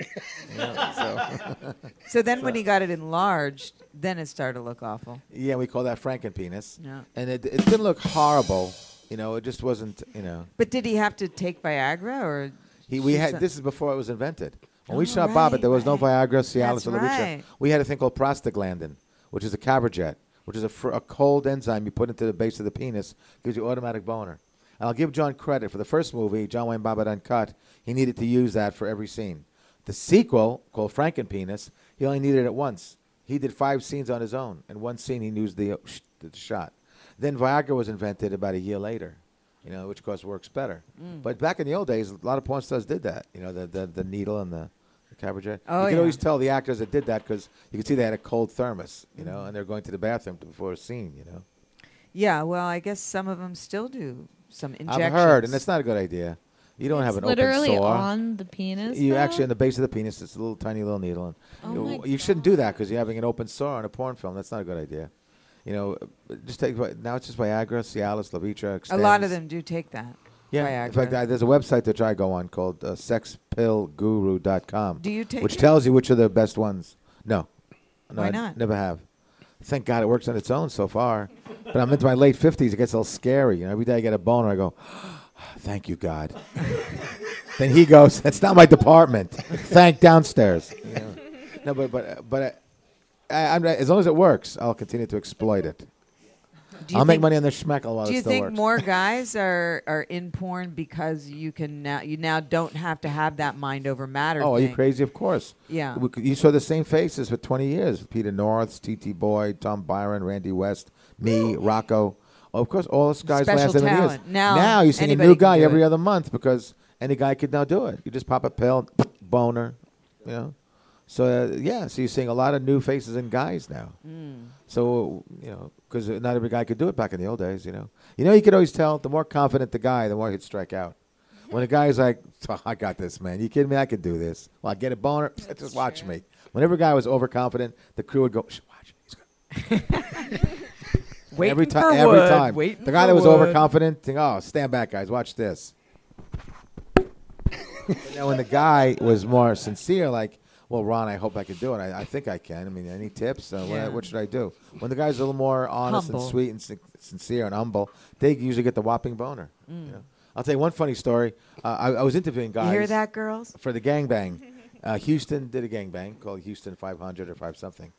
Speaker 3: So then when he got it enlarged, then it started to look awful.
Speaker 11: yeah, we call that Frankenpenis.
Speaker 3: Yeah.
Speaker 11: And it, it didn't look horrible. You know, it just wasn't. You know.
Speaker 3: But did he have to take Viagra or?
Speaker 11: He, we
Speaker 3: shoot
Speaker 11: had
Speaker 3: some-
Speaker 11: this is before it was invented. When we
Speaker 3: Oh,
Speaker 11: shot
Speaker 3: right,
Speaker 11: Bobbitt, there was no Viagra, Cialis,
Speaker 3: That's
Speaker 11: or Levitra.
Speaker 3: right.
Speaker 11: We had a thing called prostaglandin, which is a caberjet, which is a, fr- a cold enzyme you put into the base of the penis, gives you automatic boner. And I'll give John credit for the first movie, John Wayne Bobbitt Uncut. He needed to use that for every scene. The sequel, called Frankenpenis, he only needed it once. He did five scenes on his own, and one scene he used the, uh, sh- the shot. Then Viagra was invented about a year later, you know, which of course works better.
Speaker 2: Mm.
Speaker 11: But back in the old days, a lot of porn stars did that. You know, the the, the needle and the, the cabaret.
Speaker 2: Oh,
Speaker 11: you could
Speaker 2: yeah.
Speaker 11: always tell the actors that did that because you could see they had a cold thermos, you know,
Speaker 3: Mhm.
Speaker 11: and they're going to the bathroom t- before a scene, you know.
Speaker 3: Yeah, well, I guess some of them still do some injections.
Speaker 11: I've heard, and it's not a good idea. You don't have
Speaker 3: It's
Speaker 11: an
Speaker 12: literally
Speaker 11: open sore.
Speaker 12: on the penis,
Speaker 11: You
Speaker 12: though?
Speaker 11: actually in the base of the penis. It's a little tiny little needle, and
Speaker 12: Oh
Speaker 11: you,
Speaker 12: my
Speaker 11: you shouldn't do that because you're having an open sore on a porn film. That's not a good idea. You know, uh, just take Vi- now. It's just Viagra, Cialis, Levitra.
Speaker 3: A lot of
Speaker 11: Xtends.
Speaker 3: them do take that.
Speaker 11: Yeah. In
Speaker 3: Viagra.
Speaker 11: fact, I, there's a website that I go on called uh, sexpillguru.com.
Speaker 3: Do you take
Speaker 11: Which
Speaker 3: it?
Speaker 11: tells you which are the best ones. No. no
Speaker 3: Why
Speaker 11: I
Speaker 3: not?
Speaker 11: never have. Thank God it works on its own so far. but I'm into my late 50s. It gets a little scary. You know, every day I get a boner, I go, "Ah, thank you, God. then he goes, that's not my department. Thank downstairs. You know. No, but, but, uh, but I, I'm, as long as it works, I'll continue to exploit it.
Speaker 3: Do you
Speaker 11: I'll make
Speaker 3: think-
Speaker 11: money on the schmeckle while
Speaker 3: Do
Speaker 11: it
Speaker 3: you
Speaker 11: still
Speaker 3: think
Speaker 11: works.
Speaker 3: more guys are, are in porn because you can now you now don't have to have that mind over matter?
Speaker 11: Oh, are
Speaker 3: thing?
Speaker 11: you crazy? Of course.
Speaker 3: Yeah.
Speaker 11: We, c- you saw the same faces for 20 years Peter North, T.T. Boyd, Tom Byron, Randy West, me, Rocco. Oh, of course, all us guys
Speaker 3: Special
Speaker 11: last seven years.
Speaker 3: talent. Now
Speaker 11: you're seeing a
Speaker 3: anybody
Speaker 11: new
Speaker 3: can
Speaker 11: guy
Speaker 3: do
Speaker 11: every
Speaker 3: it.
Speaker 11: other month because any guy could now do it. You just pop a pill, boner, you know. So, uh, yeah, so you're seeing a lot of new faces in guys now.
Speaker 13: Mm.
Speaker 11: So, you know, because not every guy could do it back in the old days, you know. You know, you could always tell the more confident the guy, the more he'd strike out. When a guy's like, "Oh, I got this, man. You kidding me? I could do this. Well, I get a boner. Just watch me. Whenever a guy was overconfident, the crew would go, Shh, watch it. He's good.
Speaker 3: Waiting
Speaker 11: every time,
Speaker 3: for
Speaker 11: every
Speaker 3: wood,
Speaker 11: time.
Speaker 3: waiting
Speaker 11: the guy
Speaker 3: for
Speaker 11: that was
Speaker 3: wood.
Speaker 11: overconfident, think, oh, stand back, guys. Watch this. But now, when the guy was more sincere, like, well, Ron, I hope I can do it. I, I think I can. I mean, any tips? Uh,
Speaker 13: Yeah.
Speaker 11: what, what should I do? When the guy's a little more honest
Speaker 13: Humble.
Speaker 11: and sweet and sin- sincere and humble, they usually get the whopping boner. You
Speaker 3: Mm.
Speaker 11: know? I'll tell you one funny story. Uh, I, I was interviewing guys.
Speaker 3: You hear that, girls?
Speaker 11: For the gangbang. Uh, Houston did a gangbang called Houston 500 or 5 something.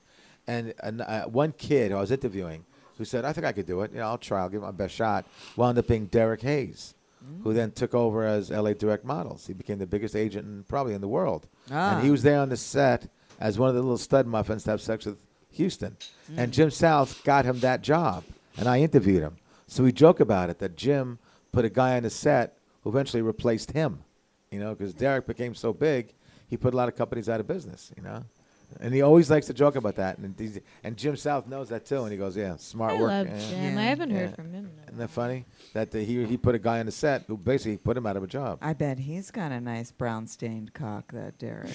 Speaker 11: And, and uh, one kid who I was interviewing who said, I think I could do it. You know, I'll try. I'll give it my best shot. Wound up being Derek Hayes,
Speaker 3: Mm.
Speaker 11: who then took over as LA Direct Models. He became the biggest agent in, probably in the world.
Speaker 13: Ah.
Speaker 11: And he was there on the set as one of the little stud muffins to have sex with Houston. And Jim South got him that job. And I interviewed him. So we joke about it that Jim put a guy on the set who eventually replaced him you know, because Derek became so big, he put a lot of companies out of business, you know. And he always likes to joke about that, and he's- and Jim South knows that too. And he goes, "Yeah, smart
Speaker 10: I
Speaker 11: work."
Speaker 10: love
Speaker 11: yeah.
Speaker 10: Jim. I haven't heard from him
Speaker 11: Isn't that funny? That the, he he put a guy on the set who basically put him out of a job.
Speaker 3: I bet he's got a nice brown stained cock, that Derek.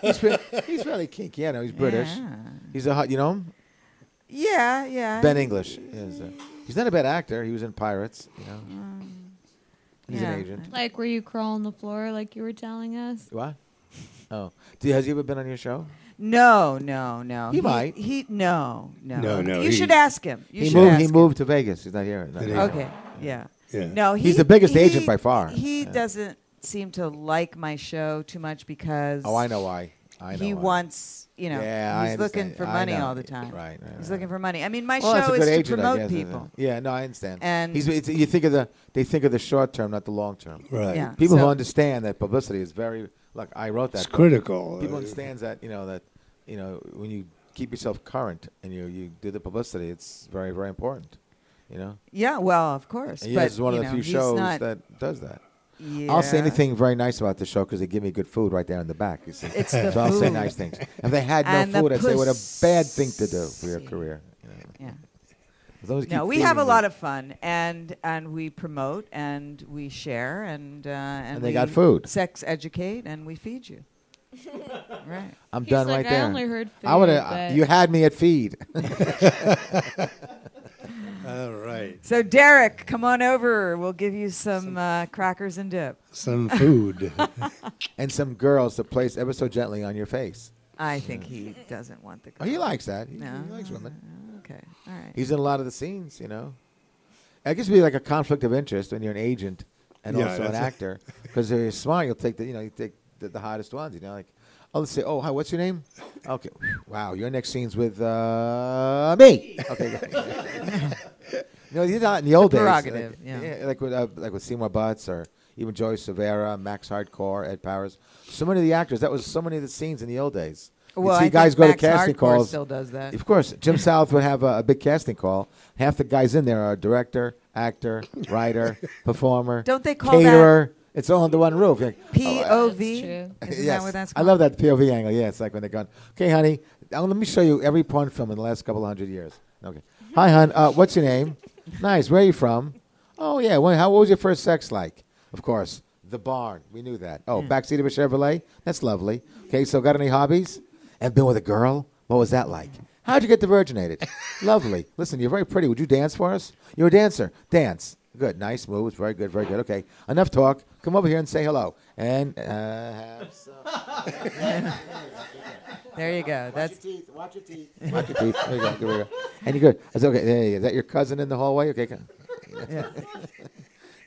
Speaker 11: he's, re- he's really kinky. I know he's British.
Speaker 3: Yeah.
Speaker 11: He's a hot, you know him,
Speaker 3: yeah, yeah.
Speaker 11: Ben English. Yes, uh, he's not a bad actor. He was in Pirates, you know. he's
Speaker 10: Yeah.
Speaker 11: an agent.
Speaker 10: Like, were you crawling the floor like you were telling us?
Speaker 11: What? Oh, Do you- has he ever been on your show?
Speaker 3: No, no, no.
Speaker 11: He might.
Speaker 3: He no, no.
Speaker 11: No, no,
Speaker 3: You
Speaker 11: he-
Speaker 3: should ask him. You
Speaker 11: he
Speaker 3: should
Speaker 11: moved.
Speaker 3: ask
Speaker 11: he
Speaker 3: him.
Speaker 11: moved to Vegas. He's not here. Not here.
Speaker 3: Okay. Yeah. No, he,
Speaker 11: he's the biggest
Speaker 3: he-
Speaker 11: agent by far.
Speaker 3: He
Speaker 11: Yeah.
Speaker 3: doesn't seem to like my show too much because
Speaker 11: Oh, I know why. I know
Speaker 3: he
Speaker 11: why.
Speaker 3: wants, you know,
Speaker 11: Yeah, I
Speaker 3: he's looking
Speaker 11: understand.
Speaker 3: for
Speaker 11: I
Speaker 3: money
Speaker 11: know.
Speaker 3: all the time.
Speaker 11: Right, right,
Speaker 3: He's looking for money. I mean, my
Speaker 11: Well, that's
Speaker 3: show
Speaker 11: a
Speaker 3: is
Speaker 11: good
Speaker 3: to
Speaker 11: agent, I
Speaker 3: promote
Speaker 11: guess, isn't it?
Speaker 3: people.
Speaker 11: Yeah, no, I understand.
Speaker 3: And-
Speaker 11: He's, it's, you think of the they think of the short term, not the long term.
Speaker 4: Right.
Speaker 3: Yeah,
Speaker 11: People who
Speaker 4: so-
Speaker 11: understand that publicity is very look. I wrote that.
Speaker 4: It's
Speaker 11: book.
Speaker 4: critical.
Speaker 11: People
Speaker 4: Uh,
Speaker 11: understands that you know that you know when you keep yourself current and you you do the publicity, it's very very important. You know.
Speaker 3: Yeah, well, of course.
Speaker 11: And
Speaker 3: but,
Speaker 11: yes, it's one of
Speaker 3: you
Speaker 11: the
Speaker 3: know,
Speaker 11: few
Speaker 3: he's
Speaker 11: shows
Speaker 3: not-
Speaker 11: that does that. I'll say
Speaker 3: Yeah.
Speaker 11: anything very nice about the show because they give me good food right there in the back. You see.
Speaker 3: It's the
Speaker 11: so I'll say
Speaker 3: food.
Speaker 11: nice things. If they had no
Speaker 3: And the
Speaker 11: food, I'd say what a bad thing to do for your career. You know.
Speaker 3: Yeah.
Speaker 11: As long as you
Speaker 3: No,
Speaker 11: keep
Speaker 3: we have
Speaker 11: feeding
Speaker 3: a
Speaker 11: me.
Speaker 3: lot of fun, and and we promote, and we share, and uh, and,
Speaker 11: And they
Speaker 3: we
Speaker 11: got food.
Speaker 3: sex educate, and we feed you. right.
Speaker 11: I'm
Speaker 10: He's
Speaker 11: done
Speaker 10: like,
Speaker 11: right
Speaker 10: "I
Speaker 11: there.
Speaker 10: only heard
Speaker 11: I would
Speaker 10: food, but-"
Speaker 11: have. You had me at feed.
Speaker 4: All right.
Speaker 3: So Derek, come on over. We'll give you some uh, crackers and dip.
Speaker 4: Some food.
Speaker 11: and some girls to place ever so gently on your face.
Speaker 3: I think he doesn't want the.
Speaker 11: Oh, he likes that. He-
Speaker 3: No,
Speaker 11: he likes women.
Speaker 3: Okay, all right.
Speaker 11: He's in a lot of the scenes, you know. I guess it'd be like a conflict of interest when you're an agent and
Speaker 13: Yeah,
Speaker 11: also an
Speaker 13: that's it.
Speaker 11: actor. Because if you're smart, you'll take the you know you take the, the hottest ones. You know, like oh let's say oh hi what's your name? Okay, wow your next scene's with uh, me. Okay. No, you did that in the old days. like-
Speaker 3: prerogative, yeah.
Speaker 11: like with uh, like with Seymour Butts or even Joey Severa, Max Hardcore, Ed Powers. So many of the actors. That was so many of the scenes in the old days. You'd
Speaker 3: Well,
Speaker 11: see
Speaker 3: I
Speaker 11: guys
Speaker 3: think
Speaker 11: go
Speaker 3: Max
Speaker 11: to casting
Speaker 3: Hardcore
Speaker 11: calls.
Speaker 3: still does that.
Speaker 11: Of course, Jim South would have a, a big casting call. Half the guys in there are director, actor, writer, performer.
Speaker 3: Don't they call that-
Speaker 11: caterer. It's all under one roof. You're like, oh, uh,
Speaker 3: POV. Isn't that
Speaker 11: yes.
Speaker 3: what that's
Speaker 11: I
Speaker 3: called?
Speaker 11: love that POV angle. Yeah, it's like when they're going, okay, honey, uh, let me show you every porn film in the last couple of hundred years. Okay.
Speaker 3: Mm-hmm.
Speaker 11: Hi, hon. Uh, what's your name? nice. Where are you from? Oh, yeah. Well, how, what was your first sex like? Of course, the barn. We knew that. Oh,
Speaker 13: Yeah.
Speaker 11: backseat of a Chevrolet? That's lovely. Okay, so got any hobbies? Ever been with a girl? What was that like? How'd you get diverginated? lovely. Listen, you're very pretty. Would you dance for us? You're a dancer. Dance. Good. Nice moves. Very good. Very good. Okay. Enough talk. Come over here and say hello. And uh, have some.
Speaker 3: There you go. That's
Speaker 11: Watch your teeth. Watch your teeth. There you go. There we go. And you're good. I said, okay, there you go. Is that your cousin in the hallway? Okay. come.
Speaker 3: Yeah.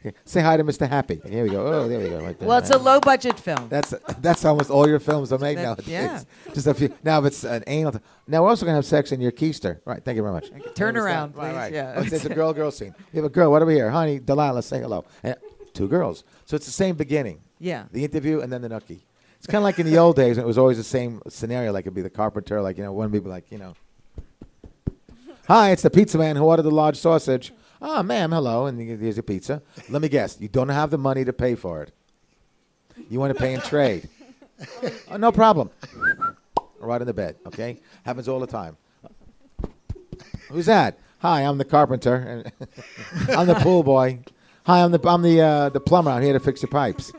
Speaker 11: Here, Say hi to Mr. Happy. Here we go. Oh, there we go. Right there.
Speaker 6: Well, it's a low budget film.
Speaker 11: That's that's almost all your films are made
Speaker 6: That-
Speaker 11: nowadays.
Speaker 6: yeah.
Speaker 11: Just a few. Now if it's an anal. Now we're also gonna have sex in your keister. Right. Thank you very much.
Speaker 6: Turn
Speaker 11: Understand?
Speaker 6: around,
Speaker 11: Right,
Speaker 6: please.
Speaker 11: right.
Speaker 6: Yeah.
Speaker 11: Oh, it's a girl girl scene. You have a girl. What over here, honey? Delilah, say hello. And two girls. So it's the same beginning.
Speaker 6: Yeah.
Speaker 11: The interview and then the nookie. It's kind of like in the old days when it was always the same scenario. Like it'd be the carpenter. Like you know, one would be like you know. Hi, it's the pizza man who ordered the large sausage. Ah, ma'am, hello, and here- here's your pizza. Let me guess, you don't have the money to pay for it. You want to pay in trade. oh, no problem. right in the bed, okay? Happens all the time. Who's that? Hi, I'm the carpenter. and I'm the pool boy. Hi, I'm the I'm the uh, the plumber. I'm here to fix your pipes.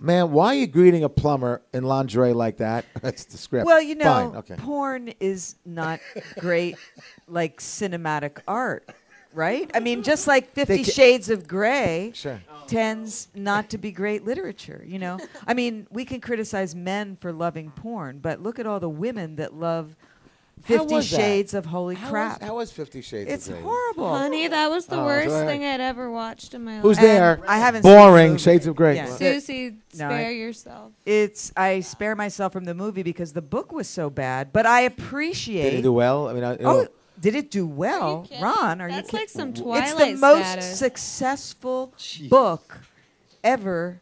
Speaker 11: Man, why are you greeting a plumber in lingerie like that? That's the script.
Speaker 3: Well, you know,
Speaker 11: Fine, okay.
Speaker 3: porn is not great, like cinematic art, right? I mean, just like Fifty
Speaker 11: ca-
Speaker 3: Shades of Grey
Speaker 11: Sure.
Speaker 3: tends not to be great literature, you know? I mean, we can criticize men for loving porn, but look at all the women that love
Speaker 11: How
Speaker 3: Fifty
Speaker 11: was that?
Speaker 3: Shades of Holy
Speaker 11: How was-
Speaker 3: Crap.
Speaker 11: how was Fifty Shades of
Speaker 3: It's
Speaker 11: Grey?
Speaker 3: horrible.
Speaker 10: Honey, that was the
Speaker 11: Oh,
Speaker 10: worst
Speaker 11: sorry.
Speaker 10: thing I'd ever watched in my life.
Speaker 11: Who's there?
Speaker 3: I haven't seen the
Speaker 11: Boring.
Speaker 3: movie.
Speaker 11: Shades of Grey.
Speaker 3: Yeah.
Speaker 10: Susie,
Speaker 3: No, I-
Speaker 10: spare yourself.
Speaker 3: It's I spare myself from the movie because the book was so bad, but I appreciate.
Speaker 11: Did it do well? I mean, I,
Speaker 3: Oh, did it do well, Ron? Are
Speaker 10: That's
Speaker 3: you
Speaker 10: like some
Speaker 3: kidding? It's the
Speaker 10: Twilight
Speaker 3: most
Speaker 10: status.
Speaker 3: successful book ever.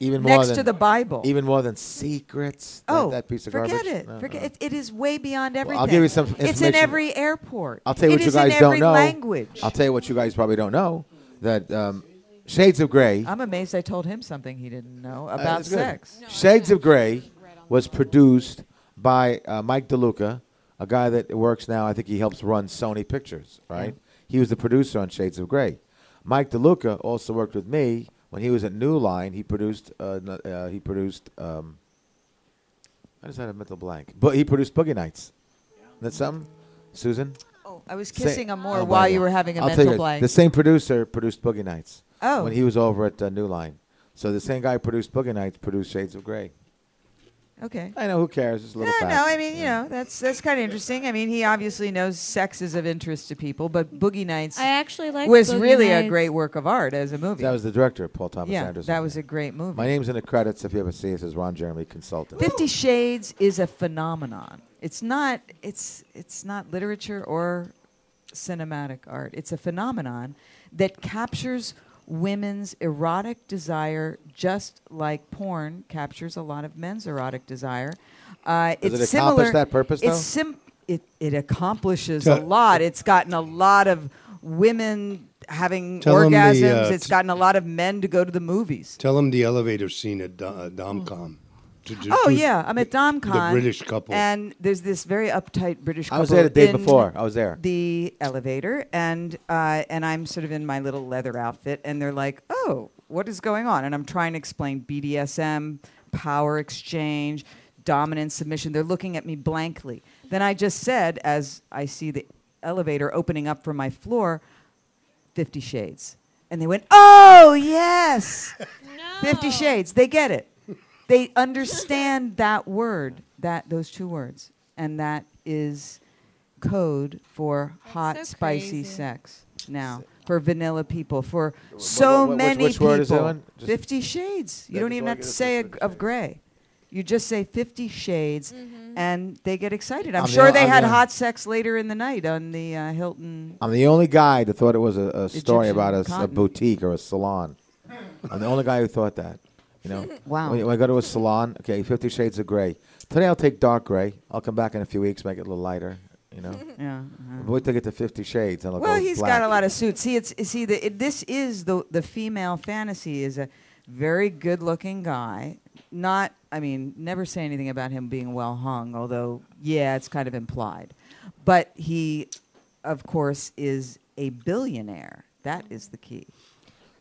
Speaker 11: even more
Speaker 3: next
Speaker 11: than,
Speaker 3: to the Bible.
Speaker 11: Even more than secrets. that-
Speaker 3: oh,
Speaker 11: that, piece of
Speaker 3: forget
Speaker 11: garbage.
Speaker 3: it.
Speaker 11: No,
Speaker 3: forget
Speaker 11: no.
Speaker 3: It, it is way beyond
Speaker 11: Uh-uh.
Speaker 3: everything.
Speaker 11: Well, I'll give you some
Speaker 3: It's
Speaker 11: information.
Speaker 3: in every airport.
Speaker 11: I'll tell you
Speaker 3: It
Speaker 11: what you
Speaker 3: is in
Speaker 11: guys don't
Speaker 3: every
Speaker 11: know.
Speaker 3: Language.
Speaker 11: I'll tell you what you guys probably don't know that um, Shades of Grey.
Speaker 3: I'm amazed. I told him something he didn't know
Speaker 11: Uh,
Speaker 3: about
Speaker 11: that's good.
Speaker 3: sex.
Speaker 11: Shades of Grey was produced by uh, Mike DeLuca, a guy that works now. I think he helps run Sony Pictures, right? He was the producer on Shades of Grey. Mike DeLuca also worked with me when he was at New Line. He produced. Uh, n- uh, he produced. Um, I just had a mental blank. But he produced Boogie Nights. Isn't that something, Susan?
Speaker 3: Oh, I was
Speaker 11: Sa-
Speaker 3: kissing him more
Speaker 11: Oh, my
Speaker 3: while you
Speaker 11: God.
Speaker 3: were having a
Speaker 11: I'll tell
Speaker 3: mental
Speaker 11: you,
Speaker 3: blank.
Speaker 11: The same producer produced Boogie Nights.
Speaker 3: Oh.
Speaker 11: When he was over at uh, New Line. So the same guy who produced Boogie Nights produced Shades of Grey.
Speaker 3: okay.
Speaker 11: I know who cares. Just a little
Speaker 3: No,
Speaker 11: fact.
Speaker 3: no, I mean, you know, that's that's kind of interesting. I mean, he obviously knows sex is of interest to people, but Boogie Nights
Speaker 10: I actually liked
Speaker 3: was
Speaker 10: Boogie
Speaker 3: really a
Speaker 10: Nights.
Speaker 3: great work of art as a movie.
Speaker 11: That was the director, Paul Thomas
Speaker 3: yeah,
Speaker 11: Anderson.
Speaker 3: that was a great movie.
Speaker 11: My name's in the credits if you ever see it. It says Ron Jeremy Consultant.
Speaker 3: Fifty Shades is a phenomenon. It's not it's it's not literature or cinematic art. It's a phenomenon that captures women's erotic desire just like porn captures a lot of men's erotic desire. Uh,
Speaker 11: Does
Speaker 3: it's
Speaker 11: it accomplish
Speaker 3: similar-
Speaker 11: that purpose,
Speaker 3: it's
Speaker 11: though?
Speaker 3: sim- it, it accomplishes
Speaker 4: Tell-
Speaker 3: a lot. It's gotten a lot of women having
Speaker 4: Tell 'em the,
Speaker 3: orgasms.
Speaker 4: uh,
Speaker 3: it's gotten a lot of men to go to the movies.
Speaker 4: Tell him the elevator scene at Do- uh, Domcom. To- to-
Speaker 3: Oh
Speaker 4: to-
Speaker 3: yeah, I'm at DomCon.
Speaker 4: The British couple.
Speaker 3: And there's this very uptight British couple.
Speaker 11: I was there the day
Speaker 3: in
Speaker 11: before. I was there.
Speaker 3: The elevator, and uh, and I'm sort of in my little leather outfit, and they're like, "Oh, what is going on?" And I'm trying to explain BDSM, power exchange, dominance, submission. They're looking at me blankly. Then I just said, as I see the elevator opening up from my floor, Fifty Shades. And they went, oh, yes. Fifty Shades. They get it. They understand that word, that those two words. And that is code for hot, spicy sex now, for vanilla people, for so
Speaker 11: wha- which-
Speaker 3: many
Speaker 11: which
Speaker 3: people.
Speaker 11: word is that one? Just-
Speaker 3: Fifty Shades. You
Speaker 11: That
Speaker 3: don't
Speaker 11: is
Speaker 3: even
Speaker 11: all I
Speaker 3: have
Speaker 11: get
Speaker 3: to
Speaker 11: is
Speaker 3: say a, of gray. You just say Fifty Shades, and they get excited. I'm,
Speaker 11: I'm the
Speaker 3: sure
Speaker 11: o-
Speaker 3: they
Speaker 11: I'm
Speaker 3: had
Speaker 11: the-
Speaker 3: hot sex later in the night on the uh, Hilton
Speaker 11: I'm the only guy that thought it was a, a story
Speaker 3: Egyptian
Speaker 11: about a s- a,
Speaker 3: cotton.
Speaker 11: boutique or a salon. I'm the only guy who thought that. You know.
Speaker 3: Wow.
Speaker 11: When, when I go to a salon, okay, Fifty Shades of Grey. Today I'll take dark gray. I'll come back in a few weeks, make it a little lighter. You know.
Speaker 3: Yeah, uh-huh.
Speaker 11: But wait till I get to Fifty Shades, and I'll
Speaker 3: Well,
Speaker 11: go
Speaker 3: he's
Speaker 11: black.
Speaker 3: got a lot of suits. See, it's see the it, this is the the female fantasy is a very good looking guy. Not, I mean, never say anything about him being well hung. Although, yeah, it's kind of implied. But he, of course, is a billionaire. That is the key.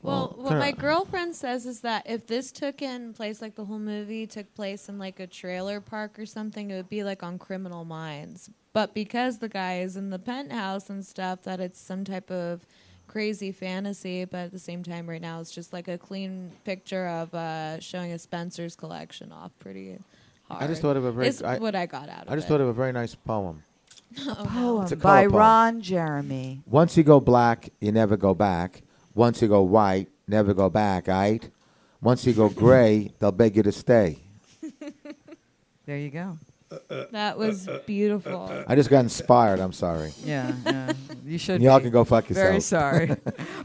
Speaker 10: Well,
Speaker 3: Well,
Speaker 10: what my
Speaker 3: kinda-
Speaker 10: girlfriend says is that if this took in place, like the whole movie took place in like a trailer park or something, it would be like on Criminal Minds. But because the guy is in the penthouse and stuff, that it's some type of crazy fantasy. But at the same time, right now, it's just like a clean picture of uh, showing a Spencer's collection off pretty hard.
Speaker 11: I just thought of a very.
Speaker 10: Is what I got out of
Speaker 11: I just
Speaker 10: it.
Speaker 11: thought of a very nice poem.
Speaker 10: oh,
Speaker 3: Poem
Speaker 11: It's a
Speaker 3: by
Speaker 11: color poem.
Speaker 3: Ron Jeremy.
Speaker 11: Once you go black, you never go back. Once you go white, never go back, all right? Once you go gray, they'll beg you to stay.
Speaker 3: There you go.
Speaker 10: That was beautiful.
Speaker 11: I just got inspired. I'm sorry.
Speaker 3: Yeah, yeah. You should.
Speaker 11: Y'all
Speaker 3: be.
Speaker 11: can go fuck
Speaker 3: Very
Speaker 11: yourselves.
Speaker 3: sorry,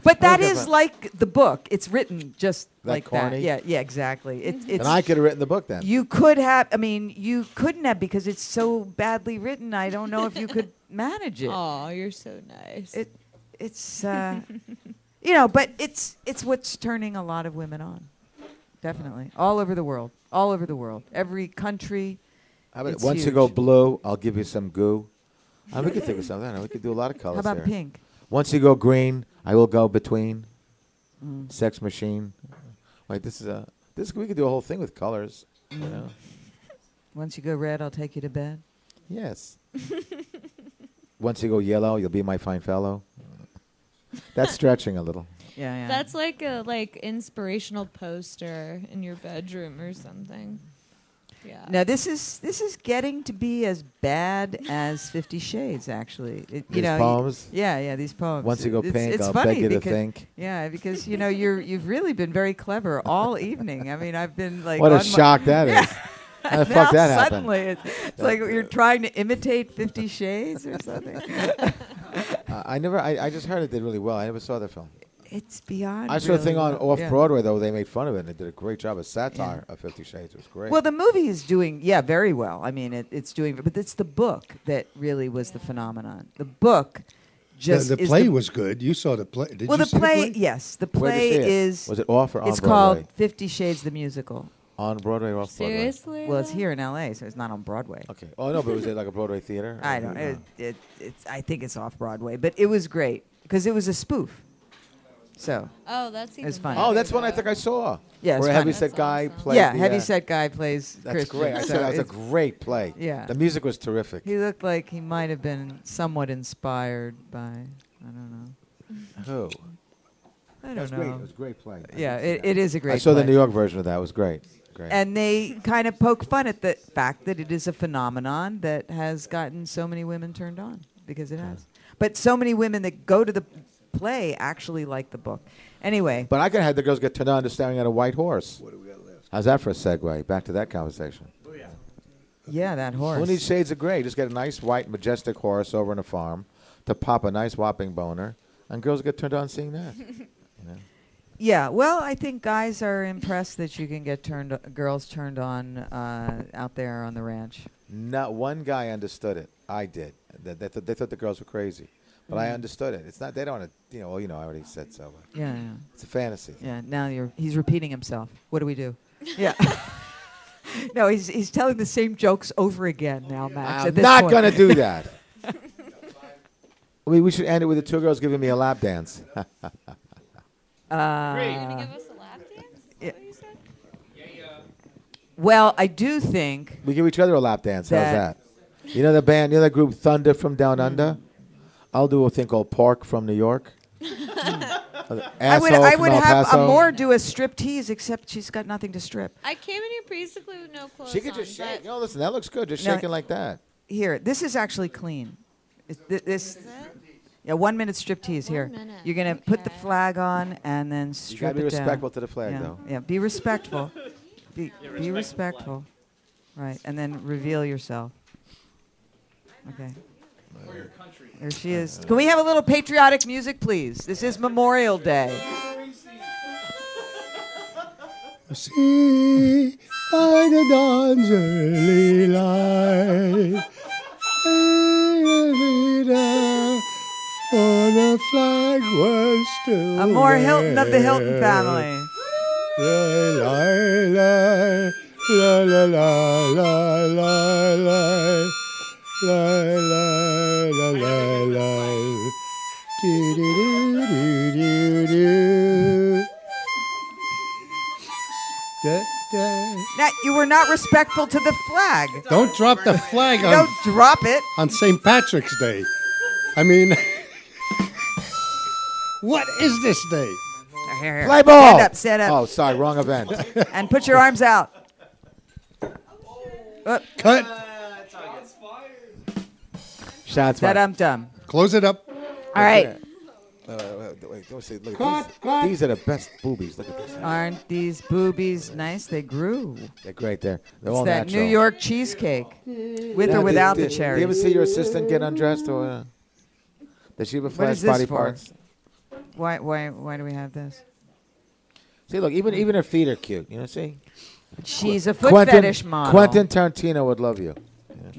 Speaker 3: but that
Speaker 11: Look at
Speaker 3: is
Speaker 11: that.
Speaker 3: like the book. It's written just
Speaker 11: That
Speaker 3: like
Speaker 11: corny?
Speaker 3: that. Yeah, yeah, exactly. It, it's.
Speaker 11: And I could have written the book then.
Speaker 3: You could have. I mean, you couldn't have because it's so badly written. I don't know if you could manage it.
Speaker 10: Oh, you're so nice.
Speaker 3: It, it's. Uh, you know, but it's it's what's turning a lot of women on. Definitely, all over the world, all over the world, every country.
Speaker 11: How about
Speaker 3: It's
Speaker 11: once you
Speaker 3: huge.
Speaker 11: go blue, I'll give you some goo. Uh, we could think of something. I don't know. We could do a lot of colors.
Speaker 3: about
Speaker 11: there.
Speaker 3: pink?
Speaker 11: Once you go green, I will go between.
Speaker 3: Mm.
Speaker 11: Sex machine. Wait, this is a this. We could do a whole thing with colors. You
Speaker 3: Mm.
Speaker 11: know.
Speaker 3: Once you go red, I'll take you to bed.
Speaker 11: Yes. Once you go yellow, you'll be my fine fellow. That's stretching a little.
Speaker 3: Yeah, yeah.
Speaker 10: That's like a like inspirational poster in your bedroom or something. Yeah.
Speaker 3: Now this is this is getting to be as bad as Fifty Shades. Actually, It- you
Speaker 11: These
Speaker 3: know, y-
Speaker 11: poems?
Speaker 3: Yeah, yeah, these poems.
Speaker 11: Once you go
Speaker 3: It's-
Speaker 11: pink,
Speaker 3: it's
Speaker 11: I'll
Speaker 3: funny
Speaker 11: beg you to
Speaker 3: because-
Speaker 11: think.
Speaker 3: Yeah, because you know you're you've really been very clever all evening. I mean, I've been like
Speaker 11: What a
Speaker 3: on my-
Speaker 11: shock that
Speaker 3: Yeah.
Speaker 11: is. How the
Speaker 3: And
Speaker 11: fuck
Speaker 3: now
Speaker 11: that happened?
Speaker 3: Suddenly, it's, it's like you're trying to imitate Fifty Shades or something.
Speaker 11: Uh, I never. I, I just heard it did really well. I never saw the film.
Speaker 3: it's beyond.
Speaker 11: I saw a
Speaker 3: really
Speaker 11: thing on
Speaker 3: what-
Speaker 11: off
Speaker 3: yeah.
Speaker 11: Broadway though. They made fun of it and they did a great job. A satire of Fifty Shades. It was great.
Speaker 3: Well, the movie is doing yeah very well. I mean, it, it's doing, but it's the book that really was the phenomenon. The book just
Speaker 6: the, the
Speaker 3: is
Speaker 6: play was good. You saw the play. Did
Speaker 3: well,
Speaker 6: you
Speaker 3: the
Speaker 6: see
Speaker 3: play,
Speaker 6: the play?
Speaker 3: yes, the
Speaker 11: Where'd you
Speaker 3: play
Speaker 11: see it?
Speaker 3: is.
Speaker 11: Was it off or on
Speaker 3: It's
Speaker 11: Broadway?
Speaker 3: called Fifty Shades the Musical.
Speaker 11: on Broadway or off Broadway.
Speaker 10: Seriously?
Speaker 3: Well, it's here in L.A., so it's not on Broadway.
Speaker 11: Okay. Oh no, but was it like a Broadway theater?
Speaker 3: I don't. It, it, it's. I think it's off Broadway, but it was great because it was a spoof. So
Speaker 10: Oh, that's
Speaker 3: It's
Speaker 10: even
Speaker 3: fun.
Speaker 10: better,
Speaker 11: Oh, that's one I
Speaker 10: though.
Speaker 11: think I saw.
Speaker 3: Yeah, it's
Speaker 11: where a
Speaker 3: fun.
Speaker 11: heavyset guy played.
Speaker 3: yeah,
Speaker 11: the, uh,
Speaker 3: heavyset guy plays.
Speaker 11: That's
Speaker 3: Christian,
Speaker 11: great. I
Speaker 3: so
Speaker 11: said that was a
Speaker 3: it's-
Speaker 11: great play.
Speaker 3: Yeah.
Speaker 11: The music was terrific.
Speaker 3: He looked like he might have been somewhat inspired by. I don't know.
Speaker 11: Who?
Speaker 3: I don't
Speaker 11: was
Speaker 3: know.
Speaker 11: great. It was a great play. I
Speaker 3: Yeah,
Speaker 11: did see
Speaker 3: it,
Speaker 11: that.
Speaker 3: it is a great.
Speaker 11: I saw the
Speaker 3: play.
Speaker 11: New York version of that. It was great. Great.
Speaker 3: And they kind of poke fun at the fact that it is a phenomenon that has gotten so many women turned on because it has. But so many women that go to the play actually like the book. Anyway,
Speaker 11: but I could have had the girls get turned on to staring at a white horse. What do we got left? Oh, How's that for a segue? Back to that conversation.
Speaker 3: yeah, that horse.
Speaker 11: Who needs shades of gray? Just get a nice white majestic horse over on a farm to pop a nice whopping boner, and girls get turned on seeing that.
Speaker 3: Yeah, well, I think guys are impressed that you can get turned girls turned on uh, out there on the ranch.
Speaker 11: Not one guy understood it. I did. They, they, thought, they thought the girls were crazy, but I
Speaker 3: Mhm.
Speaker 11: understood it. It's not. They don't want to. You know. Well, you know. I already said so. but
Speaker 3: Yeah, yeah.
Speaker 11: It's a fantasy.
Speaker 3: Yeah, now you're he's repeating himself. What do we do? Yeah. no, he's he's telling the same jokes over again now, Max.
Speaker 11: I'm
Speaker 3: at this
Speaker 11: not
Speaker 3: point.
Speaker 11: gonna do that. I mean, we should end it with the two girls giving me a lap dance.
Speaker 3: Uh,
Speaker 10: You're gonna give us a lap dance? Is that what you said?
Speaker 3: well, I do think
Speaker 11: we give each other a lap dance. How's that?
Speaker 3: That- Hmm.
Speaker 11: You know the band, you know that group Thunder from Down Under. I'll do a thing called Park from New York.
Speaker 3: Hmm. I would
Speaker 11: Asshole
Speaker 3: I
Speaker 11: from
Speaker 3: would
Speaker 11: El
Speaker 3: have
Speaker 11: Paso.
Speaker 3: Amor do a strip tease, except she's got nothing to strip.
Speaker 10: I came in here basically with no clothes
Speaker 11: She could
Speaker 10: on,
Speaker 11: just shake.
Speaker 10: but-
Speaker 11: No, listen, that looks good. Just
Speaker 3: No.
Speaker 11: shaking like that.
Speaker 3: Here, this is actually clean. It's thi- this, yeah, one minute
Speaker 7: Oh,
Speaker 3: strip tease here.
Speaker 10: minute,
Speaker 3: You're gonna put the flag on and then strip
Speaker 11: gotta be
Speaker 3: it down.
Speaker 11: respectful to the flag,
Speaker 3: yeah.
Speaker 11: though.
Speaker 3: Yeah, be respectful. Be,
Speaker 7: Yeah,
Speaker 3: be
Speaker 7: respect the
Speaker 3: respectful. Right, and then reveal yourself. Okay. There she is.
Speaker 11: Uh-huh.
Speaker 3: Can we have a little patriotic music, please? This is Memorial Day.
Speaker 6: See by the dawn's early light, Elvira, on a flag was still.
Speaker 3: Amor Hilton of the Hilton
Speaker 6: waved.
Speaker 3: family.
Speaker 6: La la la la la la la la la la la la la. Do do do do do. Da, da.
Speaker 3: Now, you were not respectful to the flag.
Speaker 6: Don't drop the flag on,
Speaker 3: Don't drop it.
Speaker 6: on St. Patrick's Day. I mean, what is this day?
Speaker 3: Here, here.
Speaker 11: Play ball.
Speaker 3: Stand up, stand up.
Speaker 11: Oh, sorry, wrong event.
Speaker 3: And put your arms out.
Speaker 6: Cut.
Speaker 11: Shots
Speaker 3: That
Speaker 11: fired.
Speaker 3: I'm dumb.
Speaker 6: Close it up.
Speaker 3: All right.
Speaker 11: Uh, wait, wait, Wait, go see. Look,
Speaker 3: Cut,
Speaker 11: these,
Speaker 3: cut.
Speaker 11: these are the best boobies. Look at this.
Speaker 3: Aren't these boobies nice? They grew.
Speaker 11: They're great. They're, they're
Speaker 3: It's
Speaker 11: all
Speaker 3: that
Speaker 11: natural.
Speaker 3: New York cheesecake, with
Speaker 11: Now,
Speaker 3: or
Speaker 11: did-
Speaker 3: without
Speaker 11: did-
Speaker 3: the cherry.
Speaker 11: Did you ever see your assistant get undressed or? Uh, does she ever
Speaker 3: What
Speaker 11: flash
Speaker 3: is this
Speaker 11: body
Speaker 3: for?
Speaker 11: parts?
Speaker 3: Why, why, why do we have this?
Speaker 11: See, look, even even her feet are cute. You know, see.
Speaker 3: She's
Speaker 11: Qu-
Speaker 3: a foot
Speaker 11: Quentin,
Speaker 3: fetish model. Mm.
Speaker 11: Quentin Tarantino would love you. Yeah.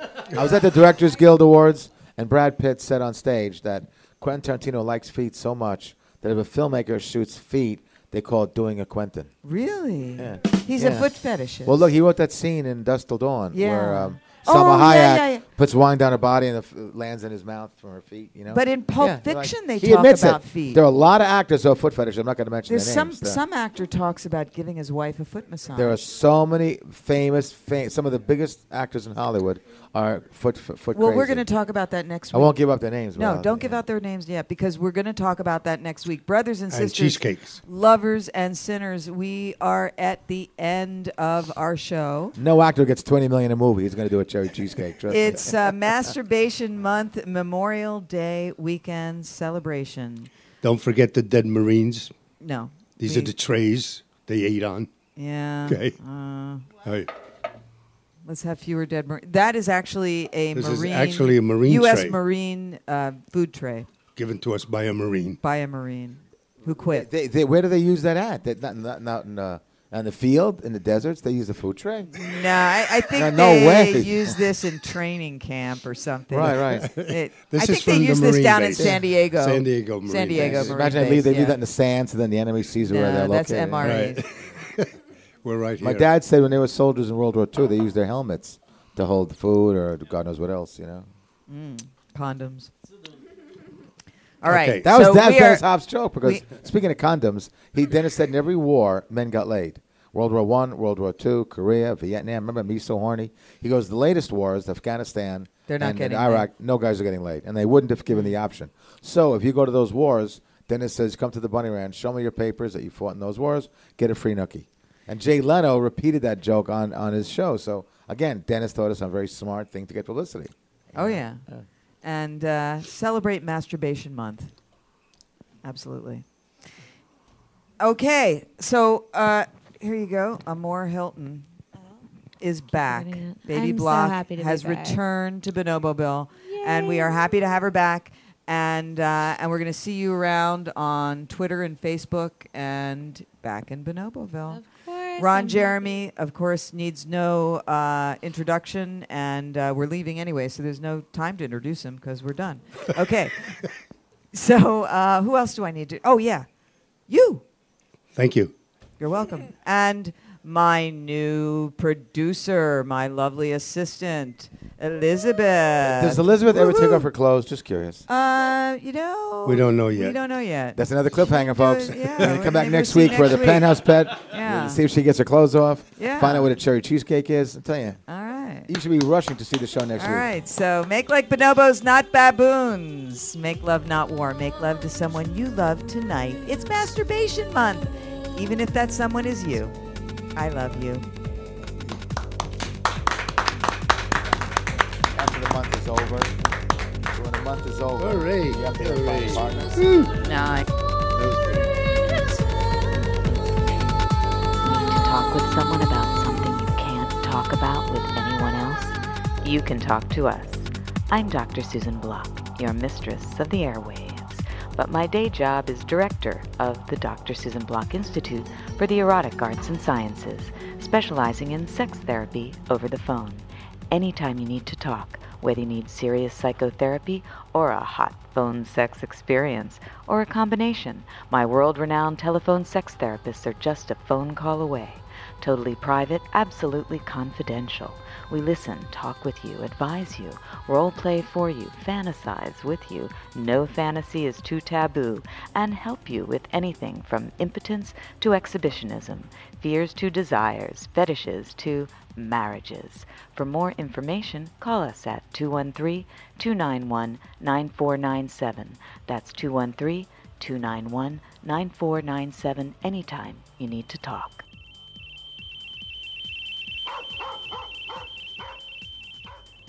Speaker 11: I was at the Directors Guild Awards, and Brad Pitt said on stage that Quentin Tarantino likes feet so much that if a filmmaker shoots feet, they call it doing a Quentin.
Speaker 3: Really?
Speaker 11: Yeah.
Speaker 3: He's a
Speaker 11: Yeah.
Speaker 3: foot fetishist.
Speaker 11: Well, look, he wrote that scene in Dust Till Dawn where
Speaker 3: Yeah.
Speaker 11: um, Salma
Speaker 3: Oh,
Speaker 11: Hayek
Speaker 3: yeah, yeah, yeah.
Speaker 11: puts wine down her body and the f- lands in his mouth from her feet. You know.
Speaker 3: But in Pulp
Speaker 11: they're
Speaker 3: Fiction, they
Speaker 11: he
Speaker 3: talk
Speaker 11: admits
Speaker 3: about
Speaker 11: it.
Speaker 3: feet.
Speaker 11: There are a lot of actors who are foot fetish. I'm not going to mention
Speaker 3: There's
Speaker 11: their
Speaker 3: some
Speaker 11: names. There-
Speaker 3: some actor talks about giving his wife a foot massage.
Speaker 11: There are so many famous, fam- some of the biggest actors in Hollywood are foot foot, foot
Speaker 3: well, we're
Speaker 11: crazy.
Speaker 3: going to talk about that next
Speaker 11: I
Speaker 3: week.
Speaker 11: won't give up their names, uh,
Speaker 3: No,
Speaker 11: well,
Speaker 3: don't give out their names yet because we're going to talk about that next week. Brothers and
Speaker 11: And
Speaker 3: sisters,
Speaker 11: cheesecakes.
Speaker 3: lovers and sinners, we are at the end of our show.
Speaker 11: No actor gets 20 million a movie. He's going to do a cherry cheesecake. Trust me.
Speaker 3: It's uh, Masturbation Month Memorial Day weekend celebration.
Speaker 4: Don't forget the dead Marines.
Speaker 3: No,
Speaker 4: These
Speaker 3: we-
Speaker 4: are the trays they ate on.
Speaker 3: Yeah.
Speaker 4: Okay.
Speaker 3: Uh,
Speaker 4: All right.
Speaker 3: Let's have fewer dead. Mar- that is actually a
Speaker 4: This is
Speaker 3: marine.
Speaker 4: actually a Marine
Speaker 3: U.S.
Speaker 4: tray.
Speaker 3: Marine uh, food tray
Speaker 4: Given to us by a Marine.
Speaker 3: by a Marine who quit.
Speaker 11: They, they, where do they use that at? They, not, not, not in, uh, in the field, in the deserts. They use a food tray.
Speaker 3: No, I, I think
Speaker 11: No, no
Speaker 3: they
Speaker 11: way.
Speaker 3: use this in training camp or something.
Speaker 11: Right, right.
Speaker 3: It-
Speaker 11: This
Speaker 3: I
Speaker 11: is
Speaker 3: think they
Speaker 11: from the
Speaker 3: use this
Speaker 11: Marine
Speaker 3: down
Speaker 11: base.
Speaker 3: in San Diego.
Speaker 4: San Diego Marine
Speaker 3: San Diego
Speaker 4: base.
Speaker 3: Marine
Speaker 11: Imagine they leave, they
Speaker 3: base,
Speaker 11: leave
Speaker 3: yeah.
Speaker 11: that in the sands, and then the enemy sees where
Speaker 3: No,
Speaker 11: they're
Speaker 3: that's
Speaker 11: located.
Speaker 3: MREs.
Speaker 4: We're right here.
Speaker 11: My dad said when they were soldiers in World War II, they used their helmets to hold food or God knows what else. You know.
Speaker 3: Mm, condoms. All right.
Speaker 11: That was
Speaker 3: so
Speaker 11: that
Speaker 3: we are-
Speaker 11: Dennis Hobbs' joke because
Speaker 3: we-
Speaker 11: speaking of condoms, he Dennis said in every war men got laid. World War One, World War Two, Korea, Vietnam. Remember me so horny? He goes, the latest wars, Afghanistan,
Speaker 3: They're not
Speaker 11: and,
Speaker 3: getting
Speaker 11: and Iraq. No guys are getting laid, and they wouldn't have given the option. So if you go to those wars, Dennis says, come to the bunny ranch, show me your papers that you fought in those wars, get a free nookie. And Jay Leno repeated that joke on on his show. So again, Dennis thought it's a very smart thing to get publicity.
Speaker 3: Oh yeah, and uh, celebrate Masturbation Month. Absolutely. Okay, so uh, here you go. Amor Hilton is back. Baby
Speaker 14: Oh. I'm so
Speaker 3: Block
Speaker 14: happy to be
Speaker 3: has
Speaker 14: back.
Speaker 3: returned to Bonobo Bill, and we are happy to have her back. And uh, and we're going to see you around on Twitter and Facebook and back in Bonoboville. Of
Speaker 14: course.
Speaker 3: Ron
Speaker 14: I'm
Speaker 3: Jeremy, of course, needs no uh, introduction, and uh, we're leaving anyway, so there's no time to introduce him because we're done. Okay. so uh, who else do I need to? Oh yeah, you.
Speaker 4: Thank you.
Speaker 3: You're welcome. And my new producer, my lovely assistant, Elizabeth.
Speaker 11: Does Elizabeth ever take
Speaker 3: Woo-hoo.
Speaker 11: off her clothes? Just curious.
Speaker 3: Uh, you know.
Speaker 11: We don't know
Speaker 3: We
Speaker 11: yet.
Speaker 3: don't know yet.
Speaker 11: That's another cliffhanger, folks.
Speaker 3: yeah,
Speaker 11: We're gonna
Speaker 3: we'll
Speaker 11: come back
Speaker 3: never
Speaker 11: next
Speaker 3: see
Speaker 11: week for
Speaker 3: next
Speaker 11: the
Speaker 3: week.
Speaker 11: penthouse pet.
Speaker 3: Yeah.
Speaker 11: See if she gets her clothes off.
Speaker 3: Yeah.
Speaker 11: Find out what a cherry cheesecake is. I'm telling you.
Speaker 3: All right.
Speaker 11: You should be rushing to see the show next
Speaker 3: All
Speaker 11: week.
Speaker 3: right. So make like bonobos, not baboons. Make love, not war. Make love to someone you love tonight. It's Masturbation Month, even if that someone is you. I love you.
Speaker 11: After the month is over. When the month is over.
Speaker 4: Hooray.
Speaker 11: You have to have
Speaker 4: Hooray.
Speaker 11: a partner.
Speaker 3: Nine.
Speaker 1: Need to talk with someone about something you can't talk about with anyone else? You can talk to us. I'm Dr. Susan Block, your mistress of the airwaves, but my day job is director of the Dr. Susan Block Institute for the Erotic Arts and Sciences, specializing in sex therapy over the phone. Anytime you need to talk, whether you need serious psychotherapy or a hot phone sex experience or a combination, my world renowned telephone sex therapists are just a phone call away. Totally private, absolutely confidential. We listen, talk with you, advise you, role play for you, fantasize with you. No fantasy is too taboo, and help you with anything from impotence to exhibitionism, fears to desires, fetishes to marriages. For more information, call us at 213 291 9497. That's 213 291 9497 anytime you need to talk.